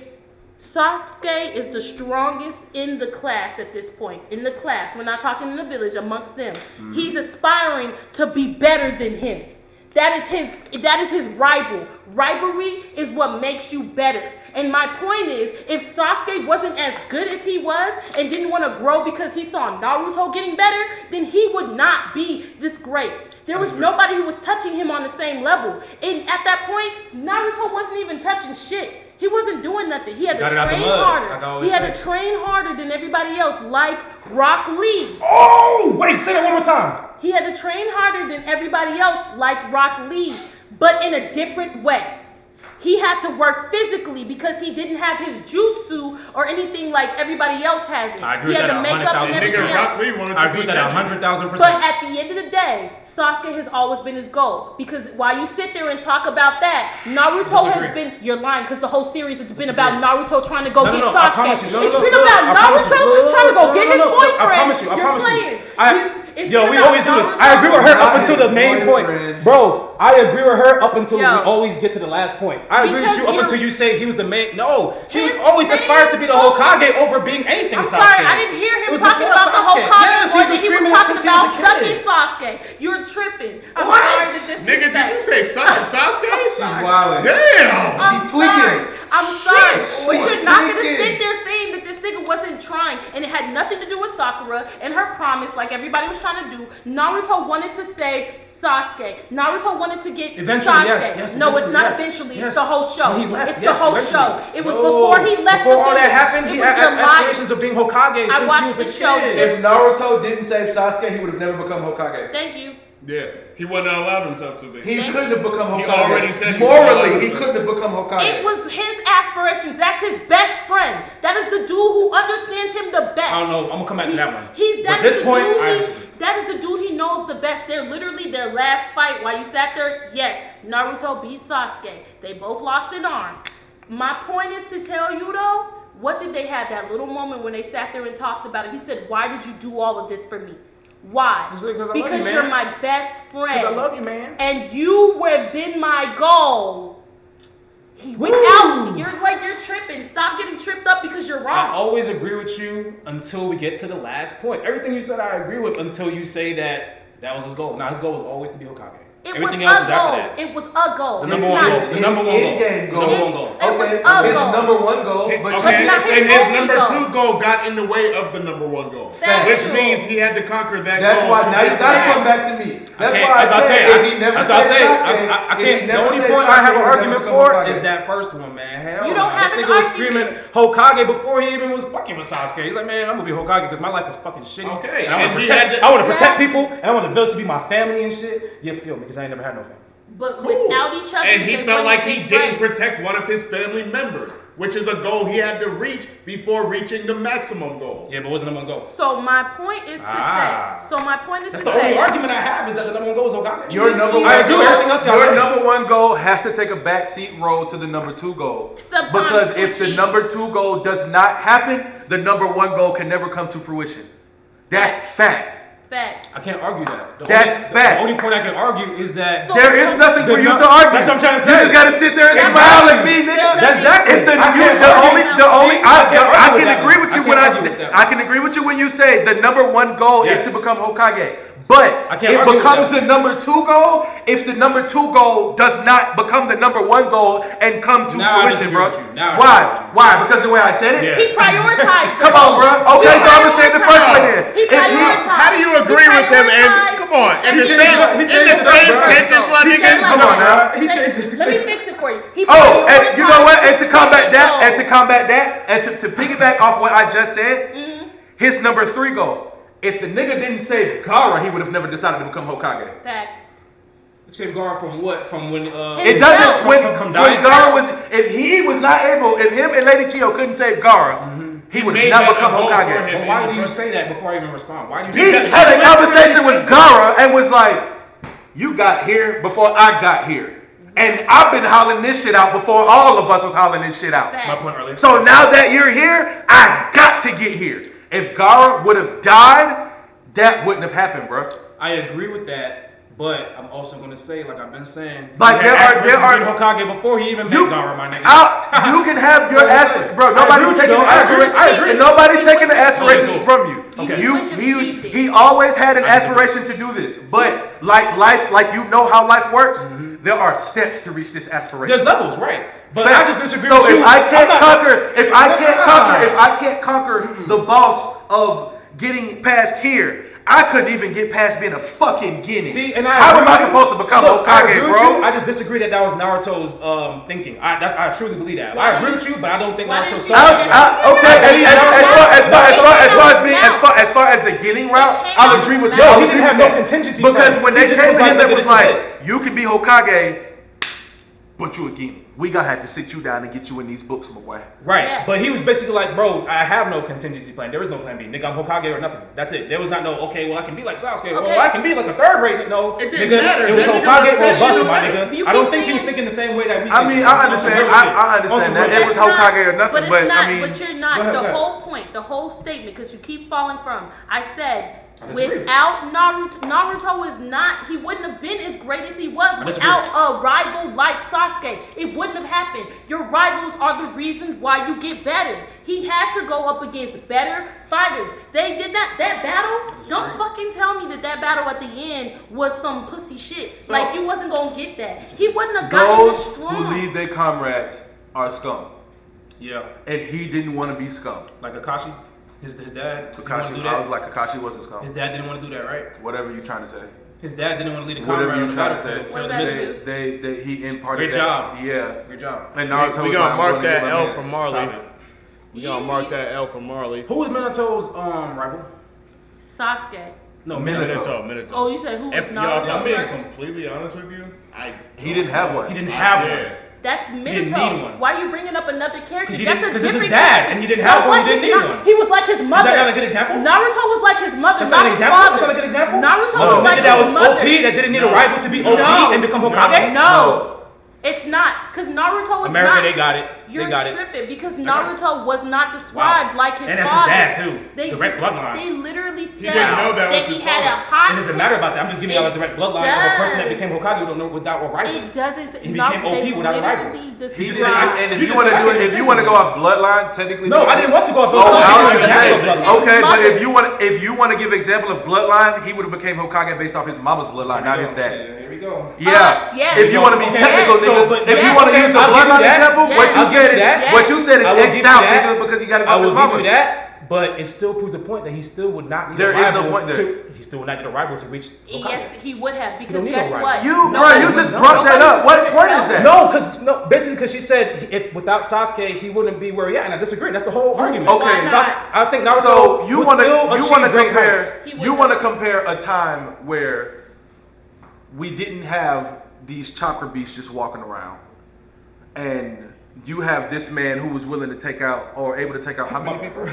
[SPEAKER 3] Sasuke is the strongest in the class at this point, in the class, we're not talking in the village amongst them.
[SPEAKER 1] Mm-hmm.
[SPEAKER 3] He's aspiring to be better than him. That is his. That is his rival. Rivalry is what makes you better. And my point is, if Sasuke wasn't as good as he was and didn't want to grow because he saw Naruto getting better, then he would not be this great. There was nobody who was touching him on the same level. And at that point, Naruto wasn't even touching shit. He wasn't doing nothing. He had to
[SPEAKER 1] Got it out the
[SPEAKER 3] train
[SPEAKER 1] mud, like I
[SPEAKER 3] harder.
[SPEAKER 1] always
[SPEAKER 3] He had
[SPEAKER 1] say.
[SPEAKER 3] to train harder than everybody else, like Brock Lee.
[SPEAKER 1] Oh wait, say that one more time.
[SPEAKER 3] He had to train harder than everybody else, like Rock Lee, but in a different way. He had to work physically because he didn't have his jutsu or anything like everybody else has. it.
[SPEAKER 1] I agree
[SPEAKER 3] he had
[SPEAKER 1] with
[SPEAKER 3] to
[SPEAKER 1] that
[SPEAKER 3] make up
[SPEAKER 1] 100,000%.
[SPEAKER 3] everything
[SPEAKER 1] Nigga,
[SPEAKER 3] else.
[SPEAKER 2] wanted
[SPEAKER 1] I agree with that hundred thousand
[SPEAKER 3] But
[SPEAKER 1] percent.
[SPEAKER 3] at the end of the day, Sasuke has always been his goal. Because while you sit there and talk about that, Naruto
[SPEAKER 1] Disagree.
[SPEAKER 3] has been you're lying because the whole series has been about Naruto trying to go
[SPEAKER 1] No, no,
[SPEAKER 3] get
[SPEAKER 1] no, I promise
[SPEAKER 3] Sasuke.
[SPEAKER 1] you. No, no,
[SPEAKER 3] it's
[SPEAKER 1] no,
[SPEAKER 3] been
[SPEAKER 1] no,
[SPEAKER 3] about
[SPEAKER 1] I promise you.
[SPEAKER 3] Naruto
[SPEAKER 1] No, no,
[SPEAKER 3] trying to go
[SPEAKER 1] no,
[SPEAKER 3] get
[SPEAKER 1] no,
[SPEAKER 3] his
[SPEAKER 1] no, no,
[SPEAKER 3] boyfriend.
[SPEAKER 1] I promise you. I
[SPEAKER 3] you're
[SPEAKER 1] promise
[SPEAKER 3] playing.
[SPEAKER 1] you. I,
[SPEAKER 3] It's- it's
[SPEAKER 1] yo, we
[SPEAKER 3] been about
[SPEAKER 1] always do this.
[SPEAKER 3] Naruto.
[SPEAKER 1] I agree with her up
[SPEAKER 6] Not
[SPEAKER 1] until the
[SPEAKER 6] his
[SPEAKER 1] main point,
[SPEAKER 6] boyfriend.
[SPEAKER 1] bro. I agree with her up until
[SPEAKER 3] Yo.
[SPEAKER 1] we always get to the last point. I agree with
[SPEAKER 3] Because
[SPEAKER 1] you up
[SPEAKER 3] you're-
[SPEAKER 1] until you say he was the main. No, he was
[SPEAKER 3] His
[SPEAKER 1] always
[SPEAKER 3] main
[SPEAKER 1] aspired to be the
[SPEAKER 3] goal-
[SPEAKER 1] Hokage over being anything.
[SPEAKER 3] I'm
[SPEAKER 1] Sasuke.
[SPEAKER 3] sorry, I didn't hear
[SPEAKER 1] It
[SPEAKER 3] him
[SPEAKER 1] was
[SPEAKER 3] talking
[SPEAKER 1] before
[SPEAKER 3] about the
[SPEAKER 1] Sasuke.
[SPEAKER 3] whole Kage
[SPEAKER 1] Yes,
[SPEAKER 3] more than he was
[SPEAKER 1] screaming
[SPEAKER 3] talking
[SPEAKER 1] since he was
[SPEAKER 3] about
[SPEAKER 1] a
[SPEAKER 3] sucking
[SPEAKER 1] kid.
[SPEAKER 3] Sasuke. You're tripping. I'm
[SPEAKER 1] What?
[SPEAKER 3] sorry to
[SPEAKER 2] Nigga, did you
[SPEAKER 3] disrespect.
[SPEAKER 2] say Sasuke?
[SPEAKER 6] Wow.
[SPEAKER 2] Damn!
[SPEAKER 3] I'm
[SPEAKER 6] She tweaking.
[SPEAKER 3] Sorry. I'm sorry.
[SPEAKER 6] she
[SPEAKER 3] But you're not gonna
[SPEAKER 6] tweaking.
[SPEAKER 3] sit there saying that this nigga wasn't trying and it had nothing to do with Sakura and her promise, like everybody was trying to do. Naruto wanted to save Sasuke. Naruto wanted to get
[SPEAKER 1] Eventually,
[SPEAKER 3] Sasuke.
[SPEAKER 1] yes, yes,
[SPEAKER 3] no, it's
[SPEAKER 1] eventually,
[SPEAKER 3] not
[SPEAKER 1] yes,
[SPEAKER 3] eventually.
[SPEAKER 1] yes.
[SPEAKER 3] It's the whole show.
[SPEAKER 1] When he left,
[SPEAKER 3] it's
[SPEAKER 1] yes,
[SPEAKER 3] the whole
[SPEAKER 1] eventually.
[SPEAKER 3] show. It was before he
[SPEAKER 1] Before
[SPEAKER 3] left. the
[SPEAKER 1] all
[SPEAKER 3] village.
[SPEAKER 1] that happened,
[SPEAKER 3] it
[SPEAKER 1] he
[SPEAKER 3] was
[SPEAKER 1] had had
[SPEAKER 3] July.
[SPEAKER 1] aspirations of being Hokage.
[SPEAKER 3] I
[SPEAKER 1] since
[SPEAKER 3] watched
[SPEAKER 1] he was a
[SPEAKER 3] the show,
[SPEAKER 1] kid.
[SPEAKER 3] just-
[SPEAKER 6] If Naruto didn't save Sasuke, he would have never become Hokage.
[SPEAKER 3] Thank you.
[SPEAKER 2] Yeah, he wasn't allowed himself to be.
[SPEAKER 6] He
[SPEAKER 3] Thank
[SPEAKER 6] couldn't have become Hokage.
[SPEAKER 2] He already said he was allowed
[SPEAKER 6] morally, he
[SPEAKER 2] to.
[SPEAKER 6] couldn't have become Hokage.
[SPEAKER 3] It was his aspirations. That's his best friend. That is the dude who understands him the best.
[SPEAKER 1] I don't know. I'm gonna come back to that one.
[SPEAKER 3] He's
[SPEAKER 1] But
[SPEAKER 3] that
[SPEAKER 1] at
[SPEAKER 3] is
[SPEAKER 1] this
[SPEAKER 3] the
[SPEAKER 1] point,
[SPEAKER 3] dude
[SPEAKER 1] I
[SPEAKER 3] he-
[SPEAKER 1] disagree.
[SPEAKER 3] that is the dude he knows the best. They're literally their last fight. While you sat there, yes, Naruto beat Sasuke. They both lost an arm. My point is to tell you though, what did they have that little moment when they sat there and talked about it? He said, "Why did you do all of this for me? Why?
[SPEAKER 1] He said, 'Cause I love you,
[SPEAKER 3] because
[SPEAKER 1] man.
[SPEAKER 3] are my best friend.
[SPEAKER 1] 'Cause I love you, man.
[SPEAKER 3] and you would have been my goal." He- Without me, you're like you're tripping. Stop getting tripped up because you're
[SPEAKER 1] I
[SPEAKER 3] wrong.
[SPEAKER 1] always agree with you until we get to the last point. Everything you said, I agree with until you say that that was his goal. Now his goal was always to be Hokage.
[SPEAKER 3] It
[SPEAKER 1] Everything
[SPEAKER 3] was
[SPEAKER 1] else
[SPEAKER 3] a
[SPEAKER 1] is
[SPEAKER 3] goal.
[SPEAKER 1] after that.
[SPEAKER 3] It was a goal.
[SPEAKER 1] The
[SPEAKER 3] It's
[SPEAKER 1] number one
[SPEAKER 3] not-
[SPEAKER 1] goal. The number one goal.
[SPEAKER 6] in-game
[SPEAKER 1] The
[SPEAKER 6] goal.
[SPEAKER 1] number one
[SPEAKER 3] It's-
[SPEAKER 1] goal.
[SPEAKER 3] It was
[SPEAKER 6] okay,
[SPEAKER 3] a
[SPEAKER 6] his
[SPEAKER 3] goal.
[SPEAKER 6] number one goal, but you
[SPEAKER 2] okay,
[SPEAKER 3] not his
[SPEAKER 2] and his
[SPEAKER 3] only
[SPEAKER 2] number
[SPEAKER 3] goal.
[SPEAKER 2] two goal got in the way of the number one goal,
[SPEAKER 3] That's
[SPEAKER 2] which
[SPEAKER 3] true.
[SPEAKER 2] means he had to conquer that
[SPEAKER 6] That's
[SPEAKER 2] goal.
[SPEAKER 6] why
[SPEAKER 2] to
[SPEAKER 6] now you
[SPEAKER 2] get
[SPEAKER 6] gotta
[SPEAKER 2] that.
[SPEAKER 6] come back to me. That's
[SPEAKER 1] I can't-
[SPEAKER 6] why I
[SPEAKER 1] as I
[SPEAKER 6] said,
[SPEAKER 1] said,
[SPEAKER 6] if he never
[SPEAKER 1] as
[SPEAKER 6] said
[SPEAKER 1] I said, I, I,
[SPEAKER 6] Sasuke,
[SPEAKER 1] I
[SPEAKER 6] if he
[SPEAKER 1] can't. The
[SPEAKER 6] never
[SPEAKER 1] only
[SPEAKER 6] said
[SPEAKER 1] point I have
[SPEAKER 6] Sasuke,
[SPEAKER 1] an
[SPEAKER 6] he would
[SPEAKER 1] argument
[SPEAKER 6] never become
[SPEAKER 1] for
[SPEAKER 6] Hokage.
[SPEAKER 1] is that first one, man. Hell
[SPEAKER 3] You
[SPEAKER 1] no.
[SPEAKER 3] don't have
[SPEAKER 1] this
[SPEAKER 3] an
[SPEAKER 1] nigga was
[SPEAKER 3] argument.
[SPEAKER 1] screaming Hokage before he even was fucking with Sasuke. He's like, man, I'm gonna be Hokage because my life is fucking shitty.
[SPEAKER 2] Okay,
[SPEAKER 1] and I want
[SPEAKER 2] and
[SPEAKER 1] to
[SPEAKER 2] he
[SPEAKER 1] protect.
[SPEAKER 2] had to-
[SPEAKER 1] I want to protect
[SPEAKER 3] Yeah.
[SPEAKER 1] people, and I want the village to be my family and shit. You feel me? Because I ain't never had no family.
[SPEAKER 3] But
[SPEAKER 2] Cool.
[SPEAKER 3] without each other,
[SPEAKER 2] And he
[SPEAKER 3] they
[SPEAKER 2] felt
[SPEAKER 3] wouldn't
[SPEAKER 2] like
[SPEAKER 3] have
[SPEAKER 2] he
[SPEAKER 3] been
[SPEAKER 2] didn't
[SPEAKER 3] great.
[SPEAKER 2] protect one of his family members. which is a goal he had to reach before reaching the maximum goal.
[SPEAKER 1] Yeah, but what's the number one goal?
[SPEAKER 3] So my point is to
[SPEAKER 1] Ah.
[SPEAKER 3] say. So my point is
[SPEAKER 1] That's
[SPEAKER 3] to
[SPEAKER 1] the only
[SPEAKER 3] say.
[SPEAKER 1] argument I have is that the number one goal is Ogata.
[SPEAKER 5] Your number one,
[SPEAKER 1] I agree with everything else y'all
[SPEAKER 5] your
[SPEAKER 1] said.
[SPEAKER 5] number one goal has to take a backseat role to the number two goal.
[SPEAKER 3] Sometimes
[SPEAKER 5] because if
[SPEAKER 3] we
[SPEAKER 5] the
[SPEAKER 3] cheat.
[SPEAKER 5] number two goal does not happen, the number one goal can never come to fruition. That's fact.
[SPEAKER 3] Fact.
[SPEAKER 1] I can't argue that. The
[SPEAKER 5] That's
[SPEAKER 1] only,
[SPEAKER 5] fact.
[SPEAKER 1] The only point I can argue is that
[SPEAKER 3] So-
[SPEAKER 5] There is nothing
[SPEAKER 1] The
[SPEAKER 5] for you
[SPEAKER 1] num-
[SPEAKER 5] to argue.
[SPEAKER 1] That's what I'm trying to say.
[SPEAKER 5] You just gotta sit there and
[SPEAKER 1] Exactly.
[SPEAKER 5] smile at me, nigga.
[SPEAKER 3] That's exactly-
[SPEAKER 5] If the,
[SPEAKER 1] I
[SPEAKER 5] you,
[SPEAKER 1] can't
[SPEAKER 5] the
[SPEAKER 1] argue
[SPEAKER 5] only,
[SPEAKER 3] with
[SPEAKER 5] the
[SPEAKER 3] that.
[SPEAKER 5] only,
[SPEAKER 1] I
[SPEAKER 5] I,
[SPEAKER 1] can't argue
[SPEAKER 5] I
[SPEAKER 1] with
[SPEAKER 5] can
[SPEAKER 1] that
[SPEAKER 5] agree
[SPEAKER 1] one.
[SPEAKER 5] with you
[SPEAKER 1] I
[SPEAKER 5] when
[SPEAKER 1] can't argue with
[SPEAKER 5] I,
[SPEAKER 1] that
[SPEAKER 5] I can agree with you when you say the number one goal is
[SPEAKER 1] Yes.
[SPEAKER 5] to become Hokage. But
[SPEAKER 1] I can't
[SPEAKER 5] it
[SPEAKER 1] argue with
[SPEAKER 5] becomes
[SPEAKER 1] that.
[SPEAKER 5] the number two goal if the number two goal does not become the number one goal and come to
[SPEAKER 1] Now I
[SPEAKER 5] fruition,
[SPEAKER 1] disagree
[SPEAKER 5] bro.
[SPEAKER 1] with you. Now I disagree
[SPEAKER 5] Why?
[SPEAKER 1] with you.
[SPEAKER 5] Why? Because the way I said it.
[SPEAKER 1] Yeah.
[SPEAKER 3] He prioritized.
[SPEAKER 5] Come on, bro.
[SPEAKER 3] He
[SPEAKER 5] Okay, so I'm gonna say it the first
[SPEAKER 3] prioritized.
[SPEAKER 5] way then.
[SPEAKER 3] He
[SPEAKER 5] If he-
[SPEAKER 3] prioritized.
[SPEAKER 2] How do you
[SPEAKER 3] He
[SPEAKER 2] agree with him? And
[SPEAKER 3] prioritized.
[SPEAKER 2] come on, in the
[SPEAKER 1] He
[SPEAKER 2] same
[SPEAKER 1] changed up- he
[SPEAKER 2] in
[SPEAKER 1] changed
[SPEAKER 2] the
[SPEAKER 1] up,
[SPEAKER 2] same
[SPEAKER 1] bro.
[SPEAKER 2] sentence, my
[SPEAKER 3] He
[SPEAKER 2] nigga.
[SPEAKER 3] changed
[SPEAKER 5] come
[SPEAKER 3] my
[SPEAKER 5] on
[SPEAKER 3] mind.
[SPEAKER 1] now. He changed his
[SPEAKER 3] Let me
[SPEAKER 1] shit.
[SPEAKER 3] fix it for you. He
[SPEAKER 5] Oh, and you know what?
[SPEAKER 3] prioritized
[SPEAKER 5] And to combat that,
[SPEAKER 3] goals.
[SPEAKER 5] and to combat that, and to, to piggyback off what I just said, his number three goal. If the nigga didn't save Gara, he would have never decided to become Hokage.
[SPEAKER 3] Facts.
[SPEAKER 1] safeguard from what? From when uh
[SPEAKER 5] It
[SPEAKER 3] Himself.
[SPEAKER 5] doesn't when,
[SPEAKER 1] From- from
[SPEAKER 5] when
[SPEAKER 1] dying.
[SPEAKER 5] Gara was if he was not able, if him and Lady Chio couldn't save Gara, he
[SPEAKER 2] Mm-hmm.
[SPEAKER 5] would
[SPEAKER 2] made
[SPEAKER 5] have not
[SPEAKER 2] that
[SPEAKER 5] become
[SPEAKER 2] a goal for
[SPEAKER 5] Hokage.
[SPEAKER 2] him.
[SPEAKER 1] But why do you say that before I even respond? Why do you
[SPEAKER 5] He
[SPEAKER 1] say that?
[SPEAKER 5] had a
[SPEAKER 2] That's what
[SPEAKER 5] conversation
[SPEAKER 2] he
[SPEAKER 5] with
[SPEAKER 2] said.
[SPEAKER 5] Gara and was like, "You got here before I got here." And I've been hollering this shit out before all of us was hollering this shit out.
[SPEAKER 1] My point earlier.
[SPEAKER 5] So now that you're here, I've got to get here. If Gara would have died, that wouldn't have happened, bro.
[SPEAKER 1] I agree with that, but I'm also gonna say, like I've been saying,
[SPEAKER 5] Like,
[SPEAKER 1] he
[SPEAKER 5] there
[SPEAKER 1] had
[SPEAKER 5] are- there
[SPEAKER 1] aspirations
[SPEAKER 5] are-
[SPEAKER 1] to be Hokage before he even met
[SPEAKER 5] You,
[SPEAKER 1] Gaara, my nigga.
[SPEAKER 5] I- you can have your aspirations,
[SPEAKER 1] agree
[SPEAKER 5] bro.
[SPEAKER 1] with
[SPEAKER 5] Nobody's
[SPEAKER 1] you,
[SPEAKER 5] taking
[SPEAKER 1] though.
[SPEAKER 5] the
[SPEAKER 1] I agree. I
[SPEAKER 5] aspirations,
[SPEAKER 1] agree.
[SPEAKER 5] and nobody's taking the aspirations
[SPEAKER 1] Okay.
[SPEAKER 5] from you.
[SPEAKER 3] Okay.
[SPEAKER 5] You,
[SPEAKER 3] wouldn't have
[SPEAKER 5] he,
[SPEAKER 3] achieved it.
[SPEAKER 5] he always had an aspiration to do this, but like life, like you know how life works,
[SPEAKER 1] Mm-hmm.
[SPEAKER 5] there are steps to reach this aspiration.
[SPEAKER 1] There's levels, right? But I
[SPEAKER 5] Facts.
[SPEAKER 1] just disagree
[SPEAKER 5] so
[SPEAKER 1] with you.
[SPEAKER 5] if I can't
[SPEAKER 1] I'm not-
[SPEAKER 5] conquer, if I can't
[SPEAKER 1] Ah.
[SPEAKER 5] conquer, if I can't conquer the boss of getting past here, I couldn't even get past being a fucking guinea.
[SPEAKER 1] See, and I
[SPEAKER 5] how am
[SPEAKER 1] agree
[SPEAKER 5] I
[SPEAKER 1] with you.
[SPEAKER 5] supposed to become
[SPEAKER 1] Look, I agree
[SPEAKER 5] Hokage,
[SPEAKER 1] with
[SPEAKER 5] bro?
[SPEAKER 1] you. I just disagree that that was Naruto's um, thinking. I that's I truly believe that.
[SPEAKER 3] Why
[SPEAKER 1] I agree
[SPEAKER 3] did-
[SPEAKER 1] with you, but I don't think
[SPEAKER 3] why
[SPEAKER 1] Naruto
[SPEAKER 3] did you
[SPEAKER 1] saw
[SPEAKER 3] do
[SPEAKER 5] I-
[SPEAKER 1] it.
[SPEAKER 3] that?
[SPEAKER 5] I- Uh, okay,
[SPEAKER 1] I
[SPEAKER 5] and,
[SPEAKER 1] mean,
[SPEAKER 5] and, as, far, as far as far as far as being as
[SPEAKER 3] Now.
[SPEAKER 5] far as far as the getting route,
[SPEAKER 3] came
[SPEAKER 5] I'll
[SPEAKER 3] out
[SPEAKER 5] agree
[SPEAKER 3] of
[SPEAKER 5] with
[SPEAKER 3] his
[SPEAKER 5] you.
[SPEAKER 3] mouth.
[SPEAKER 1] He didn't have no contingency
[SPEAKER 5] because
[SPEAKER 1] plan.
[SPEAKER 5] when
[SPEAKER 1] He
[SPEAKER 5] they
[SPEAKER 1] just
[SPEAKER 5] came
[SPEAKER 1] was
[SPEAKER 5] to him,
[SPEAKER 1] like,
[SPEAKER 5] it was
[SPEAKER 1] "Look at this
[SPEAKER 5] like you can be Hokage, but you a guinea. We gonna have to sit you down and get you in these books, my boy.
[SPEAKER 1] Right,
[SPEAKER 3] Yeah.
[SPEAKER 1] but he was basically like, bro, I have no contingency plan. There is no plan B. Nigga, I'm Hokage or nothing. That's it. There was not no, okay, well, I can be like Sasuke. or
[SPEAKER 3] Okay.
[SPEAKER 1] I can be like a third rate. No,
[SPEAKER 2] It
[SPEAKER 1] nigga,
[SPEAKER 2] didn't matter.
[SPEAKER 1] It was
[SPEAKER 2] That nigga
[SPEAKER 1] Hokage
[SPEAKER 2] was
[SPEAKER 1] or
[SPEAKER 2] saying
[SPEAKER 1] bust,
[SPEAKER 2] you
[SPEAKER 1] my
[SPEAKER 2] were-
[SPEAKER 1] nigga.
[SPEAKER 3] you
[SPEAKER 1] I don't
[SPEAKER 3] keep
[SPEAKER 1] think he was
[SPEAKER 3] saying-
[SPEAKER 1] thinking the same way that we.
[SPEAKER 5] I mean,
[SPEAKER 1] think.
[SPEAKER 5] I
[SPEAKER 1] On some
[SPEAKER 5] understand.
[SPEAKER 1] real
[SPEAKER 5] I-
[SPEAKER 1] shit.
[SPEAKER 5] I
[SPEAKER 1] On
[SPEAKER 5] understand
[SPEAKER 1] some
[SPEAKER 5] that.
[SPEAKER 1] real
[SPEAKER 5] It
[SPEAKER 1] shit.
[SPEAKER 5] was
[SPEAKER 3] That's not-
[SPEAKER 5] Hokage or nothing,
[SPEAKER 3] it's
[SPEAKER 5] but, I
[SPEAKER 3] not-
[SPEAKER 5] mean-
[SPEAKER 3] but you're
[SPEAKER 1] Go
[SPEAKER 3] not
[SPEAKER 1] ahead, go
[SPEAKER 3] the
[SPEAKER 1] ahead.
[SPEAKER 3] whole point, the whole statement, because you keep falling from. I said.
[SPEAKER 1] disagree.
[SPEAKER 3] Without Naruto, Naruto is not. He wouldn't have been as great as he was
[SPEAKER 1] disagree.
[SPEAKER 3] without a rival like Sasuke. It wouldn't have happened. Your rivals are the reason why you get better. He had to go up against better fighters. They did not. That battle. Don't fucking tell me that that battle at the end was some pussy shit. like you wasn't gonna get that. He wouldn't have gotten
[SPEAKER 5] Those
[SPEAKER 3] this
[SPEAKER 5] who
[SPEAKER 3] strong.
[SPEAKER 5] leave their comrades are scum,
[SPEAKER 1] Yeah,
[SPEAKER 5] and he didn't want to be scum.
[SPEAKER 1] like Akashi, his, his dad. didn't wanna
[SPEAKER 5] Kakashi,
[SPEAKER 1] do
[SPEAKER 5] I was
[SPEAKER 1] that.
[SPEAKER 5] like, Kakashi wasn't
[SPEAKER 1] his
[SPEAKER 5] scum.
[SPEAKER 1] dad didn't want to do that, right?
[SPEAKER 5] Whatever you trying to say.
[SPEAKER 1] His dad didn't want to lead a comrade
[SPEAKER 5] Whatever
[SPEAKER 1] on
[SPEAKER 5] you
[SPEAKER 1] the
[SPEAKER 5] trying to say.
[SPEAKER 1] battlefield for
[SPEAKER 3] What
[SPEAKER 1] the
[SPEAKER 3] about
[SPEAKER 1] mission.
[SPEAKER 3] you?
[SPEAKER 5] They, they, they, he imparted
[SPEAKER 1] Great
[SPEAKER 5] that.
[SPEAKER 1] job.
[SPEAKER 5] Yeah.
[SPEAKER 1] Good job.
[SPEAKER 5] And Naruto
[SPEAKER 2] We
[SPEAKER 5] was
[SPEAKER 2] gonna
[SPEAKER 5] like,
[SPEAKER 2] mark
[SPEAKER 5] "I'm gonna
[SPEAKER 2] that
[SPEAKER 5] get my
[SPEAKER 2] L
[SPEAKER 5] man."
[SPEAKER 2] for Marley. We gonna
[SPEAKER 3] You-
[SPEAKER 2] mark that L for Marley.
[SPEAKER 1] Who was Minato's um, rival?
[SPEAKER 3] Sasuke.
[SPEAKER 1] No,
[SPEAKER 5] Minato.
[SPEAKER 1] Minato.
[SPEAKER 2] Minotaur, Minotaur.
[SPEAKER 3] Oh, you said who was
[SPEAKER 2] If, yo, if
[SPEAKER 3] Naruto's
[SPEAKER 2] I'm being
[SPEAKER 3] rival?
[SPEAKER 2] completely honest with you, I
[SPEAKER 5] He didn't have one.
[SPEAKER 1] He didn't have
[SPEAKER 2] Yeah.
[SPEAKER 1] one.
[SPEAKER 3] That's
[SPEAKER 1] didn't need
[SPEAKER 3] Minato.
[SPEAKER 1] one.
[SPEAKER 3] Why are you bringing up another character?
[SPEAKER 1] 'Cause he
[SPEAKER 3] That's
[SPEAKER 1] didn't-
[SPEAKER 3] a
[SPEAKER 1] 'cause
[SPEAKER 3] different
[SPEAKER 1] it's his dad,
[SPEAKER 3] character.
[SPEAKER 1] and he didn't have one,
[SPEAKER 3] what?
[SPEAKER 1] he didn't
[SPEAKER 3] He's
[SPEAKER 1] need
[SPEAKER 3] not-
[SPEAKER 1] one.
[SPEAKER 3] He was like his mother.
[SPEAKER 1] not a good example?
[SPEAKER 3] Naruto was like his mother.
[SPEAKER 1] That's
[SPEAKER 3] not,
[SPEAKER 1] not an
[SPEAKER 3] his
[SPEAKER 1] example.
[SPEAKER 3] father.
[SPEAKER 1] That's not a good example.
[SPEAKER 3] Naruto
[SPEAKER 5] No.
[SPEAKER 3] was like
[SPEAKER 1] Nigga that was
[SPEAKER 3] his mother.
[SPEAKER 1] OP that didn't need a
[SPEAKER 2] No.
[SPEAKER 1] rival to be
[SPEAKER 2] No.
[SPEAKER 1] OP and become
[SPEAKER 2] No.
[SPEAKER 1] Hokage.
[SPEAKER 3] No,
[SPEAKER 5] No.
[SPEAKER 3] it's not. Because Naruto is
[SPEAKER 1] America,
[SPEAKER 3] not.
[SPEAKER 1] they got it. They
[SPEAKER 3] You're
[SPEAKER 1] got it.
[SPEAKER 3] tripping because
[SPEAKER 1] got it.
[SPEAKER 3] Naruto was not described
[SPEAKER 1] Wow.
[SPEAKER 3] like his
[SPEAKER 1] And that's his
[SPEAKER 3] father.
[SPEAKER 1] dad, too.
[SPEAKER 3] They,
[SPEAKER 1] Direct bloodline.
[SPEAKER 3] They literally said
[SPEAKER 2] didn't know that was
[SPEAKER 3] he
[SPEAKER 2] his
[SPEAKER 3] had a
[SPEAKER 2] father.
[SPEAKER 3] hot.
[SPEAKER 1] It doesn't matter about that. I'm just giving y'all a direct bloodline of a person that
[SPEAKER 3] does.
[SPEAKER 1] became Hokage without no- without a rival.
[SPEAKER 3] It doesn't.
[SPEAKER 1] He became
[SPEAKER 3] Naruto-
[SPEAKER 1] OP
[SPEAKER 3] they
[SPEAKER 1] without a rival.
[SPEAKER 3] literally dis-
[SPEAKER 5] He
[SPEAKER 1] just
[SPEAKER 5] didn't.
[SPEAKER 1] said, I-
[SPEAKER 5] and if
[SPEAKER 1] you
[SPEAKER 5] you,
[SPEAKER 1] just
[SPEAKER 5] want to
[SPEAKER 1] said, I
[SPEAKER 5] do it,
[SPEAKER 1] can't
[SPEAKER 5] if you
[SPEAKER 1] do
[SPEAKER 5] want to
[SPEAKER 1] it.
[SPEAKER 5] go off bloodline, technically.
[SPEAKER 1] No,
[SPEAKER 5] you
[SPEAKER 1] I
[SPEAKER 5] can.
[SPEAKER 1] didn't want to go up.
[SPEAKER 5] Oh,
[SPEAKER 3] Because
[SPEAKER 5] I
[SPEAKER 3] he
[SPEAKER 5] was gonna
[SPEAKER 3] was
[SPEAKER 5] say, oh,
[SPEAKER 3] his mother.
[SPEAKER 5] okay, but
[SPEAKER 3] His
[SPEAKER 5] if you want, if you want to give example of bloodline, he would have became Hokage based off his mama's bloodline, not his dad.
[SPEAKER 1] Here we go.
[SPEAKER 5] Yeah.
[SPEAKER 3] yes.
[SPEAKER 5] If you want to be
[SPEAKER 1] Okay,
[SPEAKER 5] technical,
[SPEAKER 1] so,
[SPEAKER 5] nigga,
[SPEAKER 1] but-
[SPEAKER 5] if you
[SPEAKER 3] yes.
[SPEAKER 5] want to use the
[SPEAKER 1] I'll give you
[SPEAKER 5] bloodline
[SPEAKER 1] that.
[SPEAKER 5] example, what
[SPEAKER 3] Yes.
[SPEAKER 5] you
[SPEAKER 3] I'll
[SPEAKER 5] said
[SPEAKER 1] give
[SPEAKER 5] is
[SPEAKER 1] you that.
[SPEAKER 5] what you said is
[SPEAKER 1] I will give
[SPEAKER 5] X'd
[SPEAKER 1] you
[SPEAKER 5] out,
[SPEAKER 1] that.
[SPEAKER 5] nigga, because he got it
[SPEAKER 1] I
[SPEAKER 5] off
[SPEAKER 1] will
[SPEAKER 5] his
[SPEAKER 1] give you
[SPEAKER 5] mama.
[SPEAKER 1] that, but it still proves the point that he still would not need
[SPEAKER 5] There
[SPEAKER 1] a
[SPEAKER 5] is no
[SPEAKER 1] rival.
[SPEAKER 5] point there.
[SPEAKER 1] To, he still would not need a rival to reach. Hokage.
[SPEAKER 3] Yes, he would have because
[SPEAKER 1] don't need
[SPEAKER 3] guess
[SPEAKER 1] no rival.
[SPEAKER 3] what?
[SPEAKER 5] You, bro,
[SPEAKER 3] Nobody-
[SPEAKER 5] you just brought that up. What
[SPEAKER 3] nobody-
[SPEAKER 5] point is that?
[SPEAKER 1] No, because no, basically because she said if without Sasuke he wouldn't be where he at, and I disagree. That's the whole argument.
[SPEAKER 5] Okay. Why
[SPEAKER 1] Sasuke,
[SPEAKER 3] not?
[SPEAKER 1] I think Naruto.
[SPEAKER 5] So you
[SPEAKER 1] would
[SPEAKER 5] want to
[SPEAKER 1] still
[SPEAKER 5] you
[SPEAKER 1] achieve
[SPEAKER 5] want to
[SPEAKER 1] great heights.
[SPEAKER 5] compare
[SPEAKER 3] He
[SPEAKER 5] you
[SPEAKER 3] would
[SPEAKER 5] want to
[SPEAKER 3] not.
[SPEAKER 5] compare a time where we didn't have these chakra beasts just walking around, and you have this man who was willing to take out or able to take out how
[SPEAKER 1] My
[SPEAKER 5] many?
[SPEAKER 1] paper.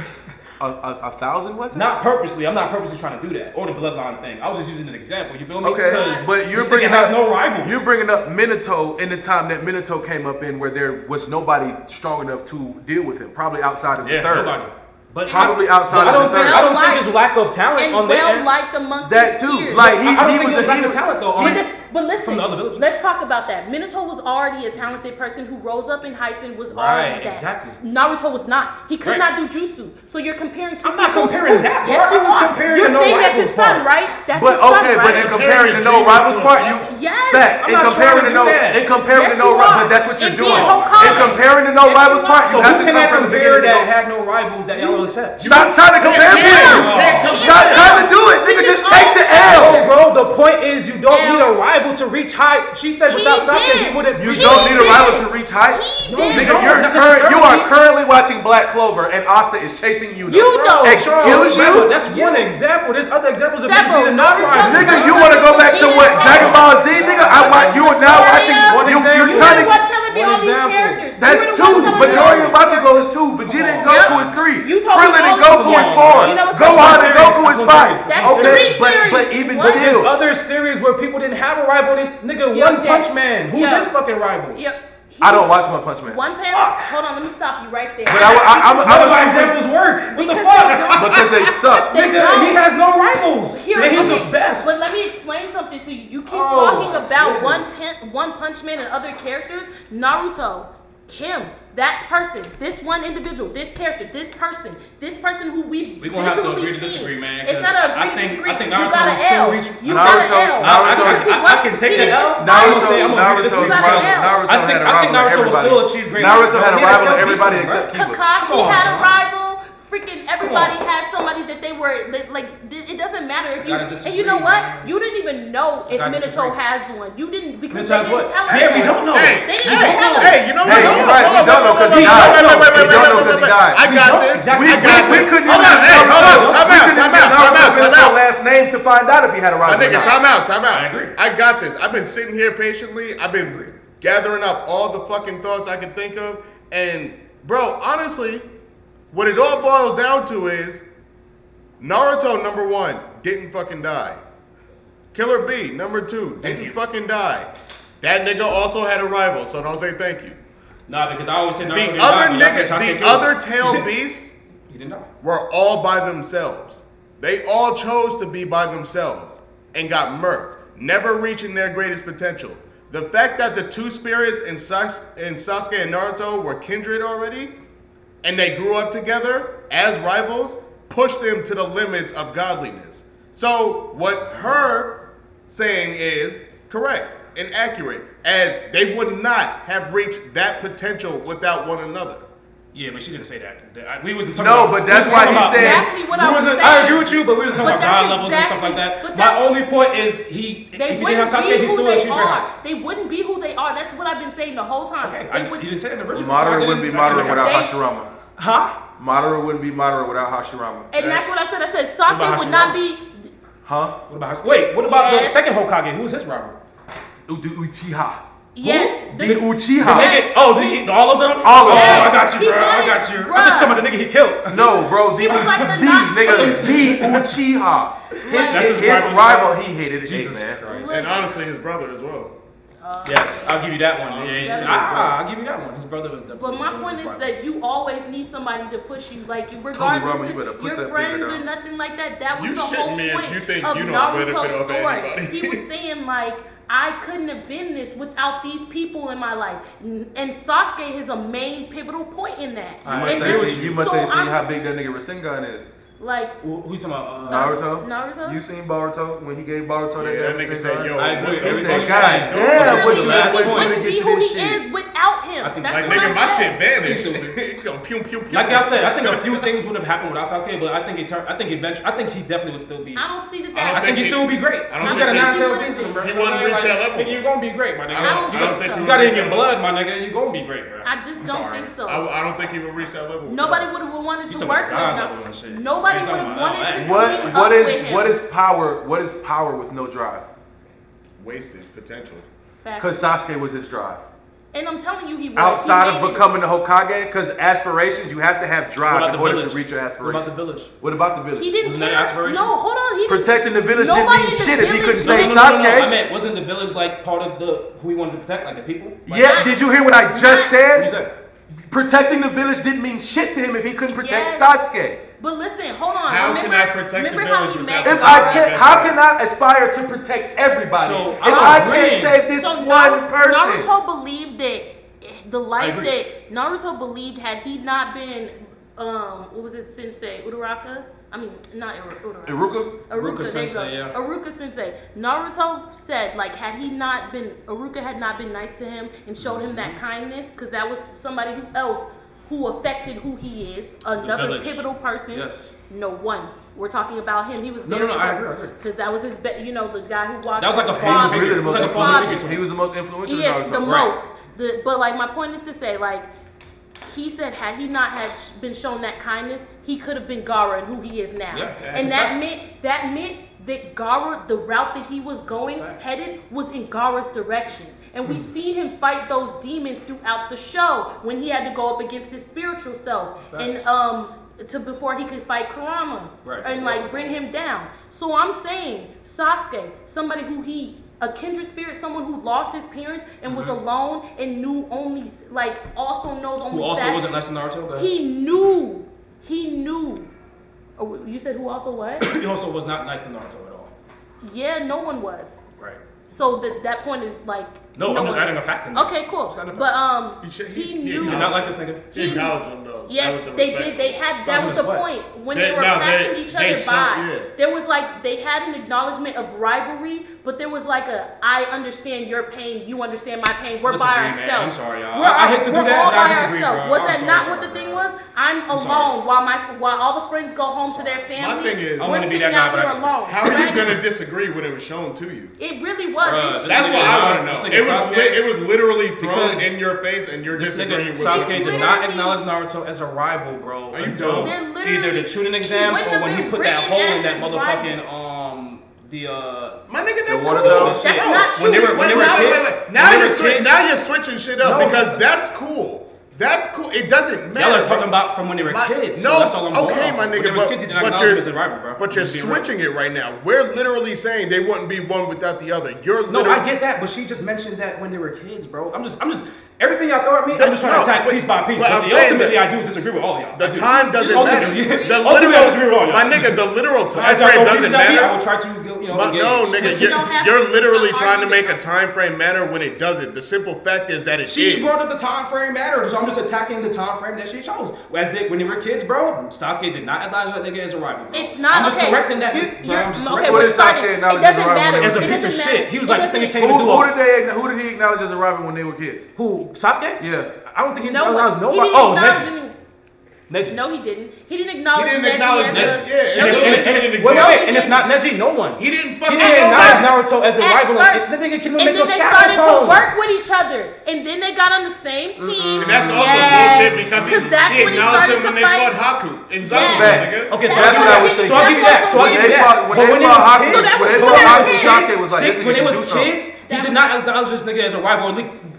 [SPEAKER 5] A, a, a thousand was it?
[SPEAKER 1] Not purposely. I'm not purposely trying to do that or the bloodline thing. I was just using an example. You feel me?
[SPEAKER 5] Okay,
[SPEAKER 1] Because
[SPEAKER 5] but
[SPEAKER 1] this
[SPEAKER 5] you're
[SPEAKER 1] nigga
[SPEAKER 5] bringing
[SPEAKER 1] has
[SPEAKER 5] up
[SPEAKER 1] no rivals.
[SPEAKER 5] You're bringing up Minato in the time that Minato came up in, where there was nobody strong enough to deal with him, probably outside of
[SPEAKER 1] yeah,
[SPEAKER 5] the third.
[SPEAKER 1] nobody. But
[SPEAKER 5] Probably outside
[SPEAKER 1] I
[SPEAKER 5] of
[SPEAKER 1] don't
[SPEAKER 5] the
[SPEAKER 1] think,
[SPEAKER 5] third.
[SPEAKER 1] I don't think
[SPEAKER 3] Well-liked.
[SPEAKER 1] it's lack of talent
[SPEAKER 3] and
[SPEAKER 1] on their
[SPEAKER 3] well
[SPEAKER 1] end.
[SPEAKER 3] liked amongst
[SPEAKER 5] That
[SPEAKER 3] his
[SPEAKER 5] too,
[SPEAKER 3] peers.
[SPEAKER 5] like
[SPEAKER 1] I don't
[SPEAKER 5] he, he
[SPEAKER 1] think
[SPEAKER 5] was
[SPEAKER 1] it was
[SPEAKER 5] a
[SPEAKER 1] lack
[SPEAKER 5] he
[SPEAKER 1] of
[SPEAKER 5] was,
[SPEAKER 1] talent though.
[SPEAKER 3] But,
[SPEAKER 1] on-
[SPEAKER 3] this, but listen,
[SPEAKER 1] from the other villages.
[SPEAKER 3] let's talk about that. Minato was already a talented person who rose up in heights and was
[SPEAKER 1] Right,
[SPEAKER 3] already that.
[SPEAKER 1] exactly.
[SPEAKER 3] Naruto was not. He could
[SPEAKER 1] Right.
[SPEAKER 3] not do jutsu. So you're comparing two
[SPEAKER 1] I'm not
[SPEAKER 3] people
[SPEAKER 1] comparing
[SPEAKER 3] who-
[SPEAKER 1] that part.
[SPEAKER 3] Yes, you
[SPEAKER 1] I was
[SPEAKER 3] are.
[SPEAKER 1] comparing
[SPEAKER 3] You're
[SPEAKER 1] the no
[SPEAKER 3] saying that's his
[SPEAKER 1] rivals
[SPEAKER 3] son,
[SPEAKER 1] part.
[SPEAKER 3] right? That's
[SPEAKER 5] but
[SPEAKER 3] his son,
[SPEAKER 5] okay,
[SPEAKER 3] right?
[SPEAKER 5] but in comparing to no
[SPEAKER 2] James to
[SPEAKER 5] rivals
[SPEAKER 2] a
[SPEAKER 5] part,
[SPEAKER 2] level.
[SPEAKER 5] you
[SPEAKER 3] Yes.
[SPEAKER 5] facts.
[SPEAKER 1] I'm
[SPEAKER 5] In
[SPEAKER 1] not
[SPEAKER 5] comparing
[SPEAKER 1] trying
[SPEAKER 5] to
[SPEAKER 1] to
[SPEAKER 5] no,
[SPEAKER 1] do that.
[SPEAKER 5] in comparing
[SPEAKER 3] Yes,
[SPEAKER 5] to no
[SPEAKER 3] you
[SPEAKER 5] rivals,
[SPEAKER 3] are.
[SPEAKER 5] but that's what you're
[SPEAKER 3] And
[SPEAKER 5] doing.
[SPEAKER 3] being Hokage.
[SPEAKER 5] In comparing to no
[SPEAKER 3] Yes,
[SPEAKER 5] rivals
[SPEAKER 3] you
[SPEAKER 5] part,
[SPEAKER 3] are.
[SPEAKER 5] you
[SPEAKER 1] So
[SPEAKER 5] have
[SPEAKER 1] who
[SPEAKER 5] to
[SPEAKER 1] can I
[SPEAKER 5] come from the
[SPEAKER 1] compare
[SPEAKER 5] beginning.
[SPEAKER 1] that
[SPEAKER 5] to go-
[SPEAKER 1] had no rivals that y'all accept?
[SPEAKER 5] Stop trying to compare
[SPEAKER 3] Yeah,
[SPEAKER 5] people.
[SPEAKER 3] yeah,
[SPEAKER 1] Oh.
[SPEAKER 3] come
[SPEAKER 5] Stop
[SPEAKER 3] on.
[SPEAKER 5] trying to do it, nigga.
[SPEAKER 3] This
[SPEAKER 5] Just
[SPEAKER 3] is
[SPEAKER 5] take the
[SPEAKER 3] all-
[SPEAKER 5] L.
[SPEAKER 1] No, bro. The point is you don't
[SPEAKER 3] L.
[SPEAKER 1] need a rival to reach high. She said
[SPEAKER 3] He
[SPEAKER 1] without Sasuke,
[SPEAKER 3] did.
[SPEAKER 1] he would have.
[SPEAKER 5] You
[SPEAKER 3] He
[SPEAKER 5] don't need
[SPEAKER 3] did.
[SPEAKER 5] a rival to reach heights.
[SPEAKER 3] He
[SPEAKER 1] No,
[SPEAKER 3] did.
[SPEAKER 1] they
[SPEAKER 5] Nigga,
[SPEAKER 1] don't.
[SPEAKER 5] you're
[SPEAKER 1] Not
[SPEAKER 5] curr- you are
[SPEAKER 1] necessarily.
[SPEAKER 5] currently watching Black Clover, and Asta is chasing you.
[SPEAKER 3] You
[SPEAKER 5] now.
[SPEAKER 3] know.
[SPEAKER 5] Excuse
[SPEAKER 1] Bro,
[SPEAKER 5] you,
[SPEAKER 1] That's one example. There's other examples of
[SPEAKER 3] Several.
[SPEAKER 1] people need a not
[SPEAKER 3] Naruto-
[SPEAKER 1] rival.
[SPEAKER 5] nigga. You want to go back to what Dragon Ball Z, nigga? I want you are now watching.
[SPEAKER 3] One
[SPEAKER 5] You,
[SPEAKER 1] example.
[SPEAKER 5] you're
[SPEAKER 3] You were
[SPEAKER 5] trying
[SPEAKER 3] the
[SPEAKER 5] to.
[SPEAKER 3] one telling me
[SPEAKER 1] One
[SPEAKER 3] all these
[SPEAKER 1] example.
[SPEAKER 3] characters.
[SPEAKER 5] That's
[SPEAKER 3] You were the
[SPEAKER 5] two.
[SPEAKER 3] one telling me all
[SPEAKER 5] Midoriya
[SPEAKER 3] these
[SPEAKER 5] and Bakugo is two. Vegeta and
[SPEAKER 3] on.
[SPEAKER 5] Goku
[SPEAKER 3] Yeah.
[SPEAKER 5] is three.
[SPEAKER 3] You told
[SPEAKER 5] Krillin
[SPEAKER 3] me
[SPEAKER 5] and
[SPEAKER 3] all
[SPEAKER 5] Goku
[SPEAKER 3] these
[SPEAKER 5] is
[SPEAKER 3] series.
[SPEAKER 5] four.
[SPEAKER 3] You know what's
[SPEAKER 5] Gohan
[SPEAKER 1] the
[SPEAKER 5] and
[SPEAKER 1] series?
[SPEAKER 5] Goku is
[SPEAKER 1] That's
[SPEAKER 5] five.
[SPEAKER 1] the
[SPEAKER 3] series.
[SPEAKER 5] Okay,
[SPEAKER 3] That's
[SPEAKER 5] but
[SPEAKER 3] three
[SPEAKER 5] but
[SPEAKER 3] series.
[SPEAKER 5] even
[SPEAKER 3] What?
[SPEAKER 1] There's
[SPEAKER 5] still,
[SPEAKER 1] other series where people didn't have a rival. This nigga,
[SPEAKER 3] Yo,
[SPEAKER 1] One
[SPEAKER 3] Jack.
[SPEAKER 1] Punch Man. Who's
[SPEAKER 3] Yo.
[SPEAKER 1] his fucking rival?
[SPEAKER 3] Yep.
[SPEAKER 5] I don't watch my Punch Man.
[SPEAKER 3] One panel. Hold on, let me stop you right there.
[SPEAKER 5] But I, I, I'm,
[SPEAKER 1] None of my
[SPEAKER 5] I'm assuming
[SPEAKER 1] examples work. What the
[SPEAKER 3] Because
[SPEAKER 1] fuck?
[SPEAKER 3] they don't-
[SPEAKER 5] because they suck.
[SPEAKER 3] They
[SPEAKER 1] Nigga,
[SPEAKER 3] don't.
[SPEAKER 1] he has no rivals.
[SPEAKER 3] Here,
[SPEAKER 1] and he's
[SPEAKER 3] okay,
[SPEAKER 1] the best.
[SPEAKER 3] But let me explain something to you. You keep
[SPEAKER 1] Oh,
[SPEAKER 3] talking about
[SPEAKER 1] goodness.
[SPEAKER 3] one Pin- one Punch Man and other characters. Naruto, him, that person, this one individual, this character, this person, this person who we've
[SPEAKER 7] We gonna have to
[SPEAKER 3] visually
[SPEAKER 7] agree to
[SPEAKER 3] seen.
[SPEAKER 7] disagree, man,
[SPEAKER 3] It's
[SPEAKER 7] 'cause
[SPEAKER 3] not a
[SPEAKER 7] I
[SPEAKER 3] agree to
[SPEAKER 7] think-
[SPEAKER 3] disagree.
[SPEAKER 7] I think
[SPEAKER 3] you
[SPEAKER 7] Naruto
[SPEAKER 3] got
[SPEAKER 7] would
[SPEAKER 3] an
[SPEAKER 7] still
[SPEAKER 3] L.
[SPEAKER 7] reach-
[SPEAKER 3] You got an
[SPEAKER 5] Naruto-
[SPEAKER 3] L.
[SPEAKER 5] Naruto-
[SPEAKER 3] Because
[SPEAKER 5] I-
[SPEAKER 3] he
[SPEAKER 1] I- I
[SPEAKER 3] wasn't-
[SPEAKER 1] can take
[SPEAKER 3] he
[SPEAKER 1] that
[SPEAKER 3] didn't
[SPEAKER 1] L.
[SPEAKER 3] aspire
[SPEAKER 1] Naruto-
[SPEAKER 3] to
[SPEAKER 5] Naruto,
[SPEAKER 3] be.
[SPEAKER 1] I'm gonna read this
[SPEAKER 5] Naruto's
[SPEAKER 1] one.
[SPEAKER 5] rival. Naruto
[SPEAKER 1] I think-
[SPEAKER 5] had a
[SPEAKER 1] I think
[SPEAKER 5] rival with
[SPEAKER 1] Naruto will
[SPEAKER 5] everybody.
[SPEAKER 1] still achieve great-
[SPEAKER 5] Naruto had a
[SPEAKER 1] Naruto
[SPEAKER 5] rival with
[SPEAKER 1] beat
[SPEAKER 5] everybody
[SPEAKER 1] him, bro.
[SPEAKER 5] except Kiba.
[SPEAKER 3] Kakashi
[SPEAKER 1] Come on,
[SPEAKER 3] had a
[SPEAKER 1] bro.
[SPEAKER 3] rival. Freaking everybody
[SPEAKER 1] Come on.
[SPEAKER 3] had somebody that they were that, like. th- It doesn't matter if you.
[SPEAKER 7] Gotta
[SPEAKER 3] And you know
[SPEAKER 7] disagree,
[SPEAKER 3] what?
[SPEAKER 7] man.
[SPEAKER 3] You didn't even know if
[SPEAKER 1] Gotta
[SPEAKER 3] Minato
[SPEAKER 1] disagree.
[SPEAKER 3] has one. You didn't
[SPEAKER 1] Minato
[SPEAKER 3] because they
[SPEAKER 1] has
[SPEAKER 3] didn't
[SPEAKER 1] what?
[SPEAKER 3] tell us.
[SPEAKER 1] Yeah, we
[SPEAKER 3] that.
[SPEAKER 1] don't know.
[SPEAKER 2] Hey,
[SPEAKER 3] They didn't
[SPEAKER 2] hey,
[SPEAKER 3] tell us.
[SPEAKER 2] hey, you know what?
[SPEAKER 5] Hey,
[SPEAKER 2] Hold
[SPEAKER 5] you're
[SPEAKER 2] on,
[SPEAKER 5] right. We
[SPEAKER 2] hold
[SPEAKER 5] don't
[SPEAKER 2] on,
[SPEAKER 5] know
[SPEAKER 2] hold on,
[SPEAKER 5] 'cause he
[SPEAKER 2] hold on. Wait, wait, wait,
[SPEAKER 5] died.
[SPEAKER 2] wait, wait,
[SPEAKER 5] We don't
[SPEAKER 2] wait,
[SPEAKER 5] know 'cause he
[SPEAKER 2] wait,
[SPEAKER 5] died.
[SPEAKER 2] wait.
[SPEAKER 1] We
[SPEAKER 2] I got
[SPEAKER 1] don't
[SPEAKER 2] this.
[SPEAKER 1] exactly-
[SPEAKER 2] I
[SPEAKER 1] we-
[SPEAKER 2] got
[SPEAKER 5] we
[SPEAKER 2] this.
[SPEAKER 5] couldn't
[SPEAKER 2] Hold on,
[SPEAKER 5] even
[SPEAKER 2] hey,
[SPEAKER 5] get
[SPEAKER 2] hold on, time out,
[SPEAKER 5] Naruto
[SPEAKER 2] time out, time out, time out.
[SPEAKER 5] last name to find out if he had a
[SPEAKER 2] My
[SPEAKER 5] rival. or
[SPEAKER 2] nigga,
[SPEAKER 5] not.
[SPEAKER 2] time out, time out.
[SPEAKER 1] I agree.
[SPEAKER 2] I got this. I've been sitting here patiently. I've been gathering up all the fucking thoughts I could think of. And, bro, honestly, what it all boils down to is Naruto, number one, didn't fucking die. Killer B, number two, didn't fucking die. That nigga also had a rival, so don't say thank you.
[SPEAKER 1] Nah, because I always say Naruto
[SPEAKER 2] The
[SPEAKER 1] didn't die,
[SPEAKER 2] other
[SPEAKER 1] but y'all said Sasuke
[SPEAKER 2] nigga,
[SPEAKER 1] killed
[SPEAKER 2] the other
[SPEAKER 1] him.
[SPEAKER 2] tail beasts
[SPEAKER 1] He didn't die.
[SPEAKER 2] were all by themselves. They all chose to be by themselves and got murked, never reaching their greatest potential. The fact that the two spirits in, Sas- in Sasuke and Naruto were kindred already, and they grew up together as rivals, pushed them to the limits of godliness. So what her saying is correct and accurate, as they would not have reached that potential without one another.
[SPEAKER 1] Yeah, but she didn't say that. That- I- We wasn't talking
[SPEAKER 5] No,
[SPEAKER 1] about-
[SPEAKER 5] but that's
[SPEAKER 1] we wasn't
[SPEAKER 5] why
[SPEAKER 1] talking about-
[SPEAKER 5] he said.
[SPEAKER 3] Exactly what
[SPEAKER 1] We
[SPEAKER 3] I was
[SPEAKER 1] wasn't-
[SPEAKER 3] saying.
[SPEAKER 1] I agree with you, but we were just talking
[SPEAKER 3] But
[SPEAKER 1] about
[SPEAKER 3] that's
[SPEAKER 1] God levels and stuff like
[SPEAKER 3] exactly-
[SPEAKER 1] that.
[SPEAKER 3] but
[SPEAKER 1] My
[SPEAKER 3] that's-
[SPEAKER 1] only point is he,
[SPEAKER 3] They
[SPEAKER 1] if he didn't
[SPEAKER 3] wouldn't
[SPEAKER 1] have Sasuke,
[SPEAKER 3] be
[SPEAKER 1] he
[SPEAKER 3] who
[SPEAKER 1] still
[SPEAKER 3] they
[SPEAKER 1] achieved great
[SPEAKER 3] are.
[SPEAKER 1] heights.
[SPEAKER 3] They wouldn't be who they are. That's what I've been saying the whole time.
[SPEAKER 1] Okay,
[SPEAKER 3] They
[SPEAKER 1] I, you
[SPEAKER 3] wouldn't-
[SPEAKER 1] didn't say it in the original. so I
[SPEAKER 5] Moderate wouldn't be
[SPEAKER 1] didn't- I
[SPEAKER 5] moderate
[SPEAKER 1] didn't-
[SPEAKER 5] without
[SPEAKER 3] They-
[SPEAKER 5] Hashirama.
[SPEAKER 1] Huh?
[SPEAKER 5] Moderate wouldn't be moderate without Hashirama.
[SPEAKER 3] and that's what I said. I said Sasuke
[SPEAKER 1] about
[SPEAKER 3] would not
[SPEAKER 1] Hashirama?
[SPEAKER 3] be.
[SPEAKER 5] Huh?
[SPEAKER 1] What about wait? What about the
[SPEAKER 3] Yes.
[SPEAKER 1] second Hokage? Who was his rival?
[SPEAKER 5] U- The Uchiha.
[SPEAKER 3] Yes.
[SPEAKER 5] The
[SPEAKER 3] the-
[SPEAKER 5] Uchiha.
[SPEAKER 3] Yes.
[SPEAKER 1] Nigga, oh, did he, all of them?
[SPEAKER 5] All of
[SPEAKER 1] oh,
[SPEAKER 5] them.
[SPEAKER 1] I got
[SPEAKER 3] He
[SPEAKER 1] you, bro. I
[SPEAKER 3] wanted-
[SPEAKER 1] got you. I thought you were talking about the nigga he killed.
[SPEAKER 5] No, bro. The,
[SPEAKER 3] He was like the
[SPEAKER 5] the
[SPEAKER 3] Nazi.
[SPEAKER 5] nigga, the Uchiha. His,
[SPEAKER 1] That's his
[SPEAKER 5] his, his
[SPEAKER 1] rival.
[SPEAKER 5] rival, he hated it.
[SPEAKER 1] Jesus
[SPEAKER 5] man.
[SPEAKER 1] Christ.
[SPEAKER 2] And honestly, his brother as well.
[SPEAKER 1] Yes, I'll give you that one. Yeah,
[SPEAKER 3] yeah.
[SPEAKER 1] ah, I'll give you that one. His brother was the.
[SPEAKER 3] But my point is that you always need somebody to push you, like you,
[SPEAKER 5] Rama,
[SPEAKER 3] regardless
[SPEAKER 5] you better
[SPEAKER 3] if
[SPEAKER 5] put
[SPEAKER 3] your
[SPEAKER 5] that
[SPEAKER 3] friends
[SPEAKER 5] finger down.
[SPEAKER 3] or nothing like that. That was
[SPEAKER 2] You
[SPEAKER 3] the
[SPEAKER 2] shouldn't,
[SPEAKER 3] whole
[SPEAKER 2] man, if
[SPEAKER 3] point
[SPEAKER 2] you think
[SPEAKER 3] of
[SPEAKER 2] you don't benefit
[SPEAKER 3] Naruto's
[SPEAKER 2] off of
[SPEAKER 3] story.
[SPEAKER 2] anybody.
[SPEAKER 3] he was saying like, I couldn't have been this without these people in my life, N- and Sasuke is a main pivotal point in that.
[SPEAKER 5] You
[SPEAKER 1] Alright,
[SPEAKER 5] must
[SPEAKER 3] and
[SPEAKER 1] they
[SPEAKER 5] ain't
[SPEAKER 1] this-
[SPEAKER 5] seen, you must
[SPEAKER 3] so
[SPEAKER 5] ain't seen
[SPEAKER 3] I'm-
[SPEAKER 5] how big that nigga Rasengan is.
[SPEAKER 3] like
[SPEAKER 1] Who, who you talking about? Uh,
[SPEAKER 5] Naruto?
[SPEAKER 3] Naruto?
[SPEAKER 5] You seen Boruto when he gave Boruto
[SPEAKER 2] Yeah, that
[SPEAKER 5] that damn
[SPEAKER 2] nigga
[SPEAKER 5] Rasengan?
[SPEAKER 2] said, yo,
[SPEAKER 1] I agree.
[SPEAKER 2] what the
[SPEAKER 1] He
[SPEAKER 5] said,
[SPEAKER 2] fuck is
[SPEAKER 5] God
[SPEAKER 2] that
[SPEAKER 5] damn,
[SPEAKER 2] going
[SPEAKER 5] what
[SPEAKER 2] on?"
[SPEAKER 5] you-
[SPEAKER 3] Really,
[SPEAKER 5] last
[SPEAKER 3] he
[SPEAKER 5] point.
[SPEAKER 3] wouldn't
[SPEAKER 5] Let me
[SPEAKER 3] be
[SPEAKER 5] get to
[SPEAKER 3] who he
[SPEAKER 5] this shit.
[SPEAKER 3] is without him.
[SPEAKER 1] I think-
[SPEAKER 3] That's
[SPEAKER 2] Like,
[SPEAKER 3] what
[SPEAKER 2] nigga,
[SPEAKER 3] I'm
[SPEAKER 2] my
[SPEAKER 3] saying.
[SPEAKER 2] shit vanished.
[SPEAKER 1] He
[SPEAKER 2] Go pew, pew, pew.
[SPEAKER 1] Like I said, I think a few things would have happened without Sasuke, but I think it turned. I think eventually, I think he definitely would still be.
[SPEAKER 3] I don't see
[SPEAKER 1] I
[SPEAKER 2] I
[SPEAKER 3] that. that
[SPEAKER 1] think
[SPEAKER 2] think
[SPEAKER 1] he
[SPEAKER 2] he-
[SPEAKER 1] still would be great.
[SPEAKER 2] I don't
[SPEAKER 1] You
[SPEAKER 2] think
[SPEAKER 1] got a
[SPEAKER 2] he-
[SPEAKER 1] nine tailed
[SPEAKER 3] he
[SPEAKER 1] beast in him, bro.
[SPEAKER 2] wouldn't
[SPEAKER 1] You know what I'm
[SPEAKER 2] reach
[SPEAKER 1] saying?
[SPEAKER 2] that
[SPEAKER 1] Like,
[SPEAKER 2] level.
[SPEAKER 1] Nigga, you gonna be great, my nigga.
[SPEAKER 2] I don't, I
[SPEAKER 1] you
[SPEAKER 2] don't think he
[SPEAKER 3] so.
[SPEAKER 1] you
[SPEAKER 2] would
[SPEAKER 1] got it in
[SPEAKER 2] reach
[SPEAKER 1] your
[SPEAKER 2] that
[SPEAKER 1] blood,
[SPEAKER 2] level.
[SPEAKER 1] my nigga. You gonna be great, bro.
[SPEAKER 3] I just
[SPEAKER 1] I'm
[SPEAKER 3] don't
[SPEAKER 1] sorry.
[SPEAKER 3] think so.
[SPEAKER 2] I, I don't think he would reach that level.
[SPEAKER 3] Nobody would have wanted
[SPEAKER 1] You
[SPEAKER 3] to
[SPEAKER 1] talking
[SPEAKER 3] work with
[SPEAKER 1] about God level and shit.
[SPEAKER 3] him.
[SPEAKER 1] You
[SPEAKER 3] Nobody
[SPEAKER 1] ain't
[SPEAKER 3] would
[SPEAKER 1] talking
[SPEAKER 3] have
[SPEAKER 1] about
[SPEAKER 3] wanted
[SPEAKER 1] that.
[SPEAKER 3] to team
[SPEAKER 5] What
[SPEAKER 3] up
[SPEAKER 5] what
[SPEAKER 3] with
[SPEAKER 5] is
[SPEAKER 3] him.
[SPEAKER 5] what is power? What is power with no drive?
[SPEAKER 2] wasted potential.
[SPEAKER 3] Fact.
[SPEAKER 5] Cause Sasuke was his drive.
[SPEAKER 3] And I'm telling you, he was.
[SPEAKER 9] outside
[SPEAKER 3] He
[SPEAKER 9] of
[SPEAKER 3] made it.
[SPEAKER 9] becoming the Hokage? Because aspirations, you have to have
[SPEAKER 1] What
[SPEAKER 9] drive
[SPEAKER 1] about
[SPEAKER 9] in
[SPEAKER 1] the
[SPEAKER 9] order
[SPEAKER 1] village?
[SPEAKER 9] to reach your
[SPEAKER 1] What about the
[SPEAKER 9] aspirations.
[SPEAKER 1] village?
[SPEAKER 9] What about the
[SPEAKER 3] He
[SPEAKER 9] village?
[SPEAKER 3] didn't
[SPEAKER 1] Wasn't that
[SPEAKER 3] care.
[SPEAKER 1] aspiration?
[SPEAKER 3] No, hold on. He didn't-
[SPEAKER 9] Protecting the village didn't
[SPEAKER 3] Nobody
[SPEAKER 9] mean
[SPEAKER 3] in the
[SPEAKER 9] shit if he
[SPEAKER 1] No,
[SPEAKER 9] couldn't save
[SPEAKER 1] no,
[SPEAKER 9] Sasuke.
[SPEAKER 1] no, no, no, I meant, wasn't the village like part of the who he wanted to protect, like the people? Like,
[SPEAKER 9] Yeah, did you hear what I just
[SPEAKER 1] what you
[SPEAKER 9] said?
[SPEAKER 1] said?
[SPEAKER 9] Protecting the village didn't mean shit to him if he couldn't protect
[SPEAKER 3] Yes.
[SPEAKER 9] Sasuke.
[SPEAKER 3] But listen, hold on.
[SPEAKER 2] How
[SPEAKER 3] remember,
[SPEAKER 2] can I protect the
[SPEAKER 3] remember how
[SPEAKER 2] village
[SPEAKER 3] he
[SPEAKER 2] without
[SPEAKER 3] met?
[SPEAKER 9] If
[SPEAKER 2] That's
[SPEAKER 9] I
[SPEAKER 2] not
[SPEAKER 9] can't,
[SPEAKER 2] right.
[SPEAKER 9] how can I aspire to protect everybody?
[SPEAKER 1] So,
[SPEAKER 9] if
[SPEAKER 1] I'm
[SPEAKER 9] I
[SPEAKER 1] agreeing.
[SPEAKER 9] can't save this
[SPEAKER 3] So
[SPEAKER 9] one
[SPEAKER 3] Naru-
[SPEAKER 9] person,
[SPEAKER 3] Naruto believed that the life
[SPEAKER 1] agree.
[SPEAKER 3] that Naruto believed had he not been, um, what was his sensei, Uraraka? I mean, not Ur- Uraraka.
[SPEAKER 9] Iruka?
[SPEAKER 1] Aruka
[SPEAKER 3] Aruka, there you go.
[SPEAKER 1] sensei, yeah.
[SPEAKER 3] Aruka sensei. Naruto said, like, had he not been, Aruka had not been nice to him and showed him that
[SPEAKER 1] Mm-hmm.
[SPEAKER 3] kindness, because that was somebody who else who affected who he is, another
[SPEAKER 1] village.
[SPEAKER 3] pivotal person.
[SPEAKER 1] Yes.
[SPEAKER 3] No one. We're talking about him. He was
[SPEAKER 1] No, no, no, I agree, I agree.
[SPEAKER 3] Because that was his, be- you know, the guy who walked.
[SPEAKER 1] That was like a
[SPEAKER 3] his
[SPEAKER 1] father
[SPEAKER 3] father.
[SPEAKER 9] he was really the most
[SPEAKER 1] Like a
[SPEAKER 9] influential.
[SPEAKER 1] father.
[SPEAKER 9] He was the most influential.
[SPEAKER 3] Yes,
[SPEAKER 9] Naruto,
[SPEAKER 3] the
[SPEAKER 9] right.
[SPEAKER 3] most. The, but like my point is to say, like he said, had he not had sh- been shown that kindness, he could have been Gara and who he is now.
[SPEAKER 1] Yeah, that's
[SPEAKER 3] and that meant that meant that Gara, the route that he was going headed, was in Gara's direction. And
[SPEAKER 1] Hmm.
[SPEAKER 3] we see him fight those demons throughout the show when he had to go up against his spiritual self and um to before he could fight Kurama
[SPEAKER 1] Right.
[SPEAKER 3] and like bring him down. So I'm saying Sasuke, somebody who he a kindred spirit, someone who lost his parents and was alone and knew only like also knows only
[SPEAKER 1] Mm-hmm. Who also
[SPEAKER 3] sad-
[SPEAKER 1] wasn't nice to Naruto? Go ahead.
[SPEAKER 3] He knew. He knew. Oh, you said who also what?
[SPEAKER 1] He also was not nice to Naruto at all.
[SPEAKER 3] yeah, no one was.
[SPEAKER 1] Right.
[SPEAKER 3] So that that point is like
[SPEAKER 1] No, I'm just
[SPEAKER 3] one-
[SPEAKER 1] adding a fact in there.
[SPEAKER 3] Okay, cool.
[SPEAKER 1] Just adding a fact.
[SPEAKER 3] But um,
[SPEAKER 2] He should-
[SPEAKER 3] he,
[SPEAKER 2] he- he
[SPEAKER 1] You
[SPEAKER 3] knew.
[SPEAKER 1] did not like this nigga.
[SPEAKER 2] He acknowledged him though.
[SPEAKER 3] Yes,
[SPEAKER 2] That was the
[SPEAKER 3] they
[SPEAKER 2] respect.
[SPEAKER 3] did. They had that was the
[SPEAKER 1] what?
[SPEAKER 3] point when
[SPEAKER 2] They-
[SPEAKER 3] they, were
[SPEAKER 2] no, they-
[SPEAKER 3] passing each
[SPEAKER 2] they
[SPEAKER 3] other
[SPEAKER 2] showed-
[SPEAKER 3] by.
[SPEAKER 2] yeah.
[SPEAKER 3] There was like they had an acknowledgement of rivalry, but there was like a I understand your pain, you understand my pain. We're by
[SPEAKER 1] Disagree,
[SPEAKER 3] ourselves.
[SPEAKER 1] man. I'm sorry, y'all.
[SPEAKER 3] We're,
[SPEAKER 1] I- I hate to do
[SPEAKER 3] we're
[SPEAKER 1] that,
[SPEAKER 3] all
[SPEAKER 1] but I
[SPEAKER 3] by
[SPEAKER 1] disagree,
[SPEAKER 3] ourselves.
[SPEAKER 1] bro.
[SPEAKER 3] Was
[SPEAKER 1] I'm
[SPEAKER 3] that
[SPEAKER 1] sorry,
[SPEAKER 3] not what
[SPEAKER 1] sorry,
[SPEAKER 3] the thing
[SPEAKER 1] bro.
[SPEAKER 3] was? I'm alone while my while all the friends go home to their families.
[SPEAKER 2] thing is- I
[SPEAKER 3] we're
[SPEAKER 1] wanna be
[SPEAKER 3] sitting
[SPEAKER 1] that guy,
[SPEAKER 3] out
[SPEAKER 1] but I
[SPEAKER 3] here
[SPEAKER 1] just-
[SPEAKER 3] alone.
[SPEAKER 2] How are you
[SPEAKER 3] right?
[SPEAKER 2] gonna disagree when it was shown to you?
[SPEAKER 3] It really was.
[SPEAKER 1] Bruh,
[SPEAKER 3] It's-
[SPEAKER 1] this
[SPEAKER 2] That's
[SPEAKER 1] nigga
[SPEAKER 2] what
[SPEAKER 1] did
[SPEAKER 2] I
[SPEAKER 1] not-
[SPEAKER 2] want to
[SPEAKER 1] this
[SPEAKER 2] know.
[SPEAKER 1] nigga
[SPEAKER 2] It was
[SPEAKER 1] Sasuke-
[SPEAKER 2] li- it was literally thrown
[SPEAKER 1] Because
[SPEAKER 2] in your face, and you're
[SPEAKER 1] This
[SPEAKER 2] disagreeing
[SPEAKER 1] nigga
[SPEAKER 2] with
[SPEAKER 1] Sasuke
[SPEAKER 2] it.
[SPEAKER 1] did not
[SPEAKER 3] Literally-
[SPEAKER 1] acknowledge Naruto as a rival, bro.
[SPEAKER 2] Are you
[SPEAKER 1] until
[SPEAKER 2] dumb?
[SPEAKER 3] Then literally,
[SPEAKER 1] either the Chunin
[SPEAKER 3] he
[SPEAKER 1] exams
[SPEAKER 3] wouldn't
[SPEAKER 1] or
[SPEAKER 3] have
[SPEAKER 1] when he
[SPEAKER 3] been
[SPEAKER 1] put that
[SPEAKER 3] written
[SPEAKER 1] hole in
[SPEAKER 3] as
[SPEAKER 1] that
[SPEAKER 3] his
[SPEAKER 1] motherfucking
[SPEAKER 3] rival.
[SPEAKER 1] um the uh
[SPEAKER 2] My nigga, that's
[SPEAKER 9] water
[SPEAKER 2] cool.
[SPEAKER 9] tower?
[SPEAKER 3] That's
[SPEAKER 2] No.
[SPEAKER 3] not
[SPEAKER 1] When they
[SPEAKER 3] true.
[SPEAKER 1] were when they were
[SPEAKER 3] Wait, wait,
[SPEAKER 1] kids,
[SPEAKER 3] wait, wait.
[SPEAKER 2] Now
[SPEAKER 1] when they
[SPEAKER 2] you're
[SPEAKER 1] were
[SPEAKER 2] swi-
[SPEAKER 1] kids-
[SPEAKER 2] now you're switching shit up
[SPEAKER 1] No.
[SPEAKER 2] because that's cool. That's cool. It doesn't matter.
[SPEAKER 1] Y'all are talking about from when they were
[SPEAKER 2] My-
[SPEAKER 1] kids.
[SPEAKER 2] no,
[SPEAKER 1] so that's all I'm going
[SPEAKER 2] okay,
[SPEAKER 1] off.
[SPEAKER 2] my
[SPEAKER 1] When they
[SPEAKER 2] nigga,
[SPEAKER 1] was
[SPEAKER 2] but,
[SPEAKER 1] kids, you did not
[SPEAKER 2] but
[SPEAKER 1] acknowledge
[SPEAKER 2] you're,
[SPEAKER 1] him as a rival, bro.
[SPEAKER 2] but you're
[SPEAKER 1] Just being real.
[SPEAKER 2] switching it right now. We're literally saying they wouldn't be one without the other. You're
[SPEAKER 1] No,
[SPEAKER 2] literally,
[SPEAKER 1] I get that, but she just mentioned that when they were kids, bro. I'm just, I'm just, everything y'all throw at me, I'm just trying to
[SPEAKER 2] No,
[SPEAKER 1] attack
[SPEAKER 2] but-
[SPEAKER 1] piece by piece.
[SPEAKER 2] but
[SPEAKER 1] But,
[SPEAKER 2] I'm
[SPEAKER 1] the,
[SPEAKER 2] saying
[SPEAKER 1] ultimately,
[SPEAKER 2] that-
[SPEAKER 1] I do disagree with all y'all. I
[SPEAKER 2] The
[SPEAKER 1] do.
[SPEAKER 2] time doesn't matter.
[SPEAKER 1] ultimately,
[SPEAKER 2] The
[SPEAKER 1] ultimately, I disagree with all
[SPEAKER 2] literal,
[SPEAKER 1] y'all.
[SPEAKER 2] my nigga, the literal time
[SPEAKER 1] As y'all
[SPEAKER 2] frame
[SPEAKER 1] throw pieces
[SPEAKER 2] doesn't
[SPEAKER 1] at me, I
[SPEAKER 2] matter.
[SPEAKER 1] will try to, you know,
[SPEAKER 2] My-
[SPEAKER 1] engage.
[SPEAKER 2] no, nigga,
[SPEAKER 3] But you
[SPEAKER 2] you're,
[SPEAKER 3] don't have
[SPEAKER 2] you're
[SPEAKER 3] to
[SPEAKER 2] literally
[SPEAKER 3] argue
[SPEAKER 2] trying to make a
[SPEAKER 3] that.
[SPEAKER 2] time frame matter when it doesn't. The simple fact is that it is.
[SPEAKER 1] She brought up the time frame matters, so I'm just attacking the time frame that she chose. As they, when they were kids, bro, Sasuke did not acknowledge that nigga as a rival. Bro.
[SPEAKER 3] It's not
[SPEAKER 1] I'm just
[SPEAKER 3] okay.
[SPEAKER 1] correcting that.
[SPEAKER 3] You're,
[SPEAKER 1] bro,
[SPEAKER 3] you're,
[SPEAKER 1] I'm just
[SPEAKER 3] okay,
[SPEAKER 9] What
[SPEAKER 3] we're
[SPEAKER 9] is Sasuke
[SPEAKER 3] starting. It
[SPEAKER 9] acknowledging
[SPEAKER 3] doesn't
[SPEAKER 9] Robin
[SPEAKER 3] matter.
[SPEAKER 9] when he
[SPEAKER 1] was
[SPEAKER 3] it
[SPEAKER 1] a piece
[SPEAKER 3] doesn't
[SPEAKER 1] of
[SPEAKER 3] matter.
[SPEAKER 1] shit. He was
[SPEAKER 3] It
[SPEAKER 1] like, this
[SPEAKER 3] doesn't-
[SPEAKER 1] nigga
[SPEAKER 9] Who,
[SPEAKER 1] can't-
[SPEAKER 9] who did they? Who did he acknowledge as a rival when they were kids?
[SPEAKER 1] Who, Sasuke?
[SPEAKER 9] Yeah.
[SPEAKER 1] I don't think he
[SPEAKER 3] No,
[SPEAKER 1] acknowledged
[SPEAKER 3] he
[SPEAKER 1] nobody.
[SPEAKER 3] didn't
[SPEAKER 1] Oh,
[SPEAKER 3] acknowledge
[SPEAKER 1] Neji.
[SPEAKER 3] you.
[SPEAKER 1] Neji.
[SPEAKER 3] No, he didn't. He didn't acknowledge.
[SPEAKER 2] He didn't
[SPEAKER 3] Neji
[SPEAKER 2] acknowledge
[SPEAKER 3] as
[SPEAKER 2] Neji.
[SPEAKER 3] a-
[SPEAKER 2] Yeah, and
[SPEAKER 3] No,
[SPEAKER 1] And
[SPEAKER 2] he
[SPEAKER 1] if, and, if- and
[SPEAKER 2] didn't-
[SPEAKER 3] he didn't.
[SPEAKER 2] he
[SPEAKER 1] if,
[SPEAKER 2] didn't
[SPEAKER 1] wait, wait,
[SPEAKER 3] acknowledge-
[SPEAKER 1] wait, and if not Neji, no one.
[SPEAKER 2] He didn't
[SPEAKER 1] He
[SPEAKER 2] fucking
[SPEAKER 1] didn't
[SPEAKER 2] acknowledge.
[SPEAKER 1] acknowledge Naruto as a
[SPEAKER 3] At
[SPEAKER 1] rival.
[SPEAKER 3] first.
[SPEAKER 1] This nigga couldn't
[SPEAKER 3] and
[SPEAKER 1] make
[SPEAKER 3] then
[SPEAKER 1] a
[SPEAKER 3] they
[SPEAKER 1] shot
[SPEAKER 3] started to
[SPEAKER 1] phone.
[SPEAKER 3] work with each other, and then they got on the same
[SPEAKER 1] Mm-hmm.
[SPEAKER 3] team.
[SPEAKER 2] And that's also
[SPEAKER 3] Yes.
[SPEAKER 2] bullshit because he,
[SPEAKER 3] that's
[SPEAKER 2] he
[SPEAKER 3] when he
[SPEAKER 2] acknowledged
[SPEAKER 3] started
[SPEAKER 2] him when
[SPEAKER 3] to
[SPEAKER 2] they
[SPEAKER 3] fight.
[SPEAKER 2] fought Haku in Zaku,
[SPEAKER 9] Facts.
[SPEAKER 2] nigga.
[SPEAKER 1] Okay, so
[SPEAKER 9] That's
[SPEAKER 1] that's
[SPEAKER 9] what I was thinking.
[SPEAKER 1] So I give you that. So I give you
[SPEAKER 9] They
[SPEAKER 1] that.
[SPEAKER 9] fought-
[SPEAKER 1] But
[SPEAKER 9] when they
[SPEAKER 1] it
[SPEAKER 9] fought
[SPEAKER 1] was
[SPEAKER 9] Haku-
[SPEAKER 1] kids-
[SPEAKER 3] So that was-
[SPEAKER 1] when it
[SPEAKER 3] so
[SPEAKER 1] was
[SPEAKER 3] that was
[SPEAKER 1] kids-
[SPEAKER 3] Sasuke
[SPEAKER 9] was like,
[SPEAKER 1] six-
[SPEAKER 9] this nigga
[SPEAKER 1] when it
[SPEAKER 9] can
[SPEAKER 1] was
[SPEAKER 9] do something.
[SPEAKER 1] kids, he did not acknowledge this nigga as a rival.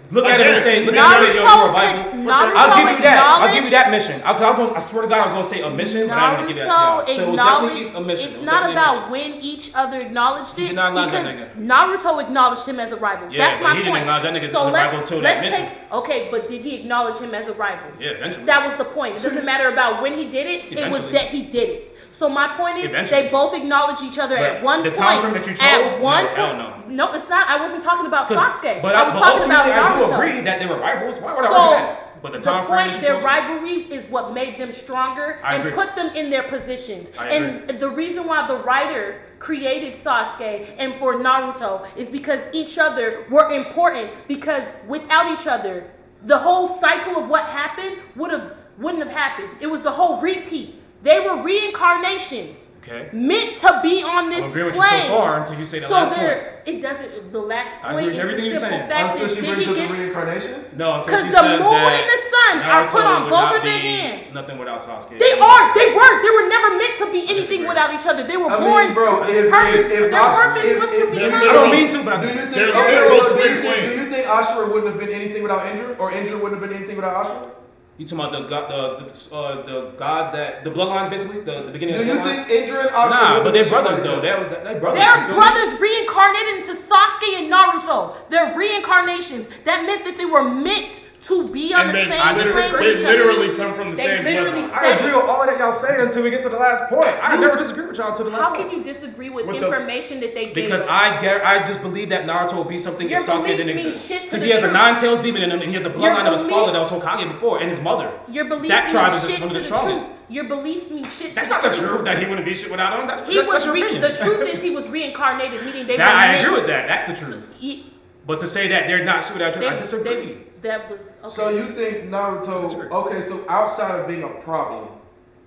[SPEAKER 1] Look, look at him and say, look at him and say, yo, you're a rival.
[SPEAKER 3] Naruto, could-
[SPEAKER 1] I'll give
[SPEAKER 3] Naruto
[SPEAKER 1] you that. I'll give you that
[SPEAKER 3] acknowledged.
[SPEAKER 1] mission. I, 'cause I, was gonna, I swear to God, I was gonna say a mission, but I'm gonna give that to y'all.
[SPEAKER 3] Naruto
[SPEAKER 1] So it was
[SPEAKER 3] acknowledged.
[SPEAKER 1] definitely a mission. It
[SPEAKER 3] it's
[SPEAKER 1] was
[SPEAKER 3] not
[SPEAKER 1] definitely a
[SPEAKER 3] about when each other acknowledged
[SPEAKER 1] He
[SPEAKER 3] it
[SPEAKER 1] did not acknowledge
[SPEAKER 3] because
[SPEAKER 1] that
[SPEAKER 3] Naruto acknowledged him as a rival.
[SPEAKER 1] Yeah,
[SPEAKER 3] That's
[SPEAKER 1] but
[SPEAKER 3] my
[SPEAKER 1] he didn't
[SPEAKER 3] point.
[SPEAKER 1] acknowledge that nigga
[SPEAKER 3] so
[SPEAKER 1] as a
[SPEAKER 3] let's,
[SPEAKER 1] rival till that
[SPEAKER 3] let's
[SPEAKER 1] mission.
[SPEAKER 3] take. Okay, but did he acknowledge him as a rival?
[SPEAKER 1] mission. Yeah, eventually.
[SPEAKER 3] That was the point. It doesn't matter about when he did it. It was
[SPEAKER 1] Eventually.
[SPEAKER 3] that he did it. So my point is,
[SPEAKER 1] Eventually.
[SPEAKER 3] they both acknowledge each other
[SPEAKER 1] But
[SPEAKER 3] at one
[SPEAKER 1] the
[SPEAKER 3] point.
[SPEAKER 1] time frame that you chose,
[SPEAKER 3] at
[SPEAKER 1] no,
[SPEAKER 3] one
[SPEAKER 1] hell
[SPEAKER 3] point, no, it's not. I wasn't talking about
[SPEAKER 1] 'Cause-
[SPEAKER 3] Sasuke.
[SPEAKER 1] But
[SPEAKER 3] I was
[SPEAKER 1] but
[SPEAKER 3] talking about
[SPEAKER 1] ultimately,
[SPEAKER 3] Naruto.
[SPEAKER 1] I do agree that they were rivals. Why would I argue
[SPEAKER 3] So
[SPEAKER 1] that? But the
[SPEAKER 3] the
[SPEAKER 1] time frame. that
[SPEAKER 3] point,
[SPEAKER 1] she
[SPEAKER 3] their
[SPEAKER 1] chose-
[SPEAKER 3] rivalry is what made them stronger
[SPEAKER 1] I
[SPEAKER 3] and
[SPEAKER 1] agree.
[SPEAKER 3] put them in their positions.
[SPEAKER 1] I
[SPEAKER 3] And the reason why the writer created Sasuke and for Naruto is because each other were important. Because without each other, the whole cycle of what happened would have wouldn't have happened. It was the whole repeat. They were reincarnations.
[SPEAKER 1] Okay.
[SPEAKER 3] meant to be on this
[SPEAKER 1] I'm agreeing with you
[SPEAKER 3] plane.
[SPEAKER 1] so far until you say that
[SPEAKER 3] So
[SPEAKER 1] last point.
[SPEAKER 3] there, it doesn't. The last
[SPEAKER 1] I
[SPEAKER 3] point
[SPEAKER 1] agree with
[SPEAKER 3] is
[SPEAKER 1] everything
[SPEAKER 3] the
[SPEAKER 1] you're
[SPEAKER 3] simple
[SPEAKER 1] saying.
[SPEAKER 3] fact that
[SPEAKER 6] Until she brings
[SPEAKER 3] Diddy
[SPEAKER 6] up the
[SPEAKER 3] gets
[SPEAKER 6] reincarnation?
[SPEAKER 1] No, until
[SPEAKER 3] because
[SPEAKER 1] she
[SPEAKER 3] the
[SPEAKER 1] says
[SPEAKER 3] moon
[SPEAKER 1] that
[SPEAKER 3] and the sun are
[SPEAKER 1] Naruto
[SPEAKER 3] put on
[SPEAKER 1] would
[SPEAKER 3] both
[SPEAKER 1] not
[SPEAKER 3] of their
[SPEAKER 1] be
[SPEAKER 3] hands.
[SPEAKER 1] Nothing without Sasuke.
[SPEAKER 3] They are. They were. They were never meant to be anything without each other. They were
[SPEAKER 6] I mean,
[SPEAKER 3] born.
[SPEAKER 6] bro,
[SPEAKER 3] their
[SPEAKER 6] if-
[SPEAKER 3] purpose,
[SPEAKER 6] if- if
[SPEAKER 3] their
[SPEAKER 6] Ash-
[SPEAKER 3] purpose
[SPEAKER 6] if-
[SPEAKER 3] was
[SPEAKER 6] if-
[SPEAKER 3] to be
[SPEAKER 6] if-
[SPEAKER 1] I don't mean to, but I
[SPEAKER 6] Do you
[SPEAKER 1] think
[SPEAKER 6] think,
[SPEAKER 1] they're-
[SPEAKER 6] okay,
[SPEAKER 1] they're
[SPEAKER 6] well,
[SPEAKER 1] both
[SPEAKER 6] do,
[SPEAKER 1] weird
[SPEAKER 6] you think,
[SPEAKER 1] planes.
[SPEAKER 6] do you think Ashura wouldn't have been anything without Indra, or Indra wouldn't have been anything without Ashura?
[SPEAKER 1] You talking about the god, the, the, uh, the gods that the bloodlines basically, the, the beginning
[SPEAKER 6] Do
[SPEAKER 1] of the
[SPEAKER 6] you
[SPEAKER 1] bloodlines.
[SPEAKER 6] think Indra and
[SPEAKER 1] Nah,
[SPEAKER 6] Ashura?
[SPEAKER 1] but
[SPEAKER 6] would've
[SPEAKER 1] they're
[SPEAKER 6] been
[SPEAKER 1] brothers
[SPEAKER 6] shit
[SPEAKER 1] though.
[SPEAKER 6] with
[SPEAKER 1] They're,
[SPEAKER 6] each other?
[SPEAKER 1] they're brothers. you
[SPEAKER 3] Their
[SPEAKER 1] feel me?
[SPEAKER 3] brothers reincarnated into Sasuke and Naruto. Their reincarnations. That meant that they were meant to be on
[SPEAKER 2] And
[SPEAKER 3] the
[SPEAKER 2] they,
[SPEAKER 3] same plane
[SPEAKER 2] literally,
[SPEAKER 3] with
[SPEAKER 2] they
[SPEAKER 3] each
[SPEAKER 2] literally
[SPEAKER 3] other.
[SPEAKER 2] come from the
[SPEAKER 3] They
[SPEAKER 2] same
[SPEAKER 3] literally
[SPEAKER 2] bloodline.
[SPEAKER 3] said
[SPEAKER 7] I agree with all of that y'all say until we get to the last point. I never disagree with y'all until the last
[SPEAKER 3] How
[SPEAKER 7] point.
[SPEAKER 3] can you disagree with
[SPEAKER 2] What the-
[SPEAKER 3] information that they gave
[SPEAKER 1] Because
[SPEAKER 3] us?
[SPEAKER 1] I gar- I just believe that Naruto would be something
[SPEAKER 3] Your
[SPEAKER 1] if Sasuke
[SPEAKER 3] beliefs
[SPEAKER 1] didn't
[SPEAKER 3] mean
[SPEAKER 1] exist.
[SPEAKER 3] shit to
[SPEAKER 1] Because
[SPEAKER 3] the
[SPEAKER 1] he has
[SPEAKER 3] truth.
[SPEAKER 1] a nine tails demon in him, and he had the bloodline of his father that was
[SPEAKER 3] beliefs-
[SPEAKER 1] Hokage before, and his mother.
[SPEAKER 3] Your beliefs
[SPEAKER 1] that tribe
[SPEAKER 3] mean
[SPEAKER 1] is
[SPEAKER 3] shit
[SPEAKER 1] one of
[SPEAKER 3] to
[SPEAKER 1] the
[SPEAKER 3] the
[SPEAKER 1] strongest.
[SPEAKER 3] truth. Your beliefs mean shit.
[SPEAKER 1] That's
[SPEAKER 3] to
[SPEAKER 1] not the truth that he wouldn't be shit without him. That's,
[SPEAKER 3] He
[SPEAKER 1] that's,
[SPEAKER 3] was
[SPEAKER 1] that's your
[SPEAKER 3] re-
[SPEAKER 1] opinion.
[SPEAKER 3] the truth is he was reincarnated, meaning they
[SPEAKER 1] that
[SPEAKER 3] were
[SPEAKER 1] I
[SPEAKER 3] meant-
[SPEAKER 1] agree with that. That's the truth.
[SPEAKER 3] He-
[SPEAKER 1] But to say that they're not shit without
[SPEAKER 3] they-
[SPEAKER 1] truth, I disagree.
[SPEAKER 3] they- that was okay.
[SPEAKER 6] So you think Naruto? Okay, so outside of being a problem,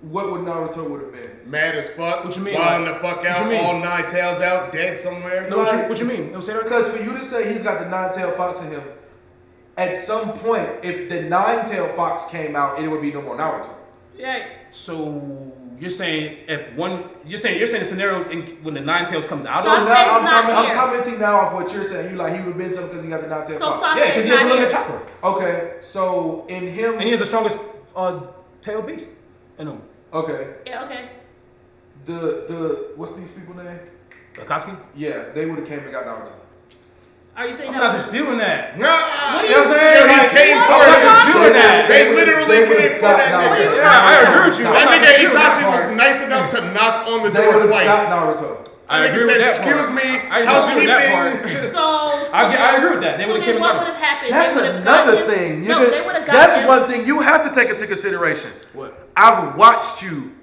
[SPEAKER 6] what would Naruto would have been?
[SPEAKER 2] Mad as fuck.
[SPEAKER 1] What you mean,
[SPEAKER 2] Wilding
[SPEAKER 1] like-
[SPEAKER 2] the fuck
[SPEAKER 1] what you
[SPEAKER 2] out,
[SPEAKER 1] mean?
[SPEAKER 2] all nine tails out, dead somewhere.
[SPEAKER 1] no, what you, what you mean? No, say that
[SPEAKER 6] Because for you to say he's got the nine-tailed fox in him, at some point, if the nine-tailed fox came out, it would be no more Naruto.
[SPEAKER 3] yeah.
[SPEAKER 1] So you're saying if one, you're saying you're saying the scenario in, when the nine tails comes out.
[SPEAKER 3] So
[SPEAKER 6] So
[SPEAKER 1] of
[SPEAKER 3] I'm
[SPEAKER 1] it?
[SPEAKER 6] now
[SPEAKER 3] saying
[SPEAKER 6] I'm,
[SPEAKER 3] not
[SPEAKER 6] I'm, I'm
[SPEAKER 3] here.
[SPEAKER 6] commenting now off what you're saying. You like he would have been something because he got the nine-tailed
[SPEAKER 3] So
[SPEAKER 6] fox.
[SPEAKER 1] yeah,
[SPEAKER 3] Sasuke's
[SPEAKER 1] because he has a
[SPEAKER 3] not
[SPEAKER 1] limited
[SPEAKER 3] here.
[SPEAKER 1] chopper,
[SPEAKER 6] Okay, so in him.
[SPEAKER 1] and he has the strongest uh, tail beast. in him.
[SPEAKER 6] okay,
[SPEAKER 3] Yeah. Okay.
[SPEAKER 6] the the what's these people name?
[SPEAKER 1] Akatsuki.
[SPEAKER 6] Yeah, they would have came and got Naruto.
[SPEAKER 3] Are you saying
[SPEAKER 1] I'm
[SPEAKER 3] that?
[SPEAKER 1] not
[SPEAKER 3] was-
[SPEAKER 1] disputing that.
[SPEAKER 2] Nah,
[SPEAKER 3] What do
[SPEAKER 1] You know what I'm
[SPEAKER 2] Yo,
[SPEAKER 1] saying?
[SPEAKER 2] he
[SPEAKER 1] Like,
[SPEAKER 2] came
[SPEAKER 1] I'm
[SPEAKER 2] for
[SPEAKER 1] not
[SPEAKER 2] it.
[SPEAKER 1] disputing that.
[SPEAKER 2] They literally
[SPEAKER 6] They
[SPEAKER 2] came
[SPEAKER 6] would've
[SPEAKER 2] for
[SPEAKER 6] got
[SPEAKER 2] that
[SPEAKER 6] Naruto.
[SPEAKER 2] nigga.
[SPEAKER 1] Yeah, I agree with you. I'm
[SPEAKER 2] That
[SPEAKER 1] not
[SPEAKER 2] nigga
[SPEAKER 1] disputing that
[SPEAKER 2] Itachi
[SPEAKER 1] part.
[SPEAKER 2] was nice enough to knock on the
[SPEAKER 6] They would
[SPEAKER 2] door
[SPEAKER 6] have
[SPEAKER 2] twice.
[SPEAKER 6] got Naruto.
[SPEAKER 1] I agree with
[SPEAKER 2] said,
[SPEAKER 1] that.
[SPEAKER 2] Excuse
[SPEAKER 1] part.
[SPEAKER 2] me,
[SPEAKER 1] I agree with that part.
[SPEAKER 2] housekeeping.
[SPEAKER 3] So, so
[SPEAKER 1] I get- I
[SPEAKER 3] then-
[SPEAKER 1] agree with that. They
[SPEAKER 3] so
[SPEAKER 1] would've
[SPEAKER 3] then
[SPEAKER 1] came
[SPEAKER 3] what
[SPEAKER 1] and got
[SPEAKER 3] would have happened?
[SPEAKER 9] That's
[SPEAKER 3] They would've
[SPEAKER 9] another
[SPEAKER 3] gotten-
[SPEAKER 9] thing. You
[SPEAKER 3] No,
[SPEAKER 9] could-
[SPEAKER 3] they would have got
[SPEAKER 9] that's
[SPEAKER 3] him.
[SPEAKER 9] one thing you have to take into consideration.
[SPEAKER 1] What?
[SPEAKER 9] I've watched you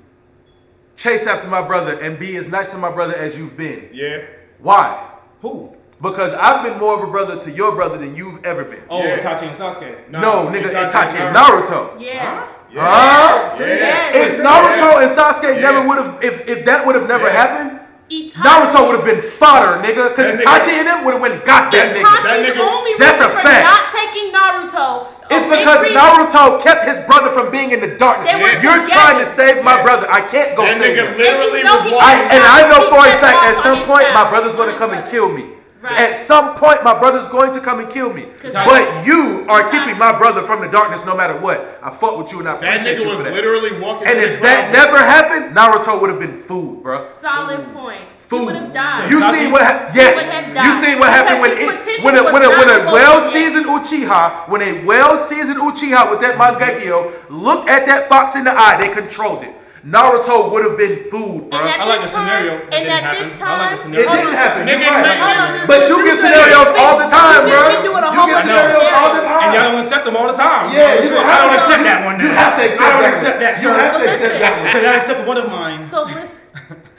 [SPEAKER 9] chase after my brother and be as nice to my brother as you've been.
[SPEAKER 2] Yeah.
[SPEAKER 9] Why?
[SPEAKER 1] Who?
[SPEAKER 9] Because I've been more of a brother to your brother than you've ever been.
[SPEAKER 1] Oh,
[SPEAKER 2] Yeah.
[SPEAKER 1] Itachi and Sasuke.
[SPEAKER 9] no, nigga,
[SPEAKER 2] Itachi
[SPEAKER 9] Itachi
[SPEAKER 2] and
[SPEAKER 9] and Naruto.
[SPEAKER 3] Yeah.
[SPEAKER 9] Huh?
[SPEAKER 2] Yeah.
[SPEAKER 3] Yes.
[SPEAKER 9] If Naruto and Sasuke
[SPEAKER 2] Yeah.
[SPEAKER 9] never would have, if, if that would have never
[SPEAKER 2] Yeah.
[SPEAKER 9] happened,
[SPEAKER 3] Itachi-
[SPEAKER 9] Naruto would have been fodder, nigga. Because
[SPEAKER 2] That nigga-
[SPEAKER 9] Itachi and them would have went and got that
[SPEAKER 2] That
[SPEAKER 9] nigga.
[SPEAKER 3] Itachi's
[SPEAKER 2] nigga-
[SPEAKER 3] only
[SPEAKER 9] That's
[SPEAKER 3] reason
[SPEAKER 9] a
[SPEAKER 3] for
[SPEAKER 9] fact.
[SPEAKER 3] Not taking Naruto.
[SPEAKER 9] It's
[SPEAKER 3] a big
[SPEAKER 9] because
[SPEAKER 3] reason-
[SPEAKER 9] Naruto kept his brother from being in the darkness.
[SPEAKER 3] Oh, They were together.
[SPEAKER 9] You're trying to save my brother. I can't go
[SPEAKER 2] That
[SPEAKER 9] save him.
[SPEAKER 2] nigga literally
[SPEAKER 3] And he know
[SPEAKER 2] was
[SPEAKER 3] he-
[SPEAKER 9] I,
[SPEAKER 2] walking.
[SPEAKER 9] and I know for a
[SPEAKER 3] He
[SPEAKER 9] fact
[SPEAKER 3] said
[SPEAKER 9] at some
[SPEAKER 3] walk
[SPEAKER 9] point
[SPEAKER 3] on
[SPEAKER 9] my
[SPEAKER 3] his
[SPEAKER 9] brother's going to
[SPEAKER 3] side.
[SPEAKER 9] come and kill me.
[SPEAKER 3] Right.
[SPEAKER 9] At some point my brother's going to come and kill me. But you are keeping my brother from the darkness no matter what. I fuck with you and I
[SPEAKER 2] That
[SPEAKER 9] appreciate
[SPEAKER 2] nigga
[SPEAKER 9] you for
[SPEAKER 2] was
[SPEAKER 9] that.
[SPEAKER 2] literally walking.
[SPEAKER 9] and
[SPEAKER 2] to the
[SPEAKER 9] if that
[SPEAKER 2] club.
[SPEAKER 9] never happened, Naruto would have been fooled, bro.
[SPEAKER 3] Solid point. He
[SPEAKER 9] Fooled.
[SPEAKER 3] would have died.
[SPEAKER 9] You
[SPEAKER 1] Itachi-
[SPEAKER 9] seen what happened? Yes.
[SPEAKER 3] would have
[SPEAKER 9] You
[SPEAKER 3] died.
[SPEAKER 9] seen what happened when
[SPEAKER 3] Because his
[SPEAKER 9] it, when a
[SPEAKER 3] potential
[SPEAKER 9] when a
[SPEAKER 3] was
[SPEAKER 9] when
[SPEAKER 3] not
[SPEAKER 9] a
[SPEAKER 3] developed
[SPEAKER 9] well-seasoned Uchiha, when a well-seasoned Uchiha with that Mangekyo looked at that fox in the eye, they controlled it. Naruto would have been fooled, bro.
[SPEAKER 3] And at
[SPEAKER 1] I like
[SPEAKER 3] this
[SPEAKER 1] the
[SPEAKER 3] time-
[SPEAKER 1] scenario. It
[SPEAKER 3] And
[SPEAKER 1] didn't
[SPEAKER 3] at
[SPEAKER 1] happen.
[SPEAKER 3] this
[SPEAKER 1] I
[SPEAKER 3] time,
[SPEAKER 1] like the
[SPEAKER 9] It
[SPEAKER 1] scenario.
[SPEAKER 9] didn't happen. You're
[SPEAKER 2] Nigga,
[SPEAKER 9] right.
[SPEAKER 2] nigga.
[SPEAKER 3] Hold on,
[SPEAKER 9] But you get scenarios all the time,
[SPEAKER 3] You've
[SPEAKER 9] bro.
[SPEAKER 3] been doing a
[SPEAKER 9] You
[SPEAKER 3] whole
[SPEAKER 9] get
[SPEAKER 3] bunch of
[SPEAKER 9] scenarios all the
[SPEAKER 3] scenarios.
[SPEAKER 9] time.
[SPEAKER 1] And y'all don't accept them all the time.
[SPEAKER 9] Yeah, you
[SPEAKER 1] I
[SPEAKER 9] have
[SPEAKER 1] don't
[SPEAKER 9] to-
[SPEAKER 1] accept that one.
[SPEAKER 9] you
[SPEAKER 1] now.
[SPEAKER 9] have to accept
[SPEAKER 1] I don't
[SPEAKER 9] that
[SPEAKER 1] accept
[SPEAKER 9] one.
[SPEAKER 1] that,
[SPEAKER 9] You
[SPEAKER 1] sir.
[SPEAKER 9] have to
[SPEAKER 3] So
[SPEAKER 9] accept
[SPEAKER 3] listen.
[SPEAKER 9] that one.
[SPEAKER 1] Can I accept one of mine?
[SPEAKER 3] So listen.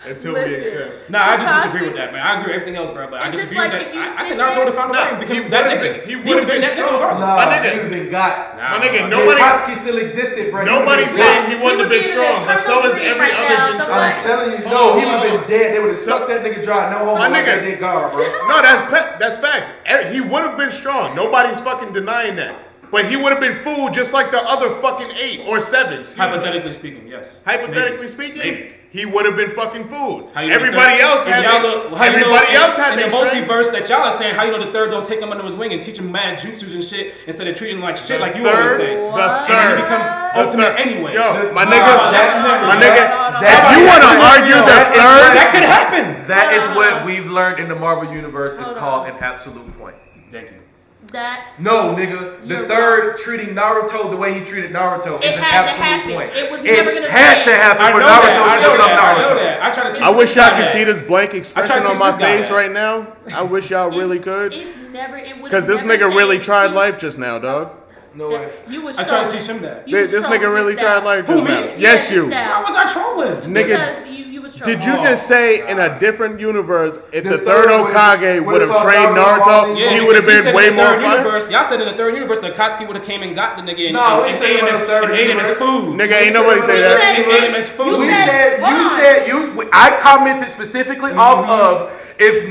[SPEAKER 2] until we
[SPEAKER 3] listen.
[SPEAKER 2] accept.
[SPEAKER 1] Nah, I just
[SPEAKER 3] Takashi-
[SPEAKER 1] disagree with that, man. I agree with everything else, bro. But I
[SPEAKER 3] It's just
[SPEAKER 1] disagree
[SPEAKER 3] like
[SPEAKER 1] with that.
[SPEAKER 3] if you
[SPEAKER 1] I, I
[SPEAKER 3] sit
[SPEAKER 1] think Naruto
[SPEAKER 3] there-
[SPEAKER 1] would have found a
[SPEAKER 2] Nah,
[SPEAKER 1] way
[SPEAKER 2] he
[SPEAKER 1] because
[SPEAKER 2] would've
[SPEAKER 1] that
[SPEAKER 2] been-
[SPEAKER 1] nigga.
[SPEAKER 2] he
[SPEAKER 1] would've
[SPEAKER 2] would've been
[SPEAKER 1] that nigga
[SPEAKER 2] strong.
[SPEAKER 1] regardless.
[SPEAKER 6] Nah,
[SPEAKER 2] My nigga-
[SPEAKER 6] he would have been got.
[SPEAKER 1] Nah,
[SPEAKER 2] Ah, My nigga,
[SPEAKER 1] my
[SPEAKER 2] nobody,
[SPEAKER 6] Akatsuki still existed, bro. He would've
[SPEAKER 2] nobody
[SPEAKER 6] been
[SPEAKER 2] said
[SPEAKER 6] got.
[SPEAKER 2] he wouldn't have been
[SPEAKER 3] He would be in
[SPEAKER 2] strong, but so
[SPEAKER 3] eternal
[SPEAKER 2] is
[SPEAKER 3] dream
[SPEAKER 2] every
[SPEAKER 3] right
[SPEAKER 2] other
[SPEAKER 3] now,
[SPEAKER 2] Jinchuriki.
[SPEAKER 3] the
[SPEAKER 6] I'm telling you,
[SPEAKER 2] Hold
[SPEAKER 6] no,
[SPEAKER 2] on,
[SPEAKER 6] he
[SPEAKER 2] hold
[SPEAKER 6] would have
[SPEAKER 2] on.
[SPEAKER 6] been dead. They would have sucked
[SPEAKER 2] So-
[SPEAKER 6] that nigga dry. No homo,
[SPEAKER 2] My
[SPEAKER 6] like
[SPEAKER 2] nigga-
[SPEAKER 6] they did God, bro.
[SPEAKER 2] No, that's pe- that's facts. Eh, He would have been strong. Nobody's fucking denying that. But he would have been fooled just like the other fucking eight or seven. excuse me.
[SPEAKER 1] Hypothetically speaking, yes. Maybe.
[SPEAKER 2] Hypothetically speaking,
[SPEAKER 1] Maybe.
[SPEAKER 2] he would have been fucking fooled.
[SPEAKER 1] How you know the
[SPEAKER 2] Everybody
[SPEAKER 1] third-
[SPEAKER 2] else
[SPEAKER 1] if
[SPEAKER 2] had.
[SPEAKER 1] y'all
[SPEAKER 2] their-
[SPEAKER 1] look- how you know
[SPEAKER 2] Everybody
[SPEAKER 1] in-
[SPEAKER 2] else had.
[SPEAKER 1] in
[SPEAKER 2] their
[SPEAKER 1] the
[SPEAKER 2] strengths.
[SPEAKER 1] multiverse that y'all are saying. How you know the third don't take him under his wing and teach him mad jutsus and shit instead of treating him like shit, like you always
[SPEAKER 2] third,
[SPEAKER 1] say.
[SPEAKER 2] the
[SPEAKER 3] What?
[SPEAKER 1] And then he
[SPEAKER 2] third,
[SPEAKER 1] becomes
[SPEAKER 2] the
[SPEAKER 1] ultimate
[SPEAKER 2] third.
[SPEAKER 1] anyway.
[SPEAKER 2] Yo, my
[SPEAKER 6] Nah,
[SPEAKER 2] nigga,
[SPEAKER 1] that's never-
[SPEAKER 2] my nigga.
[SPEAKER 3] no, no,
[SPEAKER 9] That-
[SPEAKER 2] If you want to argue
[SPEAKER 9] That is
[SPEAKER 2] the
[SPEAKER 9] what-
[SPEAKER 2] third,
[SPEAKER 1] That could happen.
[SPEAKER 9] That is
[SPEAKER 3] Nah.
[SPEAKER 9] what we've learned in the Marvel universe is
[SPEAKER 3] Hold on.
[SPEAKER 9] called an absolute point.
[SPEAKER 1] Thank you.
[SPEAKER 3] That
[SPEAKER 9] No, nigga. The
[SPEAKER 3] You're
[SPEAKER 9] third treating Naruto the way he treated Naruto
[SPEAKER 3] It
[SPEAKER 9] is an
[SPEAKER 3] had to
[SPEAKER 9] absolute
[SPEAKER 3] happen.
[SPEAKER 9] point.
[SPEAKER 3] It was
[SPEAKER 9] It
[SPEAKER 3] never gonna
[SPEAKER 9] had
[SPEAKER 3] change.
[SPEAKER 9] to happen
[SPEAKER 1] I
[SPEAKER 9] for
[SPEAKER 1] know
[SPEAKER 9] Naruto
[SPEAKER 1] that. I
[SPEAKER 9] to
[SPEAKER 1] know
[SPEAKER 9] become
[SPEAKER 1] that. I know
[SPEAKER 9] Naruto.
[SPEAKER 1] that. I try to.
[SPEAKER 2] I wish y'all could
[SPEAKER 1] that.
[SPEAKER 2] see this blank
[SPEAKER 1] tried
[SPEAKER 2] expression
[SPEAKER 1] to
[SPEAKER 2] on my
[SPEAKER 1] teach this guy
[SPEAKER 2] face
[SPEAKER 1] that.
[SPEAKER 2] right now. I wish y'all really could.
[SPEAKER 3] it's never. It would.
[SPEAKER 2] Because this nigga really tried life just now, dog.
[SPEAKER 6] No way.
[SPEAKER 3] You was
[SPEAKER 1] I tried to
[SPEAKER 3] trolling.
[SPEAKER 1] teach him that.
[SPEAKER 3] You
[SPEAKER 2] Th-
[SPEAKER 3] was
[SPEAKER 2] This
[SPEAKER 3] trolling
[SPEAKER 2] nigga really
[SPEAKER 3] just now.
[SPEAKER 2] tried life
[SPEAKER 1] Who,
[SPEAKER 2] just
[SPEAKER 1] me?
[SPEAKER 2] now.
[SPEAKER 3] Yeah,
[SPEAKER 2] Yes,
[SPEAKER 3] just
[SPEAKER 2] you.
[SPEAKER 3] now.
[SPEAKER 1] Why was I trolling?
[SPEAKER 2] Nigga,
[SPEAKER 3] Because you, you was
[SPEAKER 2] Did you just say in a different universe, if
[SPEAKER 10] The
[SPEAKER 2] the, third
[SPEAKER 10] third one-
[SPEAKER 2] Okage
[SPEAKER 10] when
[SPEAKER 2] would
[SPEAKER 10] it's all
[SPEAKER 2] have trained
[SPEAKER 10] Naruto,
[SPEAKER 2] Naruto,
[SPEAKER 10] yeah,
[SPEAKER 2] he would have
[SPEAKER 1] because
[SPEAKER 2] been
[SPEAKER 1] said
[SPEAKER 2] way
[SPEAKER 1] in the
[SPEAKER 2] more
[SPEAKER 1] third
[SPEAKER 2] fire?
[SPEAKER 1] universe. Y'all said in the third universe, the Kotsky would have came and got the nigga and,
[SPEAKER 10] No, we
[SPEAKER 1] and,
[SPEAKER 10] ain't said
[SPEAKER 1] ate him
[SPEAKER 10] about
[SPEAKER 1] his,
[SPEAKER 10] the third
[SPEAKER 1] and ate him his
[SPEAKER 10] universe.
[SPEAKER 1] food.
[SPEAKER 2] Nigga, ain't nobody say
[SPEAKER 3] You
[SPEAKER 2] that.
[SPEAKER 3] said
[SPEAKER 1] He ate him
[SPEAKER 3] it's-
[SPEAKER 1] as food.
[SPEAKER 3] you
[SPEAKER 6] We
[SPEAKER 1] said-
[SPEAKER 6] said,
[SPEAKER 3] hold
[SPEAKER 6] you
[SPEAKER 3] on.
[SPEAKER 6] said, you. I commented specifically
[SPEAKER 1] Mm-hmm.
[SPEAKER 6] off of if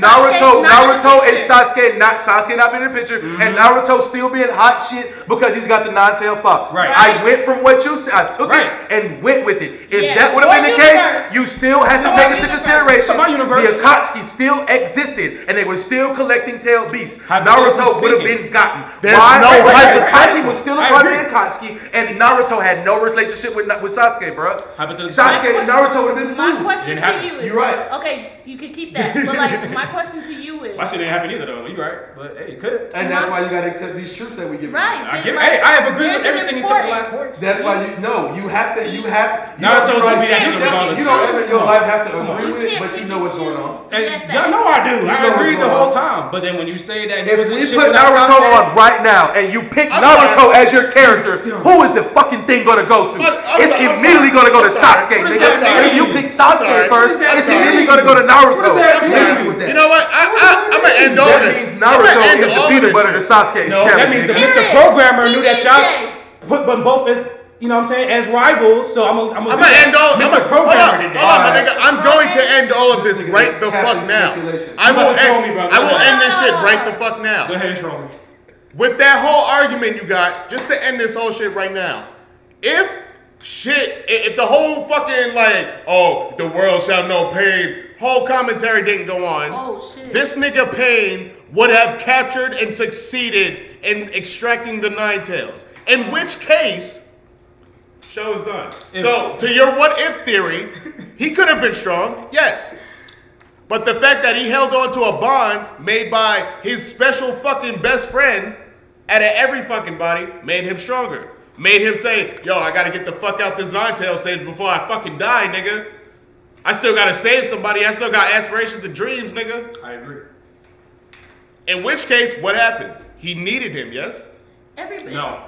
[SPEAKER 3] Sasuke's
[SPEAKER 6] Naruto,
[SPEAKER 3] not in the
[SPEAKER 6] Naruto, and
[SPEAKER 3] picture.
[SPEAKER 6] Sasuke not Sasuke not being in the picture, and
[SPEAKER 1] Mm-hmm.
[SPEAKER 6] Naruto still being hot shit because he's got the nine-tailed fox.
[SPEAKER 1] Right.
[SPEAKER 6] I went from what you said. I took
[SPEAKER 1] Right.
[SPEAKER 6] it and went with it. If
[SPEAKER 3] Yeah.
[SPEAKER 6] that would have been the
[SPEAKER 3] Your universe.
[SPEAKER 6] case, you still have to
[SPEAKER 3] Your
[SPEAKER 6] take into
[SPEAKER 3] universe.
[SPEAKER 6] consideration
[SPEAKER 1] My universe.
[SPEAKER 6] the Akatsuki still existed and they were still collecting tail beasts.
[SPEAKER 1] Hypothetically
[SPEAKER 6] Naruto would have
[SPEAKER 1] speaking.
[SPEAKER 6] been gotten.
[SPEAKER 2] There's
[SPEAKER 6] Why?
[SPEAKER 2] no
[SPEAKER 6] Because
[SPEAKER 2] hypothetical.
[SPEAKER 6] Itachi was still a
[SPEAKER 1] I
[SPEAKER 6] brother
[SPEAKER 1] agree.
[SPEAKER 6] in Akatsuki, and Naruto had no relationship with with Sasuke, bro.
[SPEAKER 1] Hypothetically.
[SPEAKER 6] Sasuke, Naruto would have been
[SPEAKER 3] My
[SPEAKER 6] food.
[SPEAKER 3] question
[SPEAKER 1] Didn't happen.
[SPEAKER 3] to you is
[SPEAKER 6] You're right.
[SPEAKER 3] Okay, you can keep that. But like my question to you is
[SPEAKER 1] My shit ain't happen either though. You right? But hey, it could.
[SPEAKER 10] And that's why you gotta accept these truths that we give you.
[SPEAKER 3] Right.
[SPEAKER 1] I
[SPEAKER 3] then,
[SPEAKER 1] give,
[SPEAKER 3] like,
[SPEAKER 1] hey, I have agreed
[SPEAKER 3] there's
[SPEAKER 1] with
[SPEAKER 3] an
[SPEAKER 1] everything except the
[SPEAKER 3] importance.
[SPEAKER 1] last words.
[SPEAKER 10] That's why you no, you have to you have you
[SPEAKER 1] Naruto's
[SPEAKER 10] don't-
[SPEAKER 1] gonna be that
[SPEAKER 10] you
[SPEAKER 1] nigga
[SPEAKER 10] don't-
[SPEAKER 1] regardless.
[SPEAKER 10] You don't ever in your
[SPEAKER 1] Come on.
[SPEAKER 10] life have to
[SPEAKER 1] Come on.
[SPEAKER 10] agree with it,
[SPEAKER 3] can't
[SPEAKER 10] but you
[SPEAKER 3] pick
[SPEAKER 10] know
[SPEAKER 3] and
[SPEAKER 10] what's going
[SPEAKER 3] choose.
[SPEAKER 10] on.
[SPEAKER 1] And
[SPEAKER 3] Yes,
[SPEAKER 1] y'all know I do.
[SPEAKER 10] know
[SPEAKER 1] I
[SPEAKER 10] what's
[SPEAKER 1] agreed the
[SPEAKER 10] going on.
[SPEAKER 1] whole time. But then when you say that, he
[SPEAKER 10] If
[SPEAKER 1] was in
[SPEAKER 10] we
[SPEAKER 1] shit
[SPEAKER 6] Put
[SPEAKER 1] with Sasuke-
[SPEAKER 6] Naruto on right now, and you pick Naruto as your character. Who is the fucking thing gonna go to?
[SPEAKER 2] I'm
[SPEAKER 6] it's
[SPEAKER 2] sorry, I'm
[SPEAKER 6] immediately
[SPEAKER 2] sorry.
[SPEAKER 6] gonna go to
[SPEAKER 2] I'm sorry.
[SPEAKER 6] Sasuke,
[SPEAKER 1] What does
[SPEAKER 6] nigga.
[SPEAKER 1] that
[SPEAKER 6] If you
[SPEAKER 1] mean?
[SPEAKER 6] pick
[SPEAKER 2] I'm
[SPEAKER 6] Sasuke
[SPEAKER 2] sorry.
[SPEAKER 6] first,
[SPEAKER 2] What does that
[SPEAKER 6] it's
[SPEAKER 2] mean?
[SPEAKER 6] immediately gonna go to Naruto.
[SPEAKER 1] that
[SPEAKER 6] I'm
[SPEAKER 1] mean?
[SPEAKER 6] messing with that.
[SPEAKER 2] You know what? I, I, I'm gonna end all
[SPEAKER 6] That
[SPEAKER 2] this.
[SPEAKER 6] means
[SPEAKER 2] I'ma
[SPEAKER 6] Naruto
[SPEAKER 2] end
[SPEAKER 6] is the
[SPEAKER 2] all
[SPEAKER 6] peanut
[SPEAKER 2] this
[SPEAKER 6] butter to
[SPEAKER 2] shit.
[SPEAKER 6] Sasuke's
[SPEAKER 1] No,
[SPEAKER 6] chapter.
[SPEAKER 1] that means the
[SPEAKER 6] nigga.
[SPEAKER 1] Mr.
[SPEAKER 3] Period.
[SPEAKER 1] Programmer knew that
[SPEAKER 3] PJ.
[SPEAKER 1] y'all put them both as you know what I'm saying as rivals. So I'm a, I'm a,
[SPEAKER 2] I'm gonna end all.
[SPEAKER 1] Mr.
[SPEAKER 2] I'm gonna, hold on,
[SPEAKER 1] Programmer
[SPEAKER 2] hold
[SPEAKER 1] did
[SPEAKER 2] on,
[SPEAKER 1] that.
[SPEAKER 2] my nigga. I'm going to end all of this right the fuck now. I will end. I will end this shit right the fuck
[SPEAKER 1] Go
[SPEAKER 2] now.
[SPEAKER 1] ahead and troll me.
[SPEAKER 2] With that whole argument you got, just to end this whole shit right now. If shit, i- if the whole fucking like, oh, the world shall know pain, whole commentary didn't go on.
[SPEAKER 3] Oh shit.
[SPEAKER 2] This nigga Payne would have captured and succeeded in extracting the Nine Tails. In which case, show is done. so, to your what if theory, he could have been strong, yes. But the fact that he held on to a bond made by his special fucking best friend out of every fucking body made him stronger. Made him say, yo, I gotta get the fuck out this Nine Tail stage before I fucking die, nigga. I still gotta save somebody. I still got aspirations and dreams, nigga.
[SPEAKER 1] I agree.
[SPEAKER 2] In which case, what happens? He needed him, yes?
[SPEAKER 3] Everybody.
[SPEAKER 1] No.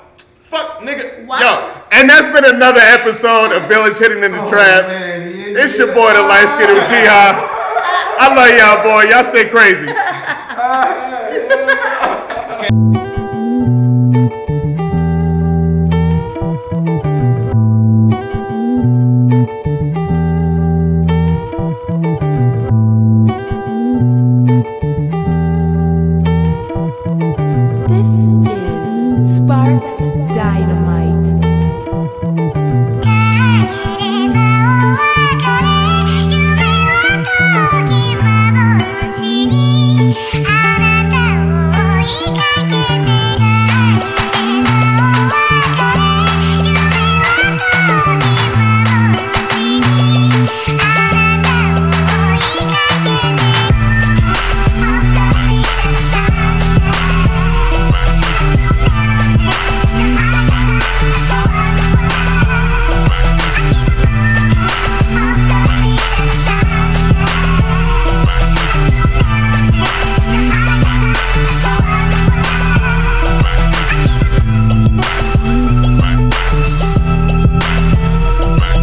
[SPEAKER 2] Fuck, nigga.
[SPEAKER 3] Why?
[SPEAKER 2] Yo, and that's been another episode of Village Hitting in the Trap. it's your boy, the light skinned Uchiha. I love y'all, boy. Y'all stay crazy.